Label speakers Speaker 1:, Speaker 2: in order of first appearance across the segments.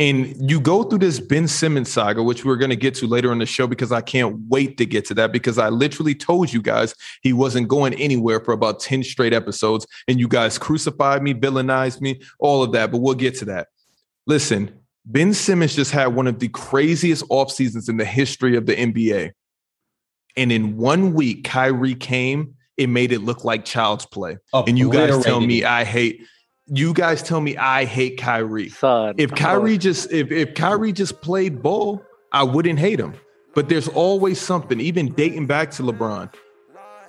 Speaker 1: And you go through this Ben Simmons saga, which we're going to get to later in the show because I can't wait to get to that because I literally told you guys he wasn't going anywhere for about 10 straight episodes. And you guys crucified me, villainized me, all of that. But we'll get to that. Listen, Ben Simmons just had one of the craziest off seasons in the history of the NBA. And in one week, Kyrie came, it made it look like child's play. And you guys tell me I hate you guys tell me I hate Kyrie.
Speaker 2: Son,
Speaker 1: If Kyrie just if if Kyrie just played ball, I wouldn't hate him. But there's always something, even dating back to LeBron.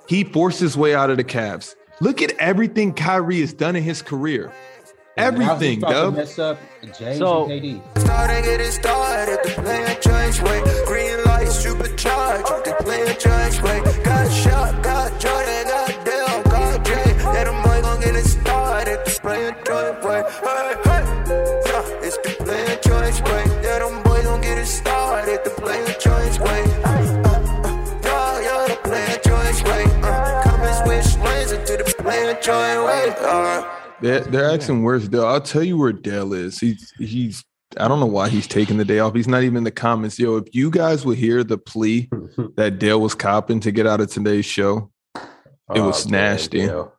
Speaker 1: He forced his way out of the Cavs. Look at everything Kyrie has done in his career. Everything,
Speaker 3: Dub.
Speaker 1: Dub.
Speaker 3: Mess up James
Speaker 2: So-
Speaker 3: and KD.
Speaker 4: Starting it is started, the player choice way. Green light, supercharged, the player choice way. Got shot, got Jordan, got Dell, got Jay. Let them boy gon' get it started, the player choice way. Hey, hey, yeah, it's the player choice way. Let them boy gon' get it started, the player choice way. Hey, uh, uh, yeah, yeah, the player choice way. Uh, come and switch lanes into the player choice way. Uh,
Speaker 1: They're, they're asking where's Dell. I'll tell you where Dell is. He's he's I don't know why he's taking the day off. He's not even in the comments. Yo, if you guys would hear the plea that Dale was copping to get out of today's show, It was
Speaker 3: Oh, man,
Speaker 1: nasty.
Speaker 3: Dale,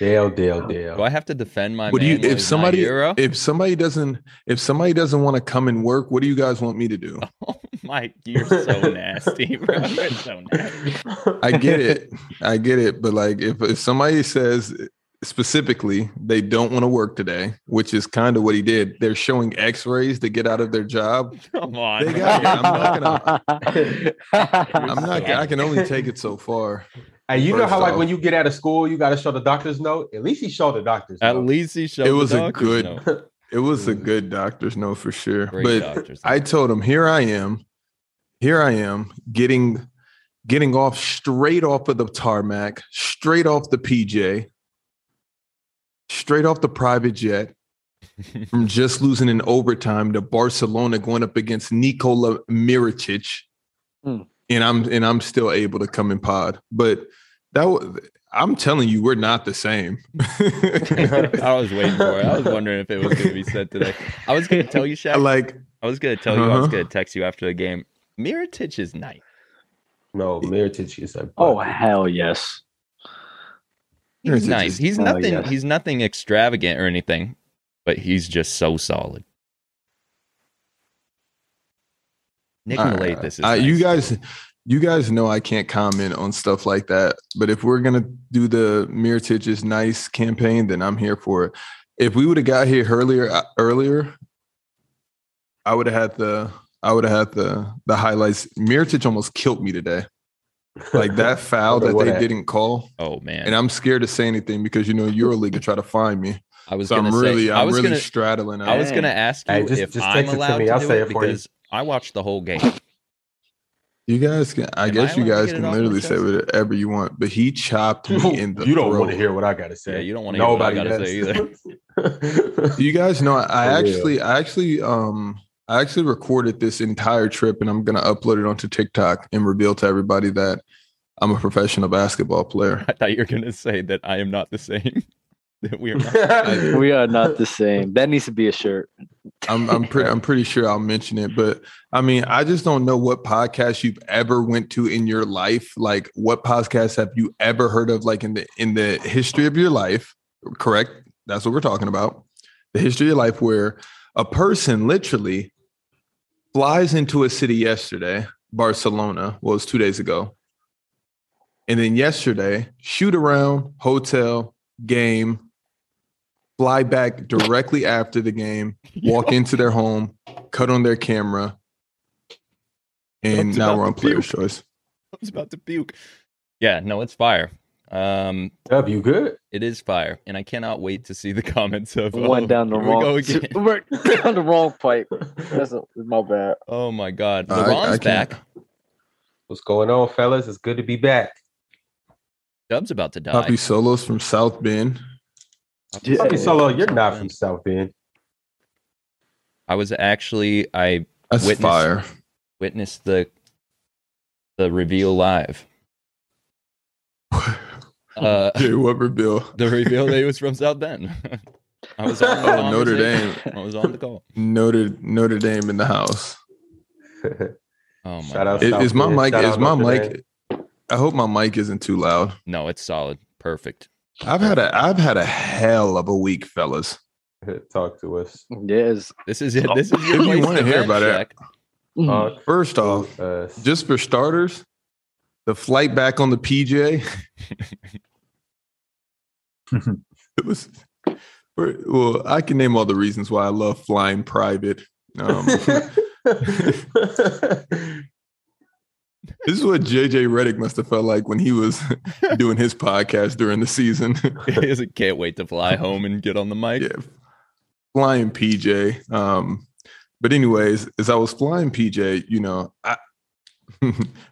Speaker 3: Dale, Dale.
Speaker 5: Do
Speaker 3: Dale.
Speaker 5: I have to defend my
Speaker 1: what do you
Speaker 5: man when
Speaker 1: if
Speaker 5: he's not
Speaker 1: somebody
Speaker 5: hero?
Speaker 1: if somebody doesn't if somebody doesn't want to come and work, what do you guys want me to do?
Speaker 5: oh my, you're so nasty, bro. You're so nasty.
Speaker 1: I get it. I get it. But like if, if somebody says specifically they don't want to work today, which is kind of what he did, they're showing x-rays to get out of their job.
Speaker 5: Come on.
Speaker 1: They got it. I'm not gonna I'm
Speaker 5: You're
Speaker 1: not I can only take it so far.
Speaker 3: And you know
Speaker 1: First
Speaker 3: how, like,
Speaker 1: off-
Speaker 3: when you get out of school, you got to show the doctor's note. At least he showed the doctor's
Speaker 5: At
Speaker 3: note.
Speaker 5: least he showed.
Speaker 1: It was
Speaker 5: the
Speaker 1: a
Speaker 5: doctor's
Speaker 1: good-
Speaker 5: note.
Speaker 1: It was a good doctor's note for sure.
Speaker 5: Great
Speaker 1: but
Speaker 5: doctor's
Speaker 1: I
Speaker 5: note.
Speaker 1: told him, here I am, here I am, getting getting off straight off of the tarmac, straight off the PJ, straight off the private jet, from just losing in overtime to Barcelona going up against Nikola Mirotic,
Speaker 2: Hmm.
Speaker 1: and I'm and I'm still able to come in pod. But that was, I'm telling you, we're not the same.
Speaker 5: I was waiting for it. I was wondering if it was going to be said today. I was going to tell you, Shaq.
Speaker 1: like
Speaker 5: I was going to tell you. I was
Speaker 1: Uh-huh.
Speaker 5: going to text you after the game. Miritich is nice.
Speaker 3: no, Miritich is a.
Speaker 2: oh hell yes.
Speaker 5: He's
Speaker 1: Miritich
Speaker 5: nice.
Speaker 1: is-
Speaker 5: He's
Speaker 3: Oh,
Speaker 5: nothing.
Speaker 3: yes.
Speaker 5: He's nothing extravagant or anything, but he's just so solid. Nick
Speaker 1: All
Speaker 5: can
Speaker 1: right.
Speaker 5: relate this. Is
Speaker 1: Uh,
Speaker 5: nice.
Speaker 1: You guys, you guys know I can't comment on stuff like that. But if we're gonna do the Miritich is nice campaign, then I'm here for it. If we would have got here earlier, uh, earlier, I would have had the. I would have had the the highlights. Miritich almost killed me today. Like that foul
Speaker 3: Okay,
Speaker 1: that
Speaker 3: what
Speaker 1: they
Speaker 3: at?
Speaker 1: didn't call,
Speaker 5: Oh man,
Speaker 1: and I'm scared to say anything because you know EuroLeague could try to find me.
Speaker 5: I was
Speaker 1: So
Speaker 5: gonna
Speaker 1: I'm really,
Speaker 5: say, I
Speaker 1: I'm
Speaker 5: was
Speaker 1: really
Speaker 5: gonna,
Speaker 1: straddling.
Speaker 5: I was
Speaker 1: out.
Speaker 5: gonna ask you
Speaker 3: Hey, just-
Speaker 5: if
Speaker 3: just
Speaker 5: I'm
Speaker 3: text it to
Speaker 5: allowed
Speaker 3: me.
Speaker 5: to,
Speaker 3: I'll
Speaker 5: do
Speaker 3: say
Speaker 5: it
Speaker 3: it for you.
Speaker 5: because I watched the whole game.
Speaker 1: You guys can. I
Speaker 5: Am I
Speaker 1: guess you
Speaker 5: allowed
Speaker 1: guys
Speaker 5: to get it
Speaker 1: can
Speaker 5: off my
Speaker 1: literally say
Speaker 5: chest?
Speaker 1: whatever you want, but he chopped
Speaker 3: You,
Speaker 1: me in the.
Speaker 3: you don't
Speaker 1: throat.
Speaker 3: want to hear what I got to say.
Speaker 5: Yeah, you don't wanna hear what I
Speaker 3: Nobody
Speaker 5: gotta say
Speaker 3: does.
Speaker 1: Do You guys know I, I
Speaker 3: For real.
Speaker 1: actually, I actually, um, I actually recorded this entire trip, and I'm gonna upload it onto TikTok and reveal to everybody that I'm a professional basketball player.
Speaker 5: I thought you were gonna say that I am not the same. that we are not.
Speaker 2: We are not the same. That needs to be a shirt.
Speaker 1: I'm, I'm pretty, I'm pretty sure I'll mention it, but I mean, I just don't know what podcast you've ever went to in your life. Like, what podcast have you ever heard of? Like in the in the history of your life, correct? That's what we're talking about. The history of life, where a person literally flies into a city yesterday, Barcelona well, it was two days ago, and then yesterday, shoot around, hotel, game, fly back directly after the game, walk into their home, cut on their camera, and
Speaker 5: That's
Speaker 1: now
Speaker 5: about
Speaker 1: we're on
Speaker 5: the
Speaker 1: player's choice.
Speaker 5: I was about to puke. Yeah, no, it's fire. Um,
Speaker 3: Dub, you good?
Speaker 5: it is fire, and I cannot wait to see the comments of
Speaker 2: Went
Speaker 5: oh,
Speaker 2: down the
Speaker 5: here we
Speaker 2: wrong.
Speaker 5: go
Speaker 2: We
Speaker 5: again.
Speaker 2: went down the wrong pipe. That's a, my bad.
Speaker 5: Oh my god,
Speaker 1: I- I
Speaker 5: LeBron's
Speaker 1: can't-
Speaker 5: back.
Speaker 3: What's going on, fellas? It's good to be back.
Speaker 5: Dub's about to die.
Speaker 1: Poppy Solos from South Bend.
Speaker 2: Yeah.
Speaker 3: Okay, Solo, you're not from South End.
Speaker 5: I was actually I
Speaker 1: That's
Speaker 5: Witness.
Speaker 1: fire.
Speaker 5: witnessed the the reveal live. Uh,
Speaker 1: Jay Weber Bill.
Speaker 5: the reveal that he was from South Bend. I was on the
Speaker 1: Oh, Notre
Speaker 5: conversation. I was on the call.
Speaker 1: Notre Notre Dame in the house.
Speaker 5: Oh my
Speaker 3: Shout out
Speaker 5: God.
Speaker 1: Is, is my
Speaker 3: South
Speaker 1: mic?
Speaker 3: Bend.
Speaker 1: Is
Speaker 3: Shout
Speaker 1: my
Speaker 3: out Notre
Speaker 1: mic? I hope my mic isn't too loud.
Speaker 5: No, it's solid. Perfect.
Speaker 1: I've had a I've had a hell of a week, fellas.
Speaker 3: Talk to us.
Speaker 2: Yes.
Speaker 5: This is it. This is
Speaker 1: If
Speaker 5: your
Speaker 1: you
Speaker 5: place
Speaker 1: wanna hear
Speaker 5: vent
Speaker 1: about it,
Speaker 5: check.
Speaker 2: Hmm.
Speaker 3: Talk
Speaker 1: First
Speaker 3: to
Speaker 1: off,
Speaker 3: us.
Speaker 1: just for starters, the flight back on the PJ. it was well, I can name all the reasons why I love flying private. Um, this is what JJ Reddick must have felt like when he was doing his podcast during the season.
Speaker 5: He was like, can't wait to fly home and get on the mic.
Speaker 1: yeah, flying PJ. Um, but anyways, as I was flying PJ, you know, I,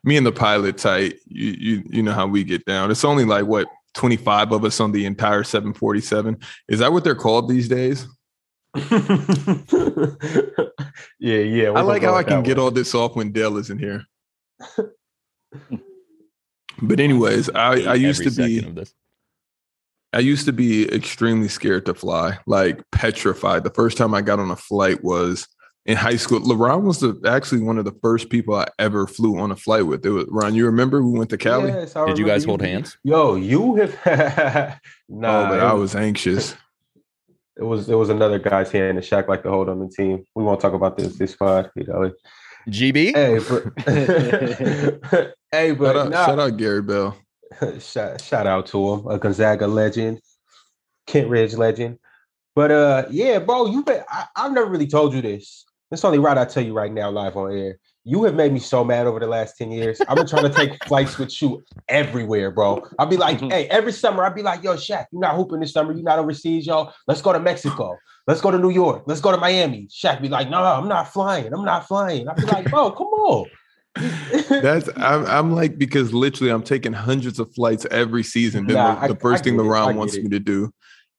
Speaker 1: me and the pilot tight. You you you know how we get down. It's only like what twenty five of us on the entire seven forty seven. Is that what they're called these days?
Speaker 3: yeah, yeah.
Speaker 1: I like how I can get all this off when Dell isn't here. but anyways, I I
Speaker 5: Hate
Speaker 1: used to
Speaker 5: every
Speaker 1: be.
Speaker 5: second of this.
Speaker 1: I used to be extremely scared to fly, like petrified. The first time I got on a flight was in high school. LeBron was the, actually one of the first people I ever flew on a flight with. It was Ron. You remember we went to Cali? Oh,
Speaker 5: Did you guys hold hands?
Speaker 3: Yo, you have. nah,
Speaker 1: oh, but
Speaker 3: it
Speaker 1: I was
Speaker 3: was-
Speaker 1: anxious.
Speaker 3: It was it was another guy's hand that Shaq like to hold on the team. We won't talk about this this pod, you know.
Speaker 5: GB?
Speaker 3: Hey, but hey, but
Speaker 1: Shout out,
Speaker 3: nah.
Speaker 1: shout out Gary Bell.
Speaker 3: shout, shout out to him, a Gonzaga legend, Kent Ridge legend. But uh, yeah, bro, you been, I, I've never really told you this. It's only right I tell you right now, live on air. You have made me so mad over the last 10 years. I've been trying to take flights with you everywhere, bro. I'll be
Speaker 1: Mm-hmm.
Speaker 3: like, hey, every summer, I'll be like, yo, Shaq, you're not hooping this summer. You're not overseas, yo. Let's go to Mexico. Let's go to New York. Let's go to Miami. Shaq be like, no, I'm not flying. I'm not flying. I'll be like, bro, come on.
Speaker 1: That's I'm, I'm like because literally I'm taking hundreds of flights every season. Then
Speaker 3: Nah,
Speaker 1: the,
Speaker 3: I-
Speaker 1: the first
Speaker 3: I
Speaker 1: thing
Speaker 3: get it. I
Speaker 1: LeBron
Speaker 3: get
Speaker 1: wants
Speaker 3: it.
Speaker 1: me to do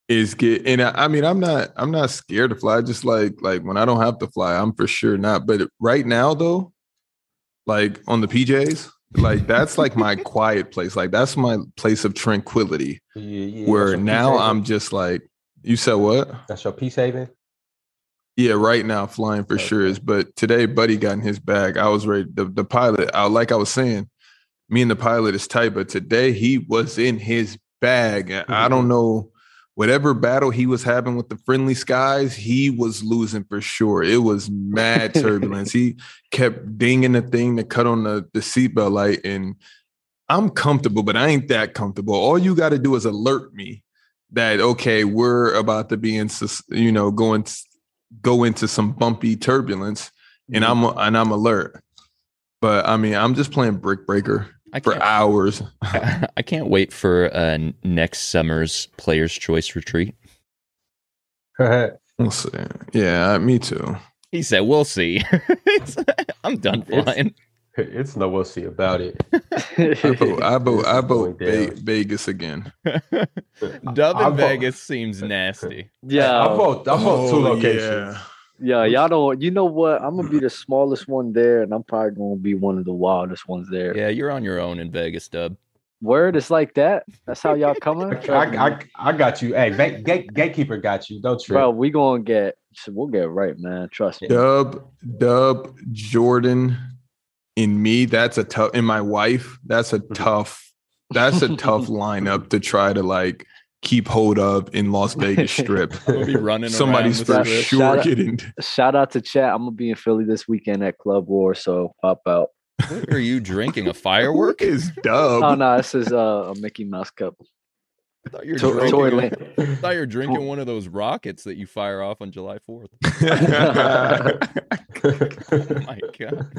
Speaker 1: is get and I, I mean I'm not I'm not scared to fly. I Just like like when I don't have to fly, I'm for sure not. But right now though, like on the PJs, like that's like my quiet place. Like that's my place of tranquility.
Speaker 3: Yeah, yeah, that's
Speaker 1: where
Speaker 3: your
Speaker 1: now
Speaker 3: peace haven.
Speaker 1: I'm just like you said what?
Speaker 3: That's your peace haven.
Speaker 1: Yeah, right now flying for sure is. But today, Buddy got in his bag. I was ready. The, the pilot, I, like I was saying, me and the pilot is tight. But today he was in his bag. And I don't know whatever battle he was having with the friendly skies. He was losing for sure. It was mad turbulence. he kept dinging the thing to cut on the the seatbelt light, and I'm comfortable, but I ain't that comfortable. All you got to do is alert me that okay, we're about to be in, sus- you know, going go into some bumpy turbulence, and I'm
Speaker 3: Mm-hmm.
Speaker 1: and I'm alert. But I mean, I'm just playing Brick Breaker
Speaker 5: I
Speaker 1: for
Speaker 5: can't,
Speaker 1: hours.
Speaker 5: I can't wait for uh, next summer's Players' Choice Retreat.
Speaker 1: We'll see. Yeah, me too.
Speaker 5: He said, we'll see. I'm done
Speaker 3: It's-
Speaker 5: flying.
Speaker 3: It's no we'll see about it.
Speaker 1: I vote. I vote. I vote
Speaker 3: This is going
Speaker 1: Ve-
Speaker 3: down.
Speaker 1: Vegas again.
Speaker 5: Dub
Speaker 3: I
Speaker 5: in
Speaker 3: vote-
Speaker 5: Vegas seems nasty.
Speaker 3: I
Speaker 2: yeah,
Speaker 3: vote. I
Speaker 1: Oh,
Speaker 3: vote two locations.
Speaker 2: yeah, y'all don't. You know what? I'm gonna be the smallest one there, and I'm probably gonna be one of the wildest ones there.
Speaker 5: Yeah, you're on your own in Vegas, Dub.
Speaker 2: Word is like that. That's how y'all coming.
Speaker 3: I, I, I, I got you. Hey, gate, gate, gatekeeper got you. Don't trip.
Speaker 2: Bro, we gonna get. We'll get right, man. Trust me.
Speaker 1: Dub, Dub, Jordan, and me. That's a tough. And my wife. That's a
Speaker 3: Mm-hmm.
Speaker 1: tough. That's a tough lineup to try to like keep hold of in Las Vegas Strip.
Speaker 5: I'm gonna be running
Speaker 1: Somebody's
Speaker 5: around
Speaker 1: for
Speaker 2: strip.
Speaker 5: with Chris.
Speaker 1: sure
Speaker 2: Shout out-
Speaker 1: getting.
Speaker 2: Shout out to chat. I'm gonna be in Philly this weekend at Club War, so pop out.
Speaker 5: What are you drinking? A
Speaker 1: Work
Speaker 5: firework?
Speaker 1: is
Speaker 2: Oh
Speaker 1: Dub.
Speaker 2: no, this is uh, a Mickey Mouse cup.
Speaker 5: I thought you were
Speaker 2: To-
Speaker 5: drinking-
Speaker 2: Toy Lane.
Speaker 5: I thought you were drinking one of those rockets that you fire off on July 4th. Oh my God.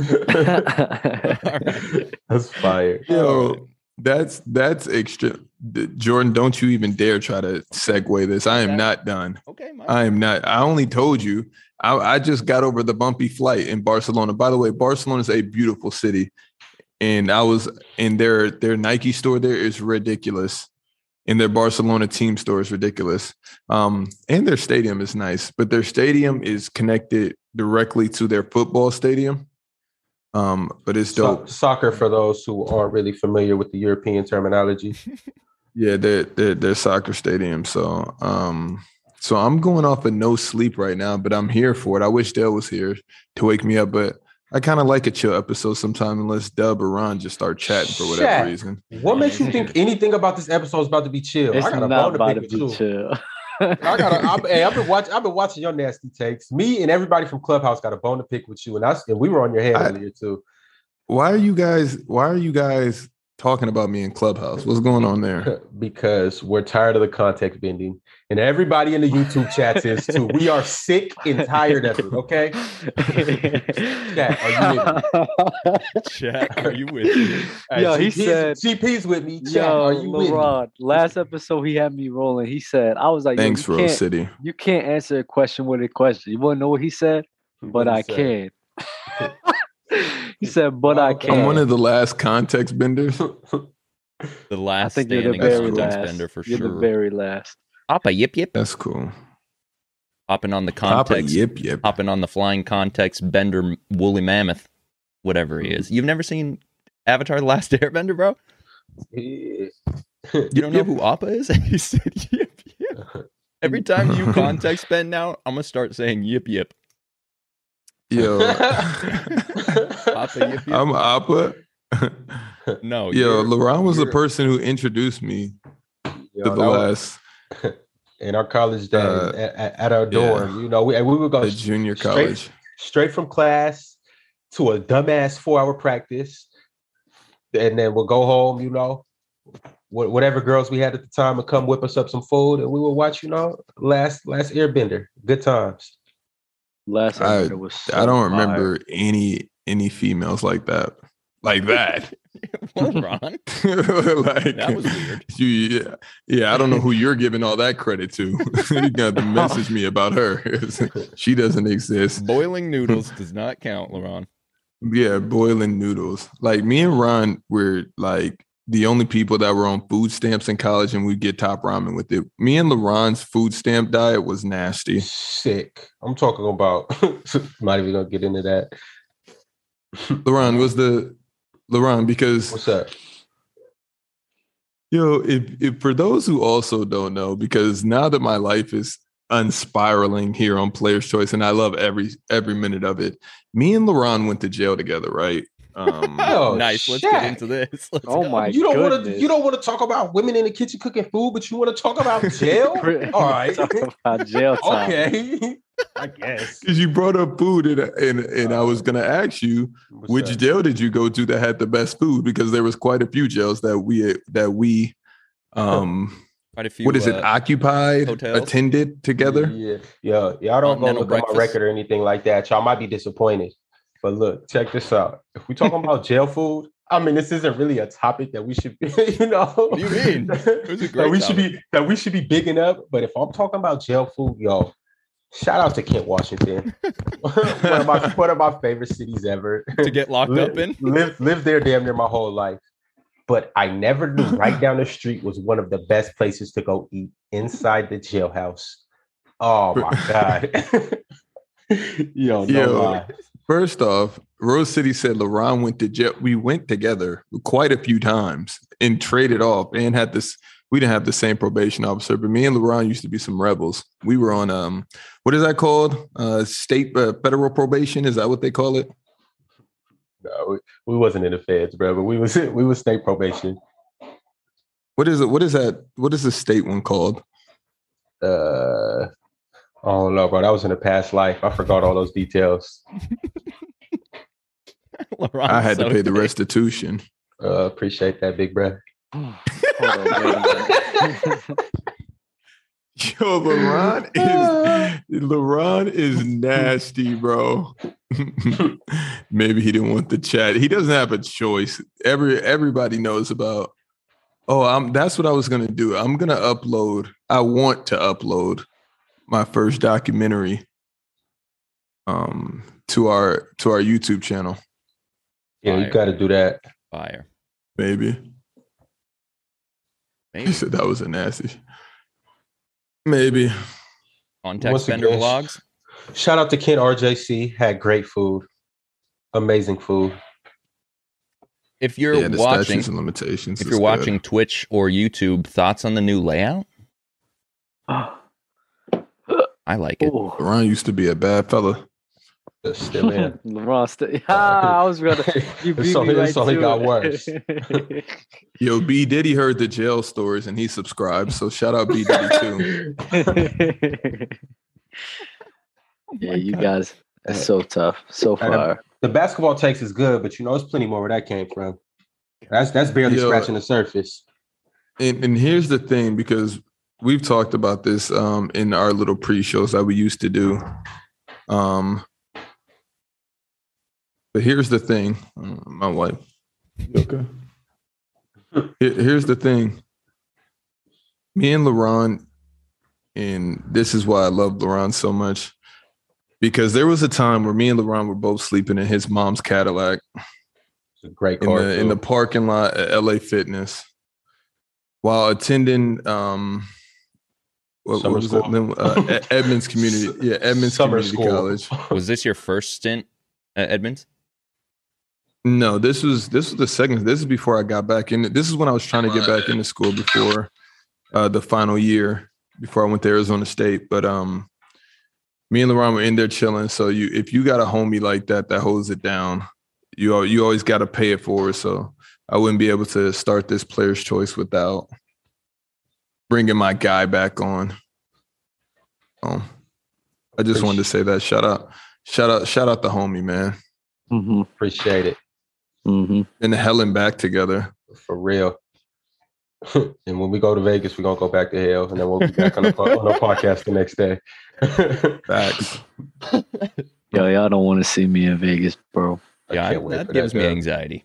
Speaker 3: That's fire.
Speaker 1: Yo, that's that's extra. D- Jordan, don't you even dare try to segue this. I am not done.
Speaker 5: Okay, Mike.
Speaker 1: I am not. I only told you. I, I just got over the bumpy flight in Barcelona. By the way, Barcelona is a beautiful city, and I was in their their Nike store. There is ridiculous, and their Barcelona team store is ridiculous. Um, and their stadium is nice, but their stadium is connected directly to their football stadium. Um, but it's dope.
Speaker 3: So, soccer for those who aren't really familiar with the European terminology.
Speaker 1: Yeah, their their, their soccer stadium. So um, So I'm going off of no sleep right now, but I'm here for it. I wish Dale was here to wake me up, but I kind of like a chill episode sometime unless Dub or Ron just start chatting for whatever
Speaker 3: Chat.
Speaker 1: reason.
Speaker 3: What makes you think anything about this episode is about to be chill?
Speaker 2: It's
Speaker 3: I got a
Speaker 2: not
Speaker 3: bone
Speaker 2: about
Speaker 3: to
Speaker 2: to
Speaker 3: pick
Speaker 2: be
Speaker 3: with you.
Speaker 2: chill.
Speaker 3: I got. I'm, hey, I've been watching. I've been watching your nasty takes. Me and everybody from Clubhouse got a bone to pick with you, and I and we were on your head
Speaker 1: I-
Speaker 3: earlier too.
Speaker 1: Why are you guys why are you guys talking about me in Clubhouse? What's going on there?
Speaker 3: because we're tired of the context bending, and everybody in the YouTube chat is too. We are sick and tired of it. Okay,
Speaker 5: Chat, are you with me?
Speaker 3: Hey,
Speaker 2: Yo, he
Speaker 3: GP's
Speaker 2: said-
Speaker 3: "GP's with me." Chat,
Speaker 2: Yo,
Speaker 3: are you with me?
Speaker 2: LeBron, last episode he had me rolling. He said, I was like, yo,
Speaker 1: Thanks,
Speaker 2: you,
Speaker 1: Rose
Speaker 2: can't,
Speaker 1: City.
Speaker 2: you can't answer a question with a question. You want to know what he said? But I can. he said, but I
Speaker 3: Okay.
Speaker 2: can.
Speaker 1: I'm one of the last context benders.
Speaker 3: can't.
Speaker 5: The
Speaker 2: I
Speaker 5: last
Speaker 2: think you're the
Speaker 5: standing
Speaker 2: very
Speaker 5: context
Speaker 2: last.
Speaker 5: bender for
Speaker 2: you're the
Speaker 5: sure.
Speaker 2: very last.
Speaker 5: Papa yip yip
Speaker 1: That's cool.
Speaker 5: hopping on the
Speaker 1: Papa
Speaker 5: context,
Speaker 1: yip yip.
Speaker 5: hopping on the flying context bender woolly mammoth, whatever
Speaker 2: Hmm.
Speaker 5: he is. You've never seen Avatar: The Last Airbender, bro? You don't know who Appa is? he said yip yip. Every time you context bend now, I'm gonna start saying yip yip.
Speaker 1: Yo.
Speaker 5: Appa yip yip.
Speaker 1: I'm Appa. Yo,
Speaker 5: no, Oh, you're-
Speaker 1: LeBron was the
Speaker 5: you're-
Speaker 1: person who introduced me
Speaker 3: Yo,
Speaker 1: to
Speaker 3: that
Speaker 1: the
Speaker 3: was-
Speaker 1: last
Speaker 3: in our college days
Speaker 1: Uh,
Speaker 3: at, at- at our
Speaker 1: yeah.
Speaker 3: dorm. You know, we, we would go
Speaker 1: the junior
Speaker 3: straight-
Speaker 1: college.
Speaker 3: straight from class to a dumbass four hour practice, and then we'll go home. You know, wha- whatever girls we had at the time would come whip us up some food, and we would watch. You know, last last Airbender, good times.
Speaker 2: Last
Speaker 1: I-
Speaker 2: episode was. so
Speaker 1: I don't
Speaker 2: fire.
Speaker 1: remember any any females like that. Like that.
Speaker 5: Well, Ron,
Speaker 1: like
Speaker 5: that was weird.
Speaker 1: You, yeah, yeah. I don't know who you're giving all that credit to. you got to message me about her. she doesn't exist.
Speaker 5: Boiling noodles does not count, LeBron.
Speaker 1: Yeah, boiling noodles. Like me and Ron were like the only people that were on food stamps in college, and we'd get top ramen with it. Me and LeRon's food stamp diet was nasty.
Speaker 3: Sick. I'm talking about. not even gonna get into that.
Speaker 1: LeRon was the LeRon because
Speaker 3: What's up?
Speaker 1: Yo, if, if for those who also don't know, because now that my life is unspiraling here on Player's Choice, and I love every every minute of it, me and LaRon went to jail together, right? Um,
Speaker 3: Oh,
Speaker 5: nice. Let's get
Speaker 3: Shaq.
Speaker 5: into this. Let's
Speaker 2: Oh
Speaker 5: go.
Speaker 2: my
Speaker 3: you don't want to.
Speaker 2: goodness.
Speaker 3: You don't want to talk about women in the kitchen cooking food, but you want to talk about jail. All right.
Speaker 2: Talk about jail time.
Speaker 3: okay. I guess.
Speaker 1: because you brought up food, and and, and I was gonna ask you
Speaker 3: What's
Speaker 1: which
Speaker 3: up?
Speaker 1: jail did you go to that had the best food? Because there was quite a few jails that we that we, um,
Speaker 5: Quite a few.
Speaker 1: what is it,
Speaker 5: uh,
Speaker 1: occupied,
Speaker 5: hotels?
Speaker 1: attended together.
Speaker 3: Yeah, yeah. Y'all don't go
Speaker 5: Continental
Speaker 3: look at my
Speaker 5: breakfast.
Speaker 3: record or anything like that. Y'all might be disappointed. But look, check this out. If we're talking about jail food, I mean, this isn't really a topic that we should be, you know. What
Speaker 5: do you mean? was
Speaker 1: Oh,
Speaker 5: a
Speaker 3: that
Speaker 5: great
Speaker 3: we should be that we should be bigging up. But if I'm talking about jail food, yo, shout out to Kent, Washington. one of my one of my favorite cities ever.
Speaker 5: to get locked up in.
Speaker 3: Lived lived there damn near my whole life. But I never knew right down the street was one of the best places to go eat inside the jailhouse. Oh my god. Yo, no
Speaker 1: Yo.
Speaker 3: lie.
Speaker 1: First off, Rose City said LaRon went to jail. We went together quite a few times and traded off and had this. We didn't have the same probation officer, but me and LaRon used to be some rebels. We were on um, what is that called? Uh, state uh, federal probation? Is that what they call it?
Speaker 3: No, we, we wasn't in the feds, bro, but we was we was state probation.
Speaker 1: What is it? What is that? What is the state one called?
Speaker 3: Uh I don't know, bro. That was in a past life. I forgot all those details.
Speaker 5: LeBron
Speaker 1: i had to
Speaker 5: so
Speaker 1: pay the
Speaker 5: big.
Speaker 1: restitution.
Speaker 3: Uh, appreciate that, big bro.
Speaker 2: Hold on, wait a minute.
Speaker 1: Yo, LaRon is LaRon is nasty, bro. Maybe he didn't want the chat. He doesn't have a choice. Every everybody knows about. Oh, I'm that's what I was gonna do. I'm gonna upload. I want to upload my first documentary um to our to our YouTube channel,
Speaker 3: Yeah, you
Speaker 5: Fire.
Speaker 3: gotta do that.
Speaker 5: Fire.
Speaker 1: maybe. He
Speaker 5: Maybe.
Speaker 1: said that was a nasty. Maybe.
Speaker 5: Context
Speaker 3: Once
Speaker 5: bender
Speaker 3: again-
Speaker 5: vlogs.
Speaker 3: Shout out to Kent RJC. Had great food. Amazing food.
Speaker 5: If you're
Speaker 1: yeah, the
Speaker 5: watching,
Speaker 1: statutes and limitations.
Speaker 5: if
Speaker 1: is
Speaker 5: you're
Speaker 1: good.
Speaker 5: watching Twitch or YouTube, thoughts on the new layout? I like it.
Speaker 2: Ooh.
Speaker 1: Ron used to be a bad fella.
Speaker 3: Just Still in.
Speaker 2: LeBron, st- ah, I was gonna. You beat
Speaker 3: It's only-
Speaker 2: me right
Speaker 3: it's only
Speaker 2: to
Speaker 3: got
Speaker 2: it.
Speaker 3: worse.
Speaker 1: Yo, B Diddy heard the jail stories and he subscribed. So shout out B Diddy too.
Speaker 3: Oh
Speaker 2: yeah, you guys, that's so tough, so
Speaker 3: I know.
Speaker 2: far.
Speaker 3: the basketball takes is good, but you know, it's plenty more where that came from. That's that's barely
Speaker 1: Yo.
Speaker 3: scratching the surface.
Speaker 1: And and here's the thing, because we've talked about this um in our little pre-shows that we used to do. Um but here's the thing. Mm, My wife. You okay. Here- Here's the thing. Me and LaRon, and this is why I love LaRon so much. Because there was a time where me and LaRon were both sleeping in his mom's Cadillac
Speaker 3: It's a great
Speaker 1: in
Speaker 3: card.
Speaker 1: the in the parking lot at LA Fitness while attending um what, what
Speaker 3: Summer
Speaker 1: was that?
Speaker 3: school.
Speaker 1: Then, uh, Ed- Edmonds Community yeah Edmonds
Speaker 3: Summer
Speaker 1: Community
Speaker 3: school.
Speaker 1: College
Speaker 5: Was this your first stint at Edmonds?
Speaker 1: no this was this was the second this is before I got back in this is when I was trying to get back into school before uh the final year before I went to Arizona State but um me and LaRon were in there chilling so you if you got a homie like that that holds it down you al- you always got to pay it forward so I wouldn't be able to start this player's choice without bringing my guy back on. Um, I just wanted to say that. Shout out, shout out, shout out the homie, man.
Speaker 2: Mm-hmm,
Speaker 3: Appreciate it
Speaker 2: mm-hmm.
Speaker 1: And the hell and back together.
Speaker 3: for real. and when we go to Vegas, we're gonna go back to hell, and then we'll be back on the, po- on the podcast the next day.
Speaker 1: Facts.
Speaker 2: Yo, y'all don't want to see me in Vegas, bro.
Speaker 5: Yeah, I-
Speaker 3: can't wait
Speaker 5: that
Speaker 3: for
Speaker 5: gives me
Speaker 3: though.
Speaker 5: anxiety.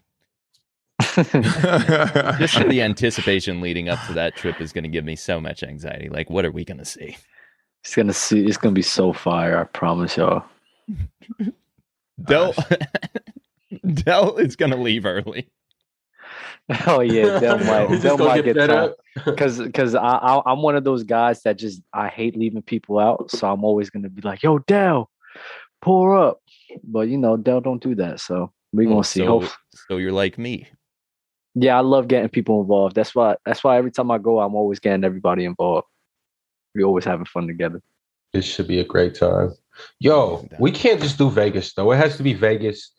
Speaker 5: Just the anticipation leading up to that trip is going to give me so much anxiety. Like, what are we going to see?
Speaker 2: It's gonna see. It's gonna be so fire. I promise y'all.
Speaker 5: Del, Del is going to leave early.
Speaker 2: Oh yeah, Del
Speaker 3: You
Speaker 2: might.
Speaker 3: just
Speaker 2: Del
Speaker 3: gonna
Speaker 2: might get
Speaker 3: fed
Speaker 2: that.
Speaker 3: up?
Speaker 2: Cause, cause I, I, I'm one of those guys that just I hate leaving people out. So I'm always gonna be like, "Yo, Dell, pour up." But you know, Dell don't do that. So we gonna see.
Speaker 5: Mm, So,
Speaker 2: Hope.
Speaker 5: so you're like me.
Speaker 2: Yeah, I love getting people involved. That's why. That's why every time I go, I'm always getting everybody involved. We always having fun together.
Speaker 3: This should be a great time. Yo, we can't just do Vegas though. It has to be Vegas,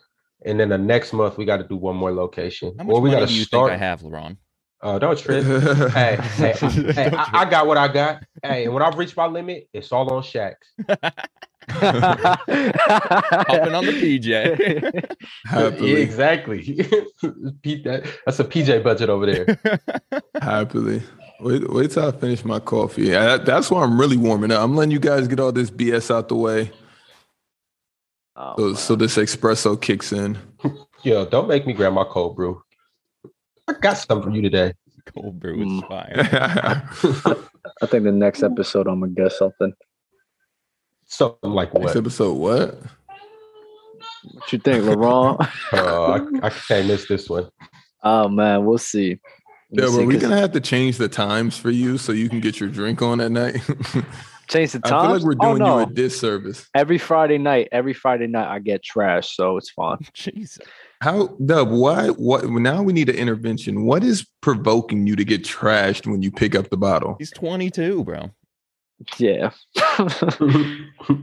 Speaker 3: and then the next month we got to do one more location.
Speaker 5: How much
Speaker 3: Or we got
Speaker 5: money
Speaker 3: to
Speaker 5: do you
Speaker 3: start.
Speaker 5: think I have, LaRon?
Speaker 3: Uh, don't trip. hey, hey, I, hey, I, I got what I got. Hey, and when I reach my limit, it's all on Shaq.
Speaker 5: Hopping
Speaker 2: Hopping
Speaker 5: on the PJ.
Speaker 3: Yeah,
Speaker 1: happily,
Speaker 3: exactly. Pete, that, that's a PJ budget over there.
Speaker 1: happily. Wait, wait till I finish my coffee. Yeah, that- that's why I'm really warming up. I'm letting you guys get all this BS out the way,
Speaker 2: Oh,
Speaker 1: so, so this espresso kicks in.
Speaker 3: Yo, don't make me grab my cold brew. I got something for you today.
Speaker 5: Cold brew is
Speaker 2: Mm.
Speaker 5: fire.
Speaker 2: I think the next episode, I'm gonna guess something.
Speaker 3: Something like
Speaker 1: Next
Speaker 3: what?
Speaker 1: episode, what?
Speaker 2: What you think, LeBron?
Speaker 3: Uh, I, I can't miss this one.
Speaker 2: oh man, we'll see.
Speaker 1: Yeah,
Speaker 2: We'll
Speaker 1: but
Speaker 2: see,
Speaker 1: we're
Speaker 2: 'cause-
Speaker 1: gonna have to change the times for you so you can get your drink on at night.
Speaker 2: change the
Speaker 1: I
Speaker 2: time.
Speaker 1: feel like we're
Speaker 2: oh,
Speaker 1: doing
Speaker 2: no.
Speaker 1: you a disservice.
Speaker 2: every Friday night, every Friday night I get trash, so it's fine.
Speaker 5: Jesus.
Speaker 1: How Dub? Why? What? Now we need an intervention. What is provoking you to get trashed when you pick up the bottle?
Speaker 5: He's 22, bro.
Speaker 2: Yeah.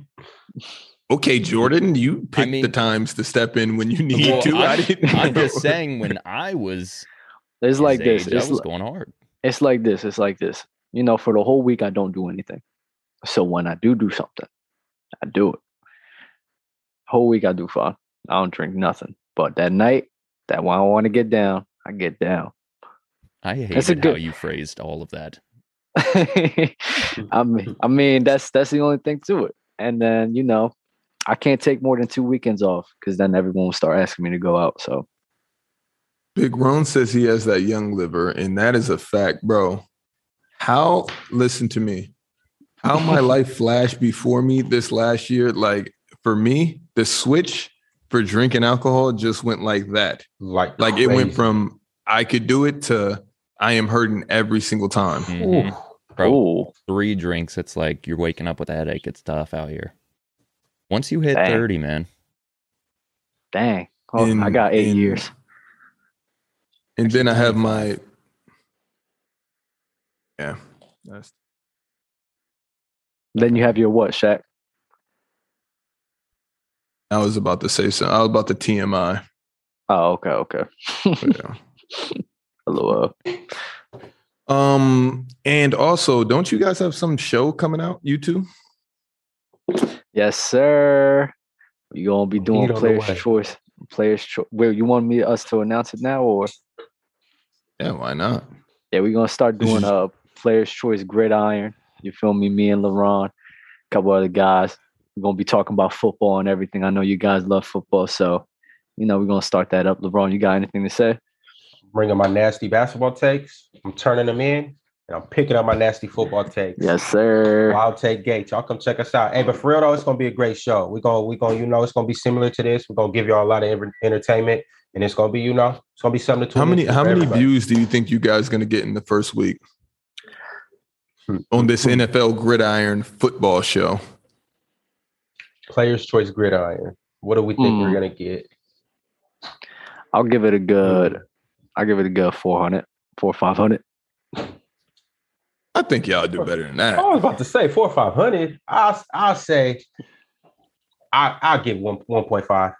Speaker 1: Okay, Jordan, you pick the
Speaker 5: mean-
Speaker 1: times to step in when you need
Speaker 5: Well,
Speaker 1: to. I,
Speaker 5: I'm-
Speaker 1: didn't.
Speaker 5: I'm just
Speaker 1: know.
Speaker 5: saying, when I was
Speaker 2: it's
Speaker 5: his
Speaker 2: like this.
Speaker 5: age, I
Speaker 2: It's,
Speaker 5: was
Speaker 2: li-
Speaker 5: going hard.
Speaker 2: it's like this. It's like this. You know, for the whole week I don't do anything. So when I do do something, I do it. Whole week I do fine. I don't drink nothing. But that night, that when I want to get down, I get down.
Speaker 5: I hated
Speaker 2: That's a
Speaker 5: how
Speaker 2: good-
Speaker 5: you phrased all of that.
Speaker 2: I mean, I mean that's that's the only thing to it. And then you know, I can't take more than two weekends off because then everyone will start asking me to go out. So
Speaker 1: Big Ron says he has that young liver, and that is a fact, bro. How listen to me. How my life flashed before me this last year, like for me, the switch for drinking alcohol just went like that.
Speaker 3: like,
Speaker 1: Like it went
Speaker 3: crazy.
Speaker 1: from I could do it to I am hurting every single time.
Speaker 5: Mhm.
Speaker 3: Ooh.
Speaker 5: Bro,
Speaker 2: Ooh,
Speaker 5: three drinks, it's like you're waking up with a headache. It's tough out here. Once you hit
Speaker 2: Dang.
Speaker 5: 30, man,
Speaker 2: dang. Oh, I
Speaker 1: In-
Speaker 2: got eight
Speaker 1: in-
Speaker 2: years.
Speaker 1: And then I have my
Speaker 5: 25.
Speaker 1: Yeah. That's
Speaker 2: Then you have your what, Shaq?
Speaker 1: I was about to say something. I was about to TMI.
Speaker 2: Oh, okay, okay.
Speaker 1: but yeah.
Speaker 2: A little, uh,
Speaker 1: Um, and also, don't you guys have some show coming out? You two?
Speaker 2: yes, sir. You gonna be
Speaker 3: Heat
Speaker 2: doing
Speaker 3: on the
Speaker 2: players'
Speaker 3: way.
Speaker 2: choice. Players' choice. Wait, you want me us to announce it now, or
Speaker 1: Yeah, why not?
Speaker 2: yeah, we're gonna start
Speaker 1: This is-
Speaker 2: doing uh players' choice gridiron. You feel me? Me and LaRon, a couple other guys. We're gonna be talking about football and everything. I know you guys love football, so you know we're gonna start that up. LeBron, you got anything to say?
Speaker 3: Bringing my nasty basketball takes. I'm turning them in, and I'm picking up my nasty football takes.
Speaker 2: Yes, sir.
Speaker 3: I'll take Gates. Y'all come check us out. Hey, but for real though, it's gonna be a great show. We're gonna, we're gonna, you know, it's gonna be similar to this. We're gonna give y'all a lot of en- entertainment, and it's gonna be, you know, it's gonna be something to tune
Speaker 1: How many
Speaker 3: into
Speaker 1: how
Speaker 3: for
Speaker 1: many
Speaker 3: everybody.
Speaker 1: views do you think you guys gonna get in the first week on this NFL gridiron football show?
Speaker 3: Players' Choice Gridiron. What do we think
Speaker 2: Hmm.
Speaker 5: Mm.
Speaker 3: we're gonna get?
Speaker 2: I'll give it a good. I'll give it a good 400, 4 500.
Speaker 1: I think y'all do better than
Speaker 3: I
Speaker 1: that.
Speaker 3: was about to say four or five hundred. I'll, I'll say, I, I'll get one, one point five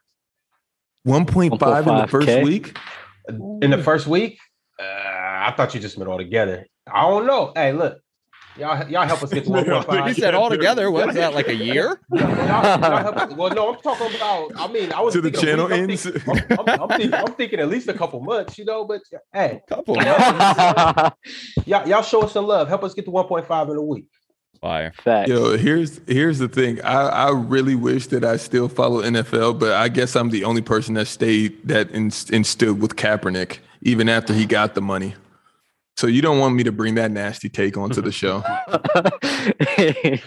Speaker 1: 1.5 in the
Speaker 2: 1.5K?
Speaker 1: first week?
Speaker 3: in the first week. Uh, I thought you just meant all together. I don't know. Hey, look, y'all, y'all help us get to one point
Speaker 5: You
Speaker 3: five.
Speaker 5: said all together. What's that? Like a year?
Speaker 3: Y'all- y'all help- well, no, I'm talking about. I mean, I was
Speaker 1: To the
Speaker 3: thinking a
Speaker 1: channel
Speaker 3: week, I'm
Speaker 1: ends.
Speaker 3: thinking- I'm, I'm- I'm thinking, I'm thinking at least a couple months, you know. But hey,
Speaker 5: Couple.
Speaker 3: y'all, y'all show us some love. Help us get to 1.5 in a week.
Speaker 5: Fire.
Speaker 2: Facts.
Speaker 1: Yo, here's here's the thing. I, I really wish that I still follow NFL, but I guess I'm the only person that stayed that in, in stood with Kaepernick even after he got the money. So you don't want me to bring that nasty take onto the show.
Speaker 3: Hey,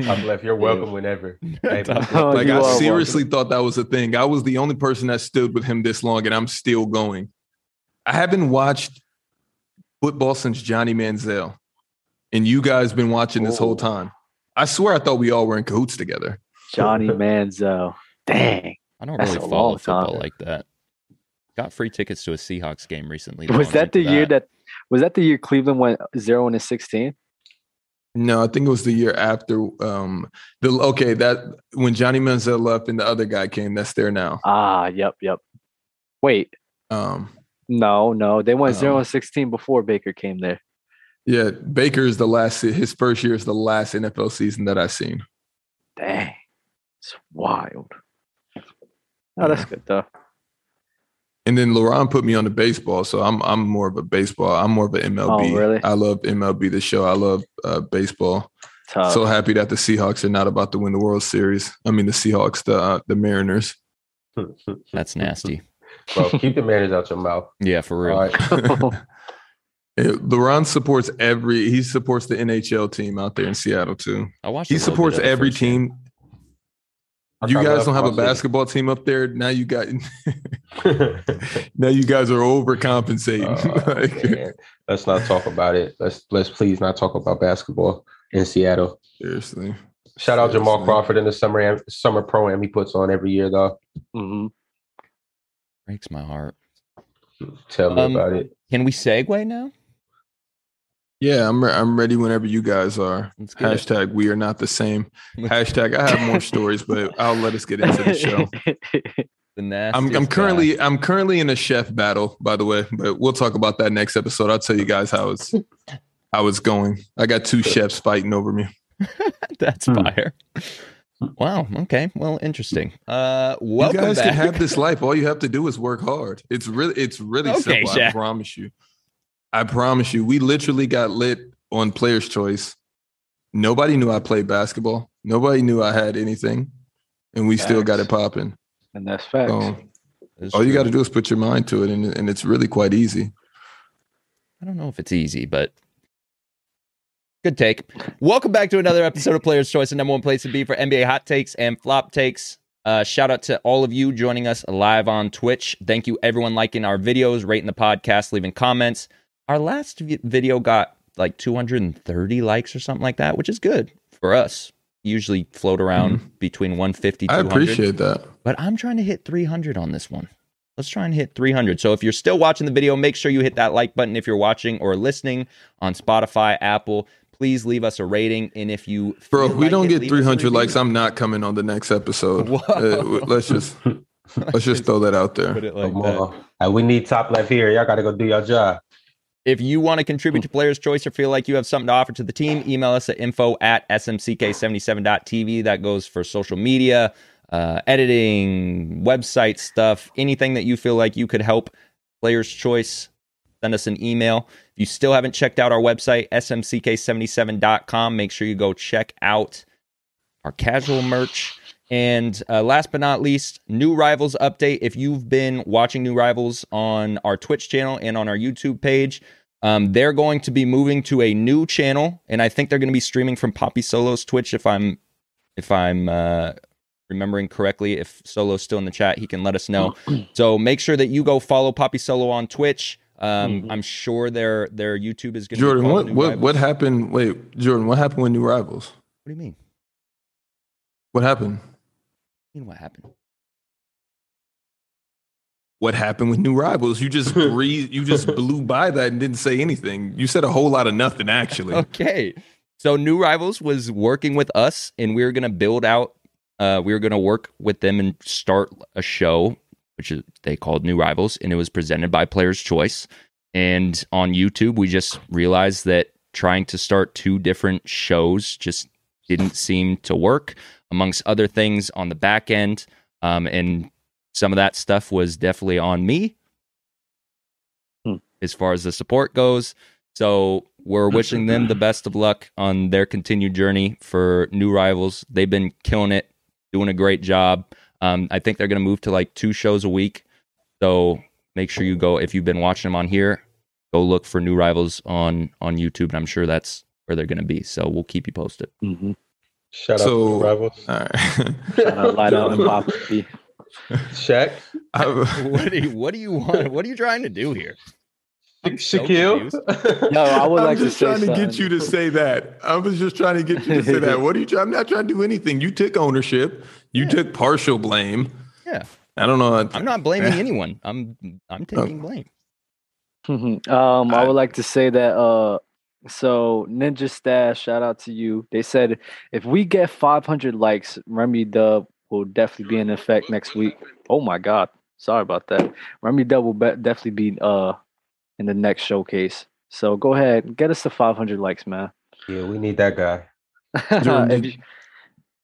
Speaker 3: top left, you're welcome whenever. Hey,
Speaker 5: Top
Speaker 2: Oh,
Speaker 1: Like
Speaker 2: you
Speaker 1: I
Speaker 2: are welcome.
Speaker 1: seriously thought that was a thing. I was the only person that stood with him this long, and I'm still going. I haven't watched football since Johnny Manziel, and you guys been watching this
Speaker 2: Whoa.
Speaker 1: whole time. I swear I thought we all were in cahoots together.
Speaker 2: Johnny Manziel. Dang.
Speaker 5: I don't
Speaker 2: That's
Speaker 5: really
Speaker 2: a
Speaker 5: follow
Speaker 2: long time.
Speaker 5: football like that. Got free tickets to a Seahawks game recently. though.
Speaker 2: Was
Speaker 5: I'm
Speaker 2: that the
Speaker 5: into
Speaker 2: year that was that the year Cleveland went zero and sixteen?
Speaker 1: No, I think it was the year after um the okay that when Johnny Manziel left and the other guy came that's there now.
Speaker 2: Ah, yep, yep. Wait,
Speaker 1: Um
Speaker 2: no, no. They went zero
Speaker 1: Um,
Speaker 2: and sixteen before Baker came there.
Speaker 1: yeah, Baker is the last his first year is the last NFL season that I've seen.
Speaker 2: Dang. It's wild. Oh, that's good though.
Speaker 1: And then Laurent put me on the baseball, so I'm I'm more of a baseball. I'm more of an MLB.
Speaker 2: Oh, really?
Speaker 1: I love MLB the show. I love uh, baseball.
Speaker 2: Tough.
Speaker 1: so happy that the Seahawks are not about to win the World Series. I mean the Seahawks, the uh, the Mariners.
Speaker 5: That's nasty.
Speaker 3: Bro, keep the manners out your mouth.
Speaker 5: Yeah, for real.
Speaker 3: All right.
Speaker 1: It, Laurent Eh, supports every he supports the NHL team out there in Seattle too.
Speaker 5: I watched.
Speaker 1: He
Speaker 5: a little bit
Speaker 1: supports
Speaker 5: of the
Speaker 1: every
Speaker 5: first game.
Speaker 1: team.
Speaker 3: I
Speaker 1: You
Speaker 3: kinda
Speaker 1: guys don't
Speaker 3: love
Speaker 1: have a
Speaker 3: Carl
Speaker 1: basketball team up there. Now you got
Speaker 3: City.
Speaker 1: now you guys are overcompensating.
Speaker 3: Oh,
Speaker 1: Like,
Speaker 3: man. Let's not talk about it. Let's let's please not talk about basketball in Seattle.
Speaker 1: seriously.
Speaker 3: Shout out Jamal
Speaker 1: Seriously.
Speaker 3: Crawford and the summer am- summer pro am he puts on every year though.
Speaker 2: Mhm.
Speaker 5: breaks my heart.
Speaker 3: Tell me
Speaker 5: Um,
Speaker 3: about it.
Speaker 5: Can we segue now?
Speaker 1: Yeah, I'm re- I'm ready whenever you guys are.
Speaker 5: Let's get it.
Speaker 1: Hashtag we are not the same. Hashtag I have more stories, but I'll let us get into the show.
Speaker 5: the nasty.
Speaker 1: I'm,
Speaker 3: uh,
Speaker 1: I'm currently I'm currently in a chef battle, by the way, but we'll talk about that next episode. I'll tell you guys how it's how it's going. I got two chefs fighting over me.
Speaker 5: That's
Speaker 2: Hmm.
Speaker 5: fire. Wow. Okay. Well, interesting. Uh, welcome
Speaker 1: you guys
Speaker 5: back.
Speaker 1: can have this life. All you have to do is work hard. It's really it's really
Speaker 5: Okay,
Speaker 1: simple. I
Speaker 5: Shaq.
Speaker 1: promise you. I promise you. We literally got lit on player's choice. Nobody knew I played basketball. Nobody knew I had anything. And we still got it
Speaker 2: Facts.
Speaker 1: popping.
Speaker 2: and that's facts.
Speaker 1: So
Speaker 5: It's
Speaker 1: all Oh, you
Speaker 5: true.
Speaker 1: got to do is put your mind to it, and, and it's really quite easy.
Speaker 5: I don't know if it's easy, but good take. Welcome back to another episode of Players' Choice, the number one place to be for NBA hot takes and flop takes. Uh, shout out to all of you joining us live on Twitch. Thank you, everyone, liking our videos, rating the podcast, leaving comments. Our last vi- video got like 230 likes or something like that, which is good for us. Usually float around between 150
Speaker 1: Mm-hmm. I
Speaker 5: 200
Speaker 1: appreciate that.
Speaker 5: but I'm trying to hit 300 on this one. Let's try and hit 300. So if you're still watching the video, make sure you hit that like button if you're watching or listening on Spotify, Apple. Please leave us a rating, and if you
Speaker 1: Bro,
Speaker 5: feel
Speaker 1: if we
Speaker 5: like
Speaker 1: don't
Speaker 5: it,
Speaker 1: get
Speaker 5: leave us a
Speaker 1: 300 likes,
Speaker 5: review.
Speaker 1: I'm not coming on the next episode.
Speaker 5: Whoa.
Speaker 1: Uh, w- let's just let's just throw that out
Speaker 5: put
Speaker 1: there.
Speaker 5: it like
Speaker 3: Come
Speaker 5: that.
Speaker 3: on. Hey, uh, we need top left here. Y'all got to go do your job.
Speaker 5: If you want to contribute to Player's Choice or feel like you have something to offer to the team, email us at info at smck77.tv. That goes for social media, uh, editing, website stuff, anything that you feel like you could help Player's Choice. Send us an email. If you still haven't checked out our website, smck77.com, make sure you go check out our casual merch. And uh, last but not least, New Rivals update. If you've been watching New Rivals on our Twitch channel and on our YouTube page, um, they're going to be moving to a new channel, and I think they're going to be streaming from Poppy Solo's Twitch. If I'm, if I'm uh, remembering correctly, if Solo's still in the chat, he can let us know. so make sure that you go follow Poppy Solo on Twitch. Um, I'm sure their their YouTube is going to
Speaker 1: Jordan,
Speaker 5: Be called
Speaker 1: what
Speaker 5: New
Speaker 1: what what
Speaker 5: Rivals.
Speaker 1: happened? Wait, Jordan, what happened with New Rivals?
Speaker 5: What do you mean? What
Speaker 1: What happened?
Speaker 5: do you mean what happened?
Speaker 1: What happened with New Rivals? You just breeze, you just blew by that and didn't say anything. You said a whole lot of nothing actually.
Speaker 5: Okay. So New Rivals was working with us and we were going to build out uh we were going to work with them and start a show which is, they called New Rivals and it was presented by Players Choice. And on YouTube we just realized that trying to start two different shows just didn't seem to work amongst other things on the back end um and some of that stuff was definitely on me
Speaker 2: Hmm.
Speaker 5: as far as the support goes. So we're wishing them the best of luck on their continued journey for new rivals. They've been killing it, doing a great job. Um, I think they're going to move to like two shows a week. So make sure you go if you've been watching them on here. Go look for new rivals on on YouTube, and I'm sure that's where they're going to be. So we'll keep you posted.
Speaker 2: Mm-hmm.
Speaker 3: Shout out
Speaker 1: So-
Speaker 3: to the rivals.
Speaker 1: All right.
Speaker 2: Light out and pop B.
Speaker 3: Shaq,
Speaker 1: I-
Speaker 5: what do you What do you want? What are you trying to do here? so
Speaker 3: Shaquille.
Speaker 2: No, Oh, I would
Speaker 1: I'm
Speaker 2: like
Speaker 1: just
Speaker 2: to say
Speaker 1: trying to
Speaker 2: something.
Speaker 1: get you to say that. I was just trying to get you to say that. What are you trying? I'm not trying to do anything. You took ownership. You
Speaker 5: Yeah.
Speaker 1: took partial blame.
Speaker 5: Yeah.
Speaker 1: I don't know.
Speaker 5: I'm not blaming
Speaker 1: Yeah.
Speaker 5: anyone. I'm I'm taking blame.
Speaker 2: Mhm. um, I
Speaker 1: I-
Speaker 2: would like to say that. Uh, so Ninja Stash, shout out to you. They said if we get 500 likes, Remy Dub will definitely be in effect next week. Oh my God, sorry about that. Remy Dub will be- definitely be uh in the next showcase. So go ahead, get us to 500 likes, man.
Speaker 3: Yeah, we need that guy.
Speaker 1: Jordan,
Speaker 2: If
Speaker 1: did-
Speaker 2: you-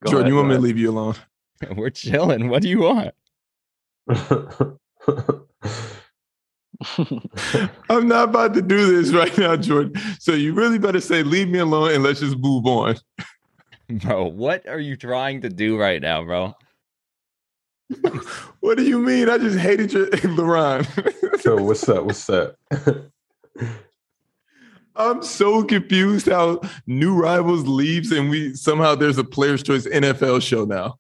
Speaker 2: Go
Speaker 1: Jordan,
Speaker 2: ahead,
Speaker 1: you
Speaker 2: go
Speaker 1: want me to
Speaker 2: ahead.
Speaker 1: leave you alone?
Speaker 5: We're chilling. What do you want?
Speaker 1: I'm not about to do this right now, Jordan. So you really better say, leave me alone and let's just move on.
Speaker 5: Bro, what are you trying to do right now, bro?
Speaker 1: What do you mean? I just hated your LeRon.
Speaker 3: Yo, what's up? What's up?
Speaker 1: I'm so confused how new rivals leaves and we somehow there's a player's choice NFL show now.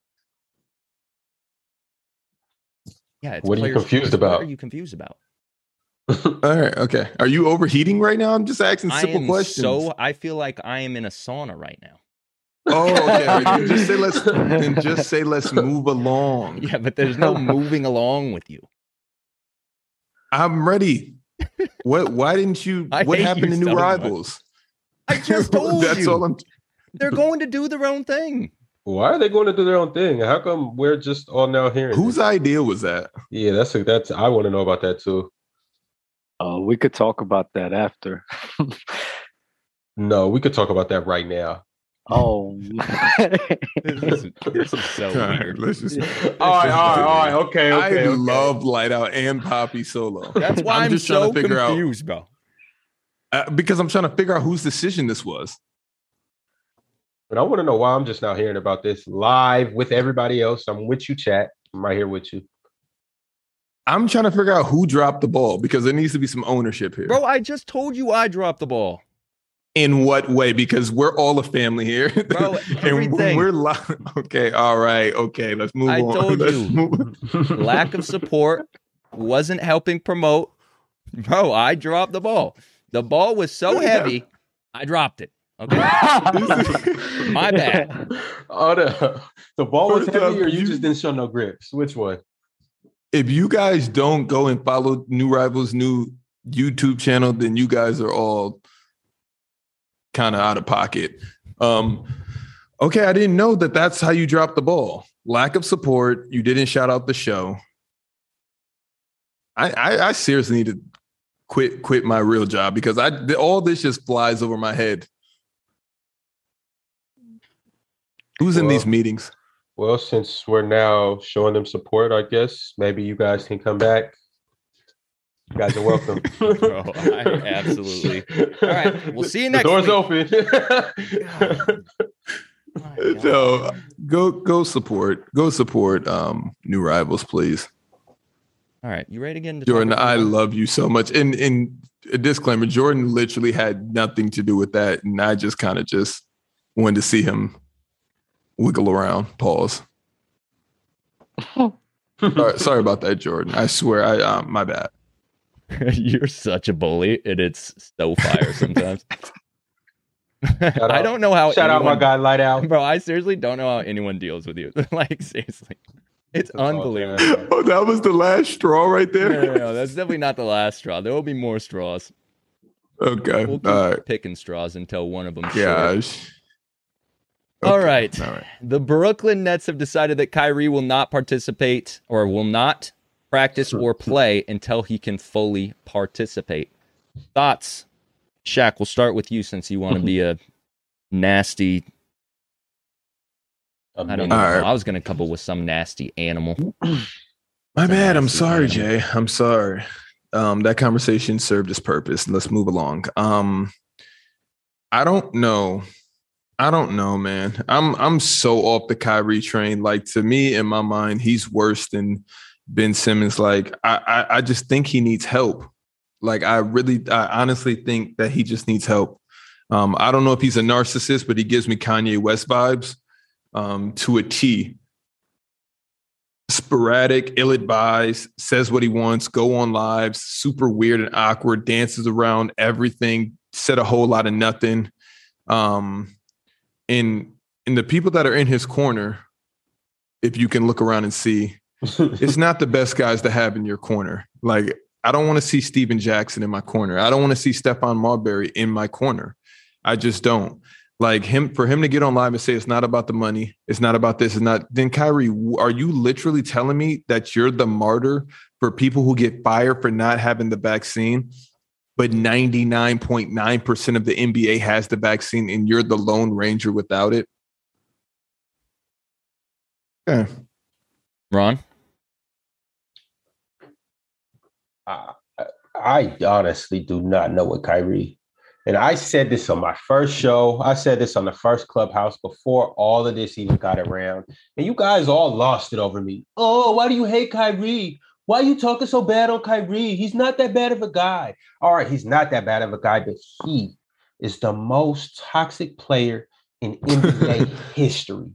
Speaker 5: Yeah,
Speaker 3: What are you
Speaker 5: players'
Speaker 3: confused
Speaker 5: choice. What
Speaker 3: about?
Speaker 5: are you confused about?
Speaker 1: All right, okay. Are you overheating right now? I'm just asking
Speaker 5: I
Speaker 1: simple
Speaker 5: am
Speaker 1: questions.
Speaker 5: so I feel like I am in a sauna right now.
Speaker 1: Oh, okay. all right. Then just say let's then just say let's move along.
Speaker 5: Yeah, but there's no moving along with you.
Speaker 1: I'm ready. What why didn't you
Speaker 5: I
Speaker 1: what
Speaker 5: hate
Speaker 1: happened
Speaker 5: you
Speaker 1: to new
Speaker 5: so much.
Speaker 1: rivals?
Speaker 5: I just told
Speaker 1: That's
Speaker 5: you
Speaker 1: all I'm
Speaker 5: they're going to do their own thing.
Speaker 3: Why are they going to do their own thing? How come we're just all now hearing?
Speaker 1: whose
Speaker 3: this?
Speaker 1: idea was that?
Speaker 3: Yeah, that's a, that's. I want to know about that too.
Speaker 2: Oh, we could talk about that after.
Speaker 3: No, we could talk about that right now.
Speaker 2: oh,
Speaker 5: This is, this is so
Speaker 1: All right,
Speaker 5: weird.
Speaker 1: let's just
Speaker 3: All right, all right, all right. Okay,
Speaker 1: I
Speaker 3: okay. okay.
Speaker 1: love Light Out and Poppy Solo.
Speaker 5: That's why I'm,
Speaker 1: I'm just trying
Speaker 5: so
Speaker 1: to figure out-
Speaker 5: confused, bro.
Speaker 1: Uh, because I'm trying to figure out whose decision this was.
Speaker 3: But I want to know why I'm just now hearing about this live with everybody else. I'm with you, chat. I'm right here with you.
Speaker 1: I'm trying to figure out who dropped the ball because there needs to be some ownership here.
Speaker 5: Bro, I just told you I dropped the ball.
Speaker 1: In what way? Because we're all a family here.
Speaker 5: Bro,
Speaker 1: and
Speaker 5: everything.
Speaker 1: when we're live. Okay, all right, okay, let's move
Speaker 5: I
Speaker 1: on.
Speaker 5: told
Speaker 1: Let's
Speaker 5: you.
Speaker 1: move on.
Speaker 5: Lack of support wasn't helping promote. Bro, I dropped the ball. The ball was so heavy, I dropped it. Okay. My bad.
Speaker 3: Oh, the, the ball was
Speaker 1: First
Speaker 3: heavy,
Speaker 1: up,
Speaker 3: or you
Speaker 1: you-
Speaker 3: just didn't show no grips? Which one?
Speaker 1: If you guys don't go and follow New Rivals' new YouTube channel, then you guys are all kind of out of pocket. Um, okay, I didn't know that that's how you drop the ball. Lack of support. You didn't shout out the show. I, I, I seriously need to quit quit my real job because I all this just flies over my head. Who's in
Speaker 3: Well,
Speaker 1: these meetings?
Speaker 3: Well, since we're now showing them support, I guess maybe you guys can come back. You guys are welcome.
Speaker 5: Bro, I- absolutely. All right, we'll see you next
Speaker 3: The door's
Speaker 5: week.
Speaker 3: open.
Speaker 1: So go go support go support um new rivals please.
Speaker 5: All right, you ready again?
Speaker 1: Jordan, I love you so much. And and a disclaimer, Jordan literally had nothing to do with that. And I just kind of just wanted to see him wiggle around. Pause. sorry, sorry about that, Jordan. I swear, I uh, my bad.
Speaker 5: You're such a bully, and it's so fire sometimes. I
Speaker 3: out-
Speaker 5: don't know how.
Speaker 3: Shout out my
Speaker 5: anyone-
Speaker 3: guy Light Out.
Speaker 5: bro. I seriously don't know how anyone deals with you. like seriously,
Speaker 3: That's
Speaker 5: it's
Speaker 3: all,
Speaker 5: unbelievable.
Speaker 3: man.
Speaker 1: Oh, that was the last straw right
Speaker 5: No,
Speaker 1: there.
Speaker 5: no, no, that's definitely not the last straw. There will be more straws.
Speaker 1: Okay.
Speaker 5: We'll keep
Speaker 1: All right.
Speaker 5: picking straws until one of them.
Speaker 1: Gosh.
Speaker 5: All
Speaker 1: Okay.
Speaker 5: right.
Speaker 1: All right.
Speaker 5: The Brooklyn Nets have decided that Kyrie will not participate or will not practice or play until he can fully participate. Thoughts? Shaq, we'll start with you since you want to be a nasty. I don't know.
Speaker 1: All right.
Speaker 5: I was going to come up with some nasty animal.
Speaker 1: My
Speaker 5: That's a
Speaker 1: bad. I'm
Speaker 5: nasty
Speaker 1: sorry,
Speaker 5: animal.
Speaker 1: Jay. I'm sorry. Um, that conversation served its purpose. Let's move along. Um, I don't know. I don't know, man. I'm I'm so off the Kyrie train. Like to me, in my mind, he's worse than Ben Simmons. Like I I, I just think he needs help. Like I really, I honestly think that he just needs help. Um, I don't know if he's a narcissist, but he gives me Kanye West vibes um, to a T sporadic, ill advised, says what he wants, go on lives, super weird and awkward, dances around everything, said a whole lot of nothing. Um, and and the people that are in his corner, if you can look around and see, it's not the best guys to have in your corner. Like I don't want to see Steven Jackson in my corner. I don't want to see Stephon Marbury in my corner. I just don't. Like him for him to get on live and say it's not about the money, it's not about this, it's not. Then Kyrie, w- are you literally telling me that you're the martyr for people who get fired for not having the vaccine? But 99.9% of the NBA has the vaccine and you're the lone ranger without it. Yeah.
Speaker 5: Ron?
Speaker 3: I, I honestly do not know what Kyrie. And I said this on my first show. I said this on the first clubhouse before all of this even got around. And you guys all lost it over me. Oh, why do you hate Kyrie? Why are you talking so bad on Kyrie? He's not that bad of a guy. All right, he's not that bad of a guy, but he is the most toxic player in NBA history.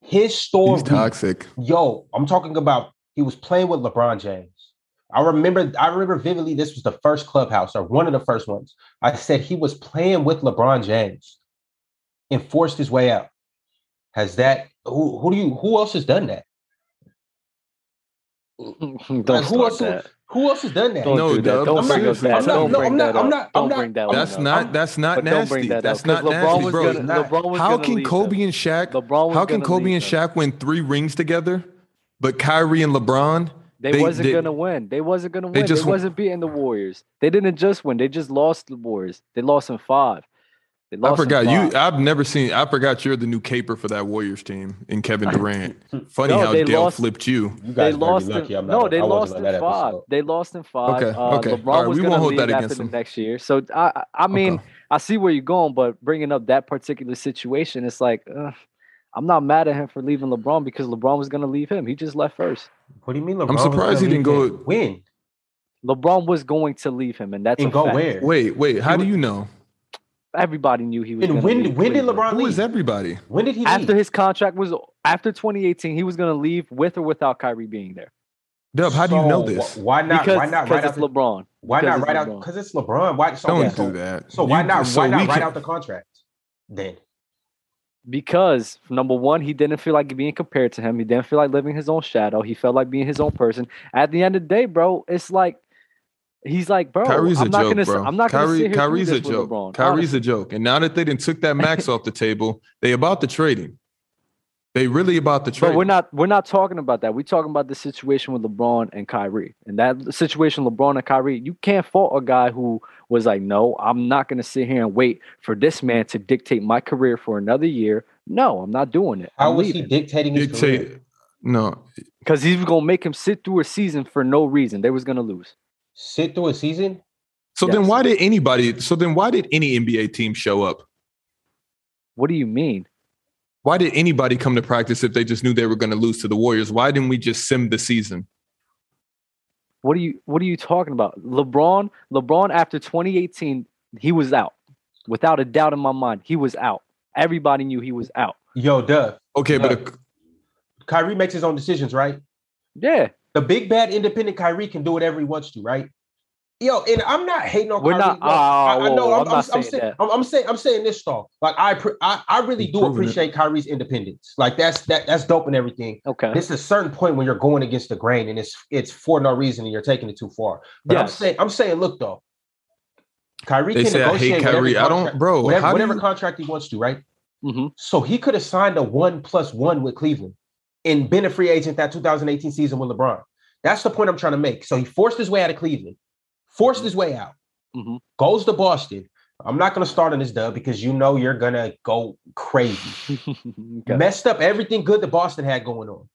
Speaker 3: His story
Speaker 1: He's toxic.
Speaker 3: Yo, I'm talking about he was playing with LeBron James. I remember, I remember vividly. This was the first clubhouse or one of the first ones. I said he was playing with LeBron James and forced his way out. Has that who who do you who else has done that?
Speaker 2: Don't
Speaker 3: Like, who
Speaker 2: start
Speaker 3: else
Speaker 2: that.
Speaker 3: Who else has done that?
Speaker 2: Don't
Speaker 1: No,
Speaker 2: do that.
Speaker 1: Dub,
Speaker 2: Don't
Speaker 1: I'm
Speaker 2: bring
Speaker 1: not-
Speaker 2: us that.
Speaker 1: I'm not-
Speaker 2: Don't
Speaker 1: no,
Speaker 2: bring
Speaker 3: I'm
Speaker 2: that
Speaker 3: not- I'm
Speaker 2: up.
Speaker 3: not-
Speaker 2: Don't
Speaker 3: I'm not-
Speaker 2: bring that one
Speaker 1: That's
Speaker 2: up.
Speaker 1: not that's not
Speaker 2: But
Speaker 1: nasty.
Speaker 2: don't bring that
Speaker 1: that's
Speaker 2: up. 'cause
Speaker 1: not
Speaker 2: LeBron
Speaker 1: nasty,
Speaker 2: was
Speaker 1: bro.
Speaker 2: gonna,
Speaker 3: not-
Speaker 2: LeBron was
Speaker 1: How
Speaker 2: gonna
Speaker 1: can
Speaker 2: leave
Speaker 1: Kobe
Speaker 2: them.
Speaker 1: and Shaq
Speaker 2: LeBron was
Speaker 1: how can
Speaker 2: gonna
Speaker 1: Kobe
Speaker 2: leave
Speaker 1: and
Speaker 2: them.
Speaker 1: Shaq win three rings together, but Kyrie and LeBron?
Speaker 2: They,
Speaker 1: they-
Speaker 2: wasn't
Speaker 1: they-
Speaker 2: gonna win. They wasn't
Speaker 1: they
Speaker 2: gonna win. They,
Speaker 1: just w-
Speaker 2: wasn't beating the Warriors. They didn't just win. They just lost the Warriors. They lost in five. They lost.
Speaker 1: I forgot
Speaker 2: in five.
Speaker 1: you. I've never seen. I forgot you're the new caper for that Warriors team in Kevin Durant. Funny
Speaker 2: No,
Speaker 1: how
Speaker 2: they
Speaker 1: Dale
Speaker 2: lost-
Speaker 1: flipped you.
Speaker 3: You
Speaker 2: They
Speaker 3: guys might
Speaker 2: lost.
Speaker 3: be lucky.
Speaker 2: In,
Speaker 3: I'm not,
Speaker 2: no, they
Speaker 3: I wasn't
Speaker 2: lost
Speaker 3: on
Speaker 2: in
Speaker 3: that
Speaker 2: five.
Speaker 3: episode.
Speaker 2: They lost in five.
Speaker 1: Okay,
Speaker 2: Uh,
Speaker 1: okay.
Speaker 2: LeBron
Speaker 1: All right,
Speaker 2: was
Speaker 1: we
Speaker 2: going to
Speaker 1: won't hold
Speaker 2: leave
Speaker 1: that
Speaker 2: after
Speaker 1: against
Speaker 2: the
Speaker 1: him.
Speaker 2: next year. So I, I- I mean,
Speaker 1: Okay.
Speaker 2: I see where you're going, but bringing up that particular situation, it's like, ugh, I'm not mad at him for leaving LeBron because LeBron was going to leave him. He just left first.
Speaker 3: What do you mean? LeBron
Speaker 1: I'm
Speaker 3: was
Speaker 1: surprised he
Speaker 3: gonna
Speaker 1: didn't
Speaker 3: leave
Speaker 1: go-
Speaker 3: and win
Speaker 2: LeBron was going to leave him, and that's a
Speaker 3: and go
Speaker 2: fact.
Speaker 3: where?
Speaker 1: Wait, wait. How do you know?
Speaker 2: Everybody knew he was.
Speaker 3: And
Speaker 2: gonna
Speaker 3: when
Speaker 2: leave
Speaker 3: when did
Speaker 2: Cleveland.
Speaker 3: LeBron
Speaker 1: Who is
Speaker 3: leave?
Speaker 1: everybody?
Speaker 3: When did he
Speaker 2: After
Speaker 3: leave?
Speaker 2: his contract was after 2018, he was going to leave with or without Kyrie being there
Speaker 1: Dub, how do you
Speaker 3: So
Speaker 1: know this?
Speaker 3: wh- Why not?
Speaker 2: because
Speaker 3: why not?
Speaker 2: because
Speaker 3: Right
Speaker 2: it's
Speaker 3: after,
Speaker 2: LeBron.
Speaker 3: why
Speaker 2: because
Speaker 3: not
Speaker 2: it's
Speaker 3: right out?
Speaker 2: LeBron.
Speaker 3: Because it's LeBron. Why? So,
Speaker 1: Don't
Speaker 3: okay, so-
Speaker 1: do that.
Speaker 3: So why
Speaker 1: You-
Speaker 3: not?
Speaker 1: so
Speaker 3: why
Speaker 1: we
Speaker 3: not write
Speaker 1: can-
Speaker 3: out the contract then?
Speaker 2: Because number one, he didn't feel like being compared to him. He didn't feel like living his own shadow. He felt like being his own person. At the end of the day, bro, it's like He's like, bro,
Speaker 1: Kyrie's
Speaker 2: I'm
Speaker 1: a
Speaker 2: not
Speaker 1: joke,
Speaker 2: gonna,
Speaker 1: bro.
Speaker 2: I'm not gonna
Speaker 1: Kyrie,
Speaker 2: sit here and do
Speaker 1: Kyrie's a
Speaker 2: this with
Speaker 1: joke.
Speaker 2: LeBron.
Speaker 1: Kyrie's a joke. And now that they didn't took that max off the table, they about to trade him. They really about to trade.
Speaker 2: But we're
Speaker 1: him.
Speaker 2: not we're not talking about that. We're talking about the situation with LeBron and Kyrie. And that situation, LeBron and Kyrie, you can't fault a guy who was like, No, I'm not gonna sit here and wait for this man to dictate my career for another year. No, I'm not doing it.
Speaker 3: How
Speaker 2: I'm
Speaker 3: was
Speaker 2: leaving.
Speaker 3: he dictating his
Speaker 1: Dictate-
Speaker 3: career?
Speaker 1: No,
Speaker 2: Because he was gonna make him sit through a season for no reason. They was gonna lose.
Speaker 3: Sit through a season?
Speaker 1: So
Speaker 2: Yes.
Speaker 1: then why did anybody so then why did any NBA team show up?
Speaker 2: What do you mean?
Speaker 1: Why did anybody come to practice if they just knew they were going to lose to the Warriors? Why didn't we just sim the season?
Speaker 2: What are you what are you talking about? LeBron, LeBron after 2018, he was out. Without a doubt in my mind, he was out. Everybody knew he was out.
Speaker 3: Yo, duh.
Speaker 1: Okay, but
Speaker 3: Look. Kyrie makes his own decisions, right?
Speaker 2: Yeah.
Speaker 3: The big bad independent Kyrie can do whatever he wants to, right? Yo, and I'm not hating on
Speaker 2: We're
Speaker 3: Kyrie.
Speaker 2: not-
Speaker 3: no. I,
Speaker 2: oh,
Speaker 3: I know.
Speaker 2: whoa,
Speaker 3: I'm,
Speaker 2: I'm not
Speaker 3: I'm- I'm
Speaker 2: saying
Speaker 3: saying.
Speaker 2: that.
Speaker 3: I'm, I'm saying. I'm saying this though. Like I, appre- I, I really
Speaker 1: He's
Speaker 3: do
Speaker 1: proven it.
Speaker 3: appreciate Kyrie's independence. Like that's that. That's dope and everything.
Speaker 2: Okay.
Speaker 3: It's a certain point when you're going against the grain, and it's it's for no reason, and you're taking it too far. But I'm
Speaker 2: Yes.
Speaker 3: saying. I'm saying. Look though, Kyrie
Speaker 1: they
Speaker 3: can
Speaker 1: say I
Speaker 3: negotiate.
Speaker 1: hate
Speaker 3: whatever
Speaker 1: Kyrie. I don't
Speaker 3: contract-
Speaker 1: bro,
Speaker 3: Whatever,
Speaker 1: how do
Speaker 3: whatever
Speaker 1: you,
Speaker 3: contract he wants to, right?
Speaker 2: hmm
Speaker 3: So he could have signed a one plus one with Cleveland and been a free agent that 2018 season with LeBron. That's the point I'm trying to make. So he forced his way out of Cleveland, forced his way out,
Speaker 1: Mm-hmm.
Speaker 2: Mhm.
Speaker 3: goes to Boston. I'm not going to start on this dub because you know you're going to go crazy.
Speaker 2: Mm-hmm. Okay.
Speaker 3: Messed up everything good that Boston had going on.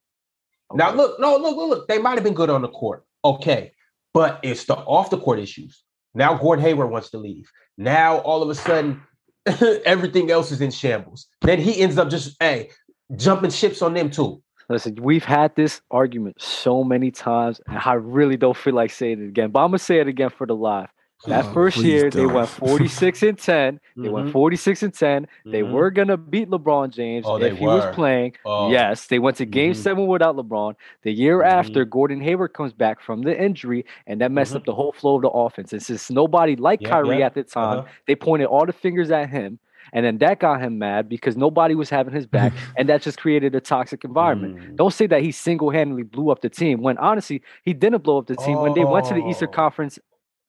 Speaker 3: Now,
Speaker 2: Okay.
Speaker 3: look, no, look, look, look. They might have been good on the court. Okay. But it's the off the court issues. Now Gordon Hayward wants to leave. Now all of a sudden, everything else is in shambles. Then he ends up just, hey, jumping ships on them too.
Speaker 2: Listen, we've had this argument so many times, and I really don't feel like saying it again. But I'm gonna say it again for the live. That
Speaker 1: Oh,
Speaker 2: first
Speaker 1: please
Speaker 2: year, they
Speaker 1: don't.
Speaker 2: went 46 and 10. They
Speaker 3: Mm-hmm.
Speaker 2: went 46 and 10. They
Speaker 3: Mhm.
Speaker 2: were gonna beat LeBron James
Speaker 3: Oh, they
Speaker 2: if he was
Speaker 3: were.
Speaker 2: playing.
Speaker 3: Oh.
Speaker 2: Yes, they went to Game
Speaker 3: Mhm.
Speaker 2: Seven without LeBron. The year
Speaker 3: Mhm.
Speaker 2: after, Gordon Hayward comes back from the injury, and that messed
Speaker 3: Mhm.
Speaker 2: up the whole flow of the offense. And since nobody liked
Speaker 3: Yeah,
Speaker 2: Kyrie
Speaker 3: yeah.
Speaker 2: at the time,
Speaker 3: Uh-huh.
Speaker 2: they pointed all the fingers at him, and then that got him mad because nobody was having his back, and that just created a toxic environment.
Speaker 3: Mm-hmm. Mm.
Speaker 2: Don't say that he single handedly blew up the team when honestly he didn't blow up the team when they went to the Eastern
Speaker 3: Oh.
Speaker 2: Conference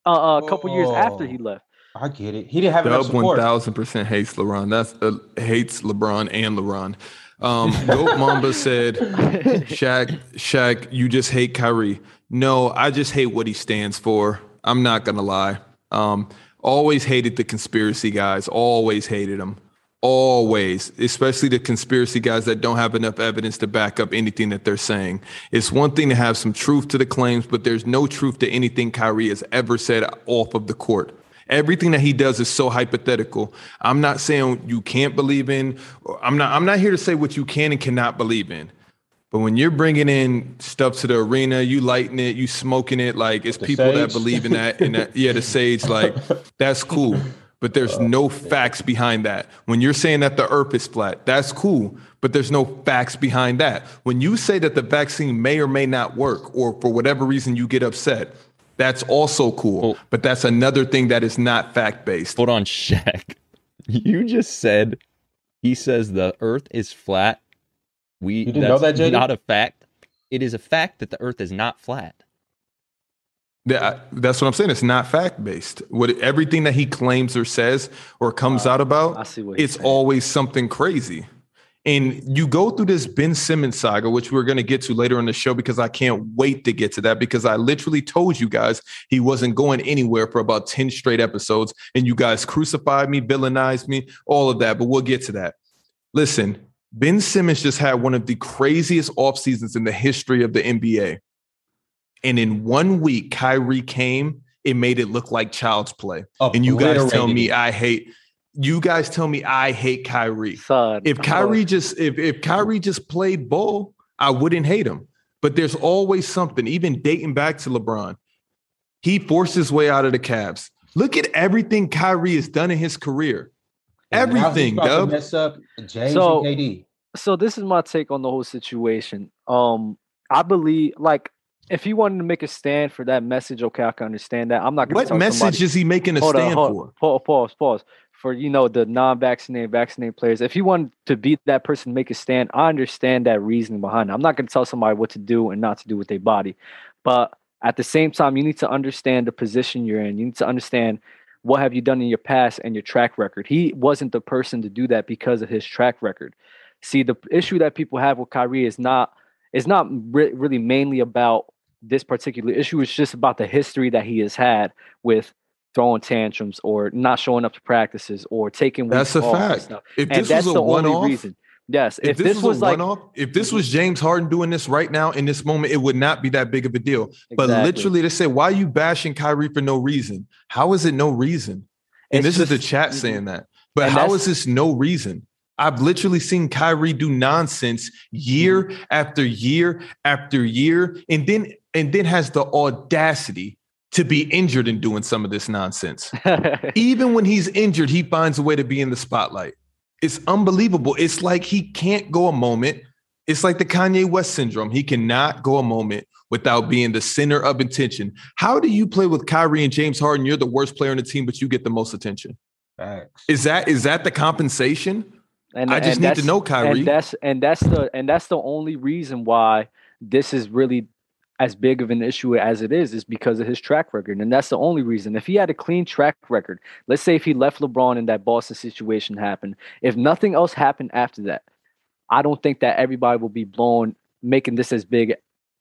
Speaker 2: uh, uh, a couple years after he
Speaker 3: Oh.
Speaker 2: left.
Speaker 3: I get it. He didn't have enough
Speaker 1: Dub one
Speaker 3: support.
Speaker 1: thousand percent hates LeBron. That's uh, hates LeBron and LeBron. Um, Goat Mamba said, "Shaq, Shaq, you just hate Kyrie. No, I just hate what he stands for. I'm not gonna lie. Um, always hated the conspiracy guys. Always hated them. Always, especially the conspiracy guys that don't have enough evidence to back up anything that they're saying. It's one thing to have some truth to the claims, but there's no truth to anything Kyrie has ever said off of the court. Everything that he does is so hypothetical. I'm not saying you can't believe in. or I'm not. I'm not here to say what you can and cannot believe in. But when you're bringing in stuff to the arena, you lighting it, you smoking it. Like it's
Speaker 3: The
Speaker 1: people that
Speaker 3: sage.
Speaker 1: believe in that. And that, yeah, the sage. Like that's cool. But there's
Speaker 3: Oh,
Speaker 1: no facts behind that. When you're saying that the earth is flat, that's cool. But there's no facts behind that. When you say that the vaccine may or may not work, or for whatever reason you get upset, that's also cool.
Speaker 5: Well-
Speaker 1: but that's another thing that is not fact based.
Speaker 5: Hold on, Shaq. You just said he says the Earth is flat. We
Speaker 3: You didn't know
Speaker 5: that's
Speaker 3: that, JD?
Speaker 5: Not a fact. It is a fact that the Earth is not flat.
Speaker 1: uh, That's what I'm saying. It's not fact based. What everything that he claims or says or comes out
Speaker 2: I
Speaker 1: about,
Speaker 2: see what he's
Speaker 1: it's
Speaker 2: saying.
Speaker 1: always something crazy. And you go through this Ben Simmons saga, which we're going to get to later in the show because I can't wait to get to that because I literally told you guys he wasn't going anywhere for about 10 straight episodes. And you guys crucified me, villainized me, all of that. But we'll get to that. Listen, Ben Simmons just had one of the craziest off seasons in the history of the NBA. And in one week, Kyrie came, it made it look like child's play. And you guys tell
Speaker 3: Obliterated
Speaker 1: me
Speaker 3: him.
Speaker 1: I hate you guys tell me I hate Kyrie.
Speaker 2: Son,
Speaker 1: If
Speaker 2: bro,
Speaker 1: Kyrie just if if Kyrie just played ball, I wouldn't hate him. But there's always something, even dating back to LeBron. He forced his way out of the Cavs. Look at everything Kyrie has done in his career.
Speaker 3: And now he's
Speaker 1: Everything,
Speaker 3: about to
Speaker 1: Dub.
Speaker 3: mess up James
Speaker 2: So-
Speaker 3: and KD.
Speaker 2: so this is my take on the whole situation. Um, I believe like if he wanted to make a stand for that message, okay, I can understand that. I'm not gonna
Speaker 1: What
Speaker 2: tell
Speaker 1: message
Speaker 2: somebody,
Speaker 1: is he making a
Speaker 2: hold on,
Speaker 1: stand
Speaker 2: hold-
Speaker 1: for?
Speaker 2: pa- pause, pause. For you know the non-vaccinated, vaccinated players, if you want to be that person, to make a stand. I understand that reasoning behind it. I'm not going to tell somebody what to do and not to do with their body, but At the same time, you need to understand the position you're in. You need to understand what have you done in your past and your track record. He wasn't the person to do that because of his track record. See, the issue that people have with Kyrie is not it's not re- really mainly about this particular issue. It's just about the history that he has had with throwing tantrums or not showing up to practices or taking
Speaker 1: That's
Speaker 2: weeks
Speaker 1: a
Speaker 2: off and
Speaker 1: fact.
Speaker 2: stuff.
Speaker 1: If
Speaker 2: And
Speaker 1: this
Speaker 2: that's
Speaker 1: was a
Speaker 2: the
Speaker 1: one
Speaker 2: only
Speaker 1: off,
Speaker 2: reason. Yes,
Speaker 1: if, this, was,
Speaker 2: was
Speaker 1: a
Speaker 2: like
Speaker 1: one-off, if this was James Harden doing this right now in this moment, it would not be that big of a deal. But
Speaker 2: Exactly.
Speaker 1: literally, they said, "Why are you bashing Kyrie for no reason? How is it no reason?" And this
Speaker 2: It's
Speaker 1: is the
Speaker 2: just-
Speaker 1: chat
Speaker 2: mhm.
Speaker 1: saying that. But
Speaker 2: And
Speaker 1: how
Speaker 2: that's-
Speaker 1: is this no reason? I've literally seen Kyrie do nonsense year
Speaker 2: Mm-hmm.
Speaker 1: after year after year, and then and then has the audacity to be injured in doing some of this nonsense. Even when he's injured, he finds a way to be in the spotlight. It's unbelievable. It's like he can't go a moment. It's like the Kanye West syndrome. He cannot go a moment without being the center of attention. How do you play with Kyrie and James Harden? You're the worst player on the team, but you get the most attention.
Speaker 3: Facts.
Speaker 1: Is that is that the compensation?
Speaker 2: and,
Speaker 1: I just
Speaker 2: and
Speaker 1: need to
Speaker 2: that's-
Speaker 1: know Kyrie.
Speaker 2: And that's and that's the and that's the only reason why this is really as big of an issue as it is is because of his track record. And that's the only reason. If he had a clean track record, let's say if he left LeBron and that Boston situation happened, if nothing else happened after that, I don't think that everybody will be blown making this as big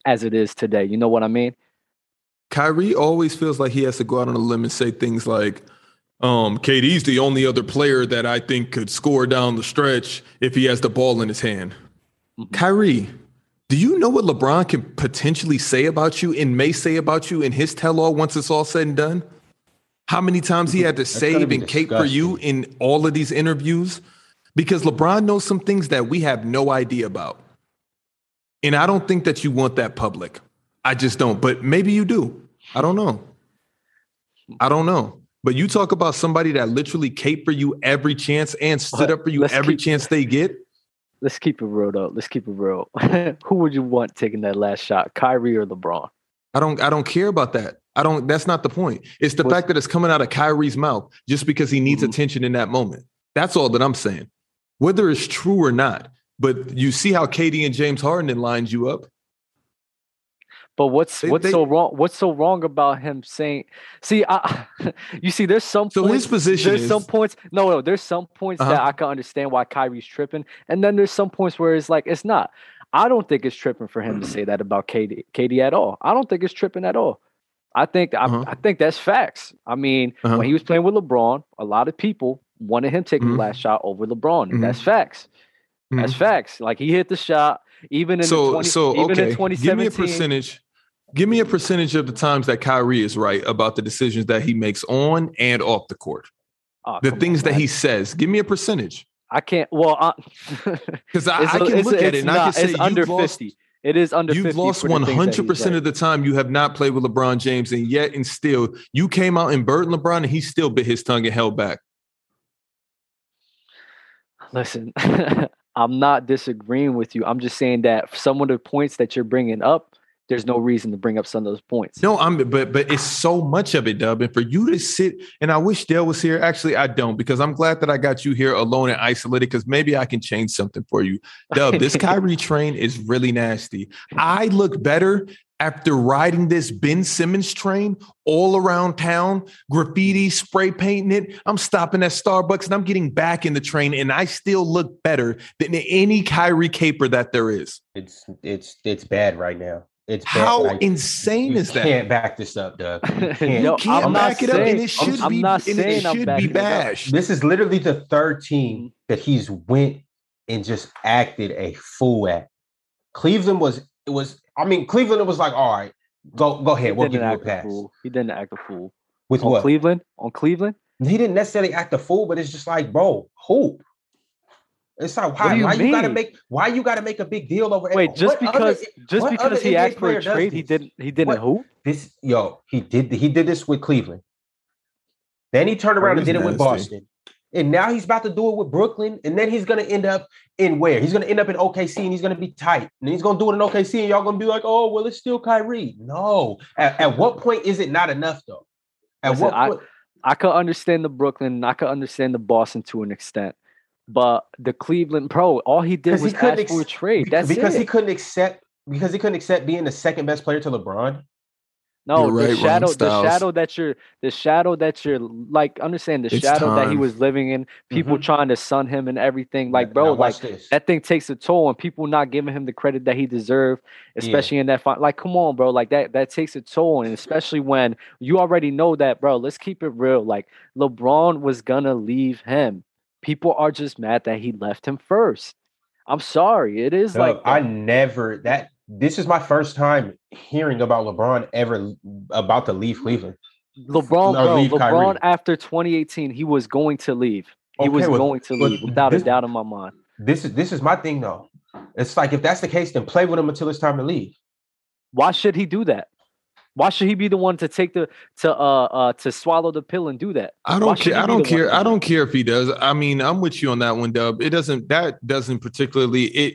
Speaker 2: as it is today. You know what I mean?
Speaker 1: Kyrie always feels like he has to go out on a limb and say things like, um, KD's the only other player that I think could score down the stretch if he has the ball in his hand.
Speaker 2: Mhm.
Speaker 1: Kyrie, do you know what LeBron can potentially say about you and may say about you in his tell all once it's all said and done? How many times he had to
Speaker 3: gonna
Speaker 1: save
Speaker 3: be
Speaker 1: and cape for you in all of these interviews? Because LeBron knows some things that we have no idea about. And I don't think that you want that public. I just don't. But maybe you do. I don't know. I don't know. But you talk about somebody that literally cape for you every chance and stood
Speaker 2: But
Speaker 1: up for you
Speaker 2: let's
Speaker 1: every
Speaker 2: keep-
Speaker 1: chance they get.
Speaker 2: Let's keep it real though. Let's keep it real. Who would you want taking that last shot, Kyrie or LeBron?
Speaker 1: I don't I don't care about that. I don't that's not the point. It's the
Speaker 2: What's-
Speaker 1: fact that it's coming out of Kyrie's mouth just because he needs
Speaker 2: Mhm.
Speaker 1: attention in that moment. That's all that I'm saying. Whether it's true or not, but you see how Katie and James Harden lines you up.
Speaker 2: But what's
Speaker 1: They-
Speaker 2: what's
Speaker 1: they-
Speaker 2: so wrong? What's so wrong about him saying? See, I, you see, there's some
Speaker 1: So his
Speaker 2: points.
Speaker 1: position
Speaker 2: There's
Speaker 1: is
Speaker 2: some points. No, no, there's some points that
Speaker 1: Uh-huh.
Speaker 2: I can understand why Kyrie's tripping, and then there's some points where it's like it's not. I don't think it's tripping for him to say that about KD, KD at all. I don't think it's tripping at all. I think I,
Speaker 1: Uh-huh.
Speaker 2: I think that's facts. I mean,
Speaker 1: Uh-huh.
Speaker 2: when he was playing with LeBron, a lot of people wanted him taking
Speaker 1: Mhm.
Speaker 2: the last shot over LeBron. and
Speaker 1: Mhm.
Speaker 2: That's facts. That's facts. Like he hit the shot, even
Speaker 1: Mm-hmm.
Speaker 2: in the
Speaker 1: so
Speaker 2: 20,
Speaker 1: so
Speaker 2: even in
Speaker 1: okay. Give me a
Speaker 2: 2017.
Speaker 1: percentage. Give me a percentage of the times that Kyrie is right about the decisions that he makes on and off the court.
Speaker 2: Oh,
Speaker 1: The
Speaker 2: come on,
Speaker 1: things that
Speaker 2: man.
Speaker 1: he says. Give me a percentage.
Speaker 2: I can't. Well, I,
Speaker 1: Because I,
Speaker 2: it's,
Speaker 1: I can
Speaker 2: it's-
Speaker 1: look at
Speaker 2: it's
Speaker 1: it and I
Speaker 2: not-
Speaker 1: can say
Speaker 2: it's
Speaker 1: you've
Speaker 2: under
Speaker 1: lost
Speaker 2: fifty. It is under
Speaker 1: You've
Speaker 2: 50
Speaker 1: lost
Speaker 2: for the things that he's
Speaker 1: 100%
Speaker 2: like.
Speaker 1: of the time you have not played with LeBron James, and yet and still you came out and burdened LeBron, and he still bit his tongue and held back.
Speaker 2: Listen, I'm not disagreeing with you. I'm just saying that some of the points that you're bringing up, there's no reason to bring up some of those points.
Speaker 1: No, I'm but but it's so much of it, Dub. And for you to sit, and I wish Dale was here. Actually, I don't because I'm glad that I got you here alone and isolated because maybe I can change something for you. Dub, this Kyrie train is really nasty. I look better after riding this Ben Simmons train all around town, graffiti, spray painting it. I'm stopping at Starbucks and I'm getting back in the train, and I still look better than any Kyrie caper that there is.
Speaker 3: It's it's it's bad right now. It's bad.
Speaker 1: How
Speaker 3: like,
Speaker 1: insane
Speaker 3: you
Speaker 1: is that?
Speaker 3: Can't back this up, Doug. You can't.
Speaker 2: Yo,
Speaker 1: can't
Speaker 2: Oh, I'm not
Speaker 1: back it up,
Speaker 2: saying-
Speaker 1: and it should
Speaker 2: I'm
Speaker 1: be
Speaker 2: not
Speaker 1: and it
Speaker 2: saying I'm
Speaker 1: should be
Speaker 2: backing it up.
Speaker 1: bashed.
Speaker 3: This is literally the third team that he's went and just acted a fool at. Cleveland was it was. I mean, Cleveland was like, all right, go go
Speaker 2: he
Speaker 3: ahead, we'll
Speaker 2: didn't
Speaker 3: give you a
Speaker 2: act a
Speaker 3: pass.
Speaker 2: fool. Oh, He didn't act a fool
Speaker 3: With
Speaker 2: on
Speaker 3: what?
Speaker 2: Cleveland. On Cleveland,
Speaker 3: He didn't necessarily act a fool, but it's just like, bro, hoop. It's like
Speaker 2: do
Speaker 3: why,
Speaker 2: you
Speaker 3: why you gotta
Speaker 2: mean?
Speaker 3: make why you gotta make a big deal over
Speaker 2: wait, just
Speaker 3: what other-
Speaker 2: because just
Speaker 3: what
Speaker 2: because
Speaker 3: other
Speaker 2: he
Speaker 3: NBA
Speaker 2: asked for
Speaker 3: player
Speaker 2: a
Speaker 3: does
Speaker 2: trade, he
Speaker 3: this?
Speaker 2: didn't he didn't
Speaker 3: What-
Speaker 2: who?
Speaker 3: this yo he did he did this with Cleveland. Then he turned around and
Speaker 1: That
Speaker 3: did
Speaker 1: is
Speaker 3: it with
Speaker 1: nasty.
Speaker 3: Boston. And now he's about to do it with Brooklyn. And then he's gonna end up in where? He's gonna end up in OKC and he's gonna be tight. And he's gonna do it in OKC and y'all gonna be like, oh well, it's still Kyrie. No. At, at what point is it not enough though? At
Speaker 2: Listen,
Speaker 3: what
Speaker 2: I-
Speaker 3: point?
Speaker 2: I could understand the Brooklyn, and I could understand the Boston to an extent, but the Cleveland pro, all he did
Speaker 3: 'Cause he
Speaker 2: was
Speaker 3: couldn't
Speaker 2: ask
Speaker 3: ex-
Speaker 2: for a trade.
Speaker 3: Bec-
Speaker 2: That's
Speaker 3: because
Speaker 2: it.
Speaker 3: he couldn't accept because he couldn't accept being the second best player to LeBron.
Speaker 2: No,
Speaker 1: You're right,
Speaker 2: the
Speaker 1: Ron
Speaker 2: shadow, the
Speaker 1: Styles.
Speaker 2: shadow that you're, the shadow that you're like, understand the
Speaker 1: It's
Speaker 2: shadow that he
Speaker 1: time.
Speaker 2: was living in. People trying to sun him and everything, like bro,
Speaker 3: Mm-hmm. Now
Speaker 2: like
Speaker 3: watch this.
Speaker 2: that thing takes a toll, and people not giving him the credit that he deserved,
Speaker 3: Yeah.
Speaker 2: especially in that fight. Like, come on, bro, like that that takes a toll, and especially when you already know that, bro. Let's keep it real. Like LeBron was gonna leave him. People are just mad that he left him first. I'm sorry, it is like
Speaker 3: Dog, I never that. This is my first time hearing about LeBron ever about to leave Cleveland.
Speaker 2: LeBron,
Speaker 3: Or
Speaker 2: bro,
Speaker 3: leave
Speaker 2: LeBron
Speaker 3: Kyrie.
Speaker 2: after 2018, he was going to leave. He was
Speaker 3: Okay, well,
Speaker 2: going to
Speaker 3: but
Speaker 2: leave without
Speaker 3: this-
Speaker 2: a doubt in my mind.
Speaker 3: This is this is my thing though. It's like if that's the case, then play with him until it's time to leave.
Speaker 2: Why should he do that? Why should he be the one to take the to uh uh to swallow the pill and do that?
Speaker 1: I
Speaker 2: Why
Speaker 1: don't
Speaker 2: should
Speaker 1: care.
Speaker 2: he
Speaker 1: I
Speaker 2: be
Speaker 1: don't
Speaker 2: the one
Speaker 1: care.
Speaker 2: to
Speaker 1: I
Speaker 2: do
Speaker 1: don't care if he does. I mean, I'm with you on that one, Dub. It doesn't. That doesn't particularly. It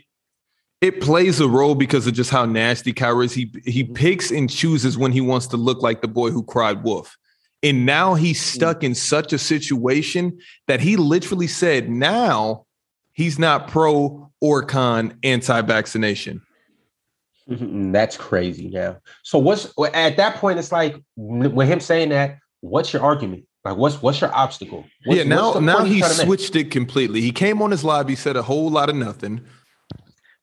Speaker 1: it plays a role because of just how nasty Kyrie is. He he
Speaker 2: Mm-hmm.
Speaker 1: picks and chooses when he wants to look like the boy who cried wolf. And now he's
Speaker 2: Mm.
Speaker 1: stuck in such a situation that he literally said now he's not pro or con anti-vaccination.
Speaker 2: Mm-hmm.
Speaker 3: Mhm, That's crazy. Yeah. So what's at that point? It's like n- with him saying that. What's your argument? Like what's what's your obstacle? What's,
Speaker 1: yeah, now
Speaker 3: what's the
Speaker 1: now
Speaker 3: point you're
Speaker 1: he
Speaker 3: trying to make?
Speaker 1: switched it completely. He came on his live. He said a whole lot of nothing.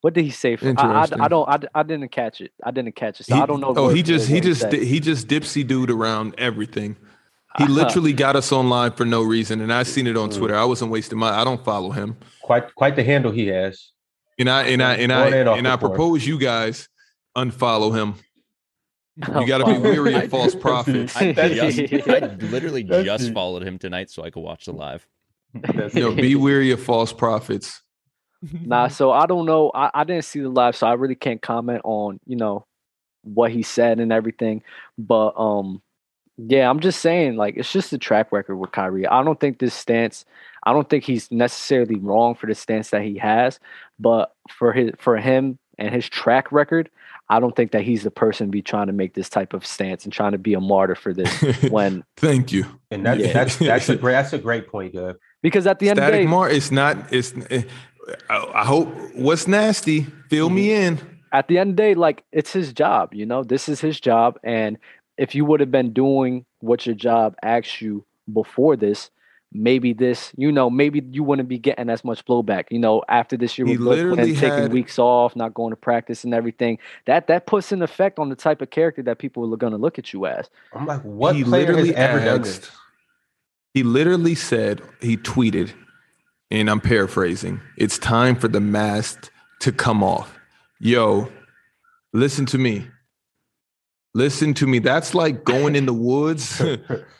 Speaker 2: What did he say? For, I, I, I
Speaker 1: Interesting.
Speaker 2: don't. I, I didn't catch it. I didn't catch it. So
Speaker 1: He-
Speaker 2: I don't know.
Speaker 1: Oh,
Speaker 2: word
Speaker 1: he
Speaker 2: for
Speaker 1: just he
Speaker 2: word what
Speaker 1: just
Speaker 2: said.
Speaker 1: di- he just dipsy dude around everything. He
Speaker 2: Uh-huh. Hmm.
Speaker 1: literally got us online for no reason, and I seen it on
Speaker 3: Mm.
Speaker 1: Twitter. I wasn't wasting my. I don't follow him,
Speaker 3: quite quite the handle he has.
Speaker 1: and I and I and I
Speaker 3: Go ahead off
Speaker 1: and
Speaker 3: the
Speaker 1: I
Speaker 3: floor.
Speaker 1: propose you guys unfollow him. You got to be
Speaker 2: Follow him.
Speaker 1: weary of false prophets.
Speaker 5: I,
Speaker 3: That's-
Speaker 5: just, I literally
Speaker 3: That's
Speaker 5: just
Speaker 3: it.
Speaker 5: followed him tonight so I could watch the live.
Speaker 1: You know, be weary of false prophets.
Speaker 2: Nah, so I don't know. I, I didn't see the live, so I really can't comment on, you know, what he said and everything. But um yeah, I'm just saying, like, it's just the track record with Kyrie. I don't think this stance, I don't think he's necessarily wrong for the stance that he has, but for his for him and his track record, I don't think that he's the person to be trying to make this type of stance and trying to be a martyr for this when
Speaker 1: Thank you.
Speaker 3: And that's
Speaker 1: Yeah.
Speaker 3: that's that's a great that's a great point, Dub.
Speaker 2: because at the end of the
Speaker 1: Static
Speaker 2: day,
Speaker 1: Mar. It's not. It's. eh, I, I hope what's nasty. Fill me
Speaker 2: Mm-hmm.
Speaker 1: in.
Speaker 2: at the end of the day, like it's his job, you know, this is his job. And if you would have been doing what your job asks you before this, maybe this, you know, maybe you wouldn't be getting as much blowback. You know, after this year
Speaker 1: He
Speaker 2: with Brooklyn
Speaker 1: literally
Speaker 2: taking
Speaker 1: had-
Speaker 2: weeks off, not going to practice and everything, that that puts an effect on the type of character that people are gonna look at you as.
Speaker 3: I'm like, what
Speaker 1: he
Speaker 3: player has
Speaker 1: literally
Speaker 3: ever done
Speaker 1: asked-
Speaker 3: this?
Speaker 1: He literally said, he tweeted, and I'm paraphrasing, it's time for the mask to come off. Yo, listen to me. Listen to me. That's like going in the woods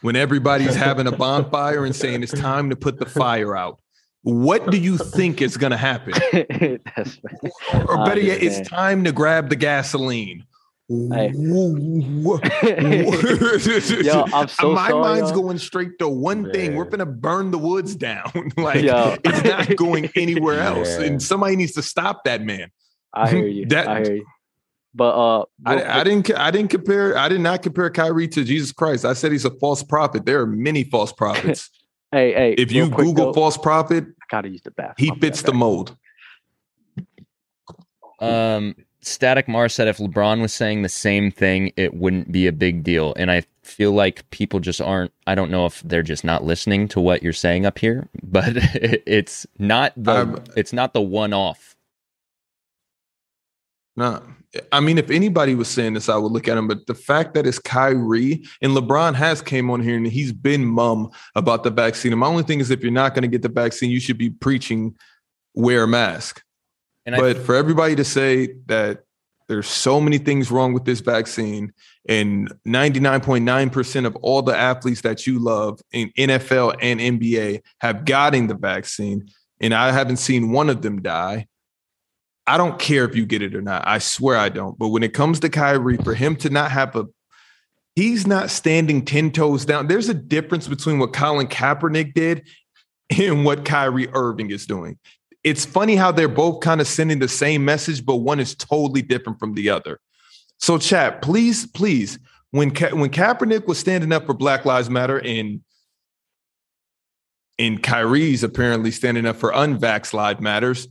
Speaker 1: when everybody's having a bonfire and saying it's time to put the fire out. What do you think is going to happen?
Speaker 2: That's
Speaker 1: Or
Speaker 2: I
Speaker 1: better yet,
Speaker 2: understand.
Speaker 1: it's time to grab the gasoline.
Speaker 2: Hey.
Speaker 1: Wha-
Speaker 2: Yo, I'm so
Speaker 1: my
Speaker 2: sorry,
Speaker 1: mind's
Speaker 2: y'all.
Speaker 1: going straight to one thing. We're
Speaker 3: Man.
Speaker 1: gonna burn the woods down. like
Speaker 2: Yo.
Speaker 1: it's not going anywhere else.
Speaker 3: Yeah.
Speaker 1: And somebody needs to stop that man.
Speaker 2: I hear you.
Speaker 1: That-
Speaker 2: I hear you. But uh real
Speaker 1: I, I
Speaker 2: quick-
Speaker 1: didn't co- I didn't compare I did not compare Kyrie to Jesus Christ. I said he's a false prophet. There are many false prophets.
Speaker 2: hey, hey,
Speaker 1: if
Speaker 2: real
Speaker 1: you
Speaker 2: quick,
Speaker 1: Google
Speaker 2: though,
Speaker 1: false prophet,
Speaker 2: I gotta use the bathroom.
Speaker 1: he
Speaker 2: I'll be
Speaker 1: fits
Speaker 2: right
Speaker 1: the
Speaker 2: back.
Speaker 1: mold.
Speaker 5: Um, Static Mar said if LeBron was saying the same thing, it wouldn't be a big deal. And I feel like people just aren't. I don't know if they're just not listening to what you're saying up here, but it's not the
Speaker 1: I'm-
Speaker 5: it's not the one off.
Speaker 1: No. I mean, if anybody was saying this, I would look at him. But the fact that it's Kyrie and LeBron has came on here and he's been mum about the vaccine. And my only thing is, if you're not going to get the vaccine, you should be preaching wear a mask.
Speaker 5: And I
Speaker 1: but for everybody to say that there's so many things wrong with this vaccine, and 99.9% of all the athletes that you love in NFL and NBA have gotten the vaccine, and I haven't seen one of them die. I don't care if you get it or not. I swear I don't. But when it comes to Kyrie, for him to not have a He's not standing 10 toes down. There's a difference between what Colin Kaepernick did and what Kyrie Irving is doing it's funny how they're both kind of sending the same message, but one is totally different from the other. So, chat, please, please, when Ka- when Kaepernick was standing up for Black Lives Matter and and Kyrie's apparently standing up for unvax live matters,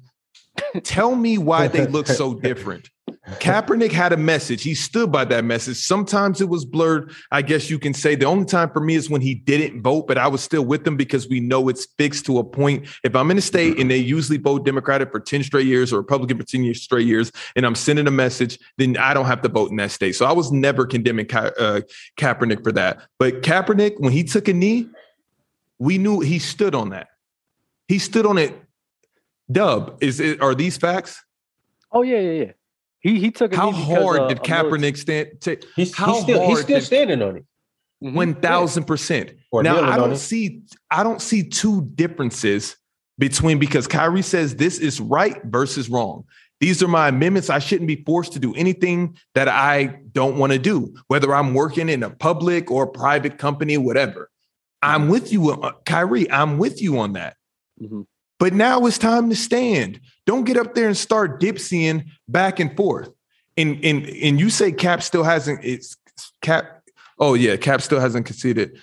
Speaker 1: tell me why they look so different. Kaepernick had a message. He stood by that message. Sometimes it was blurred. I guess you can say the only time for me is when he didn't vote, but I was still with him because we know it's fixed to a point. If I'm in a state and they usually vote Democratic for 10 straight years or Republican for 10 straight years, and I'm sending a message, then I don't have to vote in that state. So I was never condemning Ka- uh, Kaepernick for that. But Kaepernick, when he took a knee, we knew he stood on that. He stood on it. Dub, is it are these facts?
Speaker 2: Oh yeah, yeah, yeah. He he took a
Speaker 1: How
Speaker 2: knee because,
Speaker 1: hard
Speaker 2: uh,
Speaker 1: did
Speaker 2: a military-
Speaker 1: Kaepernick stand? Take
Speaker 3: He's,
Speaker 1: How
Speaker 3: he's still
Speaker 1: hard
Speaker 3: he's still
Speaker 1: did-
Speaker 3: standing on it.
Speaker 2: Mhm.
Speaker 1: one thousand percent.
Speaker 3: Or
Speaker 1: Now
Speaker 3: kneeling
Speaker 1: I
Speaker 3: on
Speaker 1: don't
Speaker 3: it.
Speaker 1: see I don't see two differences between because Kyrie says this is right versus wrong. These are my amendments. I shouldn't be forced to do anything that I don't want to do, whether I'm working in a public or private company, whatever. I'm with you, uh, Kyrie. I'm with you on that.
Speaker 2: Mhm.
Speaker 1: But now it's time to stand. Don't get up there and start dipsying back and forth. And and and you say Cap still hasn't it's Cap. Oh yeah, Cap still hasn't conceded.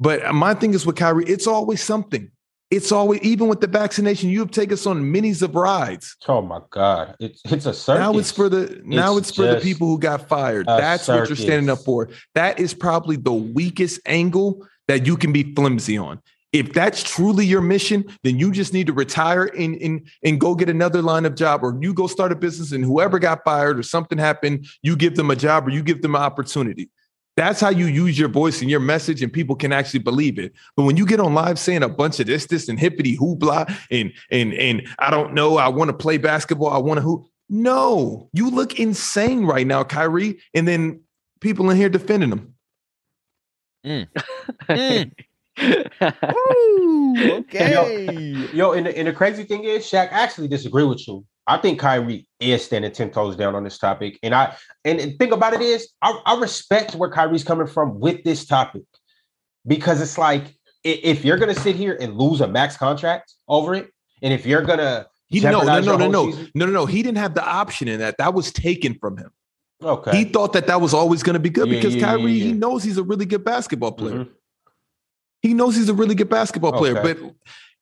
Speaker 1: But my thing is with Kyrie, it's always something. It's always even with the vaccination, you have taken us on minis of rides.
Speaker 3: Oh my god, it's it's a circus.
Speaker 1: Now it's for the now
Speaker 3: It's
Speaker 1: it's, for the
Speaker 3: just
Speaker 1: people who got fired.
Speaker 3: a
Speaker 1: That's what you're standing up
Speaker 3: circus.
Speaker 1: for. That is probably the weakest angle that you can be flimsy on. If that's truly your mission, then you just need to retire and, and, and go get another line of job, or you go start a business and whoever got fired or something happened, you give them a job or you give them an opportunity. That's how you use your voice and your message, and people can actually believe it. But when you get on live saying a bunch of this, this, and hippity hoopla, and and and I don't know, I want to play basketball, I want to hoop. No, you look insane right now, Kyrie, and then people in here defending him. Eh.
Speaker 5: Mm. Woo, okay.
Speaker 3: Yo, and the, and the crazy thing is, Shaq, I actually disagree with you. I think Kyrie is standing ten toes down on this topic, and I and the thing about it is, I, I respect where Kyrie's coming from with this topic because it's like i- if you're gonna sit here and lose a max contract over it, and if you're gonna
Speaker 1: He no, no,
Speaker 3: Jeopardize
Speaker 1: no,
Speaker 3: your
Speaker 1: no,
Speaker 3: whole
Speaker 1: no,
Speaker 3: season?
Speaker 1: no, no, no. He didn't have the option in that. That was taken from him.
Speaker 3: okay,
Speaker 1: He thought that that was always going to be good
Speaker 3: Yeah,
Speaker 1: because
Speaker 3: yeah, yeah,
Speaker 1: Kyrie, he
Speaker 3: yeah.
Speaker 1: knows he's a really good basketball player.
Speaker 3: Mhm.
Speaker 1: He knows he's a really good basketball player,
Speaker 3: Okay.
Speaker 1: but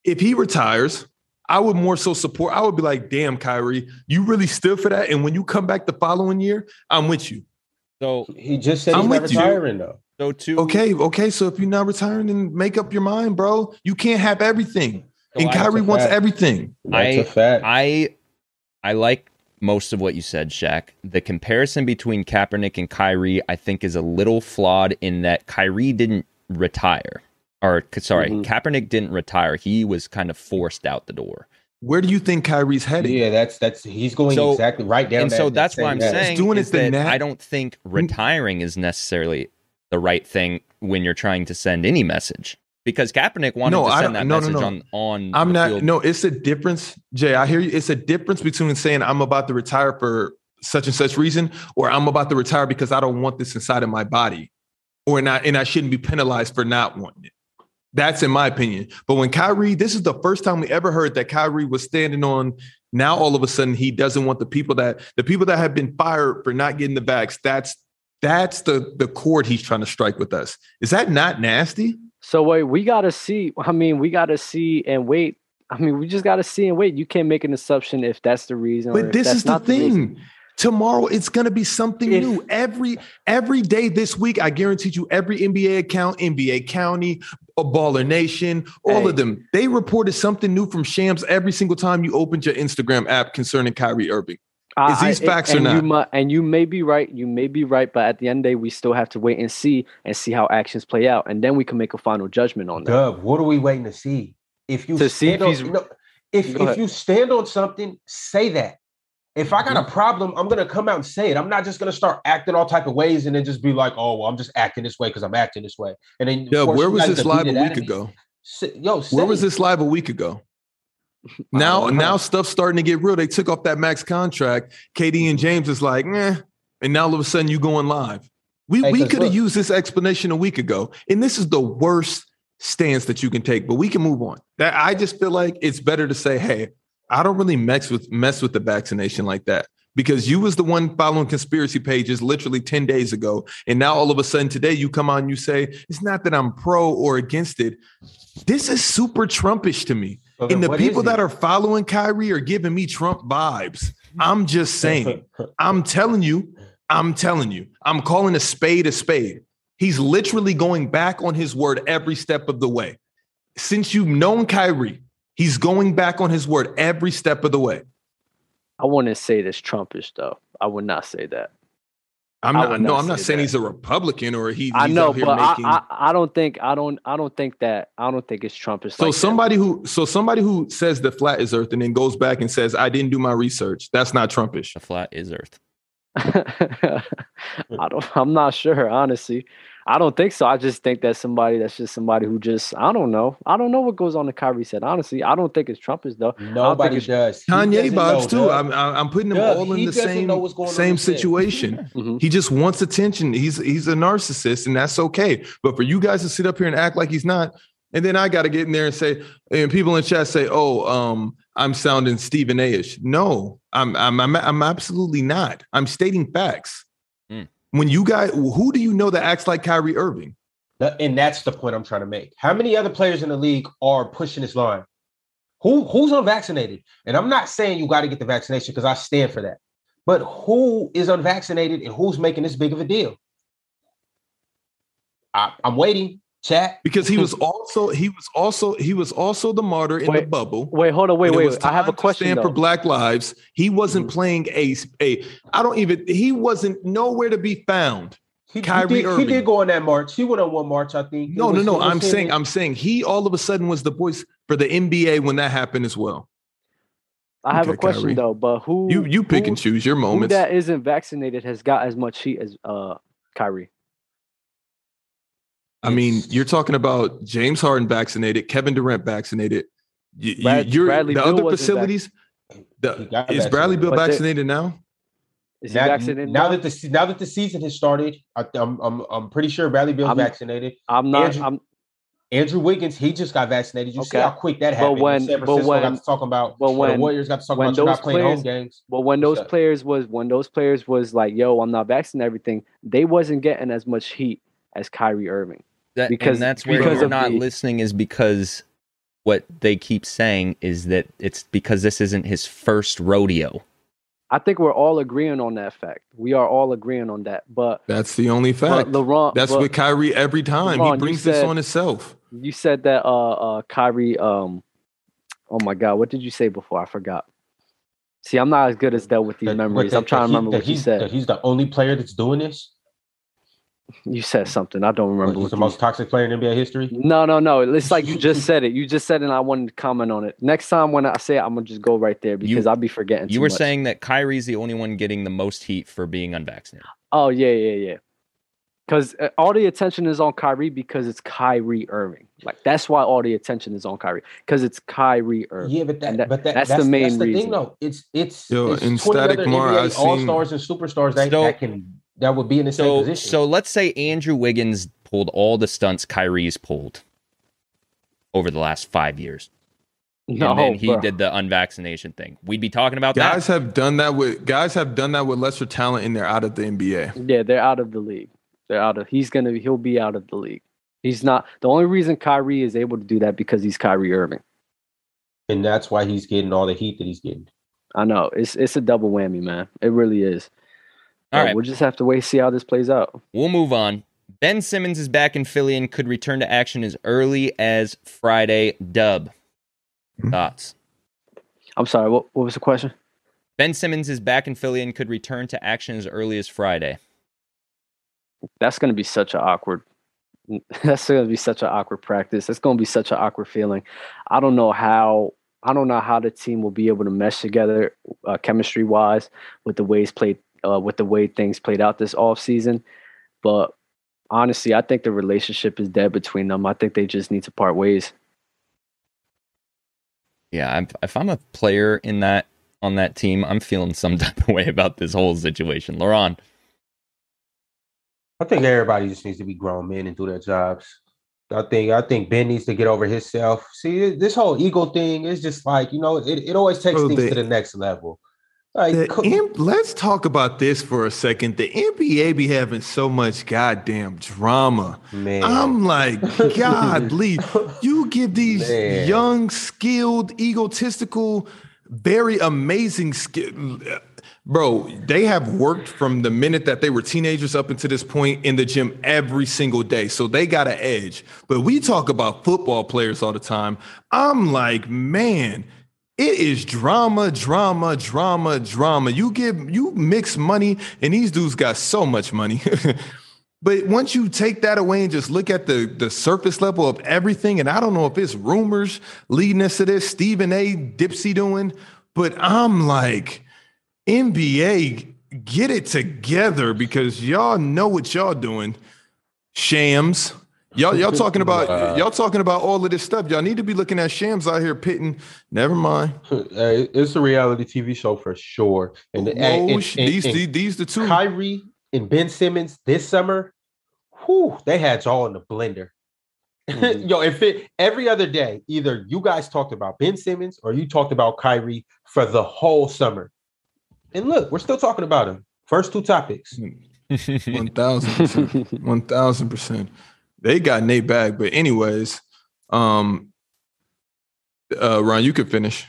Speaker 1: if he retires, I would more so support. I would be like, "Damn, Kyrie, you really stood for that." And when you come back the following year, I'm with you.
Speaker 5: So
Speaker 3: he just said
Speaker 1: I'm
Speaker 3: he's not
Speaker 1: with you.
Speaker 3: retiring though.
Speaker 5: so two.
Speaker 1: Okay, okay. So if you're not retiring, then make up your mind, bro. You can't have everything,
Speaker 5: So
Speaker 1: and
Speaker 5: I-
Speaker 1: Kyrie
Speaker 3: took
Speaker 1: wants
Speaker 3: that.
Speaker 1: everything.
Speaker 3: That's a
Speaker 5: I-
Speaker 3: fact.
Speaker 5: I I like most of what you said, Shaq. The comparison between Kaepernick and Kyrie, I think, is a little flawed in that Kyrie didn't retire. Or c- sorry,
Speaker 2: Mhm.
Speaker 5: Kaepernick didn't retire. He was kind of forced out the door.
Speaker 1: Where do you think Kyrie's headed?
Speaker 3: yeah, that's that's he's going
Speaker 5: So-
Speaker 3: exactly right down.
Speaker 5: and
Speaker 3: that-
Speaker 5: so
Speaker 3: that
Speaker 5: that's
Speaker 3: same
Speaker 5: why I'm
Speaker 3: path.
Speaker 5: saying
Speaker 1: He's doing
Speaker 5: is
Speaker 1: it the
Speaker 5: that
Speaker 1: nat-
Speaker 5: I don't think retiring is necessarily the right thing when you're trying to send any message. Because Kaepernick wanted
Speaker 1: No,
Speaker 5: to
Speaker 1: I don't-
Speaker 5: send that
Speaker 1: no, no,
Speaker 5: message
Speaker 1: no.
Speaker 5: on on
Speaker 1: I'm
Speaker 5: the
Speaker 1: not.
Speaker 5: field.
Speaker 1: No, it's a difference, Jay. I hear you. It's a difference between saying I'm about to retire for such and such reason, or I'm about to retire because I don't want this inside of my body, or not, and I shouldn't be penalized for not wanting it. That's in my opinion. But when Kyrie, this is the first time we ever heard that Kyrie was standing on. Now all of a sudden he doesn't want the people that the people that have been fired for not getting the vax. That's that's the the chord he's trying to strike with us. Is that not nasty?
Speaker 2: So wait, we gotta see. I mean, we gotta see and wait. I mean, we just gotta see and wait. You can't make an assumption if that's the reason. or
Speaker 1: But
Speaker 2: if
Speaker 1: this
Speaker 2: that's
Speaker 1: is the
Speaker 2: not reason.
Speaker 1: thing. Tomorrow it's going to be something
Speaker 2: If-
Speaker 1: new. Every every day this week, I guarantee you, every NBA account, NBA County, a Baller Nation, all
Speaker 2: Hey.
Speaker 1: of them, they reported something new from Shams every single time you opened your Instagram app concerning Kyrie Irving.
Speaker 2: I-
Speaker 1: Is these
Speaker 2: I-
Speaker 1: facts or
Speaker 2: and You
Speaker 1: not?
Speaker 2: mu- and you may be right. You may be right. But at the end of the day, we still have to wait and see and see how actions play out, and then we can make a final judgment on that.
Speaker 3: Dub, what are we waiting to see? If you
Speaker 2: To see
Speaker 3: stand
Speaker 2: if
Speaker 3: on,
Speaker 2: he's-
Speaker 3: no, if,
Speaker 2: Go ahead.
Speaker 3: if you stand on something, say that. If I
Speaker 1: Mm-hmm.
Speaker 3: got a problem, I'm gonna come out and say it. I'm not just gonna start acting all type of ways and then just be like, "Oh, well, I'm just acting this way because I'm acting this way." And then,
Speaker 1: Yeah,
Speaker 3: force
Speaker 1: where
Speaker 3: you
Speaker 1: was
Speaker 3: guys
Speaker 1: this
Speaker 3: to
Speaker 1: live
Speaker 3: beat
Speaker 1: a
Speaker 3: it out
Speaker 1: week
Speaker 3: of me.
Speaker 1: ago?
Speaker 3: Say- yo,
Speaker 1: Where
Speaker 3: say
Speaker 1: was
Speaker 3: it.
Speaker 1: this live a week ago? Now,
Speaker 2: don't know.
Speaker 1: now stuff's starting to get real. They took off that max contract. KD and James is like, eh. And now all of a sudden you going live. We
Speaker 3: Hey,
Speaker 1: we
Speaker 3: 'cause
Speaker 1: could have
Speaker 3: look-
Speaker 1: used this explanation a week ago. And this is the worst stance that you can take, but we can move on. That I just feel like it's better to say, hey, I don't really mess with mess with the vaccination like that. Because you was the one following conspiracy pages literally 10 days ago. And now all of a sudden today you come on and you say, it's not that I'm pro or against it. This is super Trumpish to me.
Speaker 3: So then
Speaker 1: And the
Speaker 3: what is
Speaker 1: people
Speaker 3: it?
Speaker 1: that are following Kyrie are giving me Trump vibes. I'm just saying. I'm telling you, I'm telling you, I'm calling a spade a spade. He's literally going back on his word every step of the way. Since you've known Kyrie, he's going back on his word every step of the way.
Speaker 2: I wouldn't say this Trumpish stuff. I would not say that.
Speaker 1: I'm
Speaker 2: I
Speaker 1: not,
Speaker 2: would
Speaker 1: no,
Speaker 2: not
Speaker 1: I'm not
Speaker 2: say
Speaker 1: saying
Speaker 2: that.
Speaker 1: he's a Republican or he, he's
Speaker 2: I know,
Speaker 1: out here
Speaker 2: but I,
Speaker 1: making.
Speaker 2: I, I don't think I don't I don't think that I don't think it's Trumpist.
Speaker 1: so
Speaker 2: like that.
Speaker 1: somebody who so somebody who says the flat is Earth and then goes back and says I didn't do my research. That's not Trumpish.
Speaker 5: The flat is Earth.
Speaker 2: I don't. I'm not sure, honestly. I don't think so. I just think that somebody that's just somebody who just I don't know. I don't know what goes on in Kyrie said. Honestly, I don't think it's Trumpist though.
Speaker 3: Nobody
Speaker 2: it's-
Speaker 3: does. He
Speaker 1: Kanye
Speaker 3: doesn't know,
Speaker 1: vibes too.
Speaker 3: Doug.
Speaker 1: I'm I'm I'm putting them
Speaker 3: Doug,
Speaker 1: all in
Speaker 3: he
Speaker 1: the
Speaker 3: doesn't
Speaker 1: same
Speaker 3: know what's going on
Speaker 1: same
Speaker 3: with him.
Speaker 1: situation.
Speaker 3: Mm-hmm.
Speaker 2: Mhm.
Speaker 1: He just wants attention. He's he's a narcissist, and that's okay. But for you guys to sit up here and act like he's not, and then I got to get in there and say, and people in chat say, "Oh, um, I'm sounding Stephen A-ish." No, I'm I'm I'm, I'm absolutely not. I'm stating facts.
Speaker 5: Mm.
Speaker 1: When you guys, who do you know that acts like Kyrie Irving?
Speaker 3: Th- And that's the point I'm trying to make. How many other players in the league are pushing this line? Who who's unvaccinated? And I'm not saying you got to get the vaccination because I stand for that. But who is unvaccinated and who's making this big of a deal? I, I'm waiting, chat.
Speaker 1: Because he was also he was also he was also the martyr in the
Speaker 2: Wait,
Speaker 1: bubble.
Speaker 2: Wait, hold on. Wait,
Speaker 1: When it
Speaker 2: wait.
Speaker 1: was
Speaker 2: wait. I have a
Speaker 1: time to
Speaker 2: question
Speaker 1: Stand for
Speaker 2: though. Mm-hmm.
Speaker 1: Black Lives. He wasn't playing a a. I don't even. He wasn't nowhere to be found.
Speaker 3: He, he
Speaker 1: Kyrie
Speaker 3: did, he
Speaker 1: Irving.
Speaker 3: did go on that march. He went on one march, I think. It
Speaker 1: No, no,
Speaker 3: was- it
Speaker 1: no.
Speaker 3: was
Speaker 1: I'm
Speaker 3: him
Speaker 1: saying,
Speaker 3: and-
Speaker 1: I'm saying he all of a sudden was the voice for the NBA when that happened as well.
Speaker 2: I have a
Speaker 1: Okay,
Speaker 2: question
Speaker 1: Kyrie.
Speaker 2: though. But who
Speaker 1: You you pick
Speaker 2: who-
Speaker 1: and choose your
Speaker 2: who
Speaker 1: moments.
Speaker 2: that isn't vaccinated has got as much heat as uh Kyrie.
Speaker 1: I mean,
Speaker 3: Yes.
Speaker 1: you're talking about James Harden vaccinated, Kevin Durant vaccinated. You,
Speaker 2: Brad-
Speaker 1: are
Speaker 2: Bradley
Speaker 1: the
Speaker 2: Beal
Speaker 1: other
Speaker 2: wasn't
Speaker 1: facilities.
Speaker 3: He
Speaker 1: The,
Speaker 3: got
Speaker 1: is Bradley
Speaker 3: vaccinated.
Speaker 1: Bill
Speaker 2: But they-
Speaker 1: vaccinated now?
Speaker 2: Is he
Speaker 3: Now,
Speaker 2: vaccinated?
Speaker 3: now
Speaker 2: now?
Speaker 3: that the se- now that the season has started, I, I'm, I'm I'm pretty sure Bradley Bill's
Speaker 2: I'm-
Speaker 3: vaccinated.
Speaker 2: I'm not.
Speaker 3: Andrew-
Speaker 2: I'm
Speaker 3: Andrew Wiggins, he just got vaccinated. You see
Speaker 2: Okay.
Speaker 3: how quick that happened.
Speaker 2: when-
Speaker 3: San
Speaker 2: but
Speaker 3: Francisco got
Speaker 2: when-
Speaker 3: to talk about,
Speaker 2: but
Speaker 3: or the
Speaker 2: when-
Speaker 3: Warriors got to talk
Speaker 2: when
Speaker 3: about you not
Speaker 2: those
Speaker 3: playing
Speaker 2: players-
Speaker 3: home games.
Speaker 2: But when
Speaker 3: What's
Speaker 2: those
Speaker 3: up?
Speaker 2: players was when those players was like, "Yo, I'm not vaccinated," everything they wasn't getting as much heat as Kyrie Irving.
Speaker 5: That,
Speaker 2: Because-
Speaker 5: and that's where
Speaker 1: because
Speaker 5: you're
Speaker 1: of
Speaker 5: not
Speaker 2: the-
Speaker 5: listening is because what they keep saying is that it's because this isn't his first rodeo.
Speaker 2: I think we're all agreeing on that fact. We are all agreeing on that. But,
Speaker 1: That's the only
Speaker 2: but
Speaker 1: fact.
Speaker 2: LeBron,
Speaker 1: That's
Speaker 2: but
Speaker 1: with Kyrie every time.
Speaker 2: LeBron,
Speaker 1: he
Speaker 2: you
Speaker 1: brings this
Speaker 2: said-
Speaker 1: on himself.
Speaker 2: you said that uh, uh, Kyrie. Um, oh my God, what did you say before? I forgot. See, I'm not as good as that with these
Speaker 3: That-
Speaker 2: memories.
Speaker 3: that-
Speaker 2: I'm trying
Speaker 3: that
Speaker 2: to
Speaker 3: he-
Speaker 2: remember
Speaker 3: that
Speaker 2: what you
Speaker 3: he's-
Speaker 2: said.
Speaker 3: That he's the only player that's doing this.
Speaker 2: you said something. I don't remember.
Speaker 3: he's
Speaker 2: What
Speaker 3: the
Speaker 2: you
Speaker 3: most toxic player in NBA history.
Speaker 2: No, no, no. It's like you just said it. You just said it, and I wanted to comment on it. Next time when I say it, I'm gonna just go right there because I'll be forgetting.
Speaker 5: You
Speaker 2: too
Speaker 5: were
Speaker 2: much.
Speaker 5: saying that Kyrie's the only one getting the most heat for being unvaccinated.
Speaker 2: Oh yeah, yeah, yeah. Because all the attention is on Kyrie because it's Kyrie Irving. Like that's why all the attention is on Kyrie because it's Kyrie Irving.
Speaker 3: Yeah, but that,
Speaker 2: And that-
Speaker 3: but that, that's,
Speaker 2: that's the
Speaker 3: that's the
Speaker 2: main
Speaker 3: thing,
Speaker 2: reason.
Speaker 3: though. It's it's,
Speaker 1: Yo,
Speaker 3: it's
Speaker 1: in
Speaker 3: 20
Speaker 1: Static
Speaker 3: other
Speaker 1: Mar, I
Speaker 3: NBA
Speaker 1: seen-
Speaker 3: All Stars and superstars that,
Speaker 5: So-
Speaker 3: that can that would be in the same
Speaker 5: So,
Speaker 3: position.
Speaker 5: so let's say Andrew Wiggins pulled all the stunts Kyrie's pulled over the last five years,
Speaker 2: No,
Speaker 5: and then he
Speaker 2: bro.
Speaker 5: did the unvaccination thing. We'd be talking about
Speaker 1: Guys
Speaker 5: that.
Speaker 1: have done that with guys have done that with lesser talent, and they're out of the NBA.
Speaker 2: Yeah, they're out of the league. They're out of. He's gonna. He'll be out of the league. He's not. The only reason Kyrie is able to do that because he's Kyrie Irving.
Speaker 3: and that's why he's getting all the heat that he's getting.
Speaker 2: I know. It's it's a double whammy, man. It really is.
Speaker 5: All
Speaker 2: But
Speaker 5: right.
Speaker 2: We'll just have to wait see how this plays out.
Speaker 5: We'll move on. Ben Simmons is back in Philly and could return to action as early as Friday. Dub thoughts.
Speaker 2: I'm sorry. What what was the question?
Speaker 5: Ben Simmons is back in Philly and could return to action as early as Friday.
Speaker 2: that's going to be such an awkward that's going to be such an awkward practice it's going to be such an awkward feeling i don't know how i don't know how the team will be able to mesh together uh, chemistry wise with the ways played uh, with the way things played out this offseason but honestly i think the relationship is dead between them i think they just need to part ways
Speaker 5: Yeah, I'm, if I'm a player in that on that team, I'm feeling some type of way about this whole situation. Laurent,
Speaker 3: I think everybody just needs to be grown men and do their jobs. I think I think Ben needs to get over himself. See, this whole ego thing is just like you know, it, it always takes
Speaker 1: Bro,
Speaker 3: things
Speaker 1: the-
Speaker 3: to the next level. Like,
Speaker 1: The
Speaker 3: co-
Speaker 1: M- let's talk about this for a second. The NBA be having so much goddamn drama.
Speaker 3: man,
Speaker 1: I'm like, godly, you give these
Speaker 3: Man.
Speaker 1: young, skilled, egotistical very amazing skill. Bro, they have worked from the minute that they were teenagers up until this point in the gym every single day. So they got an edge. But we talk about football players all the time. I'm like, man, it is drama, drama, drama, drama. You give you mix money, and these dudes got so much money. But once you take that away and just look at the the surface level of everything, and I don't know if it's rumors leading us to this, Stephen A. Dipsy doing, but I'm like, NBA, get it together because y'all know what y'all doing. Shams. Y'all, y'all talking about
Speaker 3: Wow.
Speaker 1: y'all talking about all of this stuff. Y'all need to be looking at shams out here pitting. Never mind.
Speaker 3: Hey, it's a reality TV show for sure. And, and, and,
Speaker 1: Whoa,
Speaker 3: and,
Speaker 1: sh- these,
Speaker 3: and
Speaker 1: these these the two.
Speaker 3: Kyrie and Ben Simmons this summer, whew, they had y'all in the blender. Yo, if it every other day, either you guys talked about Ben Simmons or you talked about Kyrie for the whole summer. And look, we're still talking about him. First two topics.
Speaker 1: One thousand percent. One thousand percent. They got Nate back, but anyways, um, uh, Ron, you could finish.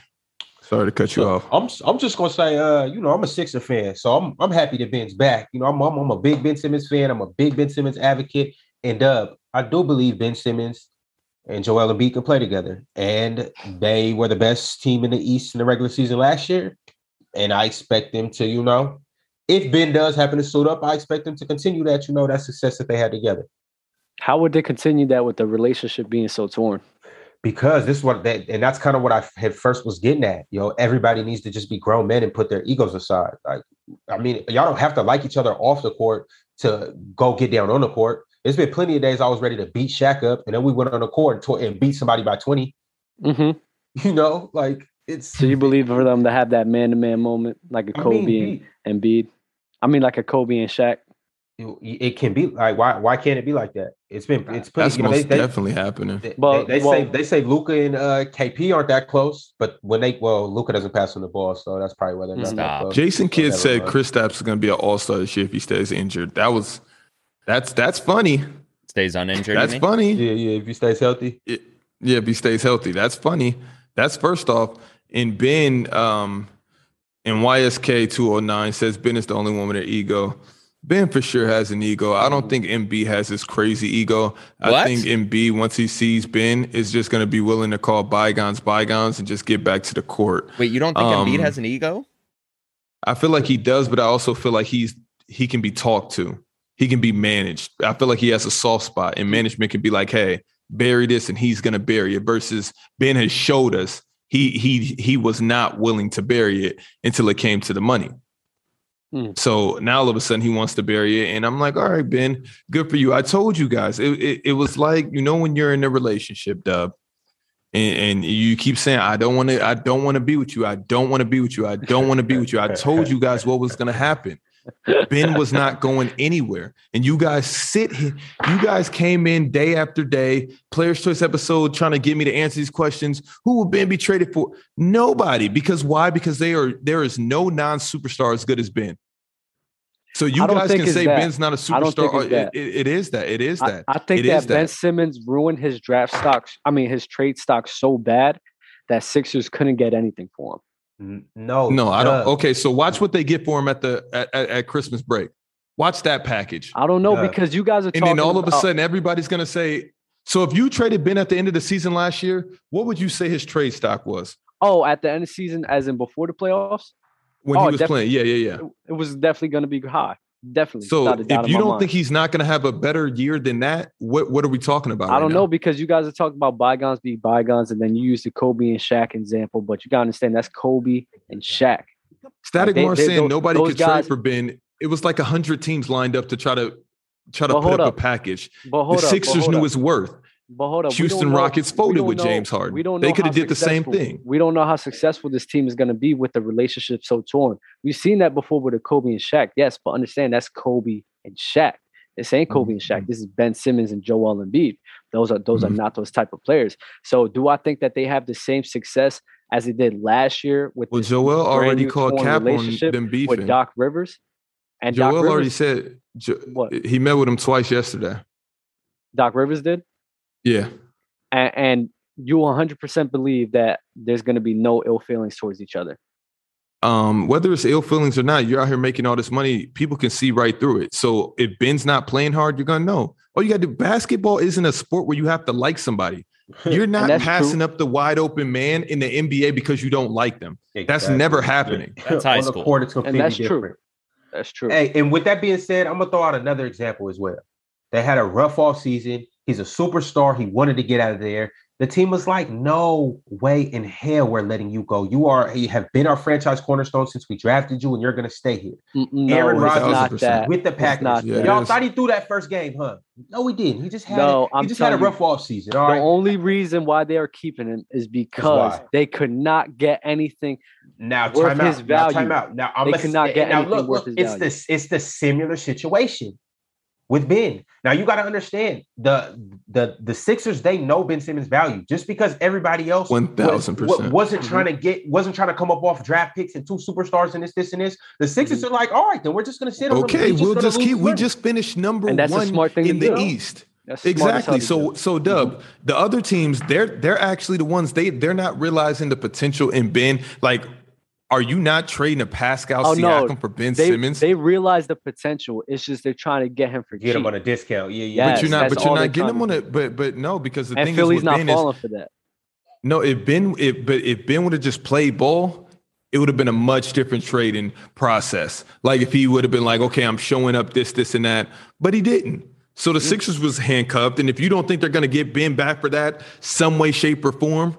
Speaker 1: Sorry to cut you off.
Speaker 3: I'm I'm just gonna say, uh, you know, I'm a Sixer fan, so I'm I'm happy that Ben's back. You know, I'm I'm, I'm a big Ben Simmons fan. I'm a big Ben Simmons advocate, and uh, I do believe Ben Simmons and Joel Embiid can play together, and they were the best team in the East in the regular season last year, and I expect them to, you know, if Ben does happen to suit up, I expect them to continue that, you know, that success that they had together.
Speaker 2: How would they continue that with the relationship being so torn?
Speaker 3: Because this is what that, and that's kind of what I had first was getting at. You know, everybody needs to just be grown men and put their egos aside. Like, I mean, y'all don't have to like each other off the court to go get down on the court. There's been plenty of days I was ready to beat Shaq up, and then we went on the court and, tore and beat somebody by 20.
Speaker 2: hmm
Speaker 3: You know, like it's.
Speaker 2: So you believe for them to have that man to man moment, like a
Speaker 3: I
Speaker 2: Kobe
Speaker 3: mean,
Speaker 2: and Embiid? I mean, like a Kobe and Shaq.
Speaker 3: you- you- it can be like why? Why can't it be like that? It's been it's plenty.
Speaker 1: That's
Speaker 3: you know,
Speaker 1: most
Speaker 3: they, they,
Speaker 1: definitely happening.
Speaker 3: They,
Speaker 2: Well,
Speaker 3: they, they
Speaker 2: well-
Speaker 3: say they say Luca and uh, KP aren't that close, but when they well, Luca doesn't pass on the ball, so that's probably why they're not that
Speaker 5: Stop.
Speaker 3: close.
Speaker 1: Jason Kidd
Speaker 3: Whatever,
Speaker 1: said
Speaker 3: bro.
Speaker 1: Chris Stapps is going to be an All Star this year if he stays injured. That was that's that's funny.
Speaker 5: Stays uninjured.
Speaker 1: That's
Speaker 5: you mean?
Speaker 1: funny.
Speaker 3: Yeah, yeah. If he stays healthy,
Speaker 1: It- yeah, if he stays healthy, that's funny. That's first off. And Ben um, and YSK two hundred nine says Ben is the only one with an ego. Ben for sure has an ego. I don't think MB has this crazy ego. I
Speaker 5: What?
Speaker 1: think MB once he sees Ben is just going to be willing to call bygones bygones and just get back to the court.
Speaker 5: Wait, you don't think Embiid
Speaker 1: Um,
Speaker 5: has an ego?
Speaker 1: I feel like he does, but I also feel like he's he can be talked to. He can be managed. I feel like he has a soft spot, and management can be like, "Hey, bury this," and he's gonna bury it. Versus Ben has showed us he he he was not willing to bury it until it came to the money.
Speaker 2: Hmm.
Speaker 1: So now all of a sudden he wants to bury it, and I'm like, "All right, Ben, good for you." I told you guys, it it, it was like you know when you're in a relationship, Dub, and, and you keep saying, "I don't want to, I don't want to be with you, I don't want to be with you, I don't want to be with you." I told you guys what was going to happen. Ben was not going anywhere, and you guys sit here. You guys came in day after day, Players Choice episode, trying to get me to answer these questions. Who will Ben be traded for? Nobody, because why? Because they are. There is no non-superstar as good as Ben. So you
Speaker 2: I don't
Speaker 1: guys
Speaker 2: think
Speaker 1: can
Speaker 2: it's
Speaker 1: say
Speaker 2: that.
Speaker 1: Ben's not a
Speaker 2: I don't think
Speaker 1: superstar.
Speaker 2: it's
Speaker 1: It-
Speaker 2: that.
Speaker 1: it- it is that. It is
Speaker 2: I-
Speaker 1: that.
Speaker 2: I, think
Speaker 1: It is
Speaker 2: that Ben
Speaker 1: that.
Speaker 2: Simmons ruined his draft stocks. I mean, his trade stock so bad that Sixers couldn't get anything for him.
Speaker 3: N- no,
Speaker 1: No, I don't.
Speaker 3: duh.
Speaker 1: Okay, so watch what they get for him at the at, at, at Christmas break. Watch that package,
Speaker 2: I don't know
Speaker 3: Yeah.
Speaker 2: because you guys are
Speaker 1: and
Speaker 2: talking.
Speaker 1: then all of a
Speaker 2: about-
Speaker 1: sudden, everybody's gonna say. So if you traded Ben at the end of the season last year, what would you say his trade stock was
Speaker 2: oh, at the end of the season, as in before the playoffs,
Speaker 1: when
Speaker 2: Oh,
Speaker 1: he was
Speaker 2: def-
Speaker 1: playing? Yeah, yeah,
Speaker 2: it, it was definitely going to be high. Definitely.
Speaker 1: yeah. So
Speaker 2: not a
Speaker 1: if
Speaker 2: doubt in
Speaker 1: you
Speaker 2: my
Speaker 1: don't
Speaker 2: mind.
Speaker 1: think he's not gonna have a better year than that, what what are we talking about?
Speaker 2: I
Speaker 1: right
Speaker 2: don't
Speaker 1: now?
Speaker 2: know because you guys are talking about bygones be bygones, and then you use the Kobe and Shaq example, but you gotta understand that's Kobe and Shaq.
Speaker 1: Static
Speaker 2: They-
Speaker 1: Morris
Speaker 2: they-
Speaker 1: saying
Speaker 2: tho-
Speaker 1: nobody
Speaker 2: those
Speaker 1: could trade
Speaker 2: guys-
Speaker 1: for Ben. It was like hundred teams lined up to try to try to
Speaker 2: But
Speaker 1: put
Speaker 2: hold
Speaker 1: up,
Speaker 2: up.
Speaker 1: a package.
Speaker 2: But hold
Speaker 1: the
Speaker 2: up,
Speaker 1: Sixers
Speaker 2: but hold
Speaker 1: knew
Speaker 2: up,
Speaker 1: his worth.
Speaker 2: but hold up, we
Speaker 1: Houston
Speaker 2: don't know-
Speaker 1: Rockets
Speaker 2: we
Speaker 1: folded
Speaker 2: don't
Speaker 1: with
Speaker 2: know-
Speaker 1: James Harden.
Speaker 2: We don't
Speaker 1: They
Speaker 2: know
Speaker 1: coulda
Speaker 2: how
Speaker 1: did the same
Speaker 2: successful-
Speaker 1: thing.
Speaker 2: We don't know how successful this team is gonna be with the relationship so torn. We've seen that before with a Kobe and Shaq. Yes, but understand that's Kobe and Shaq. This ain't Kobe and
Speaker 1: Mm-hmm.
Speaker 2: Shaq. This is Ben Simmons and Joel Embiid. Those are those are
Speaker 1: Mhm.
Speaker 2: not those type of players. So do I think that they have the same success as they did last year with
Speaker 1: Well,
Speaker 2: this
Speaker 1: Joel
Speaker 2: brand
Speaker 1: already
Speaker 2: new
Speaker 1: called
Speaker 2: torn
Speaker 1: cap on
Speaker 2: relationship
Speaker 1: them beefing.
Speaker 2: with Doc Rivers? And
Speaker 1: Joel
Speaker 2: Doc Rivers,
Speaker 1: already said Jo-
Speaker 2: What?
Speaker 1: he met with him twice yesterday.
Speaker 2: Doc Rivers did,
Speaker 1: Yeah,
Speaker 2: and, and you 100% believe that there's going to be no ill feelings towards each other.
Speaker 1: um, whether it's ill feelings or not, you're out here making all this money. People can see right through it. So if Ben's not playing hard, you're gonna know. All you gotta do. Basketball isn't a sport where you have to like somebody. You're not
Speaker 2: that's
Speaker 1: passing
Speaker 2: true.
Speaker 1: up the wide open man in the NBA because you don't like them. That's
Speaker 3: Exactly.
Speaker 1: never happening.
Speaker 5: That's high
Speaker 3: On the
Speaker 5: school.
Speaker 3: court, it's completely
Speaker 2: that's true.
Speaker 3: different.
Speaker 2: That's true.
Speaker 3: Hey, and with that being said, I'm gonna throw out another example as well. They had a rough off season. He's a superstar. He wanted to get out of there. The team was like, "No way in hell we're letting you go. You are you have been our franchise cornerstone since we drafted you, and you're gonna stay here
Speaker 2: N- No,
Speaker 3: Aaron
Speaker 2: it's
Speaker 3: Rodgers-
Speaker 2: not that.
Speaker 3: with the Packers."
Speaker 2: Uh, not
Speaker 1: Yeah, it
Speaker 3: Y'all
Speaker 1: is.
Speaker 3: thought he threw that first game, huh? No, he didn't. He just had
Speaker 2: No,
Speaker 3: he
Speaker 2: I'm
Speaker 3: just had a
Speaker 2: telling you,
Speaker 3: rough off season.
Speaker 2: The
Speaker 3: All right,
Speaker 2: only reason why they are keeping him is because
Speaker 3: why.
Speaker 2: they could not get anything.
Speaker 3: Now
Speaker 2: worth
Speaker 3: time out.
Speaker 2: his
Speaker 3: Now time
Speaker 2: value.
Speaker 3: out. Now I'm
Speaker 2: They
Speaker 3: gonna
Speaker 2: could not
Speaker 3: say-
Speaker 2: get
Speaker 3: now
Speaker 2: anything
Speaker 3: look,
Speaker 2: worth
Speaker 3: look,
Speaker 2: his
Speaker 3: it's
Speaker 2: value.
Speaker 3: this it's the similar situation with Ben. Now you got to understand the the the Sixers they know Ben Simmons' value just because everybody else
Speaker 1: One thousand
Speaker 3: was,
Speaker 1: percent.
Speaker 3: wasn't
Speaker 2: Mm-hmm.
Speaker 3: trying to get wasn't trying to come up off draft picks and two superstars and this this and this. The Sixers are
Speaker 2: Mm-hmm.
Speaker 3: like, all right, then we're just gonna sit. him.
Speaker 1: Okay,
Speaker 3: He's
Speaker 1: we'll
Speaker 3: gonna
Speaker 1: just
Speaker 3: lose
Speaker 1: keep. We
Speaker 3: money."
Speaker 1: just finished number
Speaker 2: And that's a
Speaker 1: one
Speaker 2: smart thing to
Speaker 1: in the
Speaker 2: do.
Speaker 1: East.
Speaker 2: That's smart as hell
Speaker 1: Exactly.
Speaker 2: to
Speaker 1: So
Speaker 2: do. Mm-hmm.
Speaker 1: so Dub, the other teams, they're they're actually the ones they they're not realizing the potential in Ben. Like, are you not trading a Pascal
Speaker 2: Oh, no.
Speaker 1: Siakam for Ben
Speaker 2: they,
Speaker 1: Simmons?
Speaker 2: they realize the potential. It's just they're trying to get him for
Speaker 3: get
Speaker 2: cheap.
Speaker 3: him on a discount. Yeah, yeah.
Speaker 1: but
Speaker 2: Yes,
Speaker 1: you're not.
Speaker 2: that's
Speaker 1: But you're
Speaker 2: all they're
Speaker 1: not getting
Speaker 2: trying
Speaker 1: them on
Speaker 2: to
Speaker 1: it. But but no, because the
Speaker 2: and
Speaker 1: thing
Speaker 2: Philly's
Speaker 1: is, with
Speaker 2: not
Speaker 1: Ben is,
Speaker 2: falling for that.
Speaker 1: no, if Ben, if but if Ben would have just played ball, it would have been a much different trading process. Like if he would have been like, okay, I'm showing up this, this, and that, but he didn't. So
Speaker 3: Mm.
Speaker 1: the Sixers was handcuffed, and if you don't think they're going to get Ben back for that, some way, shape, or form,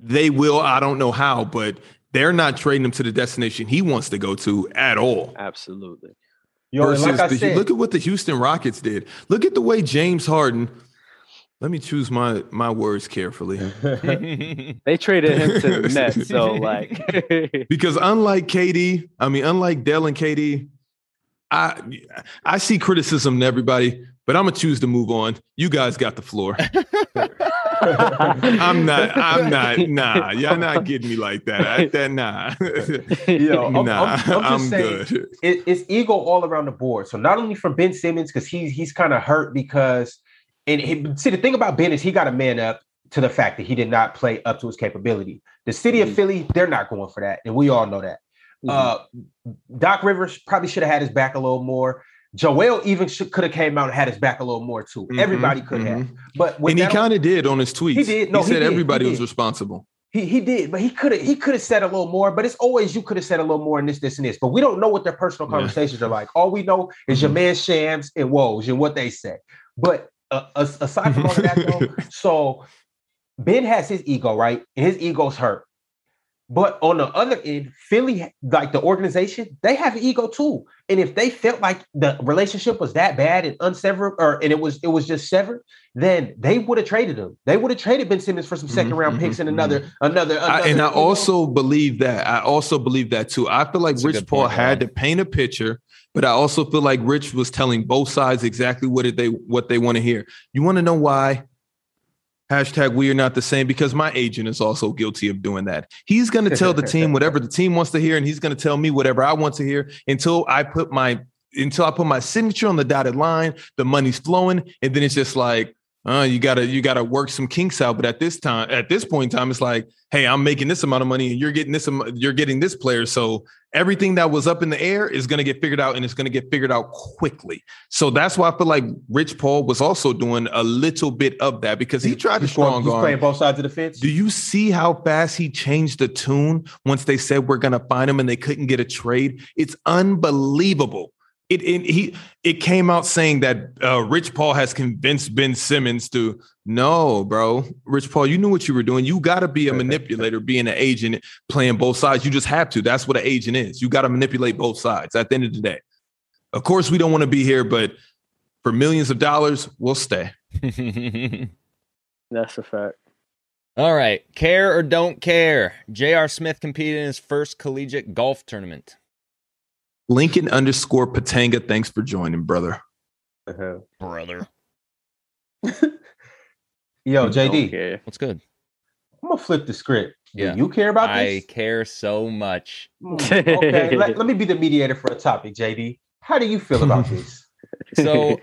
Speaker 1: they will. I don't know how, but they're not trading him to the destination he wants to go to at all.
Speaker 2: Absolutely.
Speaker 3: Yo, and
Speaker 1: versus
Speaker 3: like I
Speaker 1: the,
Speaker 3: said,
Speaker 1: look at what the Houston Rockets did. Look at the way James Harden. Let me choose my my words carefully.
Speaker 2: They traded him to the Nets, so like
Speaker 1: Because unlike KD, I mean, unlike Dell and KD, I I see criticism in everybody, but I'm gonna choose to move on. You guys got the floor. I'm not. I'm not. Nah, y'all not getting me like that. I, that nah.
Speaker 3: yo, I'm, I'm-
Speaker 1: nah,
Speaker 3: I'm
Speaker 1: I'm,
Speaker 3: just saying,
Speaker 1: good.
Speaker 3: it, it's ego all around the board. So not only from Ben Simmons because he's he's kind of hurt because and he, see the thing about Ben is he got a man up to the fact that he did not play up to his capability. The city of
Speaker 1: Mm-hmm.
Speaker 2: Mhm.
Speaker 3: Philly, they're not going for that, and we all know that. Uh, Doc Rivers probably should have had his back a little more. Joel even should, could have came out and had his back a little more too. Everybody could
Speaker 1: Mhm,
Speaker 3: have,
Speaker 1: mhm.
Speaker 3: but when
Speaker 1: And he
Speaker 3: that-
Speaker 1: kind of did on his tweets. He
Speaker 3: did. No, he
Speaker 1: said
Speaker 3: did. He
Speaker 1: everybody was
Speaker 3: did.
Speaker 1: responsible.
Speaker 3: He, he did, but he could have he could have said a little more. But it's always you could have said a little more and this, this, and this. But we don't know what their personal
Speaker 1: Yeah.
Speaker 3: conversations are like. All we know is your man Shams and Woj and what they say. But uh, as- aside from all of that, though, so Ben has his ego right, and his ego's hurt. But on the other end, Philly, like the organization, they have an ego too. And if they felt like the relationship was that bad and unsevered, or and it was it was just severed, then they would have traded him. They would have traded Ben Simmons for some 2nd round
Speaker 1: mhm,
Speaker 3: picks and
Speaker 1: mhm.
Speaker 3: another, another, another.
Speaker 1: I, and I
Speaker 3: you know?
Speaker 1: also believe that. I also believe that too. I feel like
Speaker 5: That's a
Speaker 1: Rich
Speaker 5: good
Speaker 1: Paul
Speaker 5: point,
Speaker 1: had
Speaker 5: Ryan.
Speaker 1: to paint a picture, but I also feel like Rich was telling both sides exactly what did they what they want to hear. You want to know why? Hashtag we are not the same because my agent is also guilty of doing that. He's going to tell the team whatever the team wants to hear, and he's going to tell me whatever I want to hear until I put my until I put my signature on the dotted line. The money's flowing, and then it's just like, uh, you gotta you gotta work some kinks out. But at this time, at this point in time, it's like, hey, I'm making this amount of money, and you're getting this, am- you're getting this player. So everything that was up in the air is gonna get figured out, and it's gonna get figured out quickly. So that's why I feel like Rich Paul was also doing a little bit of that because he tried to
Speaker 3: He's going-
Speaker 1: strong
Speaker 3: he's
Speaker 1: arm.
Speaker 3: playing both sides of the fence.
Speaker 1: Do you see how fast he changed the tune once they said we're gonna find him and they couldn't get a trade? It's unbelievable. It, it he it came out saying that uh, Rich Paul has convinced Ben Simmons to no, bro. Rich Paul, you knew what you were doing. You got to be a manipulator, being an agent, playing both sides. You just have to. That's what an agent is. You got to manipulate both sides. At the end of the day, of course, we don't want to be here, but for millions of dollars, we'll stay.
Speaker 2: That's a fact.
Speaker 5: All right. Care or don't care. J.R. Smith competed in his first collegiate golf tournament.
Speaker 1: Lincoln underscore Patanga. Thanks for joining, brother.
Speaker 3: Uh-huh.
Speaker 5: Brother.
Speaker 3: Yo,
Speaker 2: Don't
Speaker 3: JD,
Speaker 2: care.
Speaker 5: What's good?
Speaker 3: I'm gonna flip the script.
Speaker 5: Yeah.
Speaker 3: Do you care about
Speaker 5: I
Speaker 3: this?
Speaker 5: care so much.
Speaker 3: Mm, okay, let, let me be the mediator for a topic, JD. How do you feel about this?
Speaker 5: So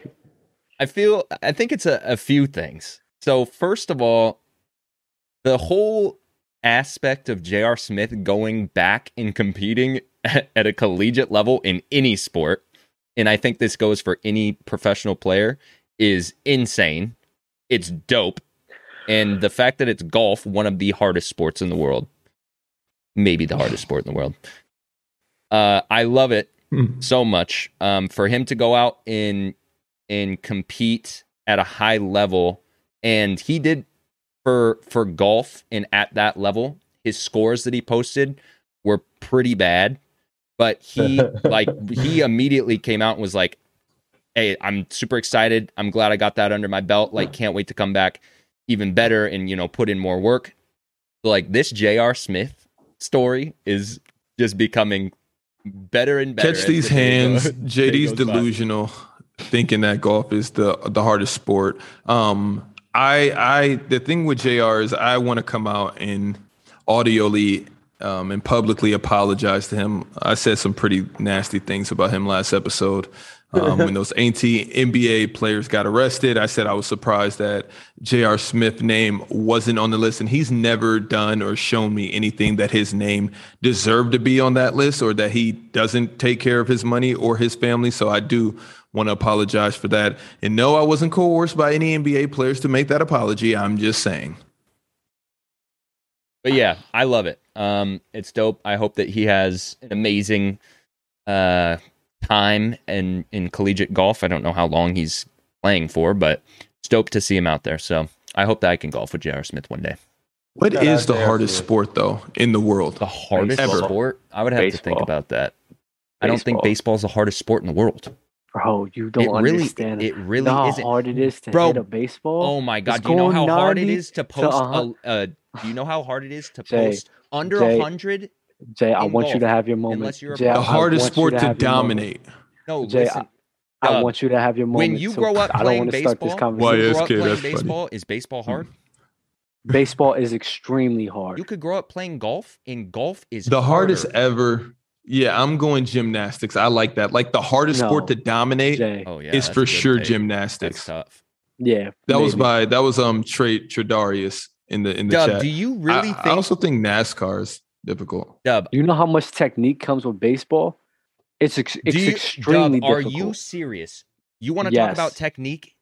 Speaker 5: I feel I think it's a, a few things. So first of all, the whole aspect of J.R. Smith going back and competing at a collegiate level in any sport, and I think this goes for any professional player, is insane. It's dope. And the fact that it's golf, one of the hardest sports in the world, maybe the hardest sport in the world. Uh, I love it
Speaker 1: Hmm.
Speaker 5: so much. Um, for him to go out and and compete at a high level, and he did for for golf and at that level, his scores that he posted were pretty bad. But he like he immediately came out and was like, "Hey, I'm super excited. I'm glad I got that under my belt. Like, can't wait to come back even better and you know put in more work." Like this J.R. Smith story is just becoming better and better.
Speaker 1: Catch
Speaker 5: as
Speaker 1: these
Speaker 5: the day
Speaker 1: hands.
Speaker 5: goes- day
Speaker 1: JD's
Speaker 5: goes by.
Speaker 1: delusional, thinking that golf is the the hardest sport. Um, I I the thing with Jr. is I want to come out and audioly um, and publicly apologize to him. I said some pretty nasty things about him last episode. Um, when those anti NBA players got arrested, I said I was surprised that J.R. Smith's name wasn't on the list, and he's never done or shown me anything that his name deserved to be on that list, or that he doesn't take care of his money or his family. So I do want to apologize for that. And no, I wasn't coerced by any NBA players to make that apology. I'm just saying.
Speaker 5: But yeah, I love it. Um, it's dope. I hope that he has an amazing uh, time in, in collegiate golf. I don't know how long he's playing for, but it's dope to see him out there. So I hope that I can golf with J.R. Smith one day.
Speaker 1: What
Speaker 3: Shout
Speaker 1: is
Speaker 3: out
Speaker 1: the
Speaker 3: to Aaron
Speaker 1: hardest
Speaker 3: Smith.
Speaker 1: sport though in the world?
Speaker 5: The hardest
Speaker 1: Baseball.
Speaker 5: sport? I would have to think
Speaker 2: Baseball.
Speaker 5: about that. I don't think
Speaker 2: Baseball.
Speaker 5: baseball is the hardest sport in the world.
Speaker 2: Bro, you don't
Speaker 5: it really,
Speaker 2: understand
Speaker 5: it really
Speaker 2: You know how
Speaker 5: isn't.
Speaker 2: hard it is to
Speaker 5: Bro,
Speaker 2: hit a baseball?
Speaker 5: Oh my
Speaker 2: It's
Speaker 5: god! Do you know
Speaker 2: going
Speaker 5: how hard it
Speaker 2: 90
Speaker 5: is to
Speaker 2: to
Speaker 5: post?
Speaker 2: a hun-
Speaker 5: a, uh, do you know how hard it is to
Speaker 2: Jay,
Speaker 5: post under
Speaker 2: Jay,
Speaker 5: a hundred?
Speaker 2: Jay, I
Speaker 5: in
Speaker 2: want you to
Speaker 5: golf,
Speaker 2: have your moment.
Speaker 5: unless you're a
Speaker 2: Jay,
Speaker 5: pro.
Speaker 1: the
Speaker 2: I
Speaker 1: hardest
Speaker 2: want you
Speaker 1: sport to,
Speaker 2: have your moment.
Speaker 1: dominate.
Speaker 5: No,
Speaker 2: Jay, I-
Speaker 5: listen.
Speaker 2: I
Speaker 5: Uh,
Speaker 2: want you to have your moment.
Speaker 5: when you
Speaker 2: so
Speaker 5: grow up
Speaker 2: I don't
Speaker 5: playing
Speaker 2: want to start this
Speaker 5: baseball,
Speaker 1: Why
Speaker 5: when you
Speaker 1: is
Speaker 2: conversation. Hmm.
Speaker 5: grow up
Speaker 1: kid?
Speaker 5: playing
Speaker 1: That's funny.
Speaker 5: baseball, is baseball hard?
Speaker 2: Baseball is extremely hard.
Speaker 5: You could grow up playing golf, and golf is
Speaker 1: The hardest
Speaker 5: harder.
Speaker 1: ever. Yeah, I'm going gymnastics. I like that. Like the hardest
Speaker 2: No.
Speaker 1: sport to dominate
Speaker 2: Jay,
Speaker 5: Oh yeah,
Speaker 1: is
Speaker 5: that's a
Speaker 1: for
Speaker 5: good
Speaker 1: sure
Speaker 5: take. That's
Speaker 1: gymnastics.
Speaker 5: tough.
Speaker 2: yeah,
Speaker 1: That was
Speaker 2: maybe.
Speaker 1: by that was um Trey Tradarius in the in the
Speaker 5: Dub,
Speaker 1: chat.
Speaker 5: do you really
Speaker 1: I,
Speaker 5: think?
Speaker 1: I also think NASCAR is difficult.
Speaker 5: Dub,
Speaker 2: You know how much technique comes with baseball? It's ex- it's
Speaker 5: do you,
Speaker 2: extremely
Speaker 5: Dub, are
Speaker 2: difficult.
Speaker 5: you serious? You want to talk
Speaker 2: Yes.
Speaker 5: about technique?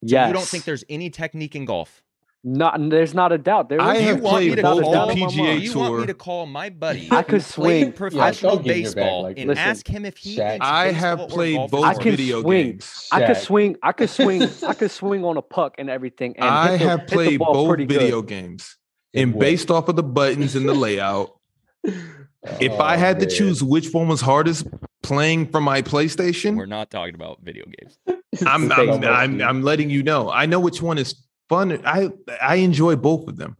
Speaker 2: yes.
Speaker 5: You don't think there's any technique in golf?
Speaker 2: not? There's not a doubt. There
Speaker 1: I
Speaker 2: is
Speaker 5: You
Speaker 1: have
Speaker 5: want me
Speaker 1: played
Speaker 5: to
Speaker 1: both
Speaker 5: call
Speaker 1: the
Speaker 5: my
Speaker 2: mom.
Speaker 1: PGA
Speaker 5: you want
Speaker 1: Tour.
Speaker 5: me to call my buddy?
Speaker 2: I could
Speaker 5: who played
Speaker 2: swing.
Speaker 5: professional
Speaker 3: Yeah, don't get in your bag
Speaker 5: baseball
Speaker 3: like
Speaker 5: and
Speaker 2: this.
Speaker 5: ask him if he.
Speaker 3: Listen,
Speaker 5: thinks
Speaker 1: I have
Speaker 5: baseball or
Speaker 1: played
Speaker 5: golf is
Speaker 1: both
Speaker 2: I
Speaker 5: hard.
Speaker 2: can
Speaker 1: video
Speaker 2: swing.
Speaker 1: games.
Speaker 2: I could
Speaker 3: Shaq.
Speaker 2: swing. I could swing. I could swing on a puck and everything. And
Speaker 1: I
Speaker 2: hit the,
Speaker 1: have
Speaker 2: hit the
Speaker 1: played
Speaker 2: ball
Speaker 1: both
Speaker 2: pretty good.
Speaker 1: video games, and
Speaker 3: What?
Speaker 1: based off of the buttons and the layout, if I
Speaker 3: Oh,
Speaker 1: had to
Speaker 3: man.
Speaker 1: choose which one was hardest playing from my
Speaker 5: We're
Speaker 1: PlayStation,
Speaker 5: not talking about video games.
Speaker 1: I'm
Speaker 3: It's
Speaker 1: I'm,
Speaker 3: almost
Speaker 1: I'm
Speaker 3: you.
Speaker 1: I'm letting you know. I know which one is fun. I I enjoy both of them.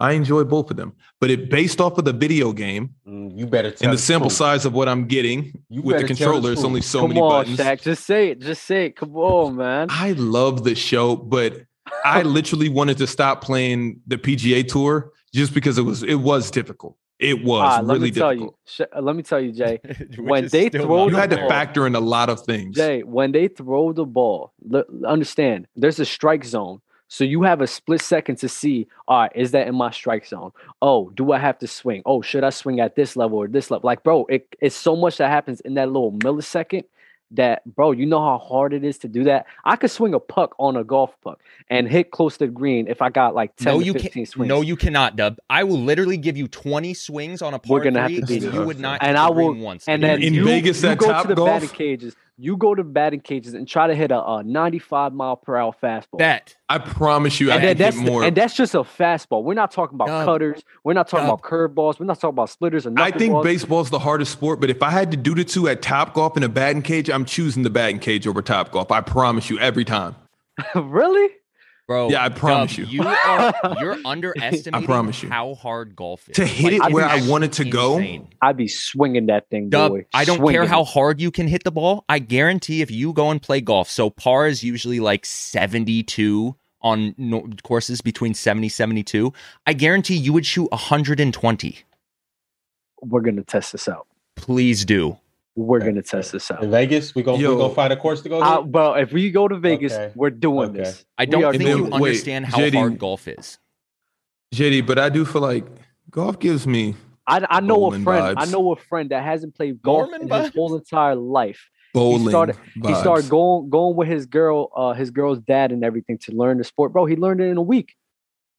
Speaker 1: I enjoy both of them, but it based off of the video game
Speaker 3: Mm, you better tell
Speaker 1: and the sample
Speaker 3: truth.
Speaker 1: size of what I'm getting
Speaker 3: You
Speaker 1: with the
Speaker 3: better tell the
Speaker 1: controller. it's
Speaker 3: truth.
Speaker 1: only so
Speaker 2: Come
Speaker 1: many
Speaker 2: on,
Speaker 1: buttons. Ah,
Speaker 2: Shaq. Just say it. Just say it. Come on, man.
Speaker 1: I love the show, but I literally wanted to stop playing the PGA Tour just because it was it was difficult. It was
Speaker 2: Ah, let
Speaker 1: really
Speaker 2: me tell you.
Speaker 1: difficult.
Speaker 2: Sh- uh, let me tell you, Jay.
Speaker 5: Which
Speaker 2: When
Speaker 5: is
Speaker 2: they
Speaker 5: still
Speaker 2: throw
Speaker 5: not
Speaker 1: You,
Speaker 2: the
Speaker 1: had to
Speaker 5: fair.
Speaker 1: factor in a lot of things.
Speaker 2: Jay, when they throw the ball, l- understand there's a strike zone. So you have a split second to see, all right, is that in my strike zone? Oh, do I have to swing? Oh, should I swing at this level or this level? Like, bro, it, it's so much that happens in that little millisecond that, bro, you know how hard it is to do that? I could swing a puck on a golf puck and hit close to the green if I got like 10
Speaker 5: No,
Speaker 2: to
Speaker 5: you
Speaker 2: 15
Speaker 5: can't.
Speaker 2: swings.
Speaker 5: No, you cannot, Dub. I will literally give you 20 swings on a par
Speaker 2: We're gonna have
Speaker 5: three,
Speaker 2: to do
Speaker 5: and
Speaker 1: this.
Speaker 5: you would not.
Speaker 2: And
Speaker 5: hit
Speaker 2: I
Speaker 5: the green
Speaker 2: will-
Speaker 5: Once.
Speaker 2: And
Speaker 5: You
Speaker 2: then
Speaker 1: In
Speaker 2: you,
Speaker 1: Vegas,
Speaker 2: you
Speaker 1: that
Speaker 2: go
Speaker 1: Top
Speaker 2: to the
Speaker 1: Golf?
Speaker 2: batting cages. You go to batting cages and try to hit a, a 95 mile per hour fastball.
Speaker 5: bet.
Speaker 1: I promise you, I
Speaker 2: and
Speaker 1: could
Speaker 2: that,
Speaker 1: get
Speaker 2: that's the-
Speaker 1: more.
Speaker 2: and that's just a fastball. We're not talking about
Speaker 5: Dub.
Speaker 2: cutters. We're not talking
Speaker 5: Dub.
Speaker 2: about curveballs. We're not talking about splitters and
Speaker 1: I think
Speaker 2: knuckleballs.
Speaker 1: baseball's the hardest sport, but if I had to do the two at Top Golf and a batting cage, I'm choosing the batting cage over Top Golf. I promise you every time.
Speaker 2: really,
Speaker 5: Bro,
Speaker 1: Yeah, I promise
Speaker 5: Dub,
Speaker 1: you.
Speaker 5: You are you're underestimating
Speaker 1: I promise you.
Speaker 5: how hard golf is.
Speaker 1: To hit it
Speaker 5: it's
Speaker 1: where I
Speaker 5: actually
Speaker 1: wanted to go?
Speaker 2: I'd be swinging that thing,
Speaker 5: Dub,
Speaker 2: boy.
Speaker 5: I don't care
Speaker 2: Swinging.
Speaker 5: how hard you can hit the ball. I guarantee if you go and play golf, so par is usually like 72 on no, courses between 70 72. I guarantee you would shoot 120.
Speaker 2: we're gonna test this out.
Speaker 5: Please do.
Speaker 2: We're gonna test this out.
Speaker 3: in Vegas. We gonna
Speaker 1: Yo.
Speaker 3: we gonna find a course to go.
Speaker 2: I,
Speaker 3: to?
Speaker 2: Uh, well, if we go to Vegas,
Speaker 3: Okay.
Speaker 2: we're doing
Speaker 3: Okay.
Speaker 2: this.
Speaker 5: I
Speaker 2: We are
Speaker 5: don't think
Speaker 2: doing
Speaker 5: you
Speaker 1: wait,
Speaker 2: this.
Speaker 5: understand how
Speaker 1: JD
Speaker 5: hard golf is.
Speaker 1: JD, but I do feel like golf gives me
Speaker 2: I, I know
Speaker 1: Bowling
Speaker 2: a friend. I
Speaker 1: vibes.
Speaker 2: know a friend that hasn't played golf
Speaker 5: Norman
Speaker 2: in his whole entire life.
Speaker 1: bowling.
Speaker 2: started- He
Speaker 1: vibes.
Speaker 2: started going going with his girl, uh, his girl's dad, and everything to learn the sport. Bro, he learned it in a week.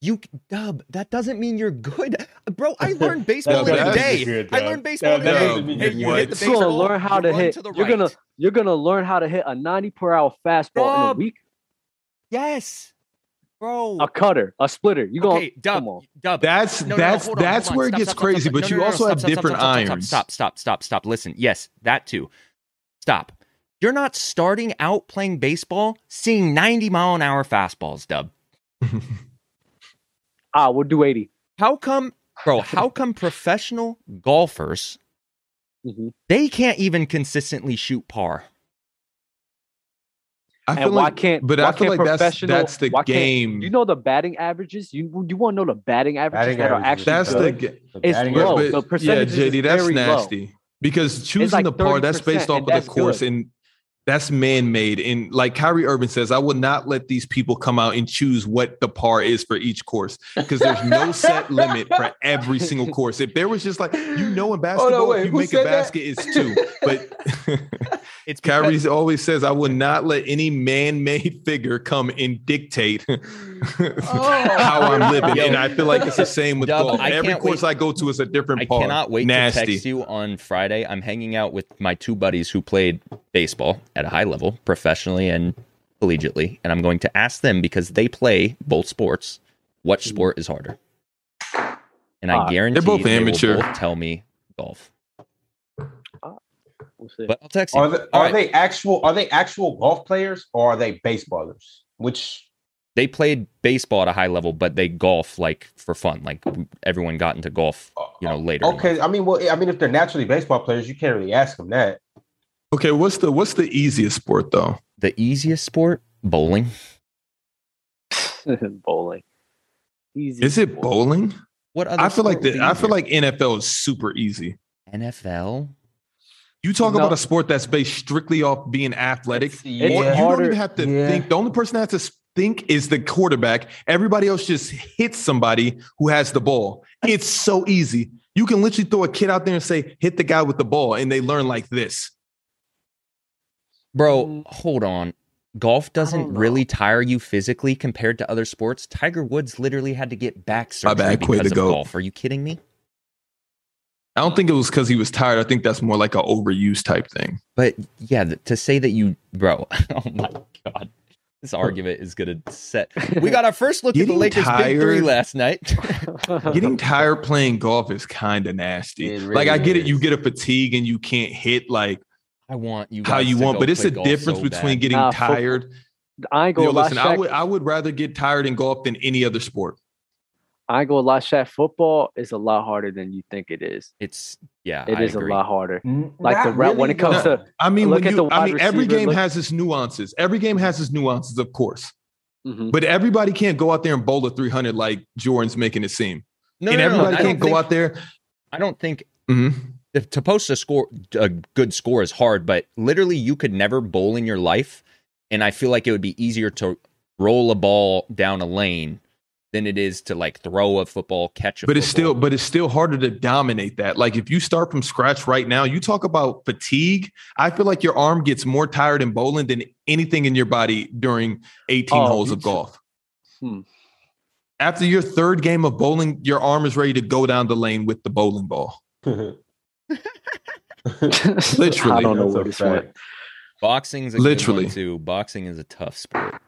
Speaker 5: You dub. That doesn't mean you're good, bro. I learned baseball in
Speaker 1: that
Speaker 5: a
Speaker 1: is
Speaker 5: day.
Speaker 6: good,
Speaker 5: I
Speaker 6: dub.
Speaker 5: learned baseball in
Speaker 6: that
Speaker 5: a day.
Speaker 1: is
Speaker 6: doesn't mean
Speaker 5: Hey,
Speaker 6: you're
Speaker 5: you hit
Speaker 1: what?
Speaker 5: the
Speaker 2: You're gonna
Speaker 5: baseball.
Speaker 2: learn how
Speaker 5: you
Speaker 2: to
Speaker 5: run
Speaker 2: hit.
Speaker 5: To the
Speaker 2: You're gonna
Speaker 5: right.
Speaker 2: you're gonna learn how to hit a 90 per hour fastball in a
Speaker 5: Dog.
Speaker 2: week.
Speaker 5: yes, bro.
Speaker 2: A cutter, a splitter. You gonna
Speaker 5: okay, dub,
Speaker 2: come on.
Speaker 5: dub.
Speaker 1: That's
Speaker 5: No, no, no,
Speaker 1: that's
Speaker 5: hold on,
Speaker 1: that's
Speaker 5: hold on.
Speaker 1: where it
Speaker 5: Stop,
Speaker 1: gets
Speaker 5: stop, stop,
Speaker 1: crazy.
Speaker 5: stop.
Speaker 1: But
Speaker 5: No,
Speaker 1: you
Speaker 5: no, no,
Speaker 1: also
Speaker 5: stop,
Speaker 1: have
Speaker 5: stop, stop,
Speaker 1: different
Speaker 5: stop, stop,
Speaker 1: irons.
Speaker 5: Stop, stop, stop, stop, stop. Listen, yes, that too. Stop. You're not starting out playing baseball seeing 90 mile an hour fastballs, Dub.
Speaker 2: Ah, we'll do 80.
Speaker 5: How come, bro? How come professional golfers
Speaker 2: Mhm.
Speaker 1: Mm-hmm.
Speaker 5: they can't even consistently shoot par?
Speaker 1: I
Speaker 2: And why can't?
Speaker 1: but
Speaker 2: why
Speaker 1: I feel
Speaker 2: can't
Speaker 1: like that's
Speaker 2: professional-
Speaker 1: that's the
Speaker 2: why can't-
Speaker 1: game.
Speaker 2: You know the batting averages. You you want to know the batting averages
Speaker 3: Batting
Speaker 2: that are
Speaker 3: averages.
Speaker 2: actually
Speaker 1: that's
Speaker 2: good?
Speaker 1: the ga-
Speaker 2: It's
Speaker 3: batting
Speaker 2: low.
Speaker 3: average.
Speaker 2: The
Speaker 1: but- yeah,
Speaker 2: percentage is
Speaker 1: JD, that's
Speaker 2: very low.
Speaker 1: nasty because choosing
Speaker 2: like
Speaker 1: the par that's
Speaker 2: 30%,
Speaker 1: based off
Speaker 2: and
Speaker 1: of the
Speaker 2: that's
Speaker 1: course
Speaker 2: good.
Speaker 1: and that's man made. And like Kyrie Urban says, I will not let these people come out and choose what the par is for each course because there's no set limit for every single course. If there was just like you know in basketball,
Speaker 3: wait,
Speaker 1: if you
Speaker 3: who
Speaker 1: make a
Speaker 3: said that?
Speaker 1: basket, it's two. But
Speaker 5: It's because-
Speaker 1: Kyrie always says, I will not let any man made figure come and dictate
Speaker 3: Oh.
Speaker 1: how I'm living.
Speaker 5: Yo.
Speaker 1: and I feel like it's the same with
Speaker 5: Dub,
Speaker 1: golf.
Speaker 5: I
Speaker 1: Every
Speaker 5: can't
Speaker 1: course I go to is a different
Speaker 5: I
Speaker 1: par.
Speaker 5: cannot wait
Speaker 1: Nasty.
Speaker 5: to text you on Friday. I'm hanging out with my two buddies who played baseball at a high level, professionally and collegiately, and I'm going to ask them because they play both sports. Which sport is harder? And I
Speaker 2: Ah,
Speaker 5: guarantee
Speaker 1: Hmm. both
Speaker 5: they will
Speaker 1: amateur.
Speaker 5: both tell me golf.
Speaker 2: We'll see.
Speaker 5: But I'll text you.
Speaker 3: Are, the,
Speaker 5: All
Speaker 3: are
Speaker 5: right.
Speaker 3: they actual? Are they actual golf players or are they baseballers? Which
Speaker 5: They played baseball at a high level, but they golf like for fun. Like everyone got into golf, you know, later. in life.
Speaker 3: uh, okay, I mean, well, I mean, if they're naturally baseball players, you can't really ask them that.
Speaker 1: Okay, what's the what's the easiest sport though?
Speaker 5: The easiest sport, bowling.
Speaker 2: bowling. Easy.
Speaker 1: Is it bowling?
Speaker 5: What other
Speaker 1: I feel like
Speaker 5: sport would
Speaker 1: the,
Speaker 5: be
Speaker 1: I feel
Speaker 5: easier?
Speaker 1: like NFL is super easy.
Speaker 5: NFL.
Speaker 1: You talk
Speaker 2: No.
Speaker 1: about a sport that's based strictly off being athletic.
Speaker 2: It's
Speaker 1: Or you
Speaker 2: harder-
Speaker 1: don't even have to
Speaker 3: yeah.
Speaker 1: think. The only person that has to think is the quarterback. Everybody else just hits somebody who has the ball. It's so easy. You can literally throw a kid out there and say, hit the guy with the ball, and they learn like this.
Speaker 5: Bro,
Speaker 2: Mm.
Speaker 5: hold on. Golf doesn't
Speaker 2: know.
Speaker 5: really tire you physically compared to other sports. Tiger Woods literally had to get back surgery
Speaker 1: bad, Quay
Speaker 5: because
Speaker 1: the
Speaker 5: of
Speaker 1: GOAT.
Speaker 5: golf. Are you kidding me?
Speaker 1: I don't think it was because he was tired. I think that's more like an overuse type thing.
Speaker 5: But yeah, th- to say that you, bro, oh my god, this argument is gonna set. We got our first look at the
Speaker 1: Getting
Speaker 5: Lakers big three
Speaker 1: tired.
Speaker 5: last night.
Speaker 1: Getting tired playing golf is kind of nasty.
Speaker 3: It
Speaker 1: like I
Speaker 3: really
Speaker 1: get it, you
Speaker 3: is.
Speaker 1: get a fatigue and you can't hit like
Speaker 5: I want you.
Speaker 1: how
Speaker 5: guys
Speaker 1: you
Speaker 5: to
Speaker 1: want,
Speaker 5: go
Speaker 1: but it's
Speaker 5: play
Speaker 1: a
Speaker 5: golf
Speaker 1: difference
Speaker 5: so
Speaker 1: between
Speaker 5: bad.
Speaker 1: getting
Speaker 2: Nah, football-
Speaker 1: tired.
Speaker 2: I ain't gonna
Speaker 1: Yo,
Speaker 2: lie,
Speaker 1: listen, I
Speaker 2: Shaq.
Speaker 1: would I would rather get tired in golf than any other sport.
Speaker 2: I ain't gonna lie, Shaq. Football is a lot harder than you think it is.
Speaker 5: It's yeah,
Speaker 2: It
Speaker 5: I
Speaker 2: is
Speaker 5: agree.
Speaker 2: a lot harder.
Speaker 3: Like
Speaker 2: Like the route when it comes to
Speaker 1: I mean,
Speaker 2: Look
Speaker 1: when
Speaker 2: at
Speaker 1: you,
Speaker 2: the
Speaker 1: I
Speaker 2: wide
Speaker 1: mean, every
Speaker 2: receiver,
Speaker 1: game
Speaker 2: look-
Speaker 1: has its nuances. Every game has its nuances, of course.
Speaker 2: Mhm.
Speaker 1: But everybody can't go out there and bowl a 300 like Jordan's making it seem.
Speaker 5: No,
Speaker 1: and
Speaker 5: no, no, no,
Speaker 1: everybody
Speaker 5: I
Speaker 1: can't
Speaker 5: don't
Speaker 1: go
Speaker 5: think-
Speaker 1: out there.
Speaker 5: I don't think
Speaker 1: Mhm.
Speaker 5: if to post a score a good score is hard, but literally you could never bowl in your life. And I feel like it would be easier to roll a ball down a lane than it is to like throw a football, catch a
Speaker 1: But it's
Speaker 5: football.
Speaker 1: still, but it's still harder to dominate that. Like if you start from scratch right now, you talk about fatigue. I feel like your arm gets more tired in bowling than anything in your body during 18
Speaker 2: Oh,
Speaker 1: holes
Speaker 2: you
Speaker 1: of
Speaker 2: too.
Speaker 1: golf.
Speaker 2: Hmm.
Speaker 1: After your third game of bowling, your arm is ready to go down the lane with the bowling ball.
Speaker 2: I
Speaker 1: Literally.
Speaker 2: don't know where this went.
Speaker 5: boxing's a
Speaker 1: Literally.
Speaker 5: literally too. Boxing is a tough sport.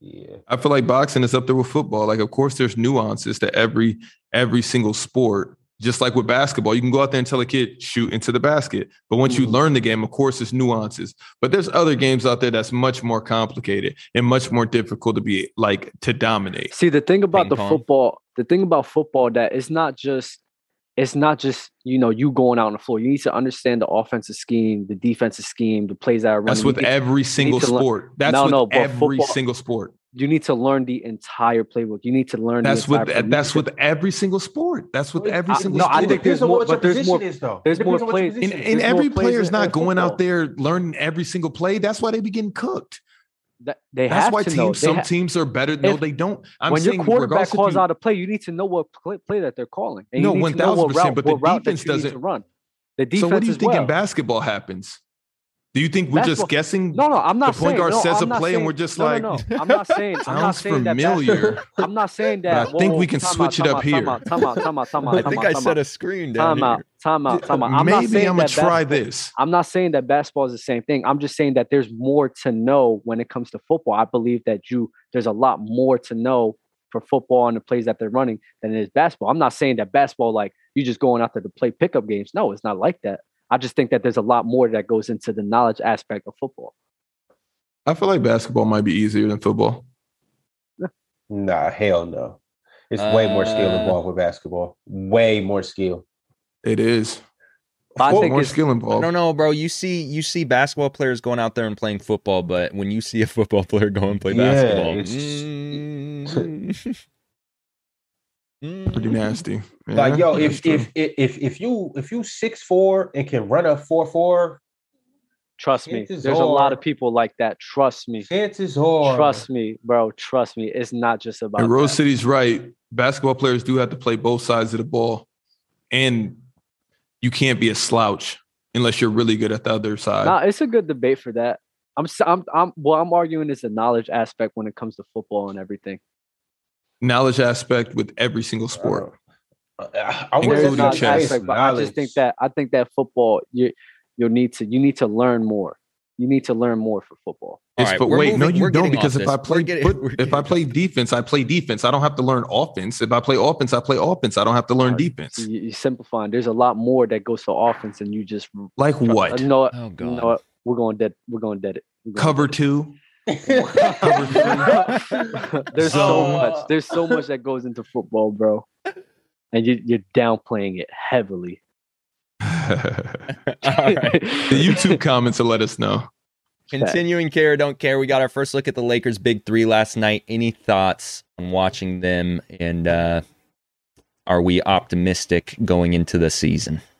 Speaker 3: Yeah.
Speaker 1: I feel like boxing is up there with football. Like, of course, there's nuances to every every single sport. Just like with basketball, you can go out there and tell a kid shoot into the basket, but once you
Speaker 2: Mhm.
Speaker 1: learn the game, of course, there's nuances. But there's other games out there that's much more complicated and much more difficult to be like to dominate.
Speaker 2: See the thing about
Speaker 5: Ping
Speaker 2: the
Speaker 5: pong.
Speaker 2: football, the thing about football that it's not just it's not just you know you going out on the floor. You need to understand the offensive scheme, the defensive scheme, the plays that are running.
Speaker 1: That's
Speaker 2: You
Speaker 1: with
Speaker 2: need-
Speaker 1: every single
Speaker 2: to learn-
Speaker 1: sport. That's
Speaker 2: No,
Speaker 1: with
Speaker 2: no, but
Speaker 1: every
Speaker 2: football-
Speaker 1: single sport.
Speaker 2: you need to learn the entire playbook. You need to learn. the
Speaker 1: That's with
Speaker 2: entire playbook.
Speaker 1: that's with every single sport. That's with
Speaker 3: Well,
Speaker 1: every
Speaker 2: I-
Speaker 1: single
Speaker 2: no, I
Speaker 1: sport.
Speaker 2: think there's
Speaker 3: Depends on
Speaker 2: more-
Speaker 3: what
Speaker 2: but
Speaker 3: your
Speaker 2: there's
Speaker 3: position
Speaker 2: more-
Speaker 3: is, though.
Speaker 2: there's more
Speaker 3: Depends on what your
Speaker 2: plays.
Speaker 1: and,
Speaker 3: position is.
Speaker 1: and
Speaker 2: There's more
Speaker 1: every
Speaker 2: players
Speaker 1: player's
Speaker 3: in- in
Speaker 1: not going
Speaker 3: football.
Speaker 1: out there learning every single play. That's why they be getting cooked.
Speaker 2: that they
Speaker 1: That's
Speaker 2: have
Speaker 1: why
Speaker 2: to
Speaker 1: teams.
Speaker 2: know. They
Speaker 1: Some
Speaker 2: ha-
Speaker 1: teams are better. No,
Speaker 2: If-
Speaker 1: they don't. I'm
Speaker 2: when your
Speaker 1: saying
Speaker 2: quarterback
Speaker 1: regardless if
Speaker 2: calls
Speaker 1: you-
Speaker 2: out a play, you need to know what play, play that they're calling. And
Speaker 1: No,
Speaker 2: you need to know what
Speaker 1: 1000%,
Speaker 2: route,
Speaker 1: but the
Speaker 2: what route that
Speaker 1: defense
Speaker 2: you need
Speaker 1: doesn't-
Speaker 2: to run. The defense
Speaker 1: so what do you
Speaker 2: as
Speaker 1: think
Speaker 2: well.
Speaker 1: in basketball happens? Do you think we're
Speaker 2: Basketball-
Speaker 1: just guessing?
Speaker 2: No, no, I'm not
Speaker 1: the point
Speaker 2: saying
Speaker 1: guard
Speaker 2: no,
Speaker 1: says
Speaker 2: I'm
Speaker 1: a
Speaker 2: not
Speaker 1: play and
Speaker 2: saying-
Speaker 1: we're just
Speaker 2: no,
Speaker 1: like,
Speaker 2: no, no. I'm not saying I'm not
Speaker 1: sounds
Speaker 2: saying that bas-
Speaker 1: familiar.
Speaker 2: I'm not saying
Speaker 1: I
Speaker 2: that.
Speaker 1: think
Speaker 2: whoa,
Speaker 1: we can
Speaker 2: time
Speaker 1: switch it
Speaker 2: out, time
Speaker 1: up
Speaker 2: out,
Speaker 1: here.
Speaker 2: Time out, time out, time out, time out.
Speaker 5: I
Speaker 2: time
Speaker 5: think
Speaker 2: out,
Speaker 5: I
Speaker 2: time
Speaker 5: set
Speaker 2: out,
Speaker 5: a screen down
Speaker 2: time out,
Speaker 5: here.
Speaker 2: time out, time out. I'm not
Speaker 1: Maybe
Speaker 2: saying
Speaker 1: I'm gonna
Speaker 2: that
Speaker 1: try
Speaker 2: basketball-
Speaker 1: this.
Speaker 2: I'm not saying that basketball is the same thing. I'm just saying that there's more to know when it comes to football. I believe that you there's a lot more to know for football and the plays that they're running than it is basketball. I'm not saying that basketball like you just going out there to play pickup games. No, it's not like that. I just think that there's a lot more that goes into the knowledge aspect of football.
Speaker 1: I feel like basketball might be easier than football.
Speaker 3: Nah, hell no. It's way more skill
Speaker 5: Uh,
Speaker 3: involved with basketball. Way more skill.
Speaker 1: It is.
Speaker 2: I
Speaker 1: Well,
Speaker 2: think
Speaker 1: more
Speaker 2: it's-
Speaker 1: skill
Speaker 5: I
Speaker 1: involved.
Speaker 5: don't know, bro. You see, you see basketball players going out there and playing football, but when you see a football player go and play
Speaker 3: Yeah,
Speaker 5: basketball,
Speaker 3: it's just-
Speaker 5: mm,
Speaker 1: Pretty nasty. Yeah,
Speaker 3: like yo, if
Speaker 1: that's true.
Speaker 3: if, if if if you if you six four and can run a four four,
Speaker 2: Trust me,
Speaker 3: Chances
Speaker 2: there's a lot
Speaker 3: are-
Speaker 2: of people like that. Trust me.
Speaker 3: chances are
Speaker 2: Trust me, bro. Trust me. It's not just about
Speaker 1: and Rose
Speaker 2: that.
Speaker 1: City's right. Basketball players do have to play both sides of the ball, and you can't be a slouch unless you're really good at the other side.
Speaker 2: Nah, it's a good debate for that. I'm, s- I'm, I'm, what I'm arguing is the knowledge aspect when it comes to football and everything.
Speaker 1: Knowledge aspect with every single sport.
Speaker 3: Uh, I, I
Speaker 1: Including
Speaker 2: There's a
Speaker 3: wouldn't
Speaker 1: Including
Speaker 2: knowledge
Speaker 3: say
Speaker 1: chess.
Speaker 3: it's
Speaker 2: aspect, but I just think
Speaker 3: knowledge.
Speaker 2: that, I think that football, you, you'll need to, you need to learn more. You need to learn more for football.
Speaker 5: All
Speaker 1: It's-
Speaker 5: right,
Speaker 1: but
Speaker 5: we're
Speaker 1: wait, no,
Speaker 5: moving-
Speaker 1: you
Speaker 5: we're
Speaker 1: don't
Speaker 5: getting off
Speaker 1: because if
Speaker 5: this.
Speaker 1: I
Speaker 5: We're
Speaker 1: play
Speaker 5: getting-
Speaker 1: foot-
Speaker 5: we're
Speaker 1: if I
Speaker 5: getting-
Speaker 1: play defense, I play defense. I don't have to learn offense. If I play offense, I play offense. I don't have to learn
Speaker 2: Alright,
Speaker 1: defense.
Speaker 2: You, you simplifying. There's a lot more that goes to offense and you just, you
Speaker 1: Like what?
Speaker 2: know what?
Speaker 5: Oh
Speaker 2: You
Speaker 5: god.
Speaker 2: know what? We're going dead. We're going dead it. We're gonna
Speaker 1: Cover two.
Speaker 2: There's so
Speaker 1: So-
Speaker 5: uh,
Speaker 2: much. There's so much that goes into football, bro. And you, you're downplaying it heavily.
Speaker 1: the
Speaker 5: All right.
Speaker 1: YouTube comments will let us know.
Speaker 5: Continuing care, or don't care. We got our first look at the Lakers' big three last night. Any thoughts on watching them, and uh, are we optimistic going into the season?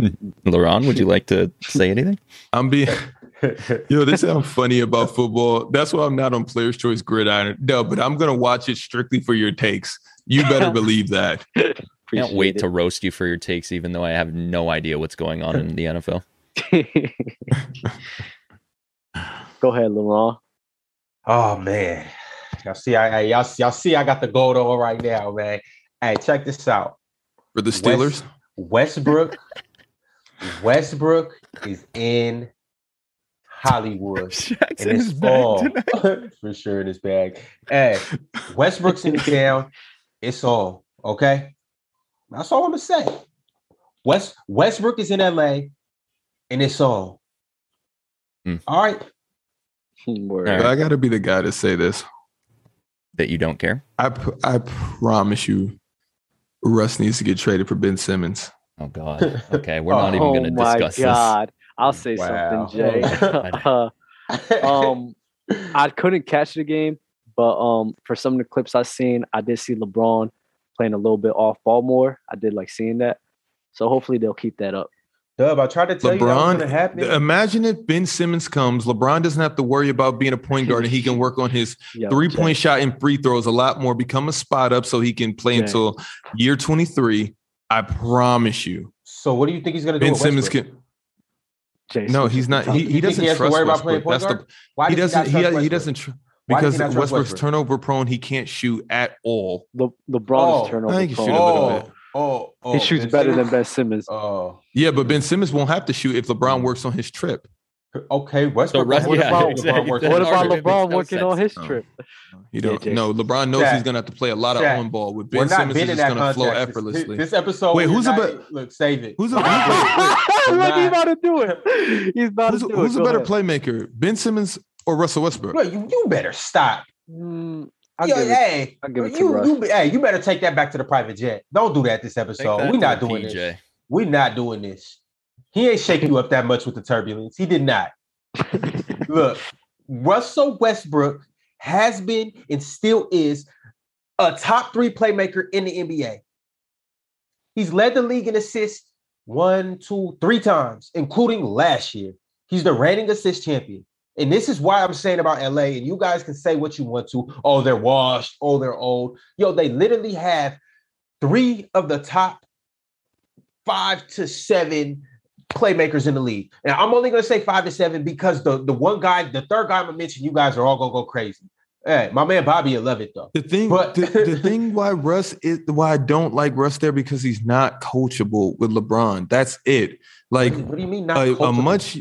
Speaker 5: Laron, would you like to say anything?
Speaker 1: I'm being yo. This sounds funny about football. That's why I'm not on Players Choice Gridiron. No, but I'm gonna watch it strictly for your takes. You better believe that.
Speaker 5: I can't wait
Speaker 2: Appreciate
Speaker 5: to roast you for your takes, even though I have no idea what's going on in the NFL.
Speaker 2: it. Go ahead, Laurent.
Speaker 3: Oh man, y'all see, I, I y'all, y'all see, I got the gold on right now, man. Hey, check this out.
Speaker 1: For the Steelers,
Speaker 3: Westbrook, Westbrook is in Hollywood. And
Speaker 5: Jackson's
Speaker 3: it's all for sure in his bag. Hey, Westbrook's in town. It's all okay. That's all I'm gonna say. West Westbrook is in LA, and it's all.
Speaker 1: Hmm.
Speaker 5: Mm.
Speaker 3: All right.
Speaker 2: Hmm, Word.
Speaker 5: All right.
Speaker 1: I gotta be the guy to say this.
Speaker 5: That you don't care.
Speaker 1: I p- I promise you, Russ needs to get traded for Ben Simmons.
Speaker 5: Oh God. Okay, we're not even
Speaker 2: oh
Speaker 5: going to
Speaker 2: my
Speaker 5: discuss
Speaker 2: God. I'll say
Speaker 3: Wow.
Speaker 2: something, Jay.
Speaker 5: Oh,
Speaker 2: um, I couldn't catch the game, but um, for some of the clips I seen, I did see LeBron playing a little bit off ball more. I did like seeing that. So hopefully they'll keep that up.
Speaker 3: Dub, I tried to tell you that was
Speaker 1: LeBron- um,
Speaker 3: gonna happen.
Speaker 1: Imagine if Ben Simmons comes, LeBron doesn't have to worry about being a point guard, and he can work on his
Speaker 2: Yo,
Speaker 1: three
Speaker 2: Jay.
Speaker 1: point shot and free throws a lot more, become a spot up so he can play
Speaker 2: Yeah.
Speaker 1: until year 23. I promise you.
Speaker 3: so what do you think he's gonna do?
Speaker 1: Ben
Speaker 3: with
Speaker 1: Simmons
Speaker 3: Westbrook?
Speaker 1: can
Speaker 2: Jason,
Speaker 1: no, he's not. He,
Speaker 3: You
Speaker 1: he
Speaker 3: think
Speaker 1: doesn't
Speaker 3: he has to
Speaker 1: trust
Speaker 3: worry about
Speaker 1: Westbrook.
Speaker 3: playing point
Speaker 1: That's the
Speaker 3: guard? Why
Speaker 1: he
Speaker 3: does
Speaker 1: doesn't.
Speaker 3: not
Speaker 1: He,
Speaker 3: trust
Speaker 1: he
Speaker 3: Westbrook?
Speaker 1: doesn't tr-
Speaker 3: Why
Speaker 1: because
Speaker 3: does he not trust
Speaker 1: Westbrook's
Speaker 3: Westbrook?
Speaker 1: turnover prone. He can't shoot at all.
Speaker 2: Le- LeBron
Speaker 3: Oh,
Speaker 2: is turnover.
Speaker 1: I think he
Speaker 2: prone.
Speaker 1: shoot a little bit.
Speaker 3: Oh, oh, oh,
Speaker 2: he shoots
Speaker 3: Ben
Speaker 2: better
Speaker 3: Simmons?
Speaker 2: than Ben Simmons.
Speaker 3: Oh,
Speaker 1: Yeah, but Ben Simmons won't have to shoot if LeBron works on his trip.
Speaker 3: okay. Westbrook.
Speaker 5: Russ-
Speaker 3: what
Speaker 2: yeah,
Speaker 3: about
Speaker 5: exactly.
Speaker 3: LeBron works
Speaker 2: what
Speaker 5: That
Speaker 2: about
Speaker 5: argument makes
Speaker 2: LeBron
Speaker 5: no
Speaker 2: working on
Speaker 5: sense.
Speaker 2: his
Speaker 1: Oh.
Speaker 2: trip?
Speaker 1: You don't.
Speaker 2: Yeah,
Speaker 1: no, LeBron knows he's
Speaker 3: Shaq.
Speaker 1: going to have to play a lot of
Speaker 3: Shaq.
Speaker 1: on ball. With
Speaker 3: We're
Speaker 1: Ben
Speaker 3: not
Speaker 1: Simmons,
Speaker 3: been
Speaker 1: it's
Speaker 3: in
Speaker 1: just
Speaker 3: that
Speaker 1: going to
Speaker 3: context.
Speaker 1: flow
Speaker 3: This-
Speaker 1: effortelessly.
Speaker 3: This, episode.
Speaker 1: Wait,
Speaker 3: we're
Speaker 1: who's a
Speaker 3: not-
Speaker 1: bet-
Speaker 3: Look, save it.
Speaker 1: who's a-
Speaker 3: Wait, wait, wait.
Speaker 2: Look, he's
Speaker 3: Nah.
Speaker 2: about to do it. He's about
Speaker 1: who's
Speaker 2: to do
Speaker 1: who's
Speaker 2: it.
Speaker 1: a
Speaker 2: Go
Speaker 1: better
Speaker 2: ahead.
Speaker 1: playmaker, Ben Simmons or Russell Westbrook?
Speaker 3: Look, you, you better stop.
Speaker 2: Mm, I'll
Speaker 3: Yo,
Speaker 2: give it-
Speaker 3: hey,
Speaker 2: I'll give it to
Speaker 3: you,
Speaker 2: Russ.
Speaker 3: you, hey, you better take that back to the private jet. Don't do that this episode. We're not doing this. We're not doing this. He ain't shake you up that much with the turbulence. He did not. Look, Russell Westbrook has been and still is a top three playmaker in the NBA. He's led the league in assists one, two, three times, including last year. He's the reigning assist champion. And this is why I'm saying about LA, and you guys can say what you want to. Oh, they're washed. Oh, they're old. Yo, they literally have three of the top five to seven playmakers in the league. And I'm only going to say five to seven because the, the one guy, the third guy I'm going to mention, you guys are all going to go crazy. Hey, my man Bobby will love it, though.
Speaker 1: The thing,
Speaker 3: But-
Speaker 1: the, the thing why Russ is why I don't like Russ there because he's not coachable with LeBron. That's it. Like
Speaker 3: what do you mean not
Speaker 1: a, a
Speaker 3: coachable?
Speaker 1: much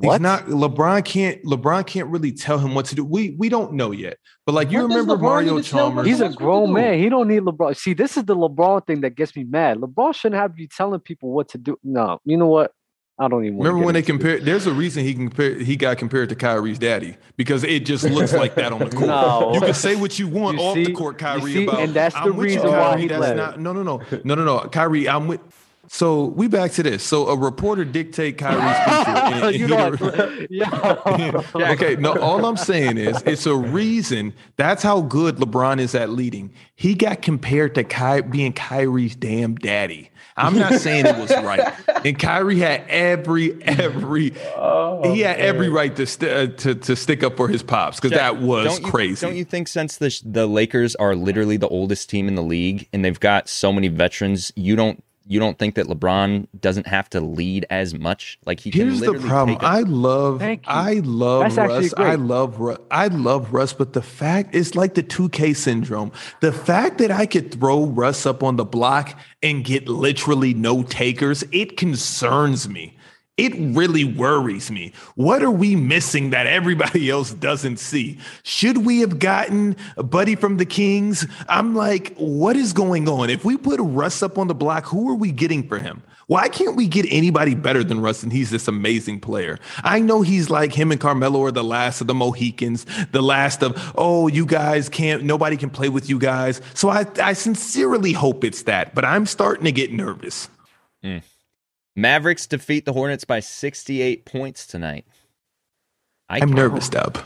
Speaker 1: He's not LeBron can't LeBron can't really tell him what to do. We we don't know yet. But like you
Speaker 3: What does
Speaker 1: remember
Speaker 3: LeBron
Speaker 1: Mario
Speaker 3: need to tell
Speaker 1: Chalmers.
Speaker 3: Russell
Speaker 2: He's a
Speaker 3: Westbrook to
Speaker 2: grown
Speaker 3: do?
Speaker 2: man. He don't need LeBron. See, this is the LeBron thing that gets me mad. LeBron shouldn't have you telling people what to do. No, you know what? I don't even. wanna
Speaker 1: remember
Speaker 2: get
Speaker 1: when they
Speaker 2: into this.
Speaker 1: compared there's a reason he can compare he got compared to Kyrie's daddy because it just looks like that on the court.
Speaker 2: No.
Speaker 1: You can say what you want
Speaker 2: You
Speaker 1: off
Speaker 2: see-
Speaker 1: the court,
Speaker 2: you
Speaker 1: Kyrie.
Speaker 2: see,
Speaker 1: about
Speaker 2: and that's the
Speaker 1: I'm with you,
Speaker 2: reason why
Speaker 1: Kyrie,
Speaker 2: he
Speaker 1: that's
Speaker 2: left.
Speaker 1: not- No, no, no, no, no, no, Kyrie. I'm with. So we back to this. So a reporter dictate Kyrie's future. and- and
Speaker 2: you
Speaker 1: he
Speaker 2: know,
Speaker 1: don't-
Speaker 2: yeah.
Speaker 1: okay, no, all I'm saying is it's a reason. That's how good LeBron is at leading. He got compared to Ky- being Kyrie's damn daddy. I'm not saying it was right. And Kyrie had every, every,
Speaker 3: Oh,
Speaker 1: he had every
Speaker 3: man.
Speaker 1: right to, st- uh, to to stick up for his pops because
Speaker 5: Jack,
Speaker 1: that was
Speaker 5: don't you,
Speaker 1: crazy.
Speaker 5: Don't you think since the the Lakers are literally the oldest team in the league and they've got so many veterans, you don't you don't think that LeBron doesn't have to lead as much? Like he
Speaker 1: Here's
Speaker 5: can
Speaker 1: the
Speaker 5: literally
Speaker 1: problem.
Speaker 5: take a-
Speaker 1: I love,
Speaker 2: Thank you.
Speaker 1: I love
Speaker 2: That's actually
Speaker 1: Russ. I
Speaker 2: great.
Speaker 1: love, Ru- I love Russ. But the fact is, like the 2K syndrome, the fact that I could throw Russ up on the block and get literally no takers, it concerns me. It really worries me. What are we missing that everybody else doesn't see? Should we have gotten a buddy from the Kings? I'm like, what is going on? If we put Russ up on the block, who are we getting for him? Why can't we get anybody better than Russ? And he's this amazing player. I know he's like him and Carmelo are the last of the Mohicans, the last of, oh, you guys can't, nobody can play with you guys. So I, I sincerely hope it's that, but I'm starting to get nervous.
Speaker 5: Mavericks defeat the Hornets by 68 points tonight. I
Speaker 1: I'm
Speaker 5: care.
Speaker 1: nervous, Dub.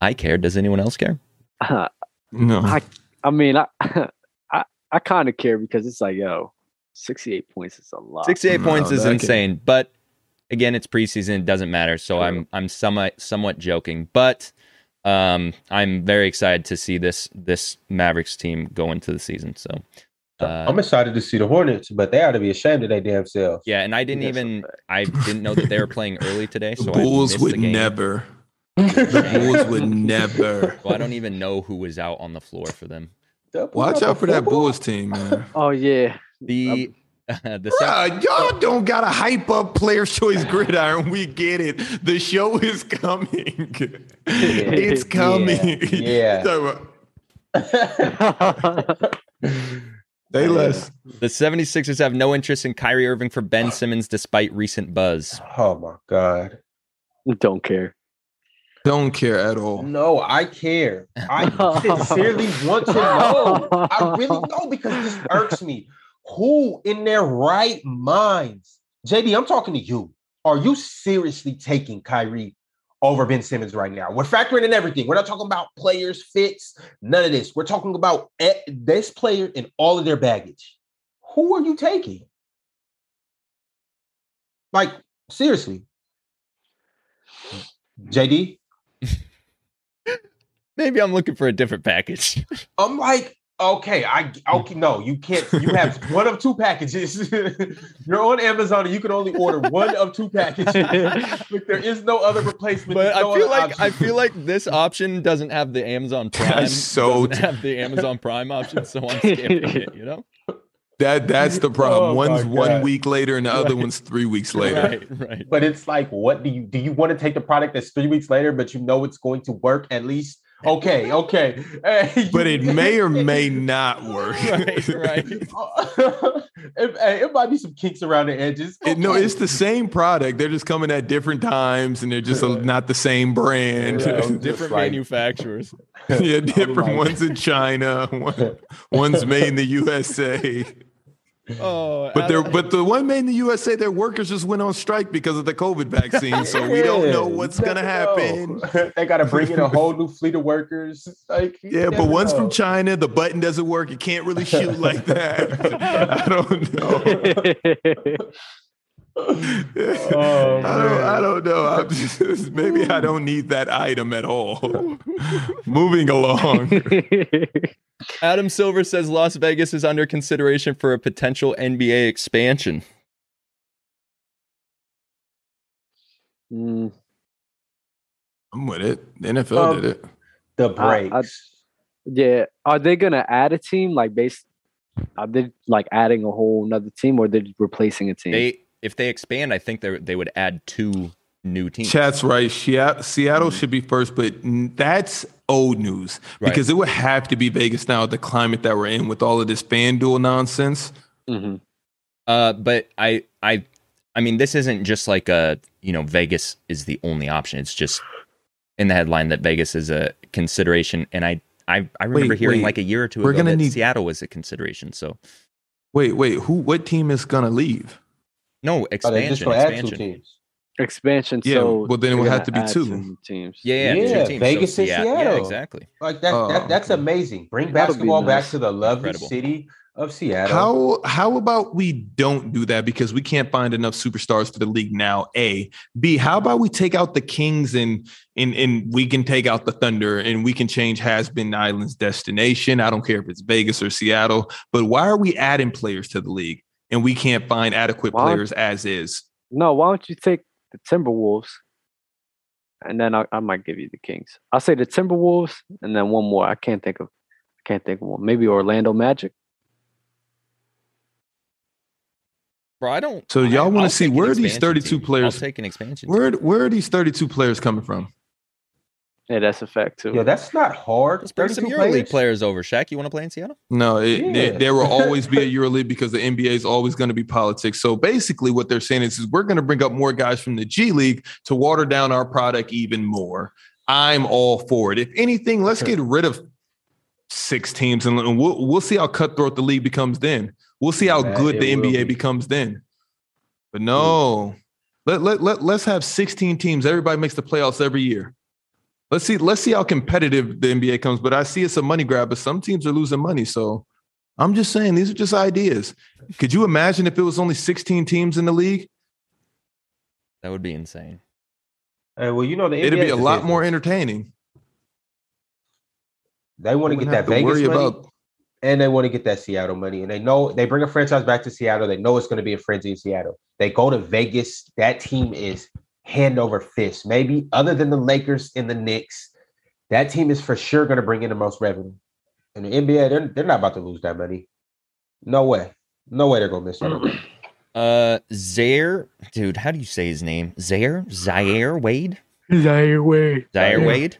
Speaker 5: I care. Does anyone else care?
Speaker 1: No.
Speaker 2: I mean, I I, I kind of care because it's like, yo, sixty-eight points is a lot.
Speaker 5: 68
Speaker 1: No,
Speaker 5: points is
Speaker 1: that can-
Speaker 5: insane, but again, it's preseason, it doesn't matter. So I'm I'm somewhat somewhat joking, but um I'm very excited to see this this Mavericks team go into the season. So Uh,
Speaker 3: I'm excited to see the Hornets, but they ought to be ashamed of their damn selves.
Speaker 5: yeah, and I didn't
Speaker 2: That's a
Speaker 5: even I didn't know that they were playing early today,
Speaker 1: The
Speaker 5: so I
Speaker 1: Bulls
Speaker 5: missed
Speaker 1: would
Speaker 5: the game.
Speaker 1: never. The Bulls would never.
Speaker 5: Well, I don't even know who was out on the floor for them.
Speaker 1: Watch out for that Bulls team, man.
Speaker 2: Oh yeah,
Speaker 5: The the Celtics-
Speaker 1: Bruh, y'all don't gotta hype up Players Choice Gridiron. We get it. The show is coming. it's coming.
Speaker 3: yeah.
Speaker 1: Talking about, they
Speaker 3: Yeah.
Speaker 1: less.
Speaker 5: The 76ers have no interest in Kyrie Irving for Ben Simmons despite recent buzz.
Speaker 3: Oh my god.
Speaker 2: don't care.
Speaker 1: Don't care at all.
Speaker 3: No, I care. I sincerely want to know. I really know because this irks me. Who in their right minds? JD, I'm talking to you. Are you seriously taking Kyrie over Ben Simmons right now? We're factoring in everything. We're not talking about players' fits, none of this. We're talking about e- this player and all of their baggage. Who are you taking? Like, seriously. JD,
Speaker 5: Maybe I'm looking for a different package.
Speaker 3: I'm like, okay, I
Speaker 1: Hmm.
Speaker 3: okay, no, you can't. You have one of two packages. You're on Amazon and you can only order one of two packages. like there is no other replacement.
Speaker 5: But
Speaker 3: there's no
Speaker 5: I feel
Speaker 3: other
Speaker 5: like I
Speaker 3: option.
Speaker 5: feel like this option doesn't have the Amazon Prime.
Speaker 1: That's so
Speaker 5: doesn't have the Amazon Prime option, so I'm skipping it. You know,
Speaker 1: That that's the problem.
Speaker 3: Oh,
Speaker 1: One's
Speaker 3: my
Speaker 1: one
Speaker 3: God.
Speaker 1: week later, and the other one's three weeks later.
Speaker 5: right, right.
Speaker 3: But it's like, what do you do? You want to take the product that's three weeks later, but you know it's going to work at least. Okay, okay. Hey,
Speaker 1: But
Speaker 3: you-
Speaker 1: it may or may not work.
Speaker 5: Right, right.
Speaker 3: it, hey, it might be some kinks around the edges.
Speaker 1: It- no,
Speaker 3: Okay.
Speaker 1: it's the same product. They're just coming at different times, and they're just uh, not the same brand.
Speaker 3: Yeah, I'm just
Speaker 5: Different
Speaker 3: like-
Speaker 5: manufacturers.
Speaker 1: yeah, different
Speaker 3: like-
Speaker 1: ones in China, one, one's made in the USA.
Speaker 5: Oh,
Speaker 1: But
Speaker 5: Adam-
Speaker 1: they're but the one made in the USA, their workers just went on strike because of the COVID vaccine. So we don't know
Speaker 3: Yeah,
Speaker 1: what's
Speaker 3: you
Speaker 1: gonna
Speaker 3: never
Speaker 1: happen.
Speaker 3: know. they gotta bring in a whole new fleet of workers. Like you
Speaker 1: Yeah, but
Speaker 3: never
Speaker 1: one's
Speaker 3: know.
Speaker 1: from China. The button doesn't work. It can't really shoot like that. I don't know.
Speaker 3: Oh,
Speaker 1: I don't. I
Speaker 3: man.
Speaker 1: don't know. I'm just, maybe I don't need that item at all. Moving along.
Speaker 5: Adam Silver says Las Vegas is under consideration for a potential NBA expansion.
Speaker 2: Mm,
Speaker 1: I'm with it. The NFL
Speaker 3: Um,
Speaker 1: did it.
Speaker 3: The
Speaker 2: I-
Speaker 3: breaks.
Speaker 2: Yeah. Are they gonna add a team? Like based are they like adding a whole another team or they're replacing a team?
Speaker 5: They, if they expand, I think they they would add two new teams.
Speaker 1: Chat's right. Seattle, Seattle should be first, but n- that's old news
Speaker 5: Right.
Speaker 1: because it would have to be Vegas now. with The climate that we're in with all of this FanDuel nonsense. Mm-hmm.
Speaker 2: Mhm.
Speaker 5: Uh, but I, I, I mean, this isn't just like a you know Vegas is the only option. It's just in the headline that Vegas is a consideration, and I, I, I remember
Speaker 1: Wait,
Speaker 5: hearing
Speaker 1: wait.
Speaker 5: like a year or 2
Speaker 1: We're
Speaker 5: ago
Speaker 1: gonna
Speaker 5: that
Speaker 1: need-
Speaker 5: Seattle was a consideration. So
Speaker 1: Wait, wait. Who? What team is gonna leave?
Speaker 5: no
Speaker 3: Oh, they just
Speaker 5: expansion,
Speaker 3: gonna add two
Speaker 5: expansion.
Speaker 3: teams.
Speaker 2: Expansion.
Speaker 1: Yeah, well,
Speaker 2: so
Speaker 1: then it
Speaker 2: they're
Speaker 1: would have
Speaker 2: gonna
Speaker 1: to be
Speaker 2: add
Speaker 1: two.
Speaker 2: new teams.
Speaker 5: Yeah, yeah, two
Speaker 3: Yeah,
Speaker 5: teams.
Speaker 3: Vegas and
Speaker 5: yeah, yeah,
Speaker 3: Seattle.
Speaker 5: exactly.
Speaker 3: Like that,
Speaker 1: Oh,
Speaker 3: that that's amazing. Bring
Speaker 2: That would be
Speaker 3: basketball back
Speaker 2: nice.
Speaker 3: to the lovely
Speaker 5: Incredible.
Speaker 3: city of Seattle.
Speaker 1: How how about we don't do that because we can't find enough superstars for the league now? A. B. How about we take out the Kings and and and we can take out the Thunder and we can change has been Island's destination. I don't care if it's Vegas or Seattle, but why are we adding players to the league and we can't find adequate
Speaker 2: Why?
Speaker 1: players as is?
Speaker 2: No, why don't you take the Timberwolves? And then I, I might give you the Kings. I'll say the Timberwolves and then one more. I can't think of I can't think of one. Maybe Orlando Magic.
Speaker 5: Bro, I don't.
Speaker 1: So
Speaker 5: I-
Speaker 1: y'all wanna
Speaker 5: I'll
Speaker 1: see
Speaker 5: take an
Speaker 1: where are these
Speaker 5: expansion
Speaker 1: 32
Speaker 5: team.
Speaker 1: players-
Speaker 5: I'll take an expansion. team.
Speaker 1: Where where are these thirty two players coming from?
Speaker 2: Yeah, that's a fact too.
Speaker 3: Yeah, that's not hard.
Speaker 5: Let's bring some
Speaker 3: 32
Speaker 5: EuroLeague players over. Shaq, you want to play in Seattle?
Speaker 1: No, it,
Speaker 3: Yeah.
Speaker 1: it, there will always be a EuroLeague because the NBA is always going to be politics. So basically, what they're saying is, is we're going to bring up more guys from the G League to water down our product even more. I'm all for it. If anything, let's get rid of six teams and and we'll we'll see how cutthroat the league becomes then. We'll see how
Speaker 3: Yeah,
Speaker 1: good
Speaker 3: it
Speaker 1: the
Speaker 3: will
Speaker 1: NBA
Speaker 3: be.
Speaker 1: becomes then. But no, let, let let let's have 16 teams. Everybody makes the playoffs every year. Let's see. Let's see how competitive the NBA comes. But I see it's a money grab. But some teams are losing money. So I'm just saying these are just ideas. Could you imagine if it was only 16 teams in the league?
Speaker 5: That would be insane.
Speaker 3: Uh, well, you know the
Speaker 1: It'd
Speaker 3: NBA
Speaker 1: be a lot
Speaker 3: decision.
Speaker 1: more entertaining.
Speaker 3: They want to get
Speaker 1: Wouldn't
Speaker 3: that
Speaker 1: have
Speaker 3: Vegas money,
Speaker 1: about
Speaker 3: and they want to get that Seattle money, and they know they bring a franchise back to Seattle. They know it's going to be a frenzy in Seattle. They go to Vegas. That team is hand over fist. Maybe other than the Lakers and the Knicks, that team is for sure going to bring in the most revenue. And the NBA, they're, they're not about to lose that money. No way. No way they're going to miss that.
Speaker 5: Uh, Zaire, dude, how do you say his name? Zaire, Zaire Wade,
Speaker 2: Zaire Wade.
Speaker 5: Zaire
Speaker 3: Zaire.
Speaker 5: Wade.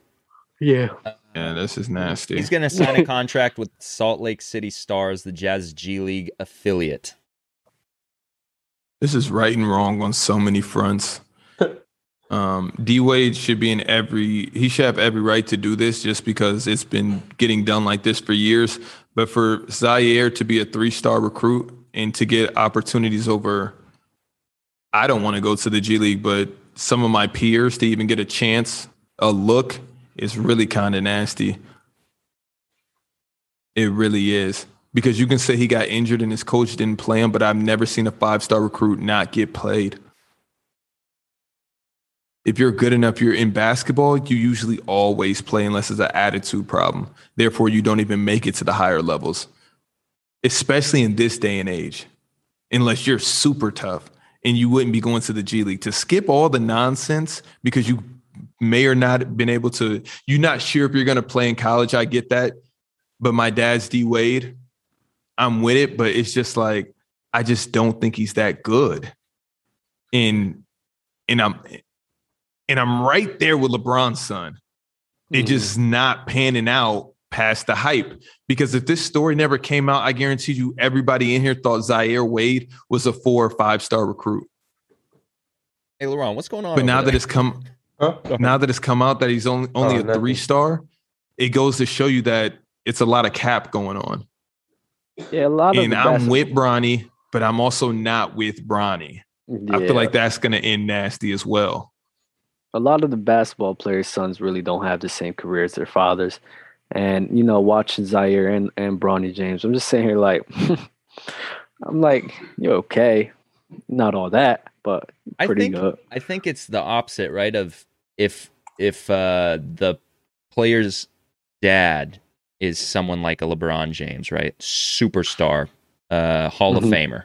Speaker 2: Yeah.
Speaker 1: yeah, this is nasty.
Speaker 5: He's gonna sign a contract with Salt Lake City Stars, the Jazz G League affiliate.
Speaker 1: This is right and wrong on so many fronts. Um, D Wade should be in every. He should have every right to do this, just because it's been getting done like this for years. But for Zaire to be a three-star recruit and to get opportunities over, I don't want to go to the G League, but some of my peers to even get a chance, a look, is really kind of nasty. It really is. Because you can say he got injured and his coach didn't play him, but I've never seen a five star recruit not get played. If you're good enough, you're in basketball, you usually always play unless it's an attitude problem. Therefore, you don't even make it to the higher levels, especially in this day and age, unless you're super tough and you wouldn't be going to the G League. To skip all the nonsense because you may or not been able to, you're not sure if you're going to play in college. I get that but my dad's D Wade. I'm with it, but it's just like I just don't think he's that good. And and I'm and I'm right there with LeBron's son. It just not panning out past the hype. Because if this story never came out, I guarantee you everybody in here thought Zaire Wade was a four or five star recruit.
Speaker 5: Hey, Laurent, what's going on?
Speaker 1: But
Speaker 5: over
Speaker 1: now that
Speaker 5: there?
Speaker 1: it's come
Speaker 3: Huh?
Speaker 1: now that it's come out that he's only only
Speaker 3: Oh,
Speaker 1: a
Speaker 3: nothing.
Speaker 1: three star, it goes to show you that it's a lot of cap going on.
Speaker 2: Yeah, a lot of
Speaker 1: and
Speaker 2: the
Speaker 1: I'm
Speaker 2: best-
Speaker 1: with Bronny, but I'm also not with Bronny. I
Speaker 2: Yeah.
Speaker 1: feel like that's going to end nasty as well.
Speaker 2: a lot of the basketball players' sons really don't have the same career as their fathers. And you know, watching Zaire and and Bronny James, I'm just sitting here like, I'm like, you're okay, not all that, but
Speaker 5: I
Speaker 2: pretty
Speaker 5: think
Speaker 2: good.
Speaker 5: I think it's the opposite, right? Of if if uh, the player's dad is someone like a LeBron James, right? Superstar, uh, Hall
Speaker 3: Mm-hmm.
Speaker 2: Mhm.
Speaker 5: of Famer.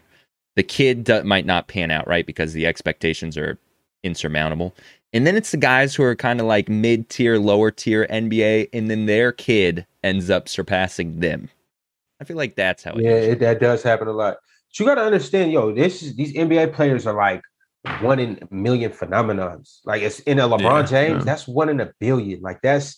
Speaker 5: The kid do- might not pan out, right? Because the expectations are insurmountable. And then it's the guys who are kind of like mid tier, lower tier NBA, and then their kid ends up surpassing them. I feel like that's how it
Speaker 3: Yeah,
Speaker 5: is.
Speaker 3: it, that does happen a lot. But you got to understand, yo, this is, these NBA players are like one in a million phenomenons. Like it's in a LeBron
Speaker 1: Yeah,
Speaker 3: James,
Speaker 1: yeah.
Speaker 3: that's one in a billion. Like that's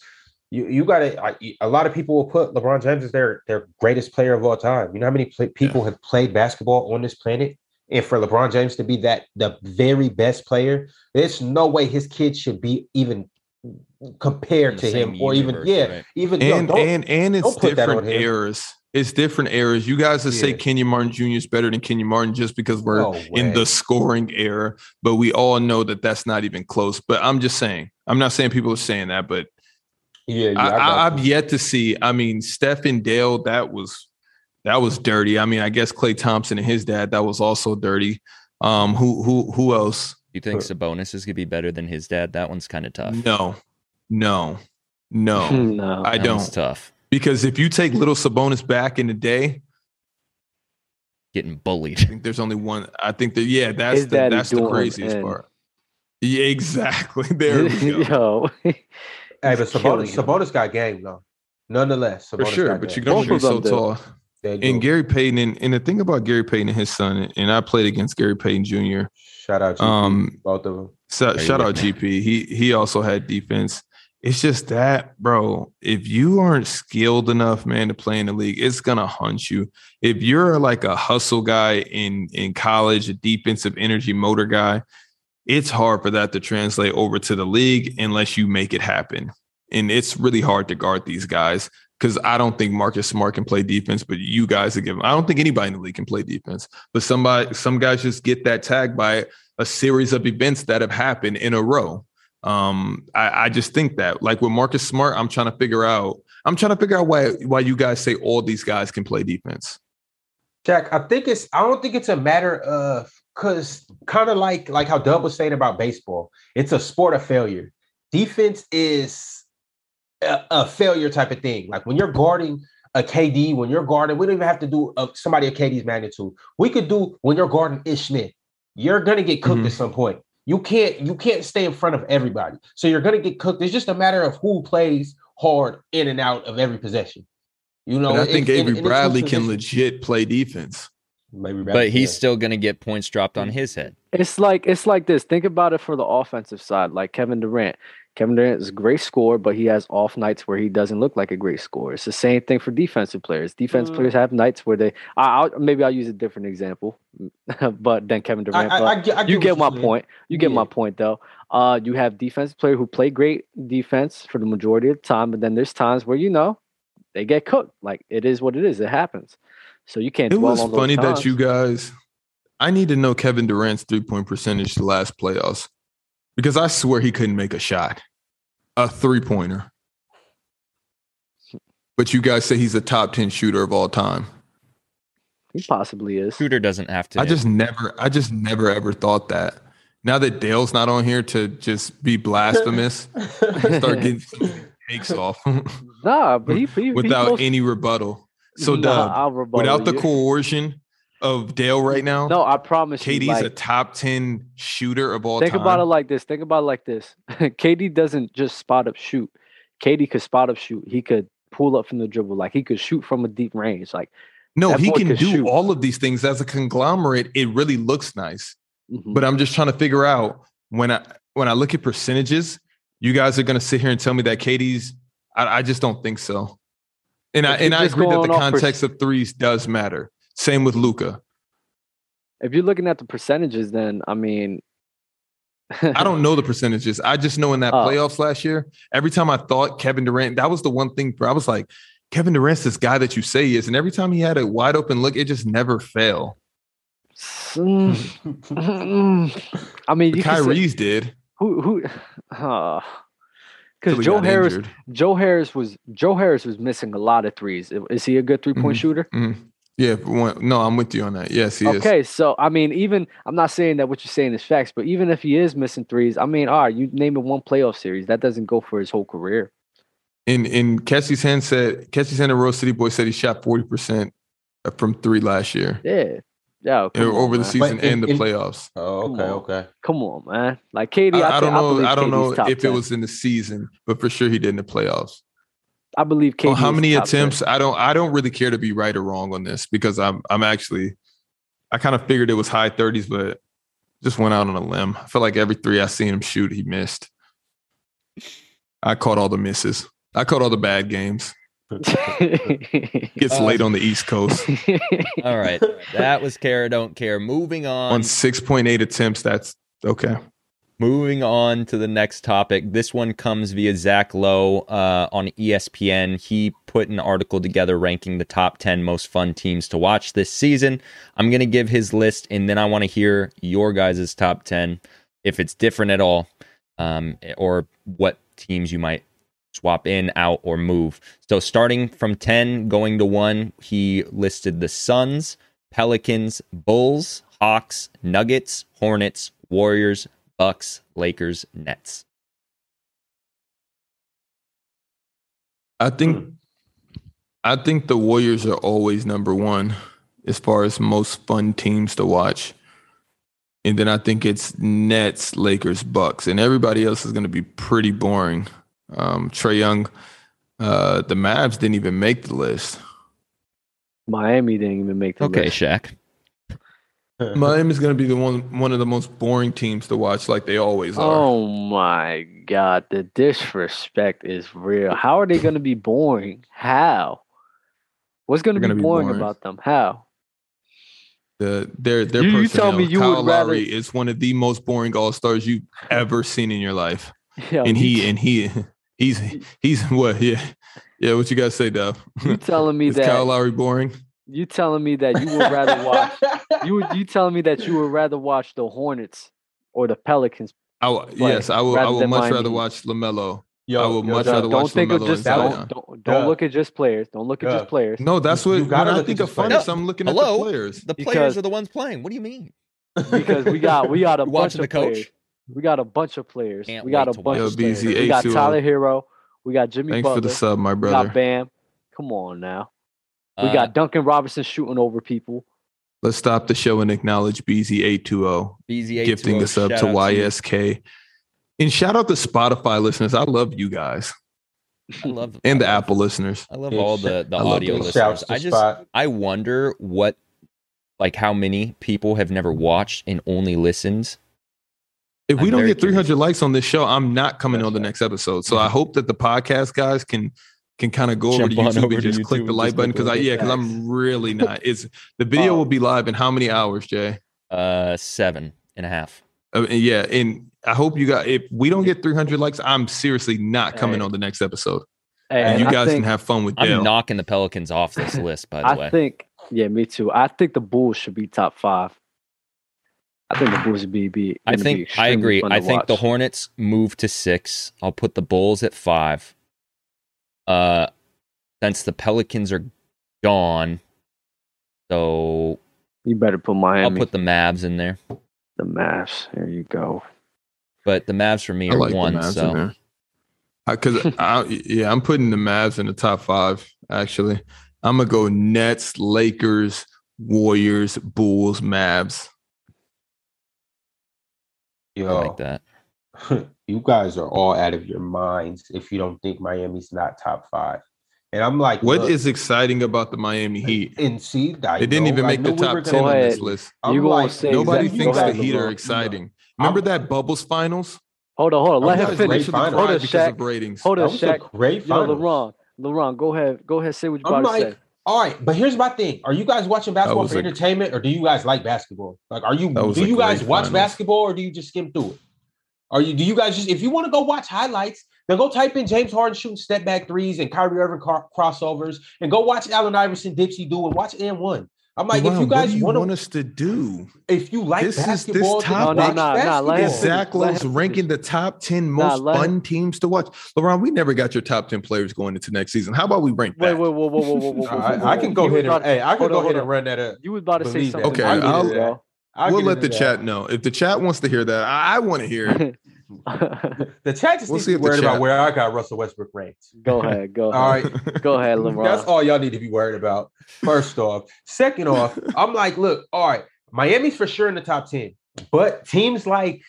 Speaker 3: you. You got to. A lot of people will put LeBron James as their their greatest player of all time. You know how many pla people have played basketball on this planet, and for LeBron James to be that the very best player, there's no way his kid should be even
Speaker 5: In
Speaker 3: compared
Speaker 5: the
Speaker 3: to
Speaker 5: same
Speaker 3: him or even
Speaker 5: universe,
Speaker 3: yeah
Speaker 5: right.
Speaker 3: even yo,
Speaker 1: and
Speaker 3: don't-
Speaker 1: and and it's
Speaker 3: don't put that on
Speaker 1: different
Speaker 3: him.
Speaker 1: eras. It's different eras. You guys that say
Speaker 3: Yeah.
Speaker 1: Kenya Martin Jr. is better than Kenya Martin just because we're
Speaker 3: no
Speaker 1: in
Speaker 3: way.
Speaker 1: the scoring era, but we all know that that's not even close. But I'm just saying, I'm not saying people are saying that, but
Speaker 3: yeah, yeah
Speaker 1: I,
Speaker 3: got
Speaker 1: I,
Speaker 3: you.
Speaker 1: I've yet to see. I mean, Steph and Dale, that was that was dirty. I mean, I guess Clay Thompson and his dad, that was also dirty. Um, who who who else?
Speaker 5: You think Sabonis is gonna be better than his dad? That one's kind of tough.
Speaker 1: No, no, no.
Speaker 2: no,
Speaker 1: I
Speaker 5: that one's
Speaker 1: don't
Speaker 5: tough.
Speaker 1: because if you take little Sabonis back in the day,
Speaker 5: Getting
Speaker 1: I
Speaker 5: bullied.
Speaker 1: think there's only one. I think that yeah, that's
Speaker 2: His
Speaker 1: the
Speaker 2: daddy
Speaker 1: that's the
Speaker 2: do him
Speaker 1: craziest
Speaker 2: in.
Speaker 1: part. Yeah, exactly. There we go.
Speaker 2: yo,
Speaker 3: Hey, but
Speaker 2: He's killing
Speaker 3: Sabonis,
Speaker 2: him.
Speaker 3: Sabonis got game though. Nonetheless,
Speaker 1: For
Speaker 3: Sabonis
Speaker 1: sure,
Speaker 3: got
Speaker 1: but you can
Speaker 3: game.
Speaker 1: only
Speaker 2: Both
Speaker 1: be
Speaker 2: of
Speaker 1: so
Speaker 2: them do.
Speaker 1: tall.
Speaker 3: They do.
Speaker 1: And Gary Payton, and, and the thing about Gary Payton and his son, and I played against Gary Payton Jr.
Speaker 3: shout out, GP,
Speaker 1: Um,
Speaker 3: both of them.
Speaker 1: So,
Speaker 5: Are you
Speaker 1: shout out
Speaker 5: with me?
Speaker 1: GP. He he also had defense. It's just that, bro. If you aren't skilled enough, man, to play in the league, it's gonna hunt you. If you're like a hustle guy in in college, a defensive energy motor guy, it's hard for that to translate over to the league unless you make it happen. And it's really hard to guard these guys because I don't think Marcus Smart can play defense, but you guys are giving. I don't think anybody in the league can play defense, but somebody, some guys just get that tag by a series of events that have happened in a row. Um, I, I just think that, like with Marcus Smart, I'm trying to figure out. I'm trying to figure out why why you guys say all these guys can play defense.
Speaker 3: Jack, I think it's. I don't think it's a matter of because kind of like like how Dub was saying about baseball, it's a sport of failure. Defense is a, a failure type of thing. Like when you're guarding a KD, when you're guarding, we don't even have to do a, somebody of KD's magnitude. We could do when you're guarding Ish Smith. You're gonna get cooked
Speaker 1: Mm-hmm.
Speaker 3: at some point. You can't you can't stay in front of everybody. So you're gonna get cooked. It's just a matter of who plays hard in and out of every possession. You know,
Speaker 1: and I
Speaker 3: it-
Speaker 1: think
Speaker 3: and-
Speaker 1: Avery
Speaker 3: and it's who's
Speaker 1: Bradley can
Speaker 3: position-
Speaker 1: legit play defense.
Speaker 3: Maybe
Speaker 5: But he's still gonna get points dropped
Speaker 1: Mm.
Speaker 5: on his head.
Speaker 2: it's like it's like this. Think about it for the offensive side, like Kevin Durant. Kevin Durant is a great scorer, but he has off nights where he doesn't look like a great scorer. It's the same thing for defensive players. Defense
Speaker 3: Mm.
Speaker 2: players have nights where they. I, I'll, maybe I'll use a different example, but then Kevin
Speaker 3: I,
Speaker 2: Durant.
Speaker 3: I,
Speaker 2: but-
Speaker 3: I, get, I
Speaker 2: you
Speaker 3: what
Speaker 2: get
Speaker 3: you're
Speaker 2: my
Speaker 3: saying.
Speaker 2: point. You get my
Speaker 3: Yeah.
Speaker 2: point though. Uh, you have defensive players who play great defense for the majority of the time, but then there's times where you know they get cooked. Like it is what it is. It happens. So you can't.
Speaker 1: It
Speaker 2: dwell
Speaker 1: was
Speaker 2: on those
Speaker 1: funny that
Speaker 2: times.
Speaker 1: you guys. I need to know Kevin Durant's three point percentage the last playoffs because I swear he couldn't make a shot, a three pointer. But you guys say he's a top ten shooter of all time.
Speaker 2: He possibly is.
Speaker 5: Shooter doesn't have to.
Speaker 1: I just never, I just never ever thought that. Now that Dale's not on here to just be blasphemous, start getting takes off
Speaker 2: Nah, but he, he he
Speaker 1: without
Speaker 2: most-
Speaker 1: any rebuttal. So,
Speaker 2: Nah,
Speaker 1: Dub,
Speaker 2: I'll rebuttal
Speaker 1: without the
Speaker 2: you.
Speaker 1: coercion of Dale right now,
Speaker 2: No, I promise
Speaker 1: KD's
Speaker 2: you. Like,
Speaker 1: a top 10 shooter of all
Speaker 2: think
Speaker 1: time.
Speaker 2: about it like this. Think about it like this. KD doesn't just spot up shoot. KD could spot up shoot. He could pull up from the dribble. Like he could shoot from a deep range. Like
Speaker 1: no,
Speaker 2: that
Speaker 1: he
Speaker 2: boy
Speaker 1: can
Speaker 2: can
Speaker 1: do
Speaker 2: shoot.
Speaker 1: all of these things as a conglomerate. It really looks nice.
Speaker 2: mhm.
Speaker 1: But I'm just trying to figure out when I when I look at percentages, you guys are gonna sit here and tell me that KD's I, I just don't think so. And I
Speaker 2: If you're
Speaker 1: and I
Speaker 2: just
Speaker 1: agree that the
Speaker 2: going off perc-
Speaker 1: context of threes does matter. Same with Luca.
Speaker 2: if you're looking at the percentages, then I mean,
Speaker 1: I don't know the percentages. I just know in that
Speaker 2: Oh.
Speaker 1: playoffs last year, every time I thought Kevin Durant, that was the one thing where I was like, Kevin Durant's this guy that you say he is. And every time he had a wide open look, it just never fell.
Speaker 2: Mm, mm, I mean,
Speaker 1: But
Speaker 2: you can say,
Speaker 1: Kyrie's did.
Speaker 2: who who because
Speaker 1: till he
Speaker 2: Joe
Speaker 1: got
Speaker 2: Harris
Speaker 1: injured.
Speaker 2: Joe Harris was Joe Harris was missing a lot of threes. I- Is he a good three point shooter?
Speaker 1: Mhm. Yeah, but one, no, I'm with you on that. Yes, he is.
Speaker 2: Okay, so I mean, even I'm not saying that what you're saying is facts, but even if he is missing threes, I mean, all right, you name it one playoff series, that doesn't go for his whole career.
Speaker 1: And and Kessie Sand said Kessie Sand and Rose City Boy said he shot 40% from three last year.
Speaker 2: Yeah, yeah.
Speaker 1: Or over the
Speaker 2: man.
Speaker 1: season
Speaker 3: But in-
Speaker 1: and the
Speaker 3: in-
Speaker 1: playoffs.
Speaker 3: Oh,
Speaker 2: Come
Speaker 3: okay,
Speaker 2: on.
Speaker 3: okay.
Speaker 2: Come on, man. Like Katie,
Speaker 1: I,
Speaker 2: I,
Speaker 1: I don't
Speaker 2: think-
Speaker 1: know.
Speaker 2: believe
Speaker 1: I, don't
Speaker 2: KD's
Speaker 1: know
Speaker 2: top
Speaker 1: if
Speaker 2: 10.
Speaker 1: it was in the season, but for sure he did in the playoffs.
Speaker 2: I believe KD.
Speaker 1: On Oh, how
Speaker 2: is
Speaker 1: many
Speaker 2: top 10.
Speaker 1: attempts? I don't. I don't really care to be right or wrong on this because I'm. I'm actually. I kind of figured it was high 30s, but just went out on a limb. I feel like every three I seen him shoot, he missed. I caught all the misses. I caught all the bad games. Gets
Speaker 5: Uh,
Speaker 1: late on the East Coast.
Speaker 5: All right. That was care, or don't care. Moving on.
Speaker 1: on 6.8 attempts, that's okay.
Speaker 5: Moving on to the next topic. This one comes via Zach Lowe uh, on ESPN. He put an article together ranking the top 10 most fun teams to watch this season. I'm going to give his list and then I want to hear your guys' top 10, if it's different at all, um, or what teams you might swap in, out, or move. So starting from 10, going to 1, he listed the Suns, Pelicans, Bulls, Hawks, Nuggets, Hornets, Warriors, Bucks, Lakers, Nets.
Speaker 1: I think I think the Warriors are always number one as far as most fun teams to watch. And then I think it's Nets, Lakers, Bucks, and everybody else is going to be pretty boring. Um, Trey Young, uh, the Mavs didn't even make the list.
Speaker 2: Miami didn't even make the
Speaker 5: Okay,
Speaker 2: list.
Speaker 5: Shaq.
Speaker 1: Miami's going to be the one one of the most boring teams to watch, like they always are.
Speaker 2: Oh my God, the disrespect is real. How are they going to be boring? How? What's going to
Speaker 1: They're gonna
Speaker 2: be,
Speaker 1: be
Speaker 2: boring,
Speaker 1: boring.
Speaker 2: about them? How?
Speaker 1: The, their their
Speaker 2: You- you
Speaker 1: personnel,
Speaker 2: tell me you
Speaker 1: Kyle
Speaker 2: would rather-
Speaker 1: Lowry is one of the most boring All Stars you've ever seen in your life.
Speaker 2: Yo,
Speaker 1: and
Speaker 2: you
Speaker 1: he and he he's he's what yeah yeah what you guys say Dub?
Speaker 2: You telling me
Speaker 1: is
Speaker 2: that
Speaker 1: Kyle Lowry boring
Speaker 2: you telling me that you would rather watch you would you telling me that you would rather watch the Hornets or the Pelicans?
Speaker 1: I w- yes I will I
Speaker 2: rather
Speaker 1: will
Speaker 2: than
Speaker 1: much
Speaker 2: Miami.
Speaker 1: rather watch Lamelo
Speaker 3: Yo,
Speaker 1: I would
Speaker 3: yo,
Speaker 1: much
Speaker 3: Doug,
Speaker 1: rather
Speaker 2: Don't
Speaker 1: watch
Speaker 2: think of
Speaker 1: LaMelo
Speaker 2: just
Speaker 1: and
Speaker 2: don't
Speaker 1: Zion.
Speaker 2: don't, don't
Speaker 3: Yeah.
Speaker 2: look at just players. Don't look at
Speaker 3: Yeah.
Speaker 2: just players.
Speaker 1: no that's
Speaker 3: You-
Speaker 1: what
Speaker 3: you
Speaker 1: when
Speaker 3: gotta
Speaker 1: I
Speaker 3: look
Speaker 1: think
Speaker 3: at
Speaker 1: of
Speaker 3: this player.
Speaker 1: fun I'm looking at
Speaker 5: Hello?
Speaker 1: the players
Speaker 5: The
Speaker 2: Because-
Speaker 5: players are the ones playing. What do you mean?
Speaker 2: because we got we got a
Speaker 5: You
Speaker 2: bunch
Speaker 5: watching
Speaker 2: of
Speaker 5: the coach?
Speaker 2: players. We got a bunch of players.
Speaker 5: Can't
Speaker 2: we got
Speaker 5: wait
Speaker 2: a
Speaker 5: to
Speaker 2: bunch
Speaker 1: Yo,
Speaker 2: of players.
Speaker 1: BZ,
Speaker 2: We got
Speaker 1: ACL.
Speaker 2: Tyler Hero. We got Jimmy
Speaker 1: thanks for
Speaker 2: Butler.
Speaker 1: the sub my
Speaker 2: we
Speaker 1: brother
Speaker 2: got Bam. Come on now. We
Speaker 5: Uh,
Speaker 2: got Duncan Robinson shooting over people.
Speaker 1: let's stop the show and acknowledge BZ820
Speaker 5: BZA
Speaker 1: oh, gifting
Speaker 5: 2-0.
Speaker 1: the sub
Speaker 5: oh, Shout
Speaker 1: to
Speaker 5: out you.
Speaker 1: YSK and shout out to Spotify listeners I love you guys
Speaker 5: I love
Speaker 1: and the
Speaker 5: I love-
Speaker 1: Apple listeners
Speaker 5: I love
Speaker 3: Big
Speaker 5: all
Speaker 3: sh-
Speaker 5: the the
Speaker 1: I love
Speaker 5: audio
Speaker 1: big
Speaker 5: listeners.
Speaker 3: to
Speaker 5: I just
Speaker 3: Spot.
Speaker 5: I wonder what like how many people have never watched and only listened.
Speaker 1: If we
Speaker 5: I'm
Speaker 1: don't
Speaker 5: very
Speaker 1: get 300
Speaker 5: curious.
Speaker 1: likes on this show, I'm not coming
Speaker 3: That's
Speaker 1: on the
Speaker 3: right.
Speaker 1: next episode. So I hope that the podcast guys can can kind of go
Speaker 5: Jump on
Speaker 1: over to YouTube
Speaker 5: over to
Speaker 1: and just
Speaker 5: YouTube
Speaker 1: click the
Speaker 5: and
Speaker 1: like
Speaker 5: just
Speaker 1: button
Speaker 5: look
Speaker 1: because I
Speaker 5: at it.
Speaker 1: yeah because
Speaker 2: Facts.
Speaker 1: I'm really not. It's the video will
Speaker 2: Um,
Speaker 1: be live in how many hours, Jay?
Speaker 5: Uh seven and a half.
Speaker 1: Uh, and yeah, and I hope you got. If we don't get 300 likes, I'm seriously not coming
Speaker 2: Hey.
Speaker 1: on the next episode.
Speaker 2: Hey,
Speaker 1: And,
Speaker 2: and
Speaker 1: you
Speaker 2: I
Speaker 1: guys
Speaker 2: think,
Speaker 1: can have fun with
Speaker 5: I'm
Speaker 1: Dale.
Speaker 5: knocking the Pelicans off this list, by the
Speaker 2: I
Speaker 5: way.
Speaker 2: think yeah, me too. I think the Bulls should be top five. I think the Bulls would be be.
Speaker 5: I
Speaker 2: gonna be
Speaker 5: think I
Speaker 2: extremely
Speaker 5: agree.
Speaker 2: fun
Speaker 5: I
Speaker 2: to
Speaker 5: think the
Speaker 2: watch.
Speaker 5: Hornets move to six. I'll put the Bulls at five. Uh, since the Pelicans are gone, so
Speaker 2: you better put
Speaker 5: I'll
Speaker 2: Miami.
Speaker 5: put the Mavs in there.
Speaker 2: the Mavs. There you go.
Speaker 5: But the Mavs for me
Speaker 1: I
Speaker 5: are
Speaker 1: like
Speaker 5: one.
Speaker 1: the Mavs in
Speaker 5: so
Speaker 1: there. Because I, yeah, I'm putting the Mavs in the top five. Actually, I'm gonna go Nets, Lakers, Warriors, Bulls, Mavs.
Speaker 5: I
Speaker 3: Yo,
Speaker 5: like that.
Speaker 3: you guys are all out of your minds if you don't think Miami's not top five. And I'm like,
Speaker 1: What is
Speaker 3: look,
Speaker 1: exciting about the Miami Heat?
Speaker 3: And see, I
Speaker 1: They didn't
Speaker 3: know-
Speaker 1: even
Speaker 3: I
Speaker 1: make the
Speaker 3: knew we were
Speaker 1: top
Speaker 3: gonna
Speaker 1: ten on
Speaker 2: Go
Speaker 3: do
Speaker 1: this
Speaker 2: ahead.
Speaker 1: list.
Speaker 3: I'm
Speaker 2: You gonna say
Speaker 1: Nobody
Speaker 2: exactly-
Speaker 1: thinks
Speaker 2: Go
Speaker 1: the
Speaker 2: ahead,
Speaker 1: Heat are
Speaker 3: LeBron.
Speaker 1: exciting. Remember
Speaker 3: I'm-
Speaker 1: that Bubbles Finals?
Speaker 2: Hold on, hold on. Let
Speaker 1: That
Speaker 2: him
Speaker 1: was
Speaker 2: finish.
Speaker 1: racially
Speaker 3: Finals.
Speaker 1: divided
Speaker 2: Hold on,
Speaker 1: because
Speaker 2: Shaq.
Speaker 1: of ratings.
Speaker 2: Hold
Speaker 3: That
Speaker 2: on,
Speaker 3: was a
Speaker 2: Shaq.
Speaker 3: great
Speaker 2: Yo,
Speaker 3: finals.
Speaker 2: LeBron. LeBron, go ahead. Go ahead. Say what you
Speaker 3: I'm
Speaker 2: about to
Speaker 3: like,
Speaker 2: say.
Speaker 3: all right, but here's my thing: Are you guys watching basketball
Speaker 1: was
Speaker 3: for
Speaker 1: a-
Speaker 3: entertainment, or do you guys like basketball? Like, are you
Speaker 1: That was
Speaker 3: do
Speaker 1: a
Speaker 3: you guys
Speaker 1: great
Speaker 3: watch
Speaker 1: finals.
Speaker 3: basketball, or do you just skim through it? Are you do you guys just if you want to go watch highlights, then go type in James Harden shooting step back threes and Kyrie Irving car- crossovers, and go watch Allen Iverson Dipsy do and watch and one. I'm like, if
Speaker 1: Ron,
Speaker 3: you guys
Speaker 1: what do you
Speaker 3: want
Speaker 1: want
Speaker 3: to,
Speaker 1: us to do?
Speaker 3: if you like
Speaker 1: this is- this
Speaker 3: basketball, then
Speaker 1: topic-
Speaker 3: watch
Speaker 1: No,
Speaker 2: no, no, no, let him
Speaker 3: basketball.
Speaker 1: Is
Speaker 2: finish.
Speaker 1: Zach
Speaker 2: Let
Speaker 1: Lowe's
Speaker 2: him
Speaker 1: ranking the
Speaker 2: finish.
Speaker 1: top 10
Speaker 2: Nah,
Speaker 1: most
Speaker 2: let him-
Speaker 1: fun teams to watch? LeBron, we never got your top 10 players going into next season. How about we rank
Speaker 2: Wait,
Speaker 1: that?
Speaker 2: wait, whoa, whoa, whoa, whoa, whoa, whoa,
Speaker 3: Nah,
Speaker 2: whoa, whoa,
Speaker 3: I, I
Speaker 2: whoa.
Speaker 3: can go
Speaker 2: You was
Speaker 3: ahead and
Speaker 2: about-
Speaker 3: hey, I can
Speaker 2: hold
Speaker 3: go
Speaker 2: on,
Speaker 3: ahead
Speaker 2: hold
Speaker 3: and
Speaker 2: on.
Speaker 3: run that up.
Speaker 2: You was about to say
Speaker 3: Believe that.
Speaker 2: something.
Speaker 1: Okay,
Speaker 2: I get
Speaker 1: I'll-
Speaker 2: it, bro.
Speaker 3: I'll
Speaker 1: we'll
Speaker 3: get
Speaker 1: let
Speaker 3: into
Speaker 1: the
Speaker 3: that.
Speaker 1: chat know. If the chat wants to hear that, I, I want to hear it.
Speaker 3: The chat just
Speaker 1: We'll
Speaker 3: needs
Speaker 1: see if
Speaker 3: to be
Speaker 1: the
Speaker 3: worried about
Speaker 1: chat-
Speaker 3: where I got Russell Westbrook ranked.
Speaker 2: go ahead, go ahead,
Speaker 3: All right.
Speaker 2: go ahead, LeBron.
Speaker 3: That's all y'all need to be worried about. First off, second off, I'm like, look, all right, Miami's for sure in the top ten, but teams like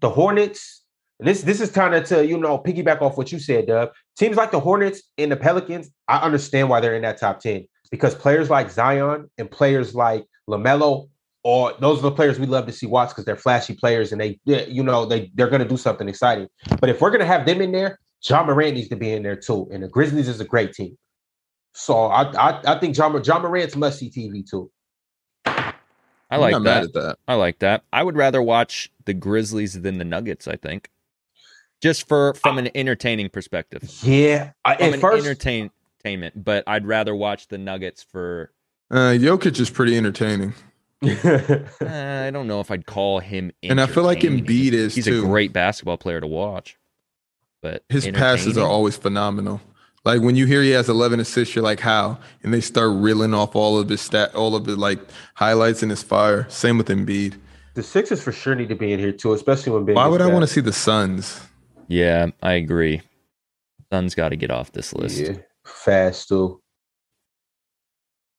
Speaker 3: the Hornets, and this this is kind of to you know piggyback off what you said, Dub. Teams like the Hornets and the Pelicans, I understand why they're in that top ten because players like Zion and players like Lamelo. Or those are the players we love to see watch because they're flashy players and they, yeah, you know, they they're gonna do something exciting. But if we're gonna have them in there, John Morant needs to be in there too. And the Grizzlies is a great team. So I I, I think John, John Morant's must see TV too.
Speaker 5: I like
Speaker 1: I'm not
Speaker 5: that.
Speaker 1: mad at that.
Speaker 5: I like that. I would rather watch the Grizzlies than the Nuggets. I think, just for from an entertaining perspective,
Speaker 3: Yeah. I,
Speaker 5: from
Speaker 3: at
Speaker 5: an
Speaker 3: first,
Speaker 5: entertain- entertainment. But I'd rather watch the Nuggets for.
Speaker 1: Uh, Jokic is pretty entertaining.
Speaker 5: uh, I don't know if I'd call him.
Speaker 1: And I feel like
Speaker 5: entertaining.
Speaker 1: Embiid is
Speaker 5: He's
Speaker 1: too.
Speaker 5: a great basketball player to watch. But
Speaker 1: His passes are
Speaker 5: entertaining?
Speaker 1: always phenomenal. Like when you hear he has 11 assists, you're like, how? And they start reeling off all of his stat, all of the like highlights in his fire. Same with Embiid.
Speaker 3: the Sixers for sure need to be in here too, especially when. Ben
Speaker 1: Why would I want to
Speaker 3: to?
Speaker 1: see the Suns?
Speaker 5: Yeah, I agree. Sun's got to get off this list.
Speaker 3: Yeah, fast too.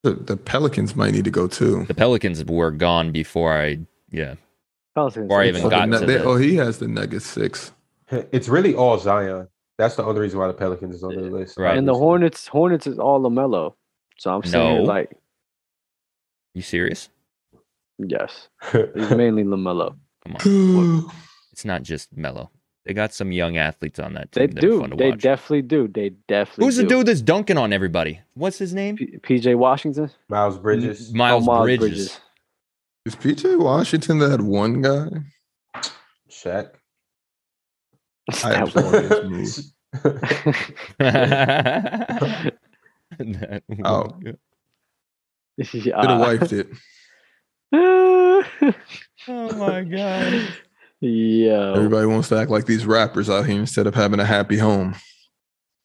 Speaker 1: The, the Pelicans might need to go too.
Speaker 5: The Pelicans were gone before I. Yeah,
Speaker 2: I was gonna
Speaker 5: Before I
Speaker 2: say
Speaker 5: even
Speaker 1: Oh,
Speaker 2: something.
Speaker 1: the Nug-
Speaker 5: got to
Speaker 1: they-
Speaker 5: the-
Speaker 1: oh, he has the Nuggets six.
Speaker 3: It's really all Zion. That's the only reason why the Pelicans is on the list.
Speaker 5: Right.
Speaker 2: And the Hornets, Hornets is all Lamelo. So I'm saying
Speaker 5: No.
Speaker 2: like
Speaker 5: you serious?
Speaker 2: yes, it's
Speaker 3: Hornets.
Speaker 2: mainly Lamelo.
Speaker 5: Come on,
Speaker 1: Who
Speaker 5: it's not just Mello. They got some young athletes on that
Speaker 2: They
Speaker 5: team. that are
Speaker 2: do.
Speaker 5: fun to
Speaker 2: They
Speaker 5: watch.
Speaker 2: definitely do. They definitely.
Speaker 5: Who's
Speaker 2: do.
Speaker 5: the dude that's dunking on everybody? What's his name?
Speaker 2: P- PJ Washington.
Speaker 3: Miles Bridges.
Speaker 5: Miles,
Speaker 2: Oh,
Speaker 5: Bridges.
Speaker 1: is PJ Washington that one guy?
Speaker 3: Shaq.
Speaker 1: I
Speaker 2: That
Speaker 1: absolutely- Hornets
Speaker 5: That
Speaker 1: Oh.
Speaker 5: was good.
Speaker 2: was-
Speaker 1: Could
Speaker 2: yeah.
Speaker 1: have wiped it.
Speaker 5: Oh my god.
Speaker 2: yeah.
Speaker 1: Everybody wants to act like these rappers out here instead of having a happy home.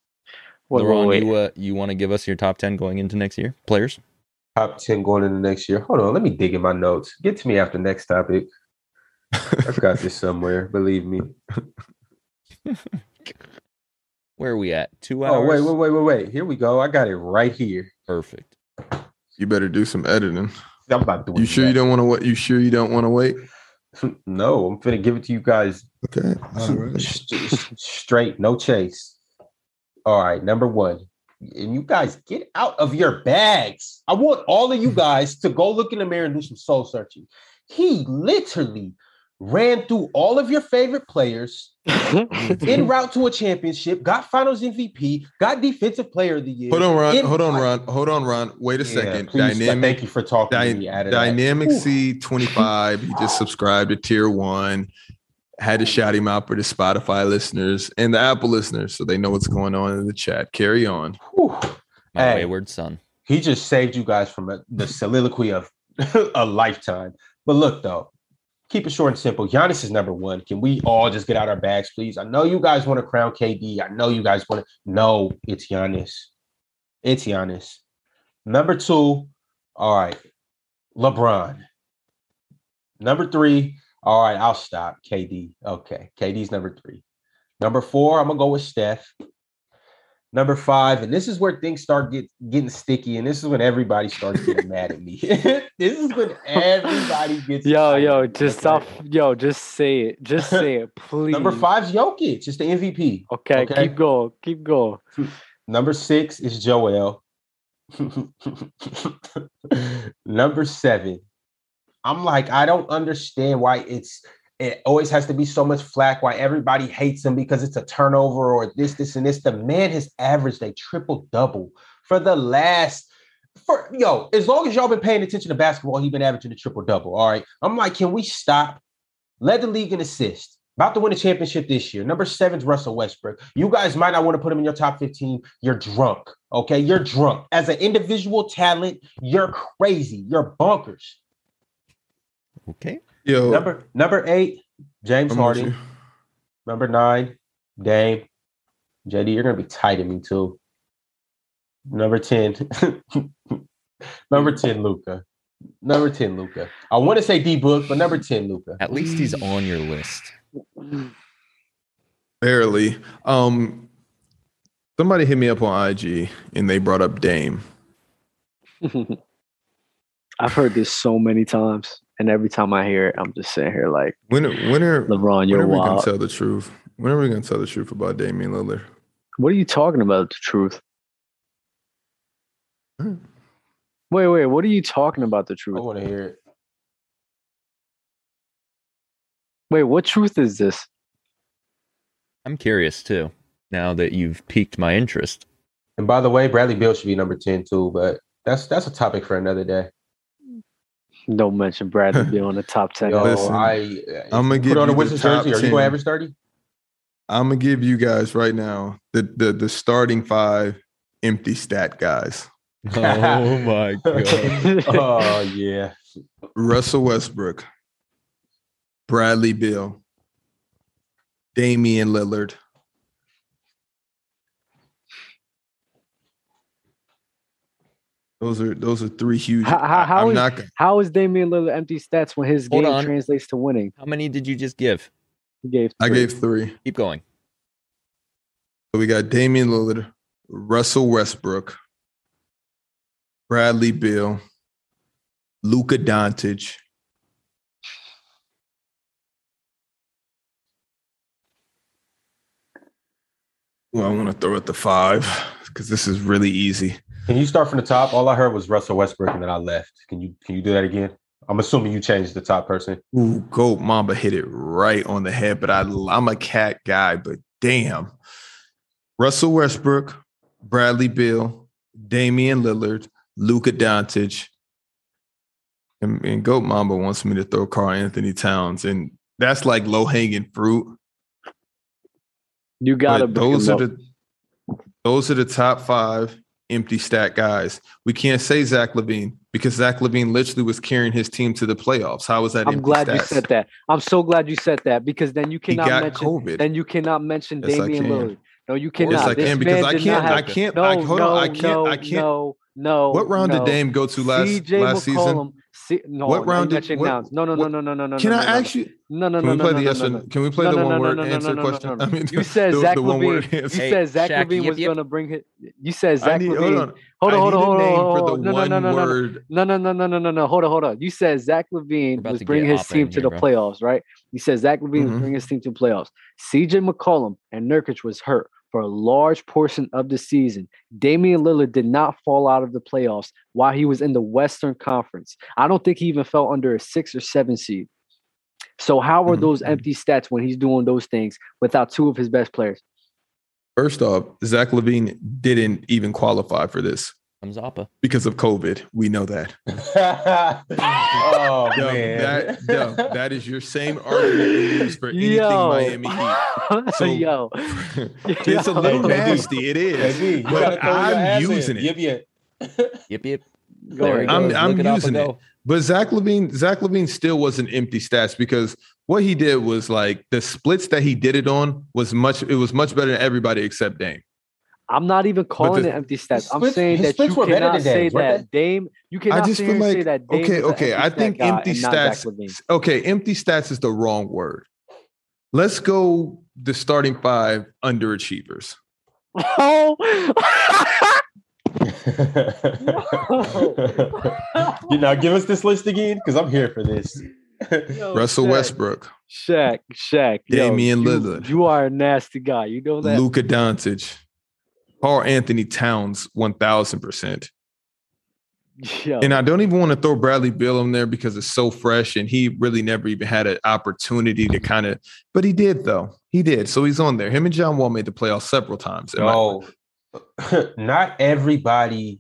Speaker 2: Wait,
Speaker 5: Laurent,
Speaker 2: wait,
Speaker 5: you
Speaker 2: wait.
Speaker 5: uh, you want to give us your top ten going into next year? Players?
Speaker 3: Top ten going into next year. Hold on, let me dig in my notes. Get to me after next topic. I've got this somewhere. Believe me.
Speaker 5: Where are we at? Two hours.
Speaker 3: Oh wait, wait, wait, wait, wait. Here we go. I got it right here.
Speaker 5: Perfect.
Speaker 1: You better do some editing.
Speaker 3: I'm about to.
Speaker 1: You sure you don't want to wait? You sure you don't want to wait?
Speaker 3: No, I'm gonna give it to you guys
Speaker 1: Okay.
Speaker 3: S- s- straight, no chase. All right, number one. And you guys get out of your bags. I want all of you guys to go look in the mirror and do some soul searching. He literally ran through all of your favorite players
Speaker 5: uh,
Speaker 3: en route to a championship, got finals MVP, got defensive player of the year.
Speaker 1: Hold on, Ron.
Speaker 3: In-
Speaker 1: Hold on, Ron. Hold on, Ron. Wait a
Speaker 3: Yeah,
Speaker 1: second.
Speaker 3: please, like,
Speaker 1: Dynamic
Speaker 3: Thank you for talking
Speaker 1: Dy-
Speaker 3: to me out of that.
Speaker 1: Dynamic
Speaker 3: Ooh.
Speaker 1: C25. You just subscribed to tier one. Had to shout him out for the Spotify listeners and the Apple listeners so they know what's going on in the chat. Carry on.
Speaker 3: Whew.
Speaker 5: My
Speaker 3: Hey.
Speaker 5: wayward son.
Speaker 3: He just saved you guys from a, the soliloquy of a lifetime. But look, though, keep it short and simple. Giannis is number one. Can we all just get out our bags, please? I know you guys want to crown KD. I know you guys want to. No, it's Giannis. It's Giannis. Number two, all right, LeBron. Number three, all right, I'll stop. KD. Okay, KD's number three. Number four, I'm gonna go with Steph. Number five, and this is where things start get, getting sticky, and this is when everybody starts getting mad at me. this is when everybody gets.
Speaker 2: Yo,
Speaker 3: mad at
Speaker 2: yo,
Speaker 3: me.
Speaker 2: just stop. Yo, just say it. Just say it, please.
Speaker 3: Number five's Jokic. It's the MVP.
Speaker 2: Okay,
Speaker 3: okay.
Speaker 2: keep going. Keep going.
Speaker 3: Number six is Joel. Number seven. I'm like, I don't understand why it's it always has to be so much flack, why everybody hates him because it's a turnover or this, this, and this. The man has averaged a triple double for the last for yo, as long as y'all been paying attention to basketball, he's been averaging a triple double. All right. I'm like, can we stop? Led the league in assists. About to win a championship this year. Number seven's Russell Westbrook. You guys might not want to put him in your top 15. You're drunk. Okay, you're drunk. As an individual talent, you're crazy. You're bonkers.
Speaker 5: Okay.
Speaker 1: Yo,
Speaker 3: Number number eight, James
Speaker 1: I'm with
Speaker 3: Harden.
Speaker 1: you.
Speaker 3: Number nine, Dame. JD, you're gonna be tight at me too. Number ten. number 10, Luca. Number 10, Luca. I want to say D book, but number 10, Luca.
Speaker 5: At least he's on your list.
Speaker 1: barely. Um, somebody hit me up on IG and they brought up Dame.
Speaker 2: I've heard this so many times, and every time I hear it, I'm just sitting here like,
Speaker 1: When when are
Speaker 2: LeBron,
Speaker 1: when
Speaker 2: you're
Speaker 1: are we gonna
Speaker 2: wild.
Speaker 1: tell the truth? When are we gonna tell the truth about Damian Lillard?
Speaker 2: What are you talking about? The truth.
Speaker 1: Hmm.
Speaker 2: Wait, wait. What are you talking about? The
Speaker 1: Oh.
Speaker 3: I
Speaker 2: truth.
Speaker 3: want to hear it.
Speaker 2: Wait, what truth is this?
Speaker 5: I'm curious too. Now that you've piqued my interest,
Speaker 3: And by the way, Bradley Bill should be number 10 too, but that's that's a topic for another day.
Speaker 2: Don't mention Bradley Beal in the top ten.
Speaker 3: Yo,
Speaker 1: Listen,
Speaker 3: I
Speaker 1: I'm gonna give
Speaker 3: put on a
Speaker 1: you the
Speaker 3: Wizards
Speaker 1: top
Speaker 3: jersey. Are you
Speaker 1: 10.
Speaker 3: gonna average 30?
Speaker 1: I'm gonna give you guys right now the the the starting five empty stat guys.
Speaker 5: oh my god,
Speaker 3: oh yeah.
Speaker 1: Russell Westbrook, Bradley Bill, Damian Lillard. Those are those are three huge.
Speaker 2: How- how-
Speaker 1: I-
Speaker 2: how
Speaker 1: I'm
Speaker 2: is-
Speaker 1: not gonna,
Speaker 2: How is Damian Lillard empty stats when his
Speaker 5: Hold
Speaker 2: game
Speaker 5: on.
Speaker 2: translates to winning?
Speaker 5: how many did you just give?
Speaker 2: He gave.
Speaker 1: I
Speaker 2: three.
Speaker 1: gave three.
Speaker 5: Keep going.
Speaker 1: So we got Damian Lillard, Russell Westbrook, Bradley Bill, Luka Doncic. Well, I want to throw at the five because this is really easy.
Speaker 3: Can you start from the top? All I heard was Russell Westbrook, and then I left. Can you can you do that again? I'm assuming you changed the top person.
Speaker 1: Ooh, Goat Mamba hit it right on the head, but I, I'm a cat guy, but damn. Russell Westbrook, Bradley Bill, Damian Lillard, Luka Doncic, and, and Goat Mamba wants me to throw Carl Anthony Towns, and that's like low hanging fruit.
Speaker 2: You gotta.
Speaker 1: But
Speaker 2: bring
Speaker 1: those
Speaker 2: him
Speaker 1: are
Speaker 2: up.
Speaker 1: the those are the top five empty stat guys. We can't say Zach Levine because Zach Levine literally was carrying his team to the playoffs. How was that?
Speaker 2: I'm
Speaker 1: empty
Speaker 2: glad you
Speaker 1: stats?
Speaker 2: said that. I'm so glad you said that because then you
Speaker 1: He
Speaker 2: cannot
Speaker 1: got
Speaker 2: mention.
Speaker 1: COVID.
Speaker 2: Then you cannot mention
Speaker 1: Yes, I
Speaker 2: Damian
Speaker 1: can.
Speaker 2: Lillard. No, you
Speaker 5: Yes,
Speaker 2: cannot.
Speaker 1: Yes, I
Speaker 2: This
Speaker 1: can because
Speaker 2: man
Speaker 1: I
Speaker 2: did
Speaker 1: can't.
Speaker 2: not
Speaker 1: I
Speaker 2: have-
Speaker 1: can't.
Speaker 2: No,
Speaker 1: I, hold
Speaker 2: no,
Speaker 1: on. I can't.
Speaker 2: No,
Speaker 1: I can't.
Speaker 2: No, no.
Speaker 1: what round
Speaker 2: no.
Speaker 1: did Dame go to last
Speaker 2: CJ
Speaker 1: last season?
Speaker 2: McCollum. C- no,
Speaker 1: What round did-
Speaker 2: did,
Speaker 1: what-
Speaker 2: no, no, no,
Speaker 1: what-
Speaker 2: no, no, no, no.
Speaker 1: Can
Speaker 2: no,
Speaker 1: I
Speaker 2: no,
Speaker 1: ask you?
Speaker 2: No, no,
Speaker 1: Can
Speaker 2: no,
Speaker 1: we
Speaker 2: no,
Speaker 1: play
Speaker 2: no,
Speaker 1: the
Speaker 2: no,
Speaker 1: yes
Speaker 2: no,
Speaker 1: or
Speaker 2: no.
Speaker 1: no? Can we play
Speaker 2: No,
Speaker 1: the
Speaker 2: no, no,
Speaker 1: one word
Speaker 2: no, no, no,
Speaker 1: answer
Speaker 2: no, no,
Speaker 1: question?
Speaker 2: no,
Speaker 1: I mean,
Speaker 2: You said
Speaker 1: the,
Speaker 2: Zach
Speaker 1: the one
Speaker 2: Levine.
Speaker 1: word answer.
Speaker 2: You
Speaker 5: Hey,
Speaker 2: said Zach
Speaker 5: Shaq,
Speaker 2: Levine
Speaker 5: yip,
Speaker 2: was
Speaker 5: yip.
Speaker 2: gonna bring it. You said
Speaker 1: I
Speaker 2: Zach
Speaker 1: need, hold
Speaker 2: Levine.
Speaker 1: on.
Speaker 2: Hold
Speaker 1: I
Speaker 2: on, hold
Speaker 1: need
Speaker 2: on, hold
Speaker 1: a name
Speaker 2: on,
Speaker 1: for the
Speaker 2: hold on. No, no,
Speaker 1: one
Speaker 2: no, no, no, no.
Speaker 1: word.
Speaker 2: No, no, no, no, no, no, no. Hold on, hold on. You said Zach Levine
Speaker 5: about
Speaker 2: was
Speaker 5: to get
Speaker 2: bringing his
Speaker 5: off in
Speaker 2: team to
Speaker 5: here,
Speaker 2: the
Speaker 5: bro. Mm-hmm.
Speaker 2: playoffs, right? You said Zach Levine
Speaker 1: Mhm.
Speaker 2: was bringing his team to the playoffs. CJ McCollum and Nurkic was hurt for a large portion of the season. Damian Lillard did not fall out of the playoffs while he was in the Western Conference. I don't think he even fell under a six or seven seed. So how are
Speaker 1: Mhm.
Speaker 5: Mm-hmm.
Speaker 2: those empty stats when he's doing those things without two of his best players?
Speaker 1: First off, Zach Levine didn't even qualify for this
Speaker 5: I'm Zappa.
Speaker 1: because of COVID. We know that.
Speaker 3: oh
Speaker 1: Dub,
Speaker 3: man,
Speaker 1: that, Dub, that is your same argument you use for anything Miami Heat. So-
Speaker 2: Yo.
Speaker 1: it's a little
Speaker 3: Yo.
Speaker 1: nasty. It is.
Speaker 3: Baby, you
Speaker 1: But
Speaker 3: gotta throw your
Speaker 1: I'm
Speaker 3: ass in.
Speaker 1: using it.
Speaker 3: Give me a-
Speaker 5: Yip yip.
Speaker 2: Go
Speaker 5: There he
Speaker 2: ahead.
Speaker 1: I'm-
Speaker 5: goes.
Speaker 1: I'm
Speaker 5: Look up
Speaker 1: using
Speaker 5: and
Speaker 1: it.
Speaker 5: go.
Speaker 1: But Zach Levine, Zach Levine still wasn't empty stats because what he did was like the splits that he did it on was much. It was much better than everybody except Dame.
Speaker 2: I'm not even calling
Speaker 1: the-
Speaker 2: it empty stats. I'm
Speaker 3: splits-
Speaker 2: saying
Speaker 3: his
Speaker 2: that you
Speaker 3: splits were better
Speaker 2: cannot
Speaker 3: than
Speaker 2: say
Speaker 3: Dame's, weren't
Speaker 2: that Dame. You cannot
Speaker 1: just
Speaker 2: sit
Speaker 1: feel
Speaker 2: here and say
Speaker 1: like-
Speaker 2: that Dame.
Speaker 1: okay,
Speaker 2: is an
Speaker 1: okay,
Speaker 2: empty
Speaker 1: I
Speaker 2: stat
Speaker 1: think
Speaker 2: guy
Speaker 1: empty
Speaker 2: and not Zach
Speaker 1: stats-
Speaker 2: Levine.
Speaker 1: Okay, empty stats is the wrong word. Let's go the starting five underachievers.
Speaker 2: Oh,
Speaker 3: you know, give us this list again because I'm here for this.
Speaker 2: Yo,
Speaker 1: Russell
Speaker 2: Shaq,
Speaker 1: Westbrook,
Speaker 2: Shaq, Shaq, yo,
Speaker 1: Damian
Speaker 2: you-
Speaker 1: Lillard.
Speaker 2: You are a nasty guy. You know that.
Speaker 1: Luka Doncic, Carl Anthony Towns, one thousand percent.
Speaker 2: Yo,
Speaker 1: And I don't even want to throw Bradley Bill in there because it's so fresh and he really never even had an opportunity to kind of, but he did though. He did. So he's on there. Him and John Wall made the playoffs several times.
Speaker 3: No, Oh. not everybody.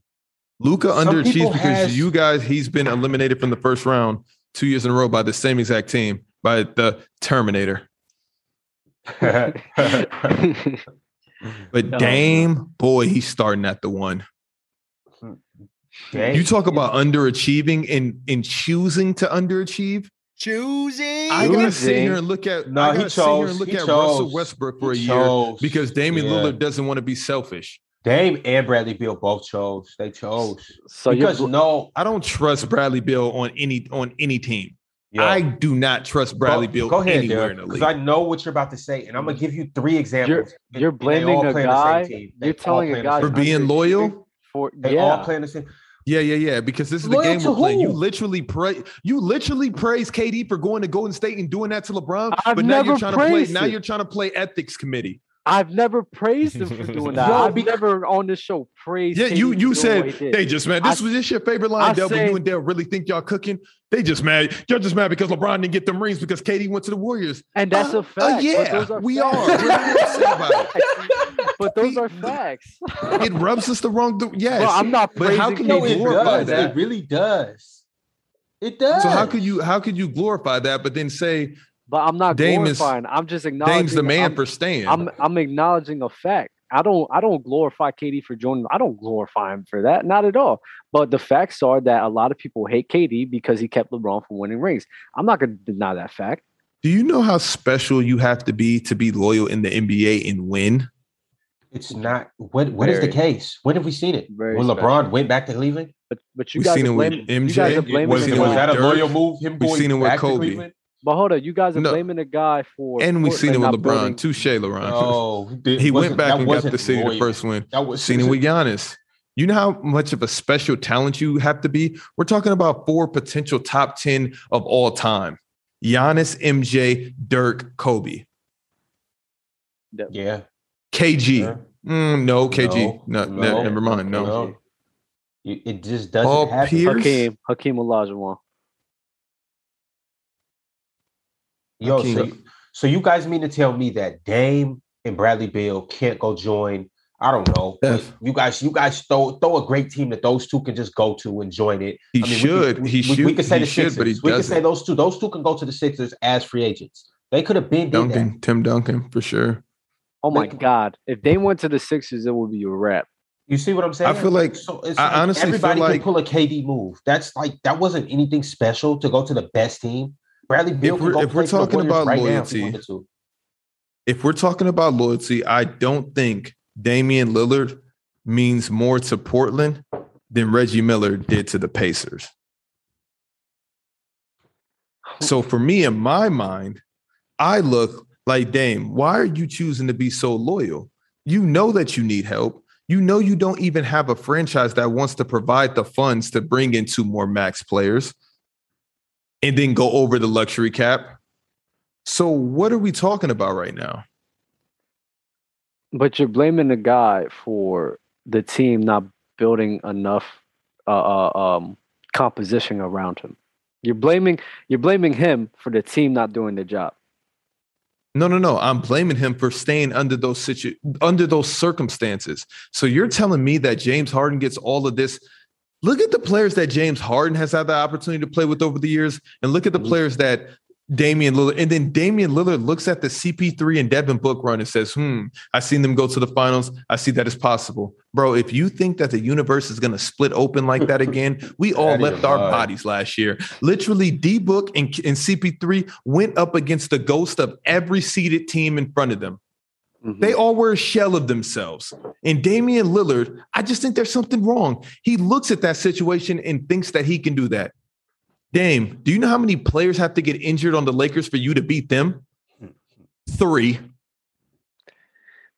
Speaker 1: Luca
Speaker 3: Some people
Speaker 1: underachieves because
Speaker 3: has-
Speaker 1: you guys, he's been eliminated from the first round two years in a row by the same exact team, by the Terminator. But
Speaker 2: No.
Speaker 1: Dame, boy, he's starting at the one.
Speaker 3: Dang.
Speaker 1: You talk about underachieving and and choosing to underachieve.
Speaker 5: Choosing.
Speaker 1: I gotta sit
Speaker 2: Choosing.
Speaker 1: here and look at
Speaker 3: No,
Speaker 1: I
Speaker 3: he
Speaker 1: gotta sit here
Speaker 3: chose.
Speaker 1: and look
Speaker 3: He
Speaker 1: at Russell
Speaker 3: chose.
Speaker 1: Westbrook
Speaker 3: He
Speaker 1: for a year
Speaker 3: chose.
Speaker 1: because Damian
Speaker 3: Yeah.
Speaker 1: Lillard doesn't want to be selfish.
Speaker 3: Dame and Bradley Beal both chose. They chose
Speaker 2: So you're
Speaker 3: because
Speaker 2: bl-
Speaker 3: no,
Speaker 1: I don't trust Bradley Bill on any on any team. I do not trust Bradley Bill anywhere in the
Speaker 3: because
Speaker 1: league.
Speaker 3: I know what you're about to say, and I'm gonna give you three examples. And-
Speaker 2: Mm. you're
Speaker 3: and they all
Speaker 2: blaming a
Speaker 3: play on the same
Speaker 2: guy-
Speaker 3: team. They
Speaker 2: you're
Speaker 3: all
Speaker 2: telling
Speaker 3: play
Speaker 2: a
Speaker 3: on the
Speaker 2: guy
Speaker 1: for
Speaker 3: same-
Speaker 1: being loyal.
Speaker 2: for
Speaker 3: They all
Speaker 2: yeah.
Speaker 3: play on the same.
Speaker 1: Yeah, yeah, yeah. Because this is the
Speaker 3: Loyal
Speaker 1: game
Speaker 3: to
Speaker 1: we're playing. You
Speaker 3: who?
Speaker 1: literally pray. You literally praise KD for going to Golden State and doing that to LeBron.
Speaker 2: I've
Speaker 1: but now you're
Speaker 2: never
Speaker 1: trying to play.
Speaker 2: praised
Speaker 1: Now
Speaker 2: it.
Speaker 1: you're trying to play ethics committee.
Speaker 2: I've never praised him for doing that.
Speaker 3: Yo,
Speaker 2: I've
Speaker 3: bec-
Speaker 2: never on this show praised.
Speaker 1: Yeah,
Speaker 2: KD
Speaker 1: you
Speaker 2: for
Speaker 1: you
Speaker 2: doing
Speaker 1: said
Speaker 2: what he did.
Speaker 1: they just mad. This
Speaker 2: I-
Speaker 1: was this your favorite line,
Speaker 2: I
Speaker 1: Dell. But
Speaker 2: say-
Speaker 1: you and Dell really think y'all cooking. They just mad. Y'all just mad because LeBron didn't get them rings because KD went to the Warriors.
Speaker 2: and that's
Speaker 1: Uh,
Speaker 2: a
Speaker 1: uh,
Speaker 2: fact. but
Speaker 1: yeah,
Speaker 2: those are
Speaker 1: we
Speaker 2: facts.
Speaker 1: are. We're not upset about
Speaker 2: but those
Speaker 1: We-
Speaker 2: are facts.
Speaker 1: It rubs us the wrong. di- Yes,
Speaker 2: Bro, I'm not
Speaker 1: but
Speaker 2: praising.
Speaker 1: how can you
Speaker 3: No, it
Speaker 2: KD for
Speaker 1: glorify
Speaker 3: does.
Speaker 2: doing
Speaker 1: that?
Speaker 3: It really does. It does.
Speaker 1: So how could you how could you glorify that, but then say
Speaker 2: But I'm not
Speaker 1: Dame is-
Speaker 2: glorifying. I'm just acknowledging.
Speaker 1: Dame's the man
Speaker 2: I'm,
Speaker 1: for staying?
Speaker 2: I'm I'm acknowledging a fact. I don't I don't glorify KD for joining. I don't glorify him for that. Not at all. But the facts are that a lot of people hate KD because he kept LeBron from winning rings. I'm not going to deny that fact.
Speaker 1: Do you know how special you have to be to be loyal in the NBA and win?
Speaker 3: It's not. What What is
Speaker 5: Very-
Speaker 3: the case? When have we seen it?
Speaker 2: Very
Speaker 3: when
Speaker 2: special.
Speaker 3: LeBron went back to Cleveland.
Speaker 2: But but you
Speaker 1: We've
Speaker 2: guys
Speaker 1: seen
Speaker 2: are
Speaker 1: it with
Speaker 2: blaming you
Speaker 1: MJ.
Speaker 2: guys are blaming
Speaker 1: We've
Speaker 3: Was,
Speaker 1: seen
Speaker 2: a
Speaker 1: it
Speaker 3: was
Speaker 1: with
Speaker 2: guy-
Speaker 3: that a
Speaker 1: Dirk.
Speaker 3: loyal move? Him
Speaker 1: We've
Speaker 3: going
Speaker 1: seen it with
Speaker 3: back to
Speaker 1: Kobe.
Speaker 3: Cleveland?
Speaker 2: But hold on, you guys are
Speaker 1: No.
Speaker 2: blaming a guy for
Speaker 1: And we've seen it with
Speaker 2: Portland not
Speaker 1: LeBron.
Speaker 2: building-
Speaker 1: Touche, LeBron.
Speaker 3: Oh, it
Speaker 1: Uh, he went
Speaker 3: wasn't-
Speaker 1: back
Speaker 3: that
Speaker 1: and got
Speaker 3: wasn't
Speaker 1: the city the
Speaker 3: loyal.
Speaker 1: first win.
Speaker 3: That was
Speaker 1: Seen it with Giannis. You know how much of a special talent you have to be? We're talking about four potential top 10 of all time. Giannis, MJ, Dirk, Kobe.
Speaker 3: Yeah.
Speaker 1: KG.
Speaker 3: sure.
Speaker 1: Mm, no, KG. No,
Speaker 3: No,
Speaker 1: no,
Speaker 3: no,
Speaker 1: never mind. No.
Speaker 3: No. You- It just doesn't
Speaker 1: Paul
Speaker 3: happen.
Speaker 1: Pierce?
Speaker 2: Hakeem Hakeem Olajuwon.
Speaker 3: Yo,
Speaker 1: Hakeem.
Speaker 3: so, you- so you guys mean to tell me that Dame and Bradley Bill can't go join? I don't know. but
Speaker 1: Def.
Speaker 3: You guys, you guys throw throw a great team that those two can just go to and join it.
Speaker 1: He
Speaker 3: I mean, we could-
Speaker 1: should.
Speaker 3: We,
Speaker 1: he
Speaker 3: we-
Speaker 1: should.
Speaker 3: We could say
Speaker 1: he
Speaker 3: the
Speaker 1: should,
Speaker 3: Sixers.
Speaker 1: but he
Speaker 3: we could
Speaker 1: doesn't.
Speaker 3: say those two. Those two can go to the Sixers as free agents. They could have been did that.
Speaker 1: Duncan, Tim Duncan, for sure.
Speaker 2: Oh my
Speaker 3: Like-
Speaker 2: God! If they went to the Sixers, it would be a wrap.
Speaker 3: You see what I'm saying?
Speaker 1: feel like-
Speaker 3: so it's
Speaker 1: I honestly feel
Speaker 3: everybody
Speaker 1: like-
Speaker 3: can pull a KD move. That's like that wasn't anything special to go to the best team. Bradley Bill.
Speaker 1: we're-
Speaker 3: can go
Speaker 1: if we're
Speaker 3: play for the
Speaker 1: talking
Speaker 3: Warriors
Speaker 1: about
Speaker 3: right now if
Speaker 1: loyalty,
Speaker 3: he wanted to.
Speaker 1: if we're talking about loyalty, I don't think Damian Lillard means more to Portland than Reggie Miller did to the Pacers. So for me, in my mind, I look like Dame, why are you choosing to be so loyal? You know that you need help. You know you don't even have a franchise that wants to provide the funds to bring in two more max players and then go over the luxury cap. So what are we talking about right now?
Speaker 2: But you're blaming the guy for the team not building enough uh, uh, um, composition around him. You're blaming you're blaming him for the team not doing the job.
Speaker 1: No, no, no. I'm blaming him for staying under those situ- under those circumstances. So you're telling me that James Harden gets all of this. Look at the players that James Harden has had the opportunity to play with over the years, and look at the players that Damian Lillard. And then Damian Lillard looks at the CP3 and Devin Book run and says, "Hmm, I seen them go to the finals. I see that it's possible, bro. If you think that the universe is going to split open like that again, we all
Speaker 3: Out of your
Speaker 1: left our
Speaker 3: mind.
Speaker 1: bodies last year. Literally, D Book and, and CP3 went up against the ghost of every seeded team in front of them.
Speaker 2: Mhm.
Speaker 1: They all were a shell of themselves. And Damian Lillard, I just think there's something wrong. He looks at that situation and thinks that he can do that. Dame, do you know how many players have to get injured on the Lakers for you to beat them? Three.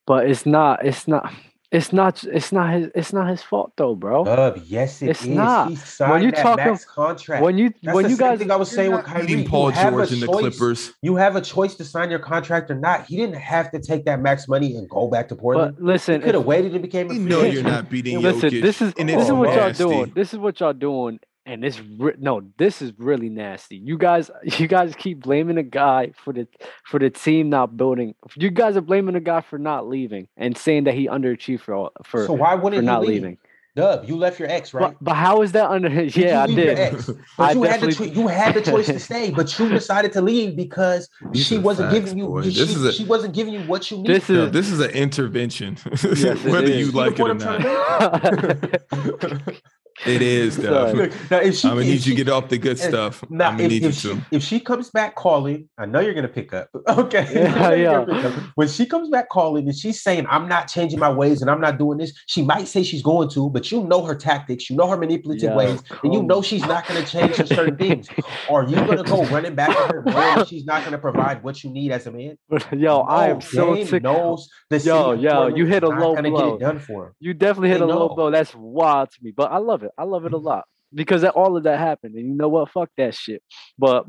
Speaker 2: but it's not it's not it's not it's not his it's not his fault though, bro.
Speaker 3: Dub, yes, it
Speaker 2: It's
Speaker 3: is.
Speaker 2: not.
Speaker 3: He signed
Speaker 2: you
Speaker 3: that
Speaker 2: talking-
Speaker 3: max contract.
Speaker 2: when you
Speaker 3: That's
Speaker 2: when
Speaker 3: the
Speaker 2: you
Speaker 3: same
Speaker 2: guys
Speaker 3: thing I was saying with Kyrie,
Speaker 1: Beating Paul
Speaker 3: you have
Speaker 1: George
Speaker 3: a
Speaker 1: and the
Speaker 3: choice.
Speaker 1: Clippers.
Speaker 3: You have a choice to sign your contract or not. He didn't have to take that max money and go back to Portland.
Speaker 2: but listen,
Speaker 3: he could
Speaker 2: if-
Speaker 3: have waited and became a
Speaker 1: We
Speaker 3: free
Speaker 1: know you're
Speaker 3: agent.
Speaker 1: not beating
Speaker 2: Listen,
Speaker 1: Jokic.
Speaker 2: this is
Speaker 1: and
Speaker 2: this
Speaker 1: it's
Speaker 2: is what
Speaker 1: nasty.
Speaker 2: y'all doing. This is what y'all doing, and it's re- no, this is really nasty. You guys, you guys keep blaming the guy for the for the team not building. You guys are blaming the guy for not leaving and saying that he underachieved for all for
Speaker 3: So why
Speaker 2: for
Speaker 3: wouldn't he
Speaker 2: not
Speaker 3: leave?
Speaker 2: leaving.
Speaker 3: Dub, you left your ex, right?
Speaker 2: But, but how is that under? Yeah, I
Speaker 3: you leave your
Speaker 2: did.
Speaker 3: ex? But
Speaker 2: I
Speaker 3: you had, the
Speaker 2: definitely-
Speaker 3: cho- you had the choice to stay, but you decided to leave because
Speaker 1: These
Speaker 3: she
Speaker 1: are
Speaker 3: wasn't
Speaker 1: facts,
Speaker 3: giving you.
Speaker 1: boy.
Speaker 3: She,
Speaker 1: This is a-
Speaker 3: she wasn't giving you what you needed.
Speaker 2: This
Speaker 1: Yo,
Speaker 2: is
Speaker 1: this is an intervention,
Speaker 2: it
Speaker 1: whether
Speaker 2: is.
Speaker 1: you
Speaker 2: You
Speaker 1: like it
Speaker 3: know
Speaker 1: or
Speaker 3: what I'm
Speaker 1: not. It is, though.
Speaker 2: Sorry.
Speaker 1: I'm
Speaker 3: Look, now if she,
Speaker 1: gonna
Speaker 3: if
Speaker 1: need
Speaker 3: she,
Speaker 1: you to get off the good
Speaker 3: if-
Speaker 1: stuff. I'm
Speaker 3: Now,
Speaker 1: gonna
Speaker 3: if,
Speaker 1: need you
Speaker 3: if, she,
Speaker 1: to.
Speaker 3: if she comes back calling, I know you're gonna pick up. Okay.
Speaker 2: Yeah,
Speaker 3: I know you're
Speaker 2: yeah.
Speaker 3: gonna pick up. When she comes back calling and she's saying, "I'm not changing my ways and I'm not doing this," she might say she's going to, but you know her tactics, you know her manipulative
Speaker 2: Yeah.
Speaker 3: ways, and you know she's not gonna change some certain things. Are you gonna go running back to her knowing that she's not gonna provide what you need as a man?
Speaker 2: Yo, I
Speaker 3: No,
Speaker 2: am so
Speaker 3: Dame
Speaker 2: sick.
Speaker 3: Knows the city
Speaker 2: Yo, yo,
Speaker 3: employment
Speaker 2: you
Speaker 3: is
Speaker 2: hit a
Speaker 3: not
Speaker 2: low
Speaker 3: gonna Get
Speaker 2: blow.
Speaker 3: it done for him.
Speaker 2: You definitely hit
Speaker 3: They
Speaker 2: a low
Speaker 3: know. Mm-hmm.
Speaker 2: blow. That's wild to me, but I love it. I love it a lot because that, all of that happened, and you know what? Fuck that shit. But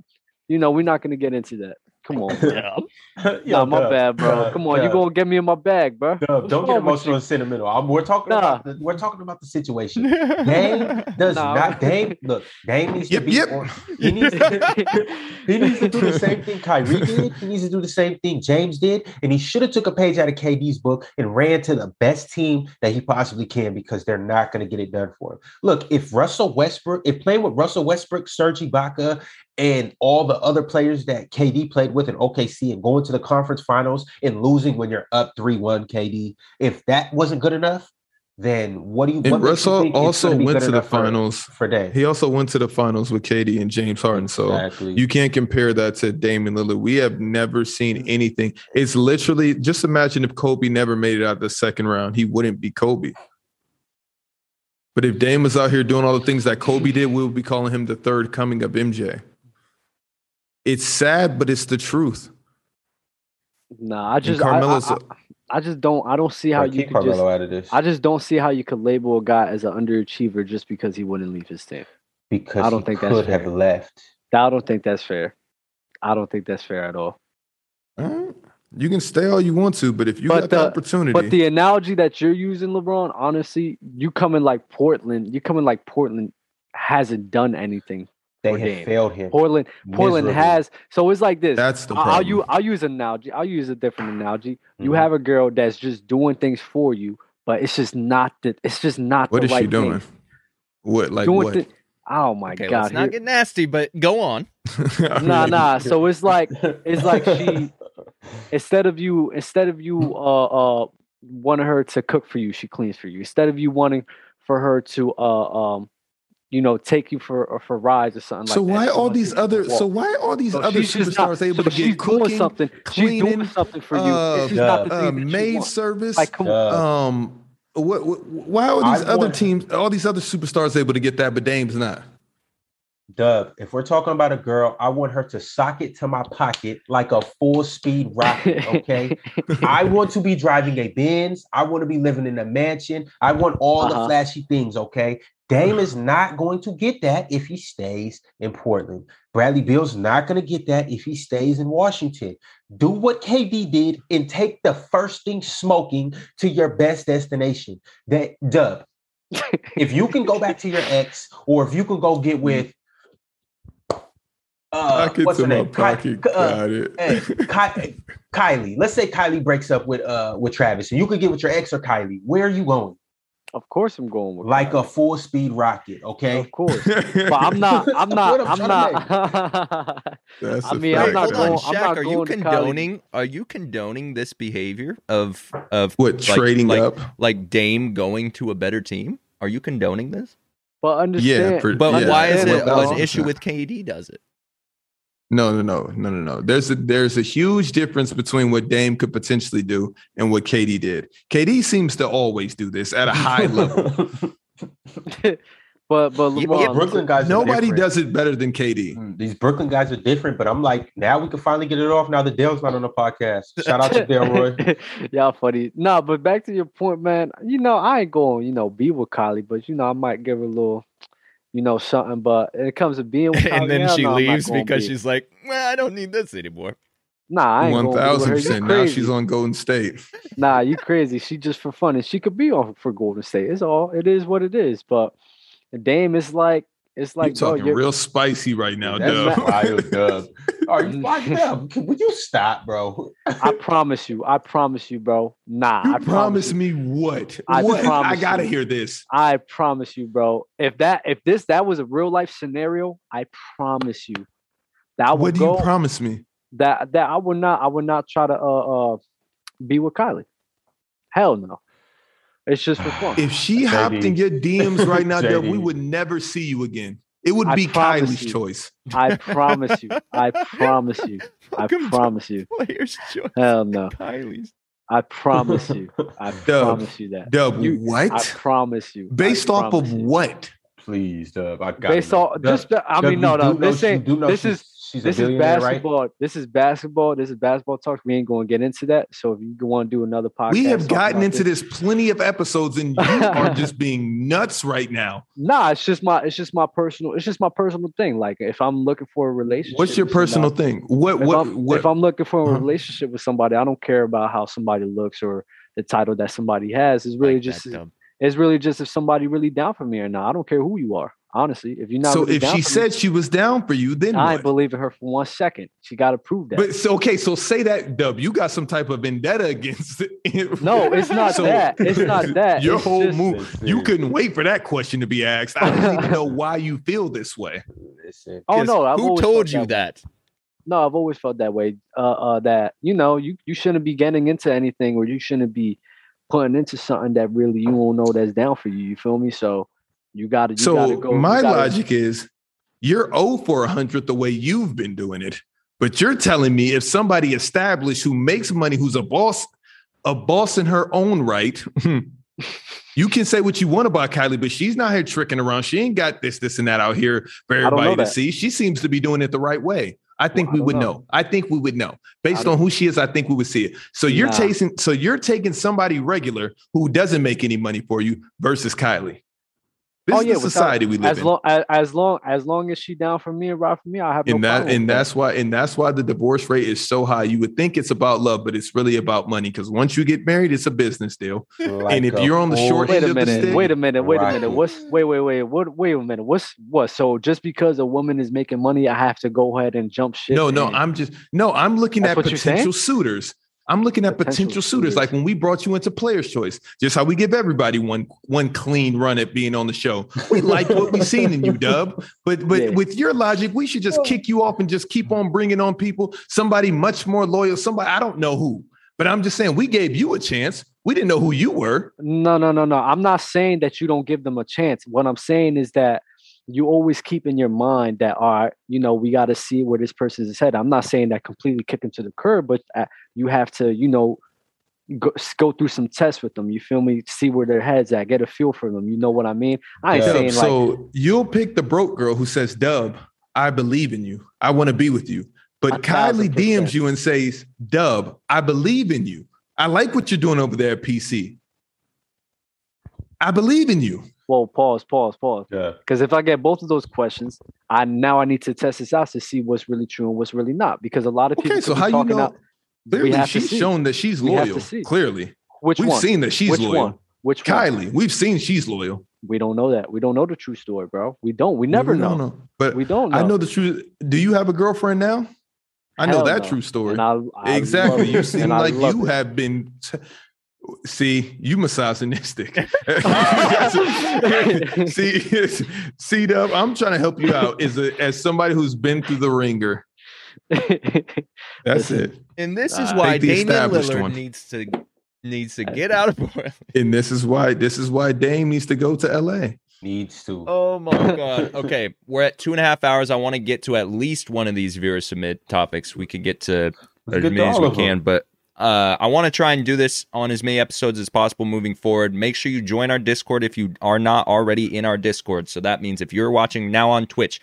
Speaker 2: you know, we're not gonna get into that. Come on, man.
Speaker 5: Yeah.
Speaker 2: nah, my
Speaker 3: Dub,
Speaker 2: bad, bro.
Speaker 3: Dub,
Speaker 2: Come on, you
Speaker 3: Dub,
Speaker 2: gonna get me in my bag, bro?
Speaker 3: Dub,
Speaker 2: What's
Speaker 3: don't get
Speaker 2: wrong with
Speaker 3: emotional and sentimental. I'm- we're talking
Speaker 2: Nah.
Speaker 3: about the, we're talking about the situation. Dame does
Speaker 2: No.
Speaker 3: not. Dame, look, Dame needs
Speaker 1: Yip,
Speaker 3: to be.
Speaker 1: yip.
Speaker 3: On, he, needs to, he needs to do the same thing Kyrie did. He needs to do the same thing James did, and he should have took a page out of KD's book and ran to the best team that he possibly can because they're not going to get it done for him. Look, if Russell Westbrook, if playing with Russell Westbrook, Serge Ibaka, and all the other players that KD played with in OKC and going to the conference finals and losing when you're up three one KD, if that wasn't good enough. Then what do you? what
Speaker 1: And
Speaker 3: makes
Speaker 1: Russell
Speaker 3: you think it's gonna
Speaker 1: also
Speaker 3: be
Speaker 1: went
Speaker 3: good
Speaker 1: to the
Speaker 3: enough for-
Speaker 1: finals.
Speaker 3: for Dame?
Speaker 1: He also went to the finals with Katie and James Harden. So
Speaker 3: Exactly.
Speaker 1: You can't compare that to Damian Lillard. We have never seen
Speaker 2: Mm-hmm.
Speaker 1: anything. It's literally just imagine if Kobe never made it out the second round, he wouldn't be Kobe. But if Dame was out here doing all the things that Kobe did, we would be calling him the third coming of MJ. It's sad, but it's the truth.
Speaker 2: Nah, I
Speaker 1: And
Speaker 2: just I,
Speaker 1: Carmelo's
Speaker 2: I, I just don't. I don't see how
Speaker 3: Like,
Speaker 2: you
Speaker 3: keep
Speaker 2: could just.
Speaker 3: Carmelo out of this
Speaker 2: I just don't see how you could label a guy as an underachiever just because he wouldn't leave his team.
Speaker 3: because
Speaker 2: I don't
Speaker 3: he
Speaker 2: think that's
Speaker 3: could have
Speaker 2: fair.
Speaker 3: left.
Speaker 2: I don't think that's fair. I don't think that's fair at all.
Speaker 1: Alright, you can stay all you want to, but if you
Speaker 2: But
Speaker 1: got
Speaker 2: the-
Speaker 1: the
Speaker 2: But
Speaker 1: opportunity,
Speaker 2: the analogy that you're using, LeBron, honestly, you coming like Portland. You coming like Portland hasn't done anything.
Speaker 3: They
Speaker 2: Or
Speaker 3: have
Speaker 2: Dame.
Speaker 3: failed him.
Speaker 2: Portland, Portland
Speaker 3: miserably.
Speaker 2: has. So it's like this.
Speaker 1: that's the
Speaker 2: I-
Speaker 1: problem. Mm-hmm.
Speaker 2: I'll use I'll use an analogy. I'll use a different analogy. You
Speaker 3: Mhm.
Speaker 2: have a girl that's just doing things for you, but it's just not the it's just not
Speaker 1: what
Speaker 2: the
Speaker 1: is
Speaker 2: right
Speaker 1: she doing?
Speaker 2: Thing.
Speaker 1: What like
Speaker 2: doing
Speaker 1: what?
Speaker 2: thi- oh my
Speaker 5: okay,
Speaker 2: god.
Speaker 5: let's not
Speaker 2: here-
Speaker 5: get nasty, but go on.
Speaker 2: nah, nah. So it's like it's like
Speaker 3: That's
Speaker 2: she- instead of you instead of
Speaker 1: Hmm.
Speaker 2: you uh uh wanting her to cook for you, she cleans for you. Instead of you wanting for her to uh um you know take you for or for rides or something
Speaker 1: So
Speaker 2: like that.
Speaker 1: why
Speaker 2: she
Speaker 1: all
Speaker 2: wants you
Speaker 1: these
Speaker 2: to
Speaker 1: other?
Speaker 2: walk.
Speaker 1: So why all these
Speaker 2: So
Speaker 1: other
Speaker 2: she's just
Speaker 1: superstars
Speaker 2: not-
Speaker 1: able
Speaker 2: so
Speaker 1: to get
Speaker 2: she's doing
Speaker 1: cooking,
Speaker 2: something. she's
Speaker 1: cleaning,
Speaker 2: doing something for you.
Speaker 1: uh,
Speaker 2: it's just not the
Speaker 3: uh,
Speaker 2: thing
Speaker 1: uh,
Speaker 2: that you
Speaker 1: maid
Speaker 2: want.
Speaker 1: service?
Speaker 2: Like uh, come on.
Speaker 1: um, what, what? Why are these
Speaker 3: I
Speaker 1: other
Speaker 3: want-
Speaker 1: teams? All these other superstars able to get that, but Dame's not.
Speaker 3: Dub, if we're talking about a girl, I want her to sock it to my pocket like a full speed rocket. Okay. I want to be driving a Benz. I want to be living in a mansion. I want all
Speaker 2: Uh-huh.
Speaker 3: the flashy things. Okay. Dame is not going to get that if he stays in Portland. Bradley Bill's not going to get that if he stays in Washington. Do what KD did and take the first thing smoking to your best destination. That dub. if you can go back to your ex, or if you can go
Speaker 1: Mm.
Speaker 3: get with uh,
Speaker 1: Pocket
Speaker 3: what's
Speaker 1: to
Speaker 3: her
Speaker 1: my
Speaker 3: name? Ky-
Speaker 1: pocket.
Speaker 3: Ky- uh,
Speaker 1: Got it.
Speaker 3: hey, Ky- Kylie. Let's say Kylie breaks up with uh with Travis, and you could get with your ex or Kylie. Where are you going?
Speaker 2: Of course, I'm going with
Speaker 3: Like
Speaker 2: Kyrie.
Speaker 3: a full speed rocket, okay?
Speaker 2: Of course, but I'm not. I'm
Speaker 3: That's
Speaker 2: not.
Speaker 3: what I'm
Speaker 2: I'm
Speaker 3: trying
Speaker 2: not.
Speaker 1: That's
Speaker 2: I
Speaker 1: a
Speaker 2: mean,
Speaker 1: fact,
Speaker 2: I'm not
Speaker 1: man.
Speaker 5: hold on,
Speaker 2: going- I'm
Speaker 5: Shaq.
Speaker 2: not
Speaker 5: are you
Speaker 2: going to college.
Speaker 5: condoning? Are you condoning this behavior of of
Speaker 1: What
Speaker 5: like-
Speaker 1: trading
Speaker 5: like,
Speaker 1: up?
Speaker 5: like Dame going to a better team? Are you condoning this?
Speaker 2: but understand.
Speaker 1: Yeah, per-
Speaker 5: But
Speaker 1: yeah,
Speaker 5: why is
Speaker 2: yeah,
Speaker 5: it
Speaker 2: well,
Speaker 5: an issue
Speaker 1: with?
Speaker 5: with KD? Does it?
Speaker 1: No, no, no, no, no, no. There's a there's a huge difference between what Dame could potentially do and what KD did. KD seems to always do this at a high level.
Speaker 2: but but
Speaker 5: Yeah,
Speaker 2: LeBron,
Speaker 5: yeah,
Speaker 3: Brooklyn guys. are
Speaker 1: Nobody
Speaker 3: different.
Speaker 1: does it better than KD.
Speaker 3: Mm, These Brooklyn guys are different, but I'm like, now we can finally get it off. Now the Dale's not on the podcast. Shout out to Delroy.
Speaker 2: Y'all funny. Nah, but back to your point, man. You know, I ain't going, you know, be with Kylie, but you know, I might give her a little, you know, something. But when it comes to being with Kylie,
Speaker 5: and then
Speaker 2: Oh, hell
Speaker 5: she
Speaker 2: no, I'm not
Speaker 5: leaves
Speaker 2: gonna
Speaker 5: because
Speaker 2: be.
Speaker 5: she's like, well, I don't need this anymore.
Speaker 2: nah, I ain't
Speaker 1: One
Speaker 2: gonna be with
Speaker 1: thousand
Speaker 2: her. You
Speaker 1: percent. Now
Speaker 2: crazy.
Speaker 1: she's on Golden State.
Speaker 2: Nah, you crazy. She just for fun, and she could be on for Golden State. It's all. It is what it is. But Dame is like It's like
Speaker 1: you're
Speaker 2: bro,
Speaker 1: talking
Speaker 2: you're-
Speaker 1: real spicy right now,
Speaker 3: That's
Speaker 1: Dub.
Speaker 3: not wild, Dub. Are you locked up? Can- Would you stop, bro?
Speaker 2: I promise you. I promise you, bro. Nah,
Speaker 1: You
Speaker 2: I
Speaker 1: promise
Speaker 2: you.
Speaker 1: me what?
Speaker 2: I
Speaker 1: what? I
Speaker 2: promise
Speaker 1: gotta
Speaker 2: you.
Speaker 1: hear this.
Speaker 2: I promise you, bro. If that if this that was a real life scenario, I promise you. That I would
Speaker 1: What do
Speaker 2: go
Speaker 1: you promise me?
Speaker 2: that that I would not I would not try to uh uh be with Kylie. Hell no. It's just for fun.
Speaker 1: If she hopped in your DMs right now, Dub, we would never see you again. It would
Speaker 2: I
Speaker 1: be
Speaker 2: promise
Speaker 1: Kylie's
Speaker 2: you.
Speaker 1: choice.
Speaker 2: I promise you. I promise you. I
Speaker 5: Welcome to
Speaker 2: promise you.
Speaker 5: Players choice.
Speaker 2: Hell no.
Speaker 5: Kylie's.
Speaker 2: I promise you. I promise you that.
Speaker 1: Dub,
Speaker 2: You- I
Speaker 1: what?
Speaker 2: promise you. I
Speaker 1: Based off of
Speaker 2: promise you.
Speaker 1: what?
Speaker 3: Please, Dub. I got
Speaker 2: Based off just the- I mean no no this ain't this is
Speaker 3: she's
Speaker 2: this
Speaker 3: a
Speaker 2: is
Speaker 3: billionaire, right?
Speaker 2: basketball. This is basketball. This is basketball talk. We ain't going to get into that. So if you want to do another podcast,
Speaker 1: We have
Speaker 2: talking
Speaker 1: gotten
Speaker 2: about
Speaker 1: into this plenty of episodes, and you are just being nuts right now.
Speaker 2: Nah, it's just my it's just my personal it's just my personal thing. Like if I'm looking for a relationship,
Speaker 1: What's your
Speaker 2: with somebody-
Speaker 1: personal thing? What?
Speaker 2: If,
Speaker 1: What?
Speaker 2: I'm,
Speaker 1: what?
Speaker 2: if I'm looking for a
Speaker 1: Uh-huh.
Speaker 2: relationship with somebody, I don't care about how somebody looks or the title that somebody has. It's really
Speaker 5: Like
Speaker 2: just
Speaker 5: that, Dub.
Speaker 2: it's really just if somebody really down for me or not. I don't care who you are. Honestly, if you're not
Speaker 1: so
Speaker 2: really
Speaker 1: if
Speaker 2: down
Speaker 1: she
Speaker 2: for
Speaker 1: said she was down for you, then
Speaker 2: me, I
Speaker 1: what?
Speaker 2: ain't believing her for one second. She got to prove that.
Speaker 1: But so, okay, so say that Dub, you got some type of vendetta against it.
Speaker 2: No, it's not that. It's not that.
Speaker 1: Your
Speaker 2: It's
Speaker 1: whole
Speaker 2: just-
Speaker 1: move. You couldn't wait for that question to be asked. I don't even know why you feel this way.
Speaker 3: Listen,
Speaker 2: oh
Speaker 5: 'Cause
Speaker 2: no, I've
Speaker 5: who
Speaker 2: always
Speaker 5: told
Speaker 2: felt
Speaker 5: you
Speaker 2: that? way.
Speaker 5: that?
Speaker 2: no, I've always felt that way. Uh, uh, that you know, you you shouldn't be getting into anything, or you shouldn't be putting into something that really you don't know that's down for you. You feel me? So you got to. You gotta
Speaker 1: so
Speaker 2: go, you
Speaker 1: my
Speaker 2: gotta-
Speaker 1: logic is, you're 0 for a hundred the way you've been doing it, but you're telling me if somebody established who makes money, who's a boss, a boss in her own right. You can say what you want about Kylie, but she's not here tricking around. She ain't got this, this, and that out here for
Speaker 2: don't know
Speaker 1: everybody to
Speaker 2: that.
Speaker 1: see. She seems to be doing it the right way. I think
Speaker 2: I
Speaker 1: we
Speaker 2: don't
Speaker 1: would
Speaker 2: know.
Speaker 1: know. I think we would know based
Speaker 2: don't-
Speaker 1: on who she is. I think we would see it. So you're
Speaker 2: Nah.
Speaker 1: chasing. So you're taking somebody regular who doesn't make any money for you versus Kylie. This
Speaker 2: Oh, yeah,
Speaker 1: is the
Speaker 2: without-
Speaker 1: society we live
Speaker 2: As
Speaker 1: in.
Speaker 2: long as, as long as long as she down for me and ride for me, I have no
Speaker 1: and that
Speaker 2: problem
Speaker 1: and
Speaker 2: with
Speaker 1: that's why and that's why the divorce rate is so high. You would think it's about love, but it's really about money. Because once you get married, it's a business deal.
Speaker 3: like
Speaker 1: if
Speaker 3: a
Speaker 1: you're on the
Speaker 3: full-
Speaker 1: short
Speaker 2: Wait a
Speaker 1: end of the
Speaker 2: minute.
Speaker 1: stick.
Speaker 2: Wait a minute. Wait a minute.
Speaker 3: Right.
Speaker 2: What's wait wait wait what wait a minute. What's what? So just because a woman is making money, I have to go ahead and jump shit.
Speaker 1: No, no,
Speaker 2: and-
Speaker 1: I'm just no, I'm looking
Speaker 2: That's
Speaker 1: at
Speaker 2: what you're saying?
Speaker 1: potential suitors. I'm looking at
Speaker 2: Potential
Speaker 1: potential, suitors.
Speaker 2: suitors.
Speaker 1: like when we brought you into Players Choice, just how we give everybody one one clean run at being on the show. We like what we've seen in you, Dub, but but
Speaker 2: Yeah.
Speaker 1: with your logic, we should just kick you off and just keep on bringing on people. Somebody much more loyal. Somebody I don't know who, but I'm just saying we gave you a chance. We didn't know who you were.
Speaker 2: No, no, no, no. I'm not saying that you don't give them a chance. What I'm saying is that you always keep in your mind that, all right, you know, we got to see where this person is headed. I'm not saying that completely kick them to the curb, but uh, you have to, you know, go, s- go through some tests with them. You feel me? See where their heads at, get a feel for them. You know what I mean? I ain't
Speaker 3: Yeah.
Speaker 1: Dub,
Speaker 2: saying like,
Speaker 1: so you'll pick the broke girl who says, Dub, I believe in you. I want to be with you.
Speaker 2: A
Speaker 1: But Kylie
Speaker 2: thousand percent.
Speaker 1: DMs you and says, Dub, I believe in you. I like what you're doing over there at PC. I believe in you.
Speaker 2: whoa, pause, pause, pause.
Speaker 3: Yeah.
Speaker 2: Because if I get both of those questions, I now I need to test this out to see what's really true and what's really not. Because a lot of people
Speaker 1: Okay, so
Speaker 2: could be
Speaker 1: how you
Speaker 2: talking
Speaker 1: know?
Speaker 2: out we
Speaker 1: clearly,
Speaker 2: have to
Speaker 1: she's
Speaker 2: see.
Speaker 1: shown that she's
Speaker 2: We have to
Speaker 1: loyal.
Speaker 2: see.
Speaker 1: Clearly,
Speaker 2: which
Speaker 1: we've
Speaker 2: one,
Speaker 1: seen that she's
Speaker 2: which
Speaker 1: loyal.
Speaker 2: one, which one.
Speaker 1: Kylie, we've seen she's loyal.
Speaker 2: We don't know that. We don't know the true story, bro. We don't. We never
Speaker 1: We
Speaker 2: know.
Speaker 1: don't But
Speaker 2: We don't know.
Speaker 1: I know the truth. Do you have a girlfriend now? I know
Speaker 2: Hell
Speaker 1: that
Speaker 2: no.
Speaker 1: true story.
Speaker 2: And I, I love
Speaker 1: Exactly.
Speaker 2: it.
Speaker 1: You seem
Speaker 2: And I
Speaker 1: like
Speaker 2: love
Speaker 1: you
Speaker 2: it.
Speaker 1: have been. see, you misogynistic. see, see, Dub, I'm trying to help you out. Is a, as somebody who's been through the ringer. That's
Speaker 2: Listen.
Speaker 1: it.
Speaker 5: And this is
Speaker 2: Nah.
Speaker 5: why
Speaker 1: Take the
Speaker 5: Damian
Speaker 1: established
Speaker 5: Lillard
Speaker 1: one.
Speaker 5: needs to needs to get out of Portland.
Speaker 1: And this is why this is why Dame needs to go to LA.
Speaker 3: needs to.
Speaker 5: Oh my god. Okay, we're at two and a half hours. I want to get to at least one of these viewer submit topics. We could get to
Speaker 3: Let's get
Speaker 5: as
Speaker 3: to
Speaker 5: many as
Speaker 3: all
Speaker 5: we
Speaker 3: of 'em.
Speaker 5: can, but uh, I want to try and do this on as many episodes as possible moving forward. Make sure you join our Discord if you are not already in our Discord. So that means if you're watching now on Twitch,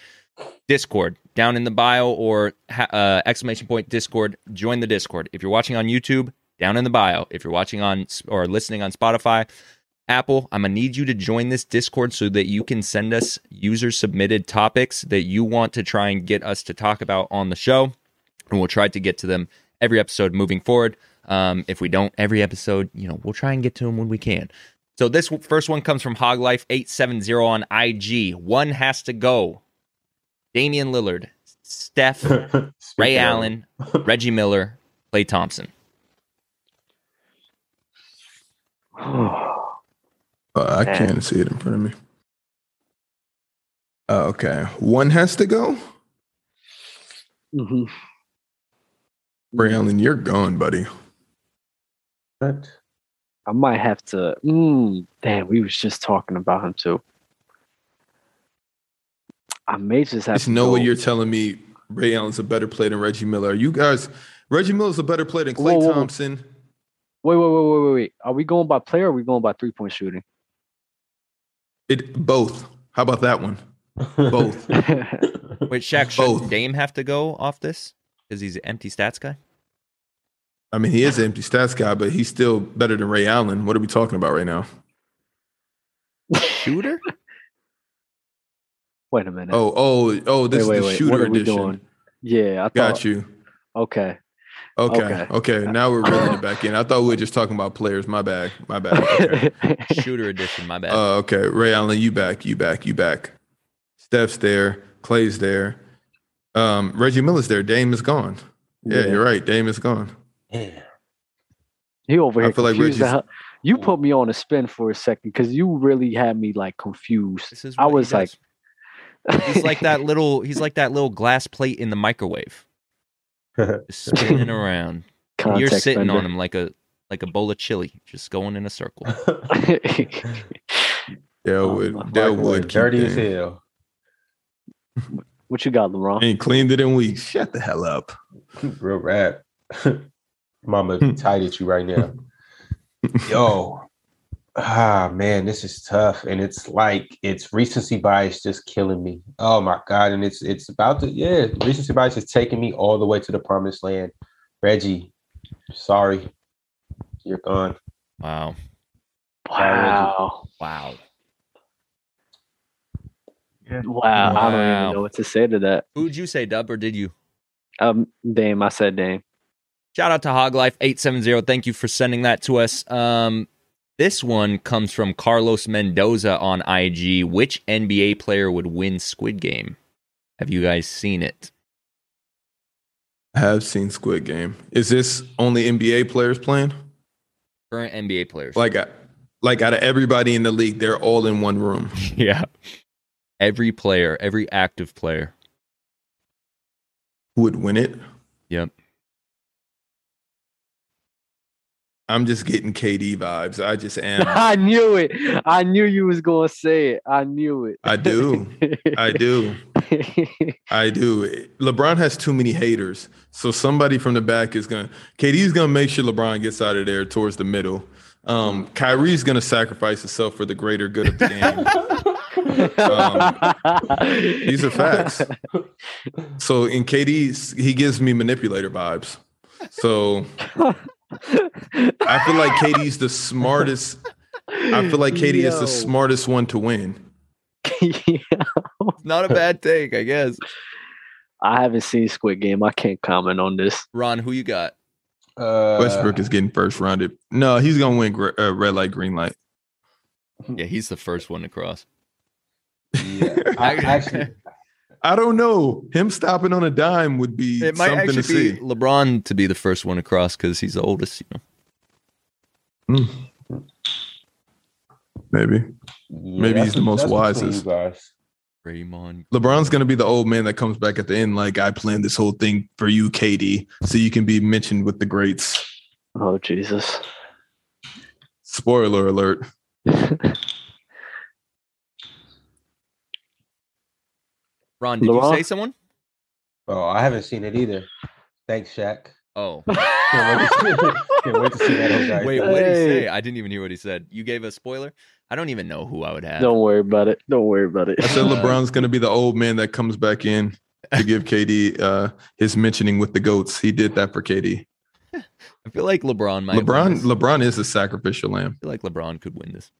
Speaker 5: Discord down in the bio or ha- uh, exclamation point Discord, join the Discord. If you're watching on YouTube, down in the bio. If you're watching on or listening on Spotify, Apple, I'm gonna need you to join this Discord so that you can send us user submitted topics that you want to try and get us to talk about on the show, and we'll try to get to them every episode moving forward. Um, if we don't every episode, you know, we'll try and get to them when we can. So this w- first one comes from Hog Life 870 on IG. One has to go. Damian Lillard, Steph, Ray
Speaker 3: Speaking of-
Speaker 5: Allen, Reggie Miller, Clay Thompson.
Speaker 1: Uh, I
Speaker 2: Yeah.
Speaker 1: can't see it in front of me. Uh, okay, one has to go.
Speaker 2: Mhm.
Speaker 1: Ray Allen, you're gone, buddy.
Speaker 3: What?
Speaker 2: I might have to. Mm, damn, we was just talking about him too. I may just have
Speaker 1: There's
Speaker 2: to
Speaker 1: no
Speaker 2: go.
Speaker 1: way you're telling me Ray Allen's a better player than Reggie Miller. You guys, Reggie Miller's a better player than Clay
Speaker 2: Whoa, whoa, whoa.
Speaker 1: Thompson.
Speaker 2: Wait, wait, wait, wait, wait, wait. Are we going by player? or Are we going by three point shooting?
Speaker 1: It both. How about that one? Both.
Speaker 5: Wait, Shaq,
Speaker 1: Both.
Speaker 5: should Dame have to go off this? Because he's an empty stats guy?
Speaker 1: I mean, he is an empty stats guy, but he's still better than Ray Allen. What are we talking about right now?
Speaker 5: Shooter?
Speaker 2: wait a minute.
Speaker 1: Oh, oh, oh! This
Speaker 2: Wait,
Speaker 1: is the
Speaker 2: wait, wait.
Speaker 1: shooter
Speaker 2: What are we
Speaker 1: edition.
Speaker 2: doing? yeah, I thought.
Speaker 1: Got you.
Speaker 2: Okay.
Speaker 1: Okay, okay.
Speaker 2: Okay.
Speaker 1: Now we're reeling it back in. I thought we were just talking about players. My bad. My bad. Okay.
Speaker 5: Shooter edition, my bad.
Speaker 1: Uh, okay. Ray Allen, you back. You back. You back. Steph's there. Clay's there. Um, Reggie Miller's there. Dame is gone. Yeah,
Speaker 2: Yeah.
Speaker 1: you're right. Dame is gone.
Speaker 3: Yeah.
Speaker 2: He over
Speaker 1: I
Speaker 2: here.
Speaker 1: feel like
Speaker 2: confused the
Speaker 1: Reggie's-
Speaker 2: hell- You put me on a spin for a second because you really had me like confused.
Speaker 5: this is
Speaker 2: I
Speaker 5: what he
Speaker 2: was like-
Speaker 5: does. he's like that little he's like that little glass plate in the microwave. Just spinning around. And You're
Speaker 2: Context
Speaker 5: sitting
Speaker 2: bender.
Speaker 5: on him like a like a bowl of chili, just going in a circle.
Speaker 1: Dale
Speaker 2: Oh,
Speaker 1: would. Dale
Speaker 3: Microwave
Speaker 1: would. keep
Speaker 3: dirty as
Speaker 1: Dame.
Speaker 3: hell.
Speaker 2: what you got, LeBron?
Speaker 1: Ain't cleaned it in weeks. Shut the hell up.
Speaker 3: Real rap. Mama
Speaker 1: Hmm.
Speaker 3: be tight at you right now. Yo. Ah man, this is tough. And it's like it's recency bias just killing me. Oh my god. And it's it's about to yeah, recency bias is taking me all the way to the promised land. Reggie, sorry. You're gone.
Speaker 5: Wow.
Speaker 2: Wow.
Speaker 5: Wow.
Speaker 2: Wow. I don't
Speaker 5: Wow.
Speaker 2: even know what to say to that.
Speaker 5: Who'd you say, Dub, or did you?
Speaker 2: Um, Dame, I said Dame.
Speaker 5: Shout out to Hog Life 870. Thank you for sending that to us. Um, this one comes from Carlos Mendoza on IG. Which NBA player would win Squid Game? Have you guys seen it?
Speaker 1: I have seen Squid Game. Is this only NBA players playing?
Speaker 5: Current NBA players.
Speaker 1: Like, I- like out of everybody in the league, they're all in one room.
Speaker 5: yeah. Every player, every active player.
Speaker 1: Who would win it?
Speaker 5: Yep.
Speaker 1: I'm just getting KD vibes. I just am.
Speaker 2: I knew it. I knew you was gonna say it. I knew it.
Speaker 1: I do. I do. I do. LeBron has too many haters. So somebody from the back is going to, KD's going to make sure LeBron gets out of there towards the middle. Um, Kyrie's going to sacrifice himself for the greater good of the game. Um, These are facts. So in KD's, he gives me manipulator vibes. So I feel like KD's the smartest. I feel like KD is the smartest one to win.
Speaker 5: Not a bad take, I guess.
Speaker 2: I haven't seen Squid Game. I can't comment on this.
Speaker 5: Ron, who you got?
Speaker 3: Uh,
Speaker 1: Westbrook is getting first rounded. No, he's gonna win gr- uh, red light, green light.
Speaker 5: Yeah, he's the first one to cross.
Speaker 3: yeah, I actually
Speaker 1: I don't know. Him stopping on a dime would be
Speaker 5: It might
Speaker 1: something to
Speaker 5: actually be
Speaker 1: see.
Speaker 5: LeBron to be the first one to cross because he's the oldest. You know.
Speaker 1: Mm. Maybe
Speaker 3: yeah,
Speaker 1: Maybe he's
Speaker 3: that's-
Speaker 1: the most
Speaker 3: that's between
Speaker 1: wisest.
Speaker 3: you guys.
Speaker 5: Raymond.
Speaker 1: LeBron's gonna be the old man that comes back at the end, like I planned this whole thing for you, KD, so you can be mentioned with the greats.
Speaker 2: Oh Jesus.
Speaker 1: Spoiler alert.
Speaker 5: Ron, did
Speaker 2: LeBron?
Speaker 5: you say someone?
Speaker 3: Oh, I haven't seen it either. Thanks, Shaq.
Speaker 5: Oh.
Speaker 3: Can't wait to see, can't wait to see that. whole guy.
Speaker 5: Wait, what did he
Speaker 2: Hey.
Speaker 5: say? I didn't even hear what he said. You gave a spoiler? I don't even know who I would have.
Speaker 2: Don't worry about it. Don't worry about it.
Speaker 1: I said
Speaker 5: Uh,
Speaker 1: LeBron's gonna be the old man that comes back in to give KD uh, his mentioning with the goats. He did that for KD.
Speaker 5: I feel like LeBron might win
Speaker 1: LeBron,
Speaker 5: this.
Speaker 1: LeBron is a sacrificial lamb.
Speaker 5: I feel like LeBron could win this.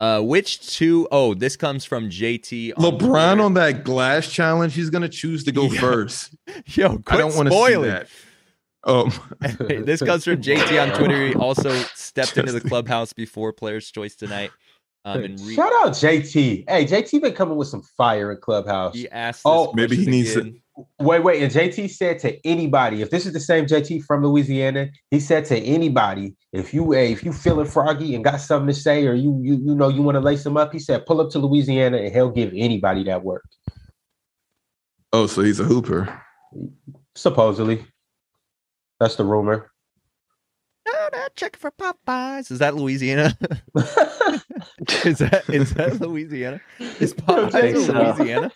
Speaker 5: Uh which two oh, this comes from JT on
Speaker 1: LeBron
Speaker 5: Twitter.
Speaker 1: on that glass challenge, he's gonna choose to go
Speaker 5: Oh, Yeah.
Speaker 1: first.
Speaker 5: Yo, quit
Speaker 1: I don't want to see
Speaker 5: spoiling.
Speaker 1: that. Um,
Speaker 5: this comes from JT on Twitter. He also stepped into the clubhouse before Players' Choice tonight. Um, and re-
Speaker 3: Shout out JT. Hey, JT been coming with some fire in Clubhouse.
Speaker 5: he asked.
Speaker 3: Oh,
Speaker 1: maybe he needs to-
Speaker 5: to.
Speaker 3: Wait, wait. And JT said to anybody, if this is the same JT from Louisiana, he said to anybody, if you hey, if you feeling froggy and got something to say, or you you you know you want to lace him up, he said pull up to Louisiana and he'll give anybody that work.
Speaker 1: oh, so he's a hooper.
Speaker 3: Supposedly, that's the rumor.
Speaker 5: No, no, check for Popeyes. Is that Louisiana? is that is that Louisiana? Is
Speaker 2: think
Speaker 5: Popeyes
Speaker 2: so.
Speaker 5: Louisiana?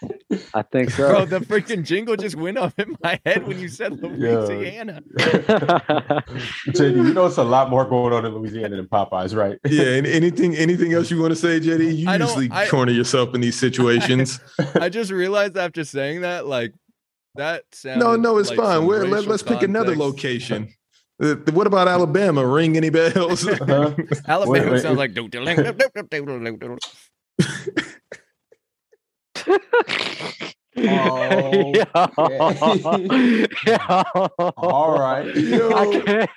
Speaker 2: I think so.
Speaker 5: Bro, the freaking jingle just went off in my head when you said Louisiana.
Speaker 3: JD, you know it's a lot more going on in Louisiana than Popeyes, right?
Speaker 1: Yeah. And anything, anything else you want to say, JD? You
Speaker 5: I don't-
Speaker 1: usually
Speaker 5: I-
Speaker 1: corner yourself in these situations.
Speaker 5: I just realized after saying that, like that sounds.
Speaker 1: no, no, it's fine. We're, let, let's pick another location. Uh, what about Alabama? Ring any bells?
Speaker 3: Uh-huh.
Speaker 5: Alabama
Speaker 3: Wait, wait.
Speaker 5: sounds like. That's
Speaker 3: Oh,
Speaker 2: Yo.
Speaker 3: All right.
Speaker 1: Yo.
Speaker 2: I can't.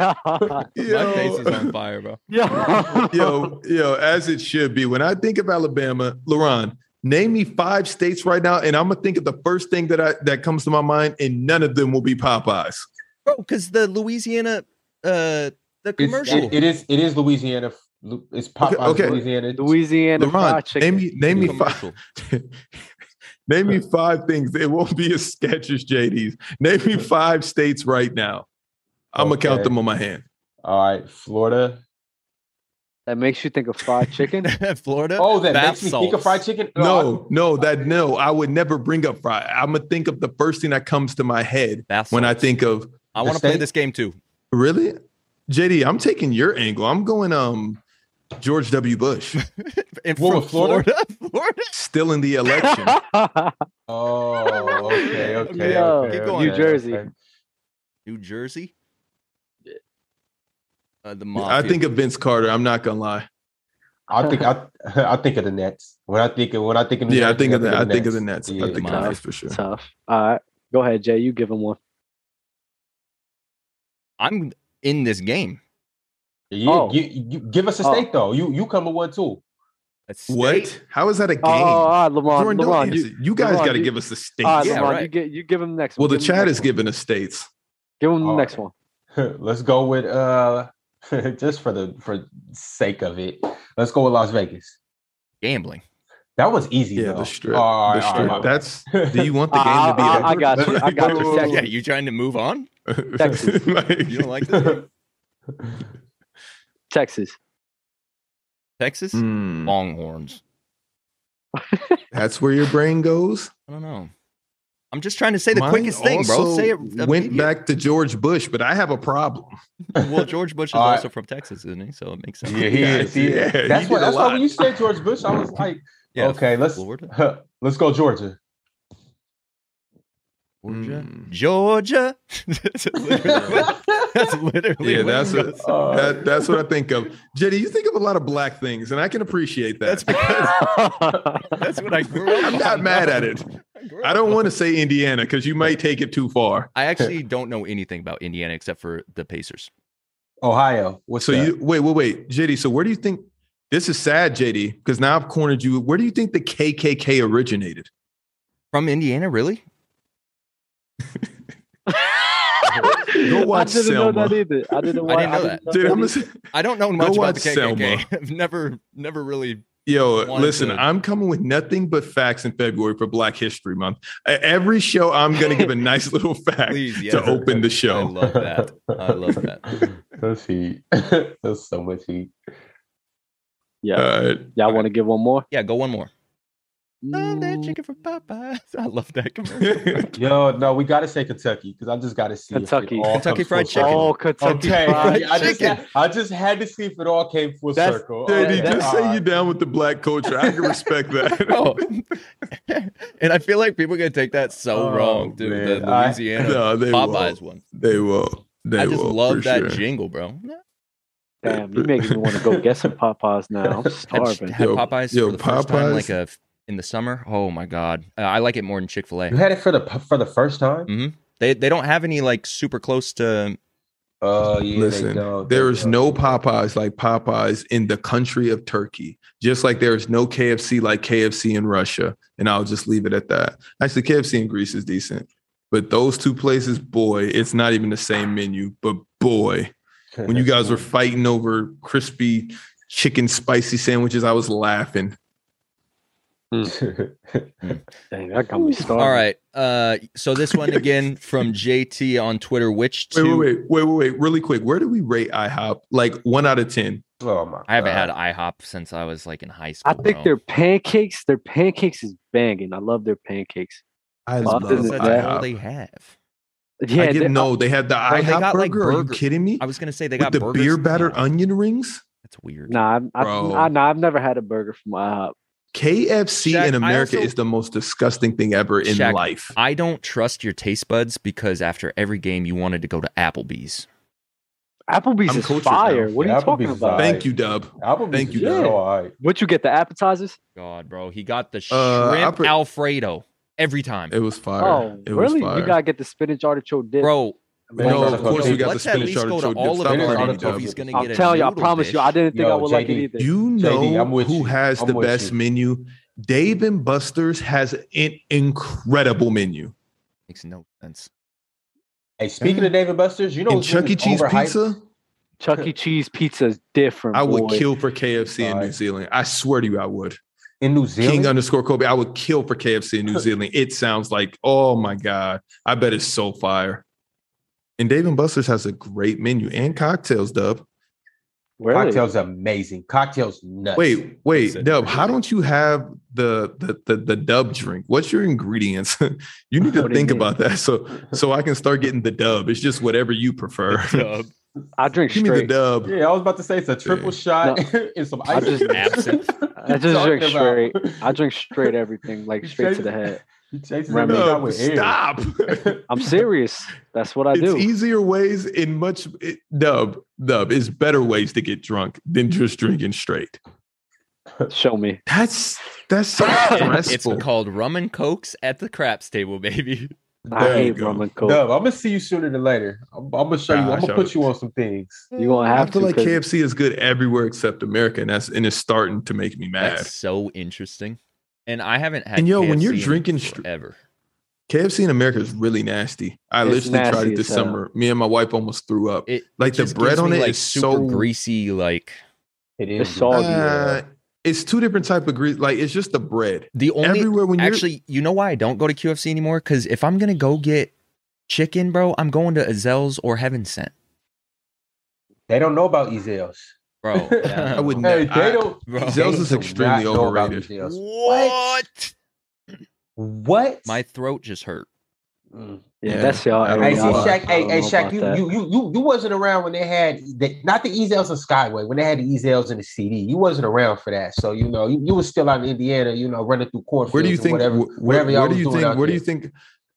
Speaker 1: Yo.
Speaker 5: My face is on fire, bro.
Speaker 2: Yo.
Speaker 1: yo, yo, as it should be. When I think of Alabama, Laron, name me five states right now, and I'm gonna think of the first thing that I that comes to my mind, and none of them will be Popeyes.
Speaker 5: Bro, because the Louisiana, uh, the
Speaker 3: It's,
Speaker 5: commercial.
Speaker 3: it, it is it is Louisiana. Lu- It's Popeyes,
Speaker 1: okay.
Speaker 3: Louisiana.
Speaker 2: Louisiana fried
Speaker 1: Laron, name
Speaker 2: chicken.
Speaker 1: me name me five.
Speaker 5: commercial.
Speaker 1: Name me five things. It won't be as sketch as JD's. Name me five states right now. I'm gonna count
Speaker 3: Okay.
Speaker 1: them on my hand.
Speaker 3: All right, Florida.
Speaker 2: That makes you think of fried chicken.
Speaker 5: Florida.
Speaker 3: Oh, that
Speaker 5: bath
Speaker 3: makes me think of fried
Speaker 5: salts.
Speaker 3: chicken.
Speaker 1: No, no, that no, I would never bring up fry. I'm gonna think of the first thing that comes to my head
Speaker 5: Bath
Speaker 1: when I
Speaker 5: salts.
Speaker 1: think of
Speaker 5: I
Speaker 3: the
Speaker 5: want to play
Speaker 3: state?
Speaker 5: this game too.
Speaker 1: Really? JD, I'm taking your angle. I'm going um George W. Bush.
Speaker 5: And
Speaker 3: What,
Speaker 5: from
Speaker 3: with Florida?
Speaker 5: Florida, Florida.
Speaker 1: Still in the election.
Speaker 3: Oh, okay, okay.
Speaker 2: Yo,
Speaker 3: okay,
Speaker 5: keep
Speaker 3: okay,
Speaker 5: going.
Speaker 2: New Jersey.
Speaker 3: okay.
Speaker 5: New Jersey. Uh, the mafia.
Speaker 1: I think of Vince Carter. I'm not gonna lie.
Speaker 3: I think I, I think of the Nets. When I think of when I think of New
Speaker 1: Yeah, I
Speaker 3: Jersey,
Speaker 1: think of the I think of the
Speaker 3: Nets.
Speaker 1: Nets.
Speaker 3: Yeah,
Speaker 1: I think of the
Speaker 5: mine.
Speaker 1: Nets for sure.
Speaker 2: Tough. All right. Go ahead, Jay. You give him one.
Speaker 5: I'm in this game.
Speaker 3: Yeah,
Speaker 2: Oh.
Speaker 3: you, you, give us a
Speaker 2: Oh.
Speaker 3: state though. You you come with one too.
Speaker 5: A state.
Speaker 1: What? How is that a game?
Speaker 2: Oh, all right, Lamont.
Speaker 1: Jordan, don't
Speaker 2: Lamont,
Speaker 1: answer.
Speaker 2: you,
Speaker 1: you, guys
Speaker 2: Laurent,
Speaker 1: got to
Speaker 2: you-
Speaker 1: give us the states.
Speaker 2: all right,
Speaker 5: Yeah,
Speaker 2: Lamont,
Speaker 5: right.
Speaker 2: you get you give him the next.
Speaker 1: well,
Speaker 2: one.
Speaker 1: the
Speaker 2: Give him
Speaker 1: chat is Oh.
Speaker 2: next one.
Speaker 1: giving us states.
Speaker 2: Give him the
Speaker 3: All
Speaker 2: next
Speaker 3: right.
Speaker 2: one.
Speaker 3: Let's go with uh just for the for sake of it. Let's go with Las Vegas.
Speaker 5: Gambling.
Speaker 3: That was easy.
Speaker 1: Yeah,
Speaker 3: though.
Speaker 1: the strip.
Speaker 3: All right,
Speaker 1: the
Speaker 3: all
Speaker 1: strip.
Speaker 3: right, all right.
Speaker 1: That's. Do you want the
Speaker 2: I-
Speaker 1: game to be
Speaker 2: I-
Speaker 1: over?
Speaker 2: I got you. I got you.
Speaker 1: Like-
Speaker 5: Yeah, you trying to move on?
Speaker 2: Texas.
Speaker 1: like-
Speaker 5: You don't like this? game?
Speaker 2: Texas.
Speaker 5: Texas?
Speaker 1: Hmm,
Speaker 5: Longhorns.
Speaker 1: that's where your brain goes.
Speaker 5: I don't know. I'm just trying to say the
Speaker 1: Mine
Speaker 5: quickest thing, bro.
Speaker 1: also
Speaker 5: Say it.
Speaker 1: Went
Speaker 5: immediate-
Speaker 1: back to George Bush, but I have a problem.
Speaker 5: Well, George Bush is
Speaker 3: All right.
Speaker 5: also from Texas, isn't he? So it makes sense.
Speaker 3: yeah, he
Speaker 1: Yeah,
Speaker 3: is. He is.
Speaker 1: yeah,
Speaker 3: that's
Speaker 1: you
Speaker 3: why.
Speaker 1: did a
Speaker 3: That's why
Speaker 1: lot.
Speaker 3: when you said George Bush, I was like,
Speaker 5: Yeah,
Speaker 3: okay, let's
Speaker 5: Florida,
Speaker 3: let's go Georgia.
Speaker 5: Georgia,
Speaker 1: Hmm.
Speaker 5: Georgia. that's literally, what- that's literally
Speaker 1: Yeah,
Speaker 5: what
Speaker 1: that's
Speaker 5: you
Speaker 1: what-
Speaker 5: guys-
Speaker 3: Uh,
Speaker 1: That, that's what I think of. Jenny, you think of a lot of black things, and I can appreciate
Speaker 5: That's
Speaker 1: that.
Speaker 5: because that's what I grew up.
Speaker 1: I'm not
Speaker 5: on,
Speaker 1: mad
Speaker 5: bro.
Speaker 1: at it.
Speaker 5: grew
Speaker 1: I
Speaker 5: up
Speaker 1: don't
Speaker 5: on-
Speaker 1: want to say Indiana because you might take it too far.
Speaker 5: I actually don't know anything about Indiana except for the Pacers.
Speaker 3: Ohio. What's
Speaker 1: So
Speaker 3: that?
Speaker 1: you wait, wait, wait, JD. So where do you think this is sad, JD? Because now I've cornered you. Where do you think the KKK originated?
Speaker 5: From Indiana, really?
Speaker 1: Go watch
Speaker 2: I didn't know
Speaker 1: Selma.
Speaker 2: that either. I didn't, wa-
Speaker 5: I didn't know that.
Speaker 1: Dude, I'm
Speaker 2: either.
Speaker 1: just,
Speaker 5: I don't know much about
Speaker 1: watch
Speaker 5: the KKK. I've never, never really.
Speaker 1: yo,
Speaker 5: Wanted
Speaker 1: listen.
Speaker 5: to-
Speaker 1: I'm coming with nothing but facts in February for Black History Month. E- Every show, I'm gonna give a nice little fact
Speaker 5: Please, yes.
Speaker 1: to open the show.
Speaker 5: I love that. I love that.
Speaker 3: That's heat. That's so much heat.
Speaker 2: yeah,
Speaker 1: Uh,
Speaker 2: y'all want to give one more?
Speaker 5: Yeah, go one more. Love that
Speaker 2: Mm,
Speaker 5: chicken from Popeyes. I love that commercial.
Speaker 3: Yo, no, we gotta say Kentucky because I just gotta see if it
Speaker 2: Kentucky.
Speaker 3: all
Speaker 5: Kentucky
Speaker 3: comes
Speaker 5: Fried
Speaker 3: full
Speaker 5: Chicken.
Speaker 3: circle.
Speaker 2: Oh, Kentucky
Speaker 3: Okay,
Speaker 2: Fried
Speaker 3: I just,
Speaker 2: Chicken.
Speaker 3: had, I just had to see if it all came full
Speaker 2: That's-
Speaker 3: circle.
Speaker 1: JD,
Speaker 2: that-
Speaker 1: just say you're down with the black culture. I can respect that.
Speaker 5: Bro. Oh. and I feel like people are gonna take that so
Speaker 3: Oh,
Speaker 5: wrong, dude. The
Speaker 3: man. I-
Speaker 5: Louisiana
Speaker 1: no, they
Speaker 5: Popeyes
Speaker 1: won't.
Speaker 5: one.
Speaker 1: They won't. They
Speaker 5: I just
Speaker 1: won't, for
Speaker 5: love that
Speaker 1: sure.
Speaker 5: jingle, bro.
Speaker 2: Damn, you making me want to go get some Popeyes now. I'm
Speaker 5: Had,
Speaker 2: starving.
Speaker 5: had
Speaker 1: Yo,
Speaker 5: Popeyes
Speaker 1: yo,
Speaker 5: for the first time,
Speaker 1: Popeyes-
Speaker 5: like a in the summer. Oh my god, uh, I like it more than Chick Fil A. Mm.
Speaker 3: You had it for the for the first time.
Speaker 5: They they don't have any like super close to
Speaker 3: Oh yeah,
Speaker 1: Listen,
Speaker 3: they don't.
Speaker 1: There
Speaker 3: They
Speaker 1: is
Speaker 3: don't.
Speaker 1: no Popeyes like Popeyes in the country of Turkey, just like there is no KFC like KFC in Russia. And I'll just leave it at that. Actually, KFC in Greece is decent, but those two places, boy, it's not even the same menu. But boy, when you guys were fighting over crispy chicken spicy sandwiches, I was laughing.
Speaker 2: Dang, that got me
Speaker 1: Um,
Speaker 2: started.
Speaker 5: All right. Uh, so this one again from JT on Twitter. Which
Speaker 1: Wait,
Speaker 5: two?
Speaker 1: wait, wait, wait, wait, wait, really quick. Where do we rate IHOP? Like one out of 10.
Speaker 3: oh my!
Speaker 5: I haven't
Speaker 3: God.
Speaker 5: had
Speaker 1: Uh,
Speaker 5: IHOP since I was like in high school.
Speaker 2: I think
Speaker 5: bro.
Speaker 2: their pancakes, their pancakes is banging. I love their pancakes.
Speaker 1: I
Speaker 2: Well,
Speaker 1: love
Speaker 2: this is
Speaker 5: That's all
Speaker 1: IHOP.
Speaker 5: they have.
Speaker 2: Yeah,
Speaker 1: I
Speaker 2: they-
Speaker 1: didn't know they had the
Speaker 5: they
Speaker 1: IHOP
Speaker 5: got,
Speaker 1: burger.
Speaker 5: like,
Speaker 1: Are you
Speaker 5: burger-
Speaker 1: kidding me?
Speaker 5: I was gonna say they
Speaker 1: With
Speaker 5: got
Speaker 1: the
Speaker 5: burgers
Speaker 1: beer
Speaker 5: from
Speaker 1: battered
Speaker 5: IHOP.
Speaker 1: onion rings.
Speaker 5: That's weird.
Speaker 2: Nah, I, I,
Speaker 1: Bro.
Speaker 2: I, nah, I've never had a burger from uh, IHOP.
Speaker 1: KFC
Speaker 5: Shaq,
Speaker 1: in
Speaker 5: I
Speaker 1: America
Speaker 5: also-
Speaker 1: is the most disgusting thing ever in
Speaker 5: Shaq,
Speaker 1: life.
Speaker 5: I don't trust your taste buds because after every game you wanted to go to Applebee's.
Speaker 2: Applebee's
Speaker 1: I'm
Speaker 2: is
Speaker 1: cultured
Speaker 2: fire.
Speaker 1: now.
Speaker 2: What
Speaker 3: Yeah,
Speaker 2: are you talking
Speaker 3: Applebee's is
Speaker 2: about?
Speaker 3: fire.
Speaker 1: Thank you, Dub.
Speaker 3: Applebee's
Speaker 1: Thank
Speaker 3: is
Speaker 1: you,
Speaker 3: good.
Speaker 2: though.
Speaker 3: all right.
Speaker 2: What you get the appetizers?
Speaker 5: God, bro, he got the
Speaker 1: Uh, I
Speaker 5: shrimp
Speaker 1: put-
Speaker 5: Alfredo every time,
Speaker 1: It was fire.
Speaker 2: Oh,
Speaker 1: it was
Speaker 2: really?
Speaker 1: fire.
Speaker 2: You gotta get the spinach artichoke dip.
Speaker 5: bro. oh
Speaker 3: Man,
Speaker 1: no,
Speaker 3: that's
Speaker 1: of course
Speaker 3: okay.
Speaker 1: we got the
Speaker 5: let's at
Speaker 1: spinach
Speaker 5: least go to
Speaker 1: artichoke. dip.
Speaker 5: Olive
Speaker 1: Stop
Speaker 3: Spinach
Speaker 5: Garden
Speaker 1: already,
Speaker 5: if
Speaker 3: artichoke
Speaker 1: Dub.
Speaker 5: he's
Speaker 3: dip.
Speaker 5: gonna
Speaker 2: I'm
Speaker 5: get a
Speaker 2: telling you, I
Speaker 5: noodle
Speaker 2: promise you,
Speaker 5: dish.
Speaker 2: I didn't think
Speaker 3: Yo,
Speaker 2: I would like it
Speaker 3: JD,
Speaker 2: either.
Speaker 1: You know
Speaker 3: JD, I'm with
Speaker 1: who
Speaker 3: you.
Speaker 1: has
Speaker 3: I'm
Speaker 1: the
Speaker 3: with
Speaker 1: best
Speaker 3: you.
Speaker 1: menu? Dave and Buster's has an incredible menu.
Speaker 5: makes no sense.
Speaker 3: Hey, speaking of David Buster's, you know
Speaker 1: and
Speaker 3: what's really
Speaker 1: Chuck E. Cheese
Speaker 3: overhyped?
Speaker 1: pizza,
Speaker 2: Chuck E. Cheese pizza is different.
Speaker 1: I would
Speaker 2: boy.
Speaker 1: kill for KFC in New
Speaker 3: Alright.
Speaker 1: Zealand. I swear to you, I would.
Speaker 3: in New
Speaker 1: King
Speaker 3: Zealand.
Speaker 1: underscore Kobe. I would kill for KFC in New Zealand. It sounds like, oh my God. I bet it's so fire. And Dave and Buster's has a great menu and cocktails, Dub.
Speaker 2: Really?
Speaker 3: Cocktails amazing. Cocktails nuts.
Speaker 1: Wait, wait,
Speaker 5: Listen.
Speaker 1: Dub, how don't you have the the the, the dub drink? What's your ingredients? you need to
Speaker 2: What do you
Speaker 1: think
Speaker 2: mean?
Speaker 1: about that. So so I can start getting the dub. It's just whatever you prefer.
Speaker 5: Dub.
Speaker 2: I drink
Speaker 1: Give me the
Speaker 2: straight.
Speaker 1: dub.
Speaker 3: Yeah, I was about to say it's a triple
Speaker 1: Yeah.
Speaker 3: shot and some
Speaker 2: I
Speaker 3: ice
Speaker 2: just-
Speaker 3: cream.
Speaker 5: Absinthe.
Speaker 2: I just drink straight. I drink straight everything, like
Speaker 3: You
Speaker 2: straight to
Speaker 3: chasing-
Speaker 2: the head.
Speaker 3: You chasing
Speaker 2: Remy.
Speaker 3: me out
Speaker 1: Dub,
Speaker 3: with air.
Speaker 1: stop.
Speaker 2: I'm serious. That's what I
Speaker 1: it's
Speaker 2: do.
Speaker 1: easier ways in much it, dub dub is better ways to get drunk than just drinking straight.
Speaker 2: Show me.
Speaker 1: That's that's so
Speaker 5: It's-
Speaker 1: stressful.
Speaker 5: it's called rum and cokes at the craps table, baby.
Speaker 2: I
Speaker 1: There you
Speaker 2: hate
Speaker 1: go.
Speaker 2: rum and coke.
Speaker 3: Dub, I'm gonna see you sooner than later. I'm, I'm gonna show you. I'm
Speaker 1: Gosh,
Speaker 3: gonna
Speaker 1: I
Speaker 3: put
Speaker 1: was-
Speaker 3: you on some things.
Speaker 2: You gonna
Speaker 1: I
Speaker 2: have
Speaker 1: feel
Speaker 2: to
Speaker 1: like
Speaker 2: 'cause
Speaker 1: KFC is good everywhere except America, and that's and it's starting to make me mad.
Speaker 5: That's so interesting. And I haven't had.
Speaker 1: And yo, when you're
Speaker 5: KFC in
Speaker 1: drinking str-
Speaker 5: forever,
Speaker 1: KFC in America is really nasty. I
Speaker 2: It's
Speaker 1: literally tried
Speaker 2: nasty
Speaker 1: it this
Speaker 2: as hell.
Speaker 1: summer. Me and my wife almost threw up.
Speaker 5: it
Speaker 1: like the
Speaker 5: just
Speaker 1: bread
Speaker 5: gives
Speaker 1: on
Speaker 5: me,
Speaker 1: it is
Speaker 5: like super
Speaker 1: so
Speaker 5: greasy. Like
Speaker 3: It
Speaker 2: It's
Speaker 3: good.
Speaker 2: soggy.
Speaker 1: Uh, it's two different type of grease. Like it's just the bread.
Speaker 5: the only
Speaker 1: everywhere when you're
Speaker 5: Actually, you know why I don't go to QFC anymore? Because if I'm gonna go get chicken, bro, I'm going to Azell's or Heaven Sent,
Speaker 3: They don't know about Ezels.
Speaker 5: bro.
Speaker 3: Yeah,
Speaker 1: I would
Speaker 5: not.
Speaker 1: never.
Speaker 3: Hey, they don't.
Speaker 5: Bro.
Speaker 1: Ezell's
Speaker 3: they
Speaker 1: is
Speaker 3: do
Speaker 1: extremely
Speaker 3: not know about
Speaker 1: overrated.
Speaker 3: Ezels.
Speaker 5: What?
Speaker 3: What?
Speaker 5: My throat just hurt.
Speaker 3: Mm.
Speaker 2: Yeah,
Speaker 1: Yeah.
Speaker 2: that's y'all.
Speaker 1: I don't
Speaker 3: Hey,
Speaker 1: know
Speaker 3: see,
Speaker 1: why.
Speaker 3: Shaq. Hey, hey, Shaq. You, you, you, you, you wasn't around when they had the, not the Ezels in Skyway when they had the Ezels in the CD. You wasn't around for that, so you know you, you was still out in Indiana. You know, running through cornfields.
Speaker 1: Where do you
Speaker 3: or
Speaker 1: think?
Speaker 3: Whatever,
Speaker 1: wh-
Speaker 3: whatever
Speaker 1: where,
Speaker 3: y'all
Speaker 1: where do
Speaker 3: was
Speaker 1: you
Speaker 3: doing
Speaker 1: think?
Speaker 3: out
Speaker 1: Where do
Speaker 3: there.
Speaker 1: you think?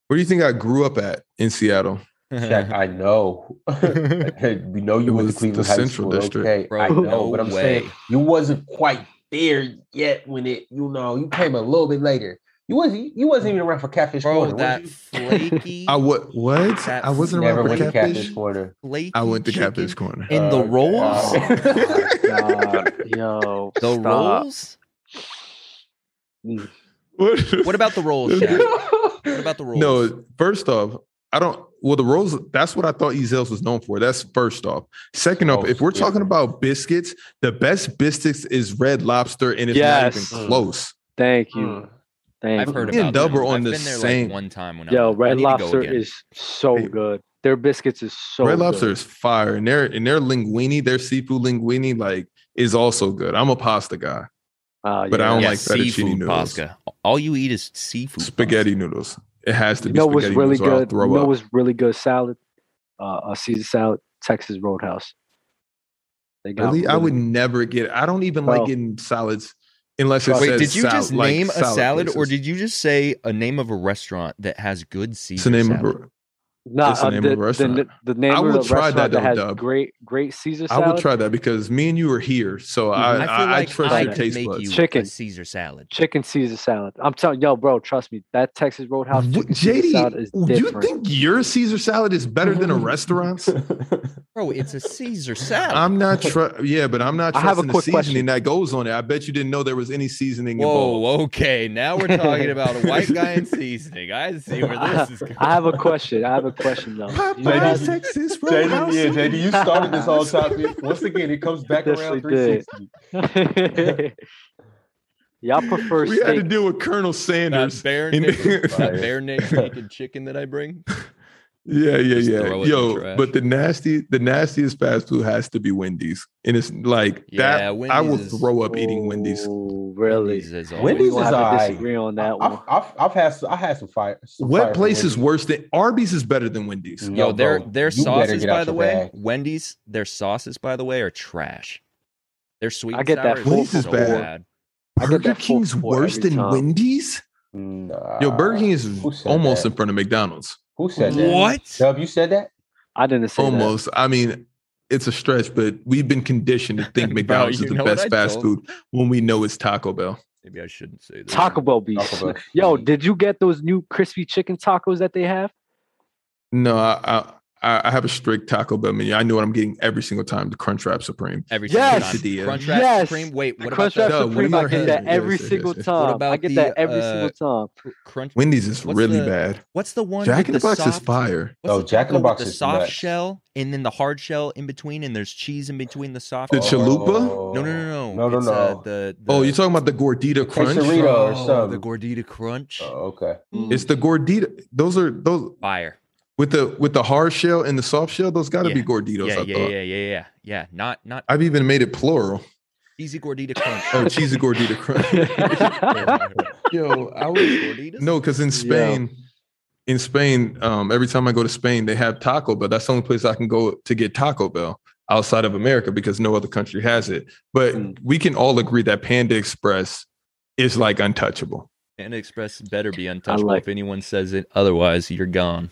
Speaker 1: Where do you think I grew up at in Seattle?
Speaker 3: Shaq, I know. Hey, we know you
Speaker 1: It
Speaker 3: went
Speaker 1: was the
Speaker 3: to Cleveland High
Speaker 1: Central
Speaker 3: School,
Speaker 1: District.
Speaker 3: Okay,
Speaker 5: Bro,
Speaker 3: I know,
Speaker 5: no
Speaker 3: but I'm
Speaker 5: way.
Speaker 3: saying you wasn't quite there yet when it, you know, you came a little bit later. You wasn't, you wasn't even around for Catfish
Speaker 5: bro,
Speaker 3: Corner. was
Speaker 5: that
Speaker 3: you?
Speaker 5: flaky,
Speaker 1: I what? What?
Speaker 5: That-
Speaker 1: I wasn't
Speaker 3: never
Speaker 1: around for
Speaker 3: went to Catfish,
Speaker 1: catfish.
Speaker 3: Corner.
Speaker 5: flaky.
Speaker 1: I went to
Speaker 5: chicken
Speaker 1: catfish corner.
Speaker 5: in the
Speaker 3: Oh,
Speaker 5: rolls.
Speaker 3: God.
Speaker 2: God, yo,
Speaker 5: The
Speaker 2: stop.
Speaker 5: rolls.
Speaker 1: What,
Speaker 5: What about the rolls? Shaq? What about the rolls?
Speaker 1: No, first off, I don't. Well, the rolls. That's what I thought Ezell's was known for. That's first off. Second off,
Speaker 3: Oh,
Speaker 1: if we're
Speaker 3: yeah.
Speaker 1: talking about biscuits, the best biscuits is Red Lobster, and it's
Speaker 2: Yes.
Speaker 1: not even close.
Speaker 2: Thank you,
Speaker 3: Mm.
Speaker 2: thank
Speaker 5: Hmm. I've
Speaker 2: you.
Speaker 5: heard
Speaker 1: Me
Speaker 5: about
Speaker 1: and Dub
Speaker 5: them.
Speaker 1: were on
Speaker 5: I've
Speaker 1: the
Speaker 5: been there
Speaker 1: same-
Speaker 5: like one time when I
Speaker 2: Yo,
Speaker 5: was- I
Speaker 2: Red
Speaker 5: need to go
Speaker 2: Lobster
Speaker 5: again.
Speaker 2: is so
Speaker 1: Hey.
Speaker 2: good. Their biscuits is so
Speaker 1: Red Lobster
Speaker 2: good.
Speaker 1: is fire, and their and their linguine, their seafood linguine, like is also good. I'm a pasta guy.
Speaker 2: Uh,
Speaker 1: but I
Speaker 2: yeah.
Speaker 1: don't
Speaker 5: yeah,
Speaker 1: like fettuccine
Speaker 5: seafood
Speaker 1: noodles.
Speaker 5: pasta. All you eat is seafood. pasta.
Speaker 1: Spaghetti noodles. It has to
Speaker 2: You
Speaker 1: be.
Speaker 2: know what's
Speaker 1: spaghetti
Speaker 2: really
Speaker 1: noodles or I'll
Speaker 2: good? You
Speaker 1: Throw
Speaker 2: know
Speaker 1: up.
Speaker 2: what's really good salad? Uh, a Caesar salad, Texas Roadhouse. They got
Speaker 1: Really? I would
Speaker 2: really-
Speaker 1: never get. I don't even
Speaker 2: Bro.
Speaker 1: like getting salads unless it
Speaker 2: Bro.
Speaker 1: says.
Speaker 5: Wait, did you
Speaker 1: sal-
Speaker 5: just
Speaker 1: like
Speaker 5: name a salad, or
Speaker 1: places.
Speaker 5: did you just say a name of a restaurant that has good Caesar
Speaker 1: It's the name
Speaker 5: salad?
Speaker 1: of
Speaker 2: Nah,
Speaker 1: That's the
Speaker 2: uh,
Speaker 1: name of a restaurant.
Speaker 2: The, the name
Speaker 1: I
Speaker 2: of
Speaker 1: would
Speaker 2: the
Speaker 1: try
Speaker 2: restaurant
Speaker 1: that though,
Speaker 2: that, has
Speaker 1: Dub.
Speaker 2: great, great Caesar
Speaker 1: I
Speaker 2: salad.
Speaker 1: would try that because me and you are here, so
Speaker 5: Mm-hmm.
Speaker 1: I
Speaker 2: Mhm.
Speaker 1: I, I, trust
Speaker 2: I
Speaker 1: your
Speaker 2: could
Speaker 1: taste
Speaker 5: make
Speaker 1: buds.
Speaker 5: you
Speaker 2: Chicken.
Speaker 5: a Caesar salad.
Speaker 2: Chicken Caesar salad. I'm telling yo, bro, trust me, that Texas Roadhouse
Speaker 1: What-
Speaker 2: chicken Caesar salad is
Speaker 1: JD, you
Speaker 2: different.
Speaker 1: think your Caesar salad is better than a restaurant's?
Speaker 3: Hmm.
Speaker 5: Bro, it's a Caesar salad.
Speaker 1: I'm not tru- yeah, but I'm not
Speaker 2: I
Speaker 1: trusting
Speaker 2: have a
Speaker 1: the
Speaker 2: quick
Speaker 1: seasoning
Speaker 2: question.
Speaker 1: that goes on it. I bet you didn't know there was any seasoning involved.
Speaker 5: Whoa, okay. Now we're talking about a white guy in seasoning. I see where this is going.
Speaker 2: I have a question. I have a question though. Do you guys-
Speaker 1: Popeye's Texas
Speaker 3: JD,
Speaker 1: Roadhouse.
Speaker 3: yeah, JD, you started this whole topic. Once again, it comes back
Speaker 2: Definitely
Speaker 3: around
Speaker 2: did.
Speaker 3: 360.
Speaker 2: Y'all prefer
Speaker 1: we had to
Speaker 2: steak.
Speaker 1: deal with Colonel
Speaker 5: That
Speaker 1: Sanders.
Speaker 5: bear,
Speaker 1: In-
Speaker 5: naked, that
Speaker 3: Fire.
Speaker 5: bear naked naked chicken that I bring.
Speaker 1: Yeah, yeah,
Speaker 5: Just
Speaker 1: yeah.
Speaker 5: throw it in the
Speaker 1: Yo,
Speaker 5: trash.
Speaker 1: but the nasty, the nastiest fast food has to be Wendy's, and it's like
Speaker 5: Yeah,
Speaker 1: that. I will
Speaker 5: Wendy's is-
Speaker 1: throw up eating Wendy's.
Speaker 2: Ooh, really?
Speaker 5: Wendy's is
Speaker 3: Wendy's
Speaker 2: We
Speaker 5: always-
Speaker 2: will
Speaker 3: is
Speaker 2: have to
Speaker 3: alright.
Speaker 2: disagree on that
Speaker 3: I've,
Speaker 2: one.
Speaker 3: I've, I've had some, I had some fire. Some fire
Speaker 1: What
Speaker 3: from
Speaker 1: place is
Speaker 3: Wendy's.
Speaker 1: worse than Arby's is better than Wendy's?
Speaker 5: Yo,
Speaker 3: No,
Speaker 5: their
Speaker 3: bro,
Speaker 5: their
Speaker 3: you better
Speaker 5: sauces,
Speaker 3: get out
Speaker 5: by the
Speaker 3: your
Speaker 5: way,
Speaker 3: bag.
Speaker 5: Wendy's, their sauces, by the way, are trash. They're sweet.
Speaker 2: I
Speaker 5: and
Speaker 2: get that
Speaker 5: sour
Speaker 1: full Wendy's
Speaker 5: so
Speaker 1: is bad.
Speaker 2: I get
Speaker 1: Burger
Speaker 2: that full
Speaker 1: King's
Speaker 2: support
Speaker 1: worse
Speaker 2: every
Speaker 1: than
Speaker 2: time.
Speaker 1: Wendy's?
Speaker 3: Nah.
Speaker 1: Yo, Burger King
Speaker 3: Who
Speaker 1: is
Speaker 3: said
Speaker 1: almost
Speaker 3: that?
Speaker 1: in front of McDonald's.
Speaker 3: Who said that?
Speaker 5: What?
Speaker 3: Dub, you said that?
Speaker 2: I didn't say that.
Speaker 1: Almost. I mean, it's a stretch, but we've been conditioned to think
Speaker 5: Bro,
Speaker 1: McDonald's
Speaker 5: you
Speaker 1: is the
Speaker 5: know what
Speaker 1: best
Speaker 5: I
Speaker 1: fast
Speaker 5: told-
Speaker 1: food when we know it's Taco Bell.
Speaker 5: Maybe I shouldn't say that.
Speaker 2: Taco Bell beef.
Speaker 3: Taco Bell.
Speaker 2: Yo, did you get those new crispy chicken tacos that they have?
Speaker 1: No, I, I I- I have a strict Taco Bell menu. I know what I'm getting every single time. The Crunchwrap Supreme.
Speaker 5: Every
Speaker 2: Yes!
Speaker 5: single time. Crunchwrap
Speaker 2: Yes!
Speaker 5: Supreme. Wait, what about
Speaker 2: Crunchwrap
Speaker 5: the,
Speaker 1: No, when
Speaker 2: Supreme,
Speaker 1: we
Speaker 2: I
Speaker 1: were
Speaker 2: get
Speaker 1: here-
Speaker 2: that
Speaker 1: yes,
Speaker 2: every
Speaker 1: yes,
Speaker 2: single
Speaker 1: yes.
Speaker 2: time. I
Speaker 5: about
Speaker 2: get
Speaker 5: the,
Speaker 2: that every
Speaker 5: uh,
Speaker 2: single time.
Speaker 5: Crunch?
Speaker 1: Wendy's is
Speaker 5: What's
Speaker 1: really
Speaker 5: the-
Speaker 1: bad.
Speaker 5: What's the one?
Speaker 1: Jack
Speaker 5: with
Speaker 1: in the Box is
Speaker 5: soft-
Speaker 1: fire.
Speaker 5: What's
Speaker 3: Oh,
Speaker 5: the
Speaker 3: Jack in the
Speaker 5: taco with
Speaker 3: Box
Speaker 5: The
Speaker 3: is
Speaker 5: soft
Speaker 3: nuts.
Speaker 5: shell and then the hard shell in between, and there's cheese in between the soft.
Speaker 1: The
Speaker 5: shell.
Speaker 1: chalupa?
Speaker 5: No, no, no, no.
Speaker 3: Oh. No, no,
Speaker 5: It's, uh,
Speaker 3: no.
Speaker 5: the, the
Speaker 1: Oh, you're talking about the Gordita Crunch?
Speaker 3: Quesarito. or
Speaker 5: Oh, the
Speaker 3: something.
Speaker 5: gordita crunch.
Speaker 3: Oh, okay.
Speaker 2: Mm.
Speaker 1: It's the Gordita. Those are those
Speaker 5: Fire.
Speaker 1: with the with the hard shell and the soft shell. Those got to
Speaker 5: Yeah.
Speaker 1: be Gorditos.
Speaker 5: yeah,
Speaker 1: I
Speaker 5: yeah,
Speaker 1: thought.
Speaker 5: yeah, yeah, yeah, yeah. Not not
Speaker 1: I've even made it plural.
Speaker 5: easy gordita crunch.
Speaker 1: Oh, cheesy Gordita Crunch. Yo, I was
Speaker 5: Gorditas?
Speaker 1: No, because in Spain, in Spain, um, every time I go to Spain, they have Taco Bell. That's the only place I can go to get Taco Bell outside of America because no other country has it. But
Speaker 2: Mm.
Speaker 1: we can all agree that Panda Express is like untouchable.
Speaker 5: Panda Express better be untouchable.
Speaker 2: like-
Speaker 5: if anyone says it, otherwise you're gone.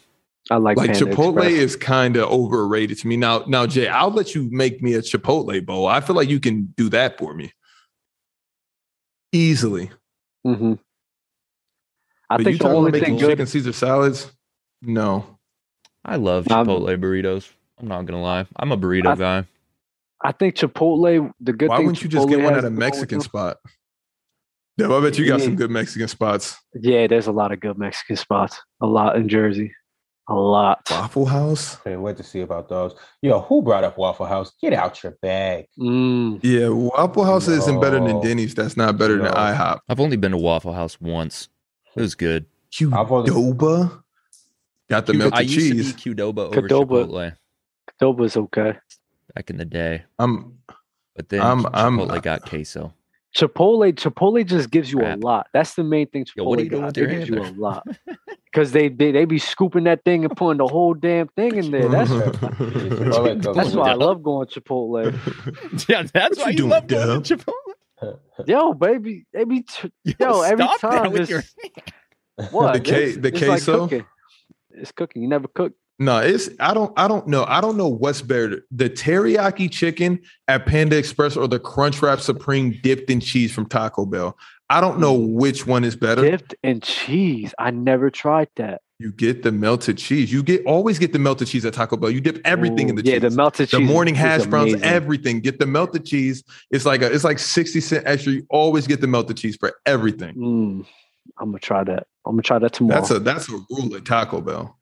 Speaker 2: I like,
Speaker 1: Like
Speaker 2: Panda
Speaker 1: Chipotle
Speaker 2: Express.
Speaker 1: is kind of overrated to me. Now, now, Jay, I'll let you make me a Chipotle bowl. I feel like you can do that for me easily.
Speaker 2: hmm I
Speaker 1: But you talking
Speaker 2: think the
Speaker 1: about
Speaker 2: only
Speaker 1: making
Speaker 2: thing good.
Speaker 1: chicken Caesar salads. No,
Speaker 5: I love
Speaker 2: Um,
Speaker 5: Chipotle burritos. I'm not gonna lie. I'm a burrito
Speaker 2: I-
Speaker 5: guy.
Speaker 2: I think Chipotle. The good
Speaker 1: why
Speaker 2: thing.
Speaker 1: wouldn't you just get
Speaker 2: Chipotle
Speaker 1: one
Speaker 2: has
Speaker 1: at a
Speaker 2: going
Speaker 1: Mexican
Speaker 2: for-
Speaker 1: spot? Yeah, I bet you got
Speaker 2: Mm.
Speaker 1: some
Speaker 3: Yeah.
Speaker 1: good Mexican spots.
Speaker 2: Yeah, there's a lot of good Mexican spots. A lot in Jersey. A lot.
Speaker 1: Waffle House.
Speaker 3: Can't wait to see about those. Yo, who brought up Waffle House? Get out your bag.
Speaker 2: Mm.
Speaker 1: Yeah, Waffle House isn't better than
Speaker 3: No.
Speaker 1: Denny's. That's not better
Speaker 3: No.
Speaker 1: than IHOP.
Speaker 5: I've only been to Waffle House once. It was good.
Speaker 3: I've only-
Speaker 1: Qdoba got the
Speaker 5: Qdo-
Speaker 1: melted
Speaker 5: I used
Speaker 1: cheese.
Speaker 5: to be Qdoba over
Speaker 2: Qdoba.
Speaker 5: Chipotle
Speaker 2: Doba's okay.
Speaker 5: back in the day,
Speaker 1: I'm
Speaker 5: but then
Speaker 1: I'm- I'm-
Speaker 5: Chipotle got queso.
Speaker 2: Chipotle, Chipotle just gives you
Speaker 5: Crap.
Speaker 2: a lot. That's the main thing. Chipotle
Speaker 5: Yo, what are you doing
Speaker 2: got.
Speaker 5: with
Speaker 2: They
Speaker 5: your
Speaker 2: gives
Speaker 5: hand
Speaker 2: you a
Speaker 5: there?
Speaker 2: lot because they, they they be scooping that thing and putting the whole damn thing in there. That's
Speaker 3: Chipotle goes
Speaker 2: that's
Speaker 3: with
Speaker 2: why I
Speaker 3: it.
Speaker 2: love going Chipotle.
Speaker 5: yeah, that's
Speaker 1: What you doing,
Speaker 5: to Chipotle.
Speaker 2: Yo, baby, they be t- Yo,
Speaker 5: stop
Speaker 2: every
Speaker 5: that
Speaker 2: time
Speaker 5: with your-
Speaker 2: it's- what
Speaker 1: The ca-
Speaker 2: It's-
Speaker 1: the
Speaker 2: it's like
Speaker 1: queso?
Speaker 2: cooking. It's cooking. You never cook.
Speaker 1: no, it's I don't I don't know I don't know what's better the teriyaki chicken at Panda Express or the Crunchwrap Supreme dipped in cheese from Taco Bell. I don't know
Speaker 2: Mm.
Speaker 1: which one is better.
Speaker 2: dipped in cheese. I never tried that.
Speaker 1: You get the melted cheese. You get always get the melted cheese at Taco Bell. You dip everything in
Speaker 2: Ooh,
Speaker 1: the
Speaker 2: yeah,
Speaker 1: cheese.
Speaker 2: the melted
Speaker 1: the
Speaker 2: cheese.
Speaker 1: morning
Speaker 2: is
Speaker 1: hash browns,
Speaker 2: amazing.
Speaker 1: everything. Get the melted cheese. It's like a, it's like sixty cent extra. You always get the melted cheese for everything.
Speaker 2: Mm, I'm gonna try that. I'm gonna try that tomorrow.
Speaker 1: That's a that's a rule at Taco Bell.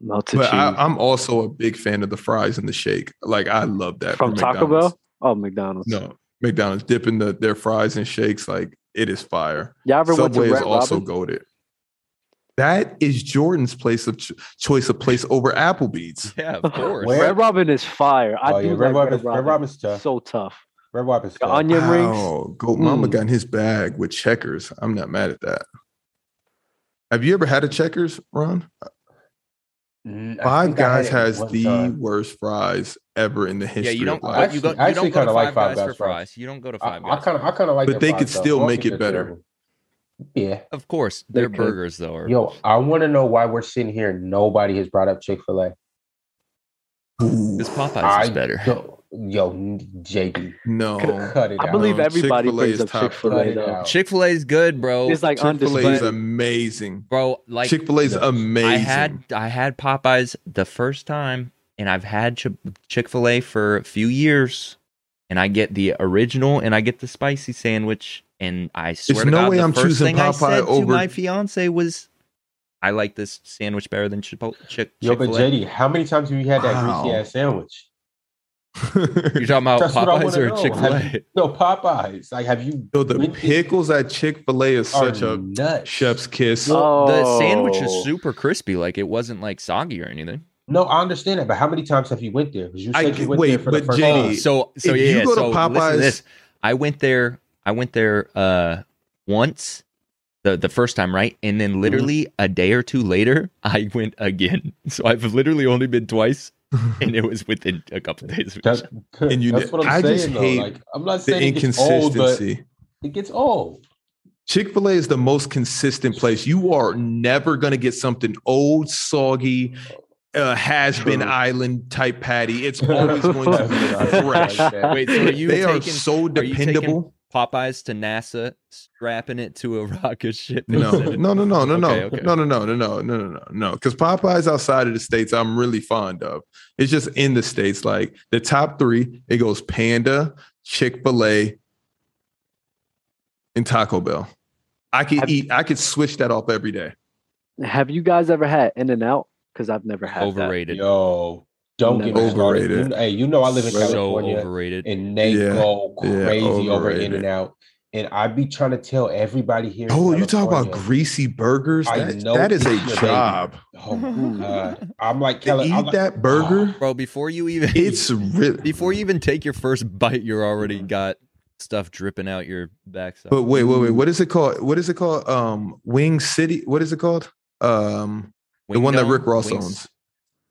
Speaker 2: melted
Speaker 1: But
Speaker 2: cheese
Speaker 1: I, I'm also a big fan of the fries and the shake. Like I love that
Speaker 2: from
Speaker 1: from
Speaker 2: Taco
Speaker 1: McDonald's.
Speaker 2: Bell. Oh, McDonald's.
Speaker 1: No, McDonald's dipping the, their fries and shakes like it is fire.
Speaker 2: Y'all ever went to
Speaker 1: Subway is
Speaker 2: Red
Speaker 1: also
Speaker 2: Robin?
Speaker 1: goaded. That is Jordan's place of cho- choice of place over Applebee's.
Speaker 5: Yeah, of course.
Speaker 3: Where-
Speaker 2: Red Robin is fire. I
Speaker 3: Oh,
Speaker 2: do
Speaker 3: yeah,
Speaker 2: like
Speaker 3: Red Robin's-
Speaker 2: Red
Speaker 3: Red
Speaker 2: Robin.
Speaker 3: Robin's tough.
Speaker 2: So tough.
Speaker 3: Red Robin's
Speaker 2: The
Speaker 3: stuff.
Speaker 2: onion rings.
Speaker 1: Wow, Goat Mama
Speaker 2: Mm.
Speaker 1: got in his bag with checkers. I'm not mad at that. Have you ever had a checkers, Ron?
Speaker 3: Mm, I
Speaker 1: Five
Speaker 3: think I had
Speaker 1: Guys
Speaker 3: it
Speaker 1: has
Speaker 3: one
Speaker 1: the
Speaker 3: time.
Speaker 1: worst fries ever in the history.
Speaker 5: yeah, you don't.
Speaker 1: Of
Speaker 5: Go,
Speaker 1: life.
Speaker 5: you
Speaker 3: Actually-
Speaker 5: go, you
Speaker 3: I
Speaker 5: don't
Speaker 3: actually
Speaker 5: go to
Speaker 3: kinda like
Speaker 5: Five
Speaker 3: Five
Speaker 5: Guys
Speaker 3: Guys
Speaker 5: for
Speaker 3: fries.
Speaker 5: fries. You don't go to Five
Speaker 3: I
Speaker 5: Guys.
Speaker 3: kind of, I kind of like.
Speaker 1: But
Speaker 3: their
Speaker 1: they
Speaker 3: fries,
Speaker 1: could
Speaker 3: though.
Speaker 1: still
Speaker 3: I don't
Speaker 1: make
Speaker 3: think
Speaker 1: it
Speaker 3: they're
Speaker 1: better.
Speaker 3: terrible. Yeah.
Speaker 5: Of course, their
Speaker 2: Because-
Speaker 5: burgers though are
Speaker 3: Yo, I want to know why we're sitting here. and Nobody has brought up Chick Fil A.
Speaker 5: because Popeyes
Speaker 3: I
Speaker 5: is better.
Speaker 3: Yo, yo, JD,
Speaker 1: No.
Speaker 3: cut it
Speaker 2: I
Speaker 3: out.
Speaker 2: believe
Speaker 1: No,
Speaker 2: everybody
Speaker 1: Chick-fil-A
Speaker 2: brings
Speaker 1: is
Speaker 2: up
Speaker 1: top
Speaker 2: Chick Fil
Speaker 3: Cut
Speaker 2: A
Speaker 3: it
Speaker 2: though.
Speaker 3: out.
Speaker 5: Chick Fil A is good, bro.
Speaker 2: It's
Speaker 3: oh.
Speaker 2: like
Speaker 1: Chick fil A is
Speaker 5: but-
Speaker 2: undisputed.
Speaker 1: amazing.
Speaker 5: bro, like
Speaker 1: Chick fil A is
Speaker 3: No.
Speaker 1: amazing.
Speaker 5: I had I had Popeyes the first time, and I've had Chick Fil A for a few years, and I get the original and I get the spicy sandwich, and I swear to
Speaker 1: no
Speaker 5: God,
Speaker 1: way
Speaker 5: the
Speaker 1: I'm
Speaker 5: first
Speaker 1: choosing
Speaker 5: thing I
Speaker 1: Popeye
Speaker 5: said to
Speaker 1: over-
Speaker 5: my fiance was, "I like this sandwich better than Chipotle." Chick
Speaker 3: Yo, but
Speaker 5: Chick-fil-A."
Speaker 3: JD, how many times have you had that
Speaker 1: Wow.
Speaker 3: greasy ass sandwich?
Speaker 5: You're talking about
Speaker 3: That's what I
Speaker 5: Popeyes
Speaker 3: wanna
Speaker 5: or
Speaker 3: know.
Speaker 5: Chick Fil
Speaker 3: Have
Speaker 5: A?
Speaker 3: No, Popeyes. Like, have you?
Speaker 1: Yo, the
Speaker 3: when-
Speaker 1: pickles at Chick fil A is
Speaker 3: are
Speaker 1: such a
Speaker 3: nuts.
Speaker 1: chef's kiss.
Speaker 2: Oh.
Speaker 5: The sandwich is super crispy, like it wasn't like soggy or anything.
Speaker 3: No, I understand that, but how many times have you went there? 'Cause you
Speaker 1: I
Speaker 3: said you
Speaker 1: get-
Speaker 3: went
Speaker 1: wait,
Speaker 3: there for the
Speaker 1: but
Speaker 3: first
Speaker 1: JD,
Speaker 3: time.
Speaker 5: So so
Speaker 1: if
Speaker 5: yeah,
Speaker 1: you
Speaker 5: yeah,
Speaker 1: go to
Speaker 5: so listen to
Speaker 1: Popeyes-
Speaker 5: this. I went there I went there uh once the the first time, right? And then
Speaker 1: Mm-hmm.
Speaker 5: literally a day or two later, I went again. So I've literally only been twice and it was within a couple days. of each
Speaker 3: That-
Speaker 5: other.
Speaker 1: And you
Speaker 3: that's
Speaker 1: did-
Speaker 3: what I'm
Speaker 1: I
Speaker 3: saying.
Speaker 1: just
Speaker 3: though.
Speaker 1: hate
Speaker 3: like, I'm not
Speaker 1: the
Speaker 3: saying it gets old, but
Speaker 1: inconsistency.
Speaker 3: it gets old.
Speaker 1: Chick fil A is the most consistent place. You are never going to get something old, soggy, uh, has been
Speaker 2: True.
Speaker 1: island type patty. It's always going to be fresh.
Speaker 5: Wait, so are you
Speaker 1: they are
Speaker 5: taking
Speaker 1: so
Speaker 5: are you taking-
Speaker 1: dependable.
Speaker 5: Popeyes to NASA, strapping it to a rocket ship? and
Speaker 1: No,
Speaker 5: sending it-
Speaker 1: no, no, no, no, no,
Speaker 5: Okay, okay.
Speaker 1: no, no, no, no, no, no, no, no, no. Because Popeyes outside of the states, I'm really fond of. It's just in the states, like the top three. It goes Panda, Chick Fil A, and Taco Bell. I could
Speaker 2: Have-
Speaker 1: eat. I could switch that off every day.
Speaker 2: Have you guys ever had In and Out? Because I've never had
Speaker 5: Overrated.
Speaker 3: Yo, don't get me started.
Speaker 1: Overrated.
Speaker 3: You- Hey, you know I live in
Speaker 5: so
Speaker 3: California,
Speaker 5: overrated.
Speaker 3: and they
Speaker 1: Yeah.
Speaker 3: go
Speaker 1: Yeah,
Speaker 3: crazy over
Speaker 1: overrated.
Speaker 3: In and Out, and I be trying to tell everybody here. in
Speaker 1: Oh, you talk about
Speaker 3: California,
Speaker 1: greasy burgers?
Speaker 3: I
Speaker 1: That,
Speaker 3: know
Speaker 1: that is a
Speaker 3: it's your
Speaker 1: job.
Speaker 3: Oh my god, I'm like
Speaker 1: To
Speaker 3: Kelly.
Speaker 1: eat
Speaker 3: I'm like,
Speaker 1: that burger,
Speaker 5: Bro, before you even
Speaker 1: it's really.
Speaker 5: before you even take your first bite, you're already got stuff dripping out your backside.
Speaker 1: But wait, wait, wait. What is it called? What is it called? Um, Wing City. What is it called? Um, the
Speaker 5: Wing
Speaker 1: one that
Speaker 5: Dong,
Speaker 1: Rick Ross
Speaker 5: wings-
Speaker 1: owns.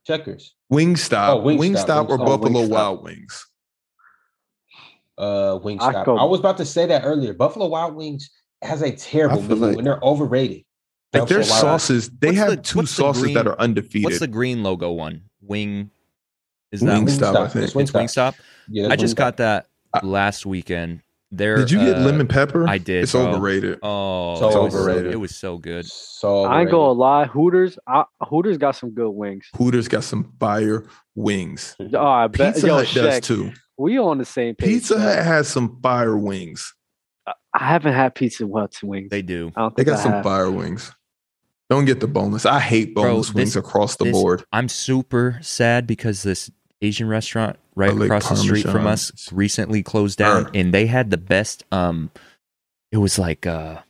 Speaker 3: checkers.
Speaker 1: Wingstop,
Speaker 3: Oh, Wingstop,
Speaker 1: Wingstop, or
Speaker 3: Wingstop.
Speaker 2: Oh,
Speaker 1: Buffalo
Speaker 2: Wingstop.
Speaker 1: Wild Wings.
Speaker 3: Uh,
Speaker 2: I
Speaker 3: Wingstop.
Speaker 2: go-
Speaker 3: I was about to say that earlier. Buffalo Wild Wings has a terrible
Speaker 1: I feel
Speaker 3: menu,
Speaker 1: like-
Speaker 3: and they're overrated.
Speaker 1: Like their
Speaker 3: Buffalo Wild Wings.
Speaker 1: sauces, they
Speaker 5: What's
Speaker 1: have
Speaker 5: the-
Speaker 1: two
Speaker 5: what's the
Speaker 1: sauces
Speaker 5: green-
Speaker 1: that are
Speaker 5: What's
Speaker 1: undefeated.
Speaker 5: the green logo one? Wing is that
Speaker 1: Wingstop, I think.
Speaker 3: It's
Speaker 5: It's Wingstop.
Speaker 3: Yeah,
Speaker 5: I
Speaker 3: that's
Speaker 5: just
Speaker 3: Wingstop.
Speaker 5: got that
Speaker 1: Uh,
Speaker 5: last weekend. There.
Speaker 1: Did you get
Speaker 5: uh,
Speaker 1: lemon pepper?
Speaker 5: I did,
Speaker 1: It's
Speaker 5: bro.
Speaker 1: overrated.
Speaker 5: Oh,
Speaker 3: So
Speaker 5: it was so-
Speaker 1: overrated.
Speaker 5: it was so good.
Speaker 3: So
Speaker 2: I ain't
Speaker 3: overrated.
Speaker 2: gonna lie, Hooters. I, Hooters got some good wings.
Speaker 1: Hooters got some fire wings.
Speaker 2: Oh, I bet.
Speaker 1: Pizza
Speaker 2: Yo,
Speaker 1: Hut does
Speaker 2: Shaq,
Speaker 1: too.
Speaker 2: we on the same page.
Speaker 1: Pizza
Speaker 2: man.
Speaker 1: Hut has some fire wings.
Speaker 2: I haven't had Pizza Hut's wings.
Speaker 5: They do.
Speaker 2: I don't
Speaker 1: They
Speaker 2: think
Speaker 1: got
Speaker 2: I
Speaker 1: some
Speaker 2: have.
Speaker 1: fire wings. Don't get the boneless. I hate
Speaker 5: Bro,
Speaker 1: boneless wings
Speaker 5: this-
Speaker 1: across the
Speaker 5: this
Speaker 1: board.
Speaker 5: I'm super sad because this Asian restaurant right
Speaker 1: I like
Speaker 5: across the street from
Speaker 1: Parmesan.
Speaker 5: us recently closed down,
Speaker 1: Burn.
Speaker 5: and they had the best. Um, it was like uh,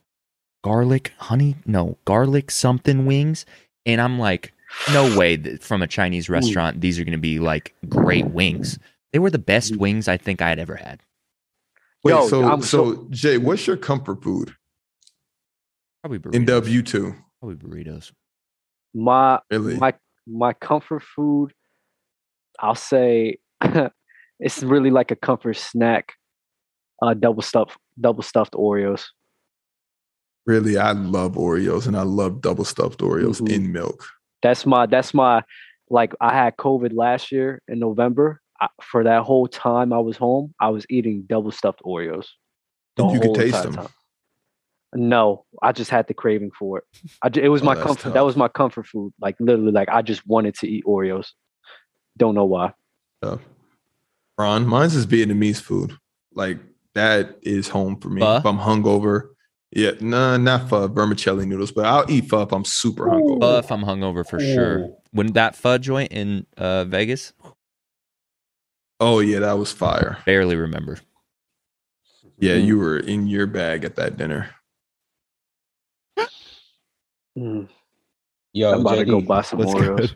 Speaker 5: garlic honey, no garlic something wings, and I'm like, no way that from a Chinese restaurant these are going to be like great wings. They were the
Speaker 1: Mm.
Speaker 5: best wings I think I had ever had.
Speaker 1: Wait,
Speaker 2: Yo,
Speaker 1: so
Speaker 2: I'm
Speaker 1: so Jay, what's your comfort food
Speaker 5: Probably burritos.
Speaker 1: in W two?
Speaker 5: Probably burritos.
Speaker 2: My
Speaker 1: Really?
Speaker 2: my my comfort food. I'll say it's really like a comfort snack. Uh, double stuffed double stuffed Oreos.
Speaker 1: really, I love Oreos and I love double stuffed Oreos
Speaker 5: Mm-hmm.
Speaker 2: Mhm.
Speaker 1: in milk.
Speaker 2: That's my that's my like I had COVID last year in November. I, for that whole time I was home, I was eating double stuffed Oreos. the
Speaker 1: And you could
Speaker 2: whole
Speaker 1: taste
Speaker 2: entire
Speaker 1: them.
Speaker 2: time. No, I just had the craving for it. I ju- it was
Speaker 1: Oh,
Speaker 2: my
Speaker 1: that's
Speaker 2: comfort. That
Speaker 1: tough.
Speaker 2: was my comfort food. Like literally, like I just wanted to eat Oreos. Don't know why.
Speaker 1: stuff. Ron, mine's is Vietnamese food. Like that is home for me.
Speaker 5: Pho?
Speaker 1: If I'm hungover, yeah, nah, not pho, vermicelli noodles, but I'll eat pho if I'm super hungover.
Speaker 5: But Uh, if I'm hungover for sure.
Speaker 3: Ooh.
Speaker 5: When that pho joint in uh, Vegas,
Speaker 1: Oh yeah, that was fire.
Speaker 5: barely remember.
Speaker 1: Yeah,
Speaker 2: Mm.
Speaker 1: you were in your bag at that dinner.
Speaker 2: Mm,
Speaker 3: Yo,
Speaker 1: Oh,
Speaker 2: I'm about to go
Speaker 3: JD,
Speaker 2: buy some
Speaker 5: Let's go.
Speaker 2: Oreos.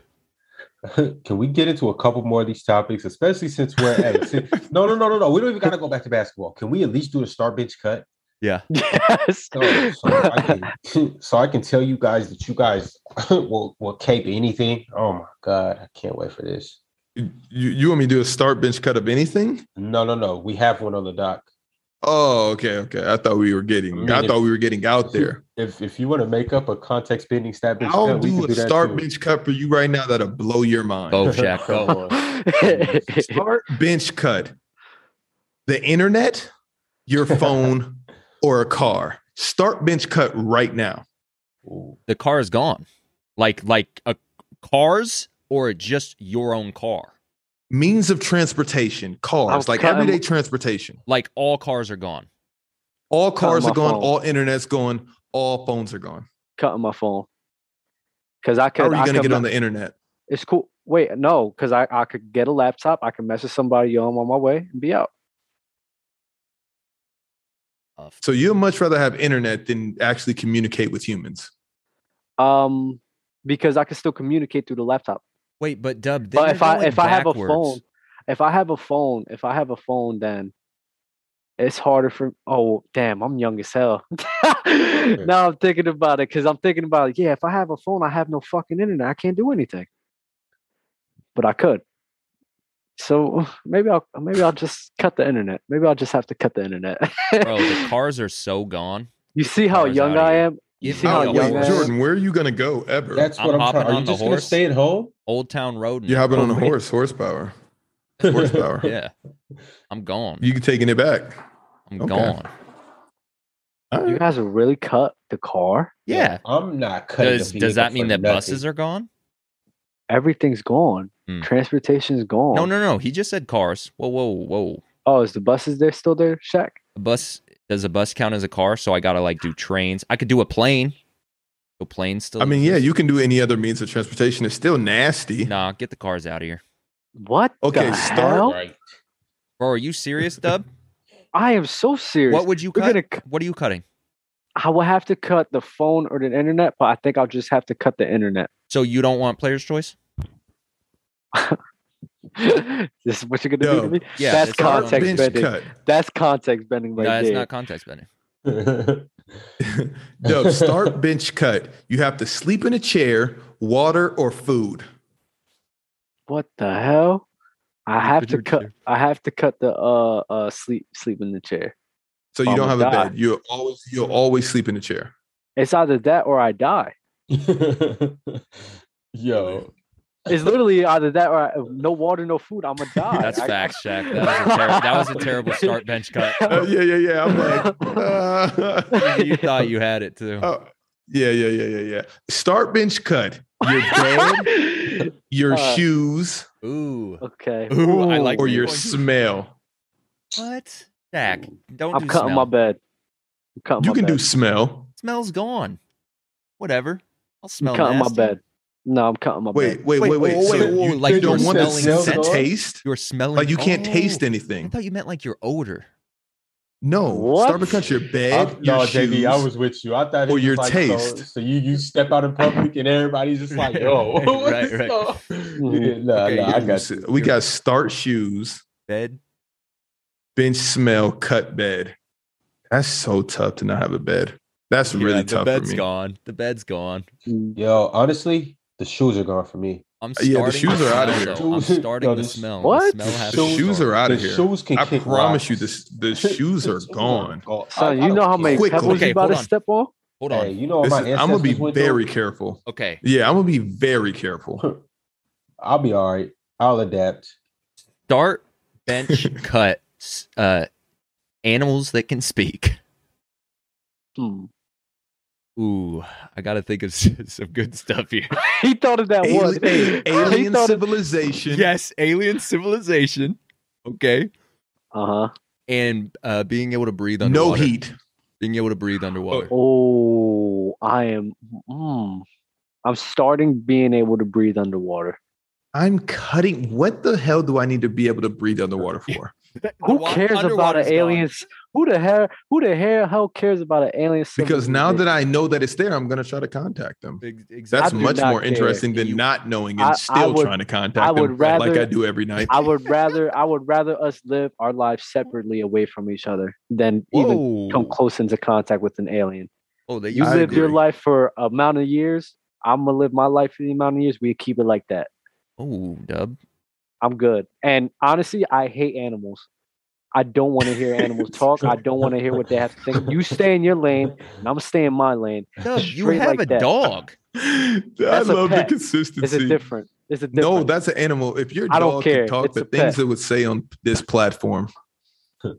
Speaker 3: Can we get into a couple more of these topics, especially since we're at no, no, no, no, no. We don't even gotta go back to basketball. Can we at least do a star bench cut?
Speaker 5: Yeah.
Speaker 2: Yes.
Speaker 3: So, Oh, so I can, so I can tell you guys that you guys will will cape anything. Oh my god, I can't wait for this.
Speaker 1: You you want me to do a start bench cut of anything?
Speaker 3: No, no, no. We have one on the dock.
Speaker 1: Oh, okay, okay. I thought we were getting. I,
Speaker 3: I mean, if-
Speaker 1: thought we were getting out there.
Speaker 3: If if you want to make up a context bending stat bitch,
Speaker 1: I'll
Speaker 3: cut, we
Speaker 1: do
Speaker 3: can
Speaker 1: a start
Speaker 3: too.
Speaker 1: bench cut for you right now. That'll blow your mind.
Speaker 5: Go, Oh, Shaq.
Speaker 3: Come
Speaker 5: Go.
Speaker 3: on.
Speaker 1: Start bench cut. The internet, your phone, or a car. Start bench cut right now.
Speaker 3: Ooh.
Speaker 5: The car is gone. Like like a cars or just your own car.
Speaker 1: Means of transportation, cars,
Speaker 2: I'm
Speaker 1: like
Speaker 2: cutting-
Speaker 1: everyday transportation.
Speaker 5: Like all cars are gone.
Speaker 1: All cars
Speaker 2: my
Speaker 1: are gone.
Speaker 2: phone.
Speaker 1: All internet's gone. All phones are gone.
Speaker 2: cutting my phone because I could.
Speaker 1: How are you
Speaker 2: I
Speaker 1: going to
Speaker 2: could
Speaker 1: get
Speaker 2: ma-
Speaker 1: on the internet?
Speaker 2: It's cool. Wait, no, because I I could get a laptop. I can message somebody. Yo, I'm on my way and be out.
Speaker 5: Uh,
Speaker 1: So you'd much rather have internet than actually communicate with humans.
Speaker 2: Um, because I can still communicate through the laptop.
Speaker 5: wait, but Dub, they
Speaker 2: But
Speaker 5: were
Speaker 2: if I
Speaker 5: going
Speaker 2: if I have a
Speaker 5: backwards.
Speaker 2: phone, if I have a phone, if I have a phone, then it's harder for. Oh damn, I'm young as hell. now I'm thinking about it because I'm thinking about yeah. If I have a phone, I have no fucking internet. I can't do anything. But I could. So maybe I'll maybe I'll just cut the internet. Maybe I'll just have to cut the internet.
Speaker 5: bro, the cars are so gone.
Speaker 2: you see how
Speaker 5: Cars
Speaker 2: young
Speaker 5: outta
Speaker 2: I
Speaker 5: here.
Speaker 2: am. You
Speaker 5: Give
Speaker 2: see
Speaker 5: me
Speaker 2: how
Speaker 5: a
Speaker 1: wait,
Speaker 2: young I
Speaker 5: horse.
Speaker 2: am.
Speaker 1: Jordan, where are you going to go ever?
Speaker 3: That's
Speaker 5: I'm
Speaker 3: what I'm
Speaker 5: hopping
Speaker 3: trying. Are
Speaker 5: on
Speaker 3: you
Speaker 5: the
Speaker 3: just gonna
Speaker 5: horse.
Speaker 3: stay at home?
Speaker 5: Old Town Road. and-
Speaker 1: You're hopping on a
Speaker 2: Oh, man.
Speaker 1: horse, horsepower, horsepower.
Speaker 5: yeah, I'm gone.
Speaker 1: You taking it back?
Speaker 5: I'm
Speaker 1: okay.
Speaker 5: gone.
Speaker 1: All
Speaker 2: You
Speaker 1: right.
Speaker 2: guys really cut the car.
Speaker 5: Yeah.
Speaker 3: I'm not cutting.
Speaker 5: Does does that mean that buses are gone?
Speaker 2: Everything's gone.
Speaker 5: Mm.
Speaker 2: Transportation's gone.
Speaker 5: No, no, no. He just said cars. Whoa, whoa, whoa.
Speaker 2: Oh, is the buses there still there, Shaq?
Speaker 5: A bus does a bus count as a car? So I gotta like do trains. I could do a plane. So planes still.
Speaker 1: I mean, yeah,
Speaker 5: exist?
Speaker 1: you can do any other means of transportation. It's still nasty.
Speaker 5: Nah, get the cars out of here.
Speaker 2: What?
Speaker 1: Okay,
Speaker 2: the
Speaker 1: start-
Speaker 2: hell?
Speaker 3: Right.
Speaker 5: Bro, are you serious, Dub?
Speaker 2: I am so serious.
Speaker 5: what would you
Speaker 2: We're
Speaker 5: cut?
Speaker 2: gonna c-
Speaker 5: What are you cutting?
Speaker 2: I will have to cut the phone or the internet, but I think I'll just have to cut the internet.
Speaker 5: So you don't want player's choice?
Speaker 2: this is what you're gonna do to
Speaker 1: Dub.
Speaker 2: me.
Speaker 5: Yeah,
Speaker 2: that's
Speaker 5: it's not-
Speaker 2: context
Speaker 1: bench
Speaker 2: bending.
Speaker 1: cut.
Speaker 2: That's context bending right
Speaker 5: no, it's
Speaker 2: there.
Speaker 5: not context bending.
Speaker 1: Dub, start bench cut. You have to sleep in a chair, water, or food.
Speaker 2: what the hell? I have to
Speaker 5: Refrigerator
Speaker 2: cut.
Speaker 5: chair.
Speaker 2: I have to cut the uh uh sleep sleep in the chair.
Speaker 1: So you
Speaker 2: Oh
Speaker 1: don't
Speaker 2: my
Speaker 1: have
Speaker 2: God.
Speaker 1: a bed. You always you'll always sleep in a chair.
Speaker 2: It's either that or I die.
Speaker 3: Yo,
Speaker 2: It's literally either that or I, no water, no food. I'm gonna die.
Speaker 5: That's
Speaker 2: I-
Speaker 5: facts,
Speaker 2: I-
Speaker 5: Shaq. That was, a ter- that was a terrible start bench cut.
Speaker 1: Uh, yeah, yeah, yeah. I'm like, uh,
Speaker 5: You thought you had it
Speaker 2: Uh,
Speaker 5: too.
Speaker 1: oh, yeah, yeah, yeah, yeah, yeah. Start bench cut. Your bed, your
Speaker 2: Uh,
Speaker 1: shoes,
Speaker 5: Ooh.
Speaker 2: okay.
Speaker 5: Ooh, I like
Speaker 1: or
Speaker 5: that
Speaker 1: your
Speaker 5: one.
Speaker 1: smell.
Speaker 5: What? Zach, don't
Speaker 2: I'm
Speaker 5: do
Speaker 2: cutting my
Speaker 5: smell.
Speaker 2: bed. I'm cutting
Speaker 1: You
Speaker 2: my
Speaker 1: can
Speaker 2: bed.
Speaker 1: do smell.
Speaker 5: Smells gone. Whatever. I'll smell
Speaker 2: I'm cutting
Speaker 5: nasty.
Speaker 2: my bed. No, I'm cutting my
Speaker 1: Wait,
Speaker 2: bed.
Speaker 1: wait,
Speaker 5: Wait,
Speaker 1: wait, wait.
Speaker 5: oh,
Speaker 1: So
Speaker 5: wait, whoa,
Speaker 1: you,
Speaker 5: like
Speaker 1: you don't
Speaker 5: you're
Speaker 1: want the
Speaker 5: smelling
Speaker 1: scent
Speaker 3: scent?
Speaker 1: taste?
Speaker 5: You're smelling.
Speaker 1: Like you can't
Speaker 5: oh.
Speaker 1: taste
Speaker 5: I
Speaker 1: anything.
Speaker 5: thought you meant like your odor.
Speaker 1: No,
Speaker 2: What? Uh,
Speaker 1: Starbucks got your
Speaker 3: I,
Speaker 1: bed, your
Speaker 3: no,
Speaker 1: shoes.
Speaker 3: JB, I was with you. I thought it
Speaker 1: Or
Speaker 3: was
Speaker 1: your
Speaker 3: like, So,
Speaker 1: taste.
Speaker 3: so you you step out in public and everybody's just like, yo,
Speaker 5: Right,
Speaker 3: what
Speaker 5: right,
Speaker 3: is
Speaker 5: right.
Speaker 3: up? Yeah, nah,
Speaker 5: Okay,
Speaker 3: nah,
Speaker 5: you
Speaker 3: I
Speaker 1: You
Speaker 3: got
Speaker 1: said-
Speaker 3: you.
Speaker 1: we got start shoes,
Speaker 5: Bed.
Speaker 1: bench smell, cut bed. That's so tough to not have a bed. That's really
Speaker 5: Yeah,
Speaker 1: tough
Speaker 5: The
Speaker 1: for
Speaker 5: bed's
Speaker 1: me.
Speaker 5: gone. The bed's gone.
Speaker 2: Mm,
Speaker 3: Yo, honestly, the shoes are gone for me.
Speaker 5: I'm
Speaker 1: Yeah, the
Speaker 5: starting.
Speaker 1: shoes are outta
Speaker 5: smell,
Speaker 1: here.
Speaker 5: though. I'm
Speaker 3: Shoes-
Speaker 5: starting
Speaker 3: Yo,
Speaker 5: the
Speaker 3: the sh-
Speaker 5: smell.
Speaker 2: What?
Speaker 5: The smell has
Speaker 1: The
Speaker 5: to
Speaker 3: Shoes-
Speaker 1: shoes
Speaker 5: start.
Speaker 1: are out
Speaker 3: The
Speaker 1: of here.
Speaker 3: shoes can
Speaker 1: I
Speaker 3: kick
Speaker 1: promise you,
Speaker 3: rocks.
Speaker 1: this the shoes are
Speaker 3: The
Speaker 1: gone.
Speaker 2: Son,
Speaker 3: I- I
Speaker 2: you know how
Speaker 3: don't
Speaker 2: many
Speaker 1: Quickly.
Speaker 2: pebbles
Speaker 5: Okay,
Speaker 2: you about to
Speaker 5: hold on.
Speaker 2: step on?
Speaker 5: Hold
Speaker 3: Hey,
Speaker 5: on.
Speaker 3: you know what
Speaker 1: This
Speaker 3: my
Speaker 1: is- I'm gonna be
Speaker 3: ancestors went through?
Speaker 1: very careful.
Speaker 5: Okay.
Speaker 1: Yeah, I'm gonna be very careful.
Speaker 3: I'll be all right. I'll adapt.
Speaker 5: Start. Bench. cut. s- Uh, animals that can speak.
Speaker 2: Hmm.
Speaker 5: Ooh, I gotta think of s- some good stuff here.
Speaker 2: He thought of that one.
Speaker 1: Ali- hey,
Speaker 2: he
Speaker 1: alien
Speaker 2: thought of,
Speaker 1: civilization.
Speaker 5: yes, alien civilization. Okay,
Speaker 2: uh huh.
Speaker 5: and uh, being able to breathe
Speaker 1: no
Speaker 5: underwater.
Speaker 1: heat.
Speaker 5: Being able to breathe underwater.
Speaker 2: Oh, I am. Mm, I'm starting being able to breathe underwater.
Speaker 1: I'm cutting. What the hell do I need to be able to breathe underwater for?
Speaker 2: oh, Who cares about an alien's? Who the hell? Who the hell? Hell cares about an alien?
Speaker 1: Because now
Speaker 2: civilization?
Speaker 1: that I know that it's there, I'm gonna try to contact them. That's
Speaker 2: I do
Speaker 1: much
Speaker 2: not
Speaker 1: more
Speaker 2: care.
Speaker 1: interesting than
Speaker 5: You-
Speaker 1: not knowing
Speaker 2: I-
Speaker 1: and
Speaker 2: I
Speaker 1: still
Speaker 2: would-
Speaker 1: trying to contact
Speaker 2: I would
Speaker 1: them like
Speaker 2: rather-
Speaker 1: I do every night.
Speaker 2: I would rather I would rather us live our lives separately away from each other than even
Speaker 5: Whoa.
Speaker 2: come close into contact with an alien.
Speaker 5: Oh, they
Speaker 2: You
Speaker 5: use
Speaker 1: I
Speaker 2: live your
Speaker 1: agree.
Speaker 2: life for amount of years. I'm gonna live my life for the amount of years. We keep it like that.
Speaker 5: Oh, dub.
Speaker 2: I'm good. And honestly, I hate animals. I don't want to hear animals talk. I don't want to hear what they have to think. You stay in your lane, and I'm gonna stay in my lane.
Speaker 5: Doug, you
Speaker 2: Straight
Speaker 5: have
Speaker 2: like
Speaker 5: a
Speaker 2: that.
Speaker 5: dog.
Speaker 1: I
Speaker 2: That's a
Speaker 1: love the
Speaker 2: pet.
Speaker 1: consistency.
Speaker 2: It's a different. It's a different.
Speaker 1: no, that's an animal. If your
Speaker 2: I don't
Speaker 1: dog can
Speaker 2: care.
Speaker 1: talk,
Speaker 2: It's
Speaker 1: the
Speaker 2: a pet.
Speaker 1: things it would say on this platform.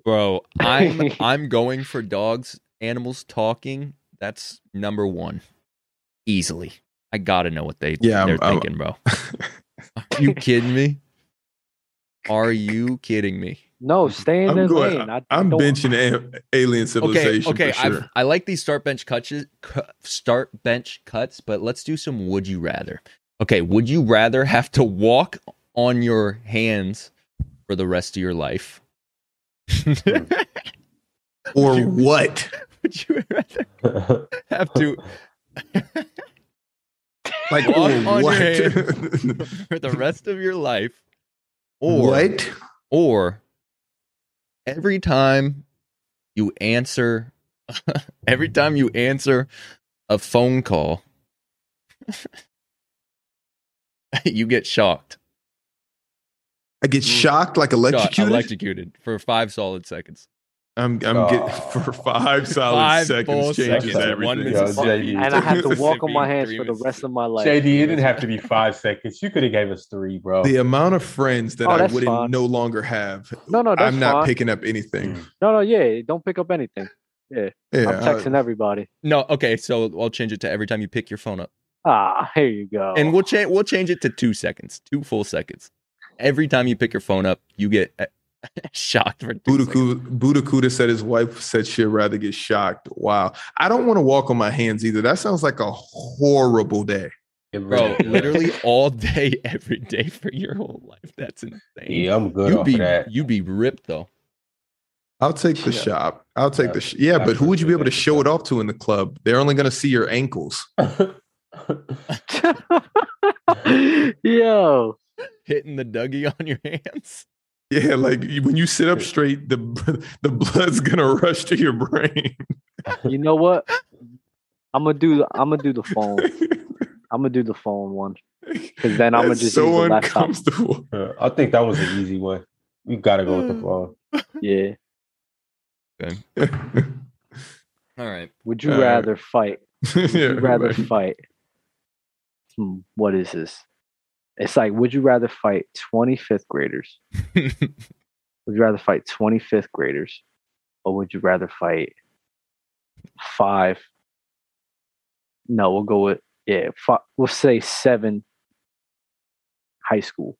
Speaker 5: Bro, I'm I'm going for dogs, animals talking. That's number one. Easily. I gotta know what they
Speaker 1: Yeah, I'm-
Speaker 5: they're
Speaker 1: I'm-
Speaker 5: thinking, bro. Are you kidding me? Are you kidding me?
Speaker 2: no. Stay in
Speaker 1: I'm
Speaker 2: their
Speaker 1: going-
Speaker 2: lane. I, I
Speaker 1: I'm
Speaker 2: don't-
Speaker 1: benching a- alien
Speaker 5: Okay,
Speaker 1: civilization
Speaker 5: okay.
Speaker 1: for
Speaker 5: I've-
Speaker 1: sure.
Speaker 5: I like these start bench cuts. cu- Start bench cuts, but let's do some. Would you rather? Okay, would you rather have to walk on your hands for the rest of your life?
Speaker 1: Hmm.
Speaker 5: would
Speaker 1: Or what?
Speaker 5: you rather have to
Speaker 1: Like
Speaker 5: Walk
Speaker 1: or
Speaker 5: on your
Speaker 1: what?
Speaker 5: for the rest of your life, or
Speaker 1: what?
Speaker 5: or every time you answer, every time you answer a phone call, you get shocked,
Speaker 1: Mm. I get shocked like
Speaker 5: shocked,
Speaker 1: electrocuted.
Speaker 5: electrocuted for five solid seconds.
Speaker 1: I'm I'm getting
Speaker 3: Oh.
Speaker 1: for five solid
Speaker 5: Five full
Speaker 1: seconds changing
Speaker 5: seconds,
Speaker 1: everything.
Speaker 5: one
Speaker 3: Yo,
Speaker 5: Mississippi,
Speaker 3: JD.
Speaker 2: And I have to walk on my
Speaker 5: Mississippi,
Speaker 2: hands
Speaker 5: three
Speaker 2: for the rest of my life.
Speaker 3: JD, it didn't have to be five seconds. You could have gave us three, bro.
Speaker 1: The amount of friends that
Speaker 2: Oh,
Speaker 1: I
Speaker 2: that's
Speaker 1: wouldn't
Speaker 2: fine.
Speaker 1: no longer have.
Speaker 2: No, no, Oh, that's
Speaker 1: I'm not
Speaker 2: fine.
Speaker 1: picking up
Speaker 3: Mm,
Speaker 1: anything.
Speaker 2: no, no, yeah. Don't pick up anything.
Speaker 1: Yeah, uh,
Speaker 2: I'm texting everybody.
Speaker 5: No, okay, so I'll change it to every time you pick your phone up,
Speaker 2: Ah, here you go.
Speaker 5: and we'll change we'll change it to two seconds, two full seconds. Every time you pick your phone up, you get uh, shocked for two seconds.
Speaker 1: Budakuda, Budakuda said his wife said she'd rather get shocked. Wow. I don't want to walk on my hands either. That sounds like a horrible day.
Speaker 5: bro. literally all day, every day for your whole life. That's insane.
Speaker 3: Yeah, I'm good
Speaker 5: you
Speaker 3: off
Speaker 5: be
Speaker 3: of that.
Speaker 5: you be ripped though.
Speaker 1: I'll take the
Speaker 3: Yeah.
Speaker 1: shop. I'll take the sh- yeah,
Speaker 3: I
Speaker 1: but who would you be able to
Speaker 3: appreciate
Speaker 1: show
Speaker 3: that.
Speaker 1: it off to in the club? They're only going to see your ankles.
Speaker 2: Yo,
Speaker 5: Hitting the Dougie on your hands.
Speaker 1: Yeah, like you- when you sit up straight, the the blood's going to rush to your brain.
Speaker 2: you know what? I'm gonna do. I'm gonna do the phone. I'm gonna do the phone one because then I'm gonna
Speaker 1: That's
Speaker 2: just use
Speaker 1: so
Speaker 2: the laptop.
Speaker 1: uncomfortable.
Speaker 3: Uh, I think that was an easy one. We gotta go
Speaker 2: Hmm.
Speaker 3: with the phone.
Speaker 2: Yeah.
Speaker 5: All right.
Speaker 2: Would you
Speaker 1: All right.
Speaker 2: rather fight?
Speaker 1: yeah,
Speaker 2: Would you rather
Speaker 1: like,
Speaker 2: fight? Hmm, what is this? It's like, would you rather fight 25th graders? Would you rather fight 25th graders? Or would you rather fight five? No, we'll go with, yeah, five, we'll say seven high school.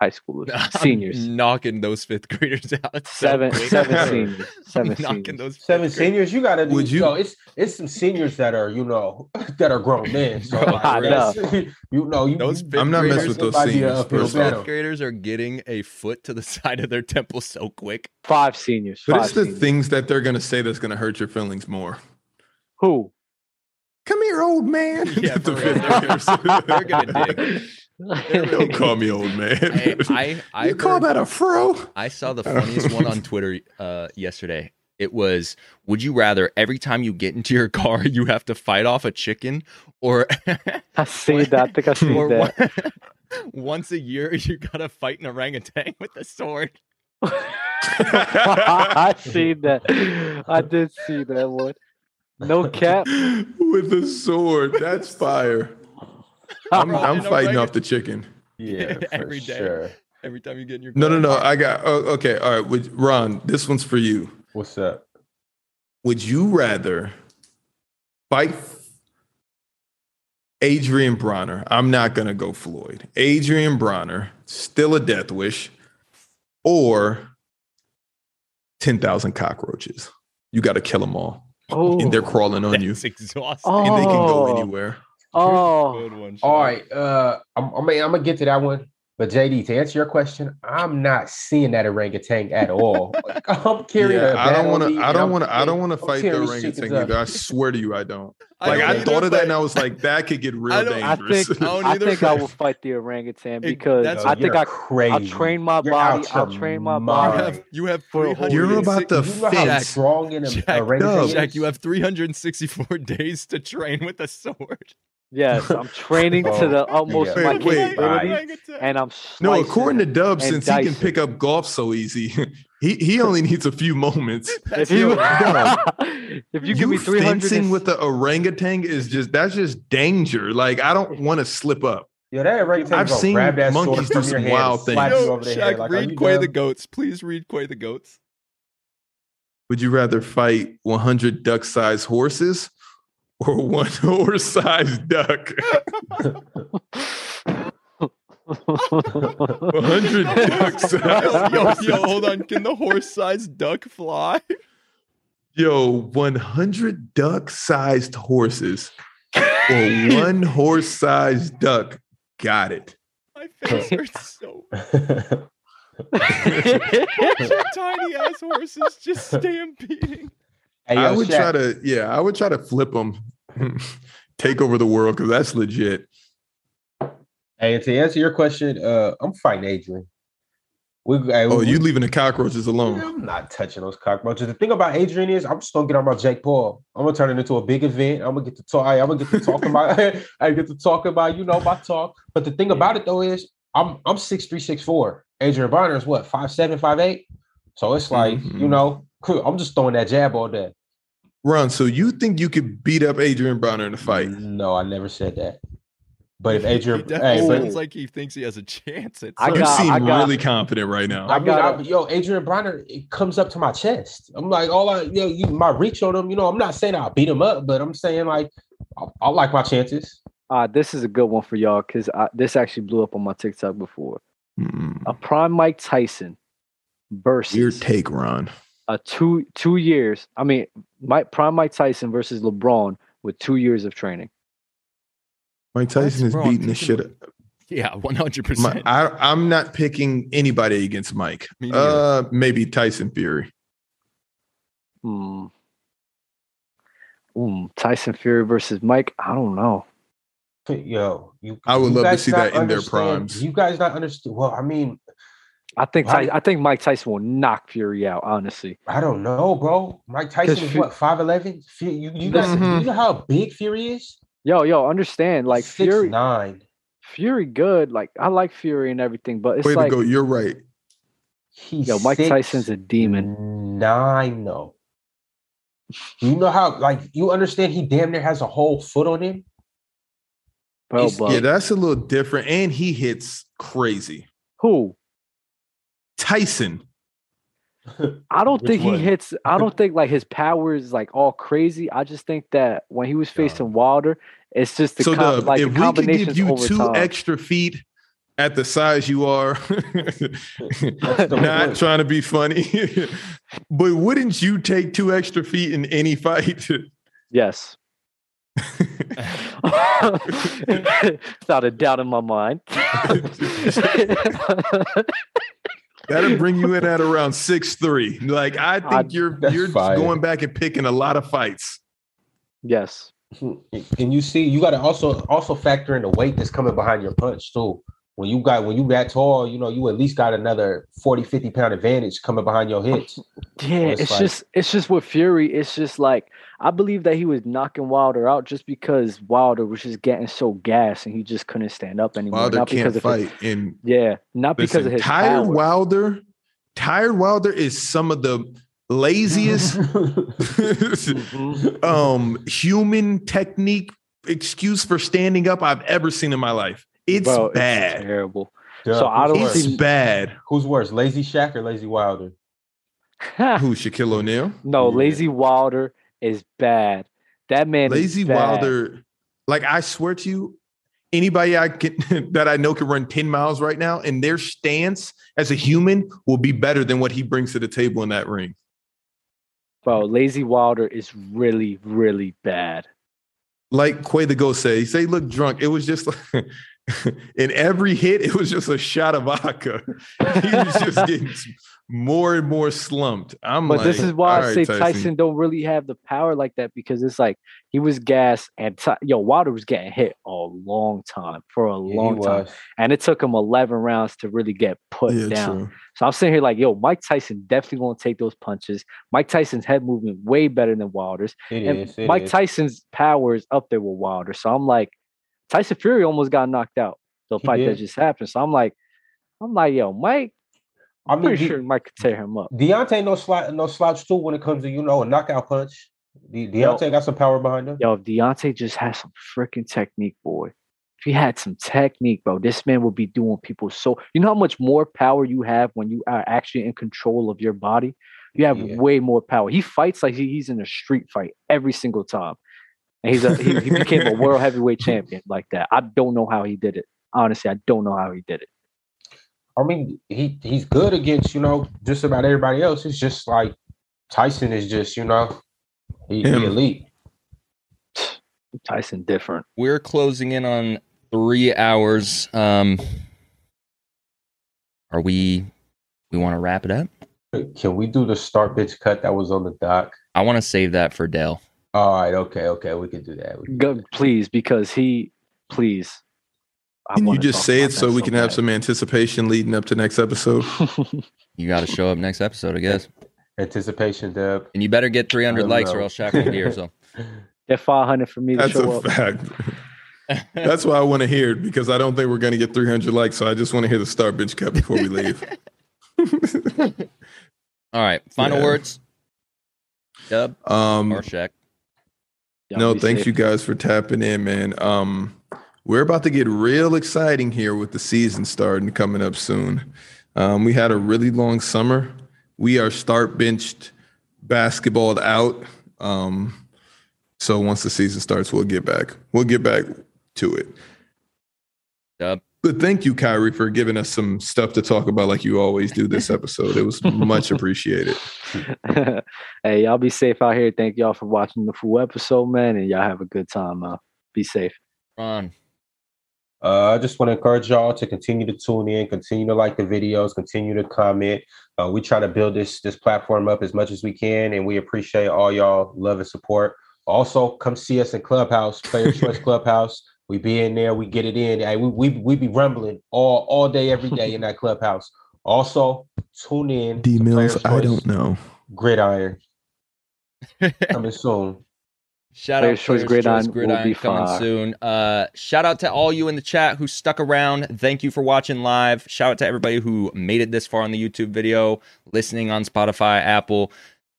Speaker 2: High schoolers,
Speaker 5: I'm
Speaker 2: seniors.
Speaker 5: knocking those fifth graders out. so
Speaker 2: Seven,
Speaker 5: quick.
Speaker 2: seven
Speaker 1: I'm
Speaker 2: seniors. Seven
Speaker 5: I'm knocking
Speaker 2: seniors.
Speaker 5: those fifth
Speaker 3: Seven
Speaker 5: graders.
Speaker 3: seniors, you gotta do.
Speaker 1: Would you-
Speaker 3: yo, it's it's some seniors that are you know that are grown men. So
Speaker 5: Bro,
Speaker 3: like,
Speaker 2: I
Speaker 3: that's- you know you.
Speaker 5: Those fifth
Speaker 1: I'm not messing
Speaker 5: graders,
Speaker 1: with those
Speaker 3: might be
Speaker 1: seniors.
Speaker 3: up here,
Speaker 1: First
Speaker 5: Those
Speaker 3: bro.
Speaker 1: off.
Speaker 5: fifth graders are getting a foot to the side of their temple so quick.
Speaker 2: Five seniors.
Speaker 1: But
Speaker 2: five
Speaker 1: it's the
Speaker 2: seniors.
Speaker 1: things that they're going to say that's going to hurt your feelings more.
Speaker 2: Who?
Speaker 1: Come here, old man.
Speaker 5: Yeah,
Speaker 1: The
Speaker 5: for
Speaker 1: fifth
Speaker 5: real.
Speaker 1: graders.
Speaker 5: They're gonna dig.
Speaker 1: Don't call me old man.
Speaker 5: I I, I
Speaker 1: you call
Speaker 5: heard-
Speaker 1: that a fro?
Speaker 5: I saw the funniest one on Twitter uh, yesterday. It was, would you rather every time you get into your car you have to fight off a chicken, or
Speaker 2: I see that. I think I see
Speaker 5: or
Speaker 2: that.
Speaker 5: one- once a year you gotta fight an orangutan with a sword?
Speaker 2: I see that. I did see that one. No cap.
Speaker 1: With a sword. That's fire. I'm, I'm
Speaker 5: Bro,
Speaker 1: fighting
Speaker 5: no,
Speaker 1: off the chicken.
Speaker 3: yeah, for
Speaker 5: Every day.
Speaker 3: Sure.
Speaker 5: Every time you get in your car.
Speaker 1: No, no, no. I got. Oh, okay. All right. Would, Ron, this one's for you.
Speaker 3: What's up?
Speaker 1: Would you rather fight Adrian Bronner? I'm not going to go Floyd. Adrian Bronner, still a death wish, or 10,000 cockroaches? You got to kill them all.
Speaker 2: Oh,
Speaker 1: And they're crawling on
Speaker 5: That's
Speaker 1: you.
Speaker 5: exhausting.
Speaker 2: Oh.
Speaker 1: And they can go anywhere.
Speaker 2: oh,
Speaker 5: Good one, Sean.
Speaker 3: All right, uh, I'm, I mean, I'm gonna get to that one. But JD, to answer your question, I'm not seeing that orangutan at all. Like, I'm carrying.
Speaker 1: Yeah,
Speaker 3: a
Speaker 1: I
Speaker 3: bat
Speaker 1: don't
Speaker 3: on
Speaker 1: want
Speaker 3: me,
Speaker 1: to. I
Speaker 3: and
Speaker 1: don't
Speaker 3: I'm
Speaker 1: want to. I
Speaker 3: tearing-
Speaker 1: don't want to
Speaker 3: I'm
Speaker 1: fight the
Speaker 3: tearing these
Speaker 1: orangutan
Speaker 3: chickens up.
Speaker 1: either. I swear to you, I don't.
Speaker 5: don't
Speaker 1: Like I,
Speaker 5: either,
Speaker 1: thought of that, and I
Speaker 5: but
Speaker 1: was like, that could get real
Speaker 5: I don't-
Speaker 2: I
Speaker 1: dangerous.
Speaker 2: think-
Speaker 5: don't
Speaker 2: I
Speaker 5: either,
Speaker 2: think
Speaker 5: but-
Speaker 2: I will fight the orangutan
Speaker 5: It-
Speaker 2: because
Speaker 5: that's-
Speaker 2: I think
Speaker 3: You're
Speaker 2: I,
Speaker 3: crazy.
Speaker 2: I'll train my
Speaker 3: You're
Speaker 2: body.
Speaker 3: out
Speaker 2: I'll
Speaker 3: your
Speaker 2: train my
Speaker 5: You
Speaker 3: mind.
Speaker 2: body.
Speaker 5: have you have
Speaker 2: For a whole
Speaker 5: three hundred.
Speaker 1: You're about to
Speaker 3: You know how
Speaker 1: fence.
Speaker 3: strong in a
Speaker 5: Jack,
Speaker 3: orangutan
Speaker 1: Jack,
Speaker 5: Jack,
Speaker 3: is?
Speaker 5: you have 364 days to train with a sword.
Speaker 2: Yes, I'm training to
Speaker 3: Bro.
Speaker 2: the utmost of
Speaker 1: Wait,
Speaker 2: my
Speaker 1: wait,
Speaker 2: capability,
Speaker 5: Orangutan.
Speaker 2: and I'm
Speaker 1: No,
Speaker 2: slicing
Speaker 1: according to Dub,
Speaker 2: and
Speaker 1: since he
Speaker 2: dicing.
Speaker 1: can pick up golf so easy, He he only needs a few moments.
Speaker 2: If
Speaker 5: That's
Speaker 2: you,
Speaker 5: your-
Speaker 2: if you, give me three hundred,
Speaker 1: fencing with the orangutan is just that's just danger. Like I don't want to slip up.
Speaker 3: Yo, that orangutan
Speaker 1: I've
Speaker 3: gonna
Speaker 1: seen
Speaker 3: grab that sword
Speaker 1: monkeys do
Speaker 3: from
Speaker 1: some
Speaker 3: your hand
Speaker 1: wild
Speaker 3: and slap
Speaker 1: things.
Speaker 3: you
Speaker 5: Yo,
Speaker 3: over the
Speaker 5: Shaq,
Speaker 3: head. Like, are you
Speaker 5: read Quay the
Speaker 3: dumb?
Speaker 5: Goats. Please read Quay the Goats.
Speaker 1: Would you rather fight 100 duck-sized horses or one horse-sized duck? 100
Speaker 5: Yo,
Speaker 1: duck-sized.
Speaker 5: yo, yo, hold on. Can the horse-sized duck fly?
Speaker 1: Yo, 100 duck-sized horses or one horse-sized duck. Got it.
Speaker 5: My face hurts so. much.
Speaker 2: I
Speaker 5: Your tiny ass horses just stampeding.
Speaker 3: Hey,
Speaker 1: I
Speaker 3: yo,
Speaker 1: would
Speaker 3: Shaq,
Speaker 1: try to yeah, I would try to flip them. Take over the world cuz that's legit.
Speaker 3: Hey, and to answer your question, uh, I'm fighting Adrian. We, hey,
Speaker 1: Oh,
Speaker 3: we-
Speaker 1: you leaving the cockroaches
Speaker 5: Um,
Speaker 1: alone.
Speaker 3: I'm not touching those cockroaches. The thing about Adrian is, I'm just gonna get on my Jake Paul. I'm gonna turn it into a big event. I'm gonna get to talk. I'm gonna get to talk about. I get to talk about you know my talk. But the thing about it though is, I'm I'm six three six four. Adrian Bonner is what five seven five eight. So it's like you
Speaker 5: Mm-hmm.
Speaker 1: Mhm.
Speaker 3: know, cool, I'm just throwing that jab all day.
Speaker 1: Ron, so you think you could beat up Adrian Bronner in a fight?
Speaker 3: No, I never said that. But if
Speaker 5: he
Speaker 3: Adrian,
Speaker 5: definitely
Speaker 3: hey, but,
Speaker 5: sounds like he thinks he has a chance. At
Speaker 2: I
Speaker 1: you
Speaker 5: something.
Speaker 2: got-
Speaker 1: seem
Speaker 2: I got-
Speaker 1: really confident right now.
Speaker 3: I,
Speaker 2: I
Speaker 3: mean,
Speaker 2: gotta-
Speaker 3: I, yo, Adrian Bronner, it comes up to my chest. I'm like, all I, yo, you, my reach on him. You know, I'm not saying I'll beat him up, but I'm saying like, I, I like my chances.
Speaker 2: Uh, this is a good one for y'all because this actually blew up on my TikTok before.
Speaker 1: Mm,
Speaker 2: A prime Mike Tyson
Speaker 1: Weird
Speaker 2: versus
Speaker 1: take, Ron.
Speaker 2: a two two years. I mean, Mike prime Mike Tyson versus LeBron with two years of training.
Speaker 1: Mike Tyson is
Speaker 5: wrong?
Speaker 1: beating the
Speaker 5: Take
Speaker 1: shit
Speaker 5: him
Speaker 1: up.
Speaker 5: yeah, one hundred
Speaker 1: My,
Speaker 5: percent.
Speaker 1: I, I'm not picking anybody against Mike.
Speaker 5: Me neither.
Speaker 1: Uh, maybe Tyson Fury.
Speaker 2: Hmm. Mm, Tyson Fury versus Mike. I don't know.
Speaker 3: Yo, you.
Speaker 1: I would
Speaker 3: you
Speaker 1: love to
Speaker 3: guys
Speaker 1: see
Speaker 3: not
Speaker 1: that in their
Speaker 3: understand-
Speaker 1: primes.
Speaker 3: You guys not understand? Well, I mean,
Speaker 2: I think
Speaker 3: Why-
Speaker 2: Ty- I think Mike Tyson will knock Fury out. Honestly,
Speaker 3: I don't know, bro. Mike Tyson is
Speaker 2: Fu-
Speaker 3: what five eleven. You, you guys,
Speaker 1: Mhm.
Speaker 3: you know how big Fury is?
Speaker 2: yo, yo, understand? Like
Speaker 3: six
Speaker 2: Fury,
Speaker 3: nine.
Speaker 2: Fury, good. Like I like Fury and everything, but it's
Speaker 1: Way
Speaker 2: like
Speaker 1: to go. You're right.
Speaker 3: He's
Speaker 2: yo, Mike
Speaker 3: six
Speaker 2: Tyson's a demon.
Speaker 3: Nine though. You know how like you understand he damn near has a whole foot on him.
Speaker 2: Bro,
Speaker 3: he's-
Speaker 2: but
Speaker 1: yeah, that's a little different. And he hits crazy.
Speaker 2: who?
Speaker 1: Tyson.
Speaker 2: I don't
Speaker 3: Which
Speaker 2: think
Speaker 3: one?
Speaker 2: he hits. I don't think like his power is like all crazy. I just think that when he was facing Wilder, it's just the
Speaker 1: so,
Speaker 2: com-
Speaker 1: Dub,
Speaker 2: like
Speaker 1: if
Speaker 2: the
Speaker 1: we could
Speaker 2: combinations
Speaker 1: give you
Speaker 2: over
Speaker 1: two
Speaker 2: time.
Speaker 1: extra feet at the size you are,
Speaker 3: That's the
Speaker 1: not
Speaker 3: point.
Speaker 1: trying to be funny, but wouldn't you take two extra feet in any fight?
Speaker 2: yes, without a doubt in my mind.
Speaker 1: That'll bring you in at around six three. Like I think
Speaker 2: I-
Speaker 1: you're
Speaker 3: that's
Speaker 1: you're
Speaker 3: fire.
Speaker 1: going back and picking a lot of fights.
Speaker 2: yes.
Speaker 3: and you see, you got to also also factor in the weight that's coming behind your punch too. When you got when you that tall, you know you at least got another 40, 50 pound advantage coming behind your hits.
Speaker 2: Yeah,
Speaker 3: it's
Speaker 2: it's
Speaker 3: like-
Speaker 2: just it's just with Fury. It's just like I believe that he was knocking Wilder out just because Wilder was just getting so gassed and he just couldn't stand up anymore.
Speaker 1: Wilder
Speaker 2: not because
Speaker 1: can't
Speaker 2: of his,
Speaker 1: fight, and
Speaker 2: yeah, not because
Speaker 1: listen,
Speaker 2: of his
Speaker 1: tired
Speaker 2: power.
Speaker 1: Wilder, tired Wilder is some of the laziest
Speaker 3: Mm-hmm.
Speaker 2: Mhm.
Speaker 1: um human technique excuse for standing up I've ever seen in my life. It's
Speaker 2: Bro,
Speaker 1: bad.
Speaker 2: terrible.
Speaker 3: Duh,
Speaker 2: So I
Speaker 3: who's
Speaker 2: don't
Speaker 1: It's,
Speaker 3: worse?
Speaker 2: see-
Speaker 1: bad.
Speaker 3: who's worse, Lazy Shack or Lazy Wilder?
Speaker 1: Who Shaquille O'Neal?
Speaker 2: no,
Speaker 3: Yeah.
Speaker 2: Lazy Wilder is bad. That man, is
Speaker 1: Lazy
Speaker 2: bad.
Speaker 1: Wilder, like I swear to you, anybody I can that I know can run 10 miles right now, and their stance as a human will be better than what he brings to the table in that ring.
Speaker 2: bro. Lazy Wilder is really, really bad.
Speaker 1: Like Quay the Ghost said, he said he looked drunk. It was just like in every hit, it was just a shot of vodka. He was just getting more and more slumped. I'm
Speaker 2: But
Speaker 1: like,
Speaker 2: this is why
Speaker 1: "All
Speaker 2: I
Speaker 1: right,
Speaker 2: say Tyson. don't really have the power like that because it's like he was gassed and Ty- yo Wilder was getting hit a long time for a
Speaker 3: Yeah, he
Speaker 2: long time,
Speaker 3: was.
Speaker 2: and it took him eleven rounds to really get put
Speaker 1: Yeah,
Speaker 2: down.
Speaker 1: true.
Speaker 2: So I'm sitting here like yo, Mike Tyson definitely gonna take those punches. Mike Tyson's head movement way better than Wilder's,
Speaker 3: It
Speaker 2: and
Speaker 3: is, it
Speaker 2: Mike
Speaker 3: is.
Speaker 2: Tyson's power is up there with Wilder. So I'm like, Tyson Fury almost got knocked out the
Speaker 3: He
Speaker 2: fight that
Speaker 3: did.
Speaker 2: just happened. So I'm like, I'm like yo, Mike
Speaker 3: I
Speaker 2: I'm pretty
Speaker 3: mean, De-
Speaker 2: sure Mike could tear him up.
Speaker 3: Deontay no slouch, no slouch too when it comes to you know a knockout punch. De- Deontay got some power behind him.
Speaker 2: Yo, if Deontay just had some freaking technique, boy. If he had some technique, bro, this man would be doing people so. You know how much more power you have when you are actually in control of your body? You have
Speaker 3: Yeah.
Speaker 2: way more power. He fights like he- he's in a street fight every single time. And he's a, he, he became a world heavyweight champion like that. I don't know how he did it. Honestly, I don't know how he did it.
Speaker 3: I mean, he he's good against you know just about everybody else. It's just like Tyson is just you know he, he
Speaker 1: Him.
Speaker 3: elite.
Speaker 2: Tyson different.
Speaker 5: We're closing in on three hours. Um, are we? We want to wrap it up.
Speaker 3: Can we do the start bitch cut that was on the dock?
Speaker 5: I want to save that for Dell.
Speaker 3: All right, okay, okay, we can do that. We can-
Speaker 2: Go, please, because he, please. I
Speaker 1: Can you
Speaker 2: wanna
Speaker 1: just
Speaker 2: talk
Speaker 1: say
Speaker 2: about
Speaker 1: it
Speaker 2: that
Speaker 1: so we can have
Speaker 2: bad.
Speaker 1: some anticipation leading up to next episode?
Speaker 5: You got to show up next episode, I guess.
Speaker 3: Anticipation, Deb.
Speaker 5: And you better get 300
Speaker 3: I
Speaker 5: likes, or
Speaker 3: know.
Speaker 5: else Shaq will be here. So
Speaker 2: They're 500 for me to
Speaker 1: That's
Speaker 2: show
Speaker 1: a
Speaker 2: up.
Speaker 1: fact. That's why I want to hear it because I don't think we're going to get 300 likes. So I just want to hear the star bitch cut before we leave.
Speaker 5: all right. Final
Speaker 1: Yeah.
Speaker 5: words. Dub
Speaker 1: Um,
Speaker 5: or Shaq.
Speaker 2: Y'all
Speaker 1: no,
Speaker 2: be
Speaker 1: thanks
Speaker 2: safe.
Speaker 1: you guys for tapping in, man. Um, we're about to get real exciting here with the season starting coming up soon. Um, we had a really long summer. We are start benched, basketballed out. Um, so once the season starts, we'll get back. We'll get back to it.
Speaker 5: Dub.
Speaker 1: But thank you, Kyrie, for giving us some stuff to talk about like you always do this episode. It was much appreciated.
Speaker 2: hey, y'all be safe out here. Thank y'all for watching the full episode, man. And y'all have a good time, man. Be safe.
Speaker 5: Ron.
Speaker 3: Uh, I just want to encourage y'all to continue to tune in, continue to like the videos, continue to comment. Uh, we try to build this this platform up as much as we can, and we appreciate all y'all love and support. Also, come see us in Clubhouse, Player Choice Clubhouse. We be in there, we get it in. Hey, we we, we be rumbling all all day, every day in that clubhouse. Also, tune in. to Player Choice
Speaker 1: know.
Speaker 3: Gridiron coming soon.
Speaker 5: Shout out
Speaker 2: Players' Choice
Speaker 5: Players'
Speaker 2: Gridiron
Speaker 5: Choice
Speaker 2: will
Speaker 5: Gridiron
Speaker 2: be
Speaker 5: coming
Speaker 2: fire.
Speaker 5: soon. Uh, shout out to all you in the chat who stuck around. Thank you for watching live. Shout out to everybody who made it this far on the YouTube video, listening on Spotify, Apple.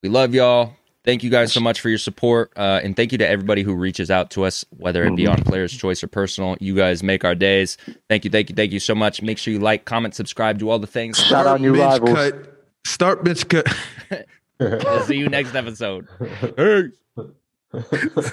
Speaker 5: We love y'all. Thank you guys so much for your support, uh, and thank you to everybody who reaches out to us, whether it be on Players' Choice or personal. You guys make our days. Thank you, thank you, thank you so much. Make sure you like, comment, subscribe, do all the things.
Speaker 2: Shout out new
Speaker 1: Bench
Speaker 2: rivals.
Speaker 1: cut. Start bitch cut.
Speaker 5: We'll see you next episode. Hey.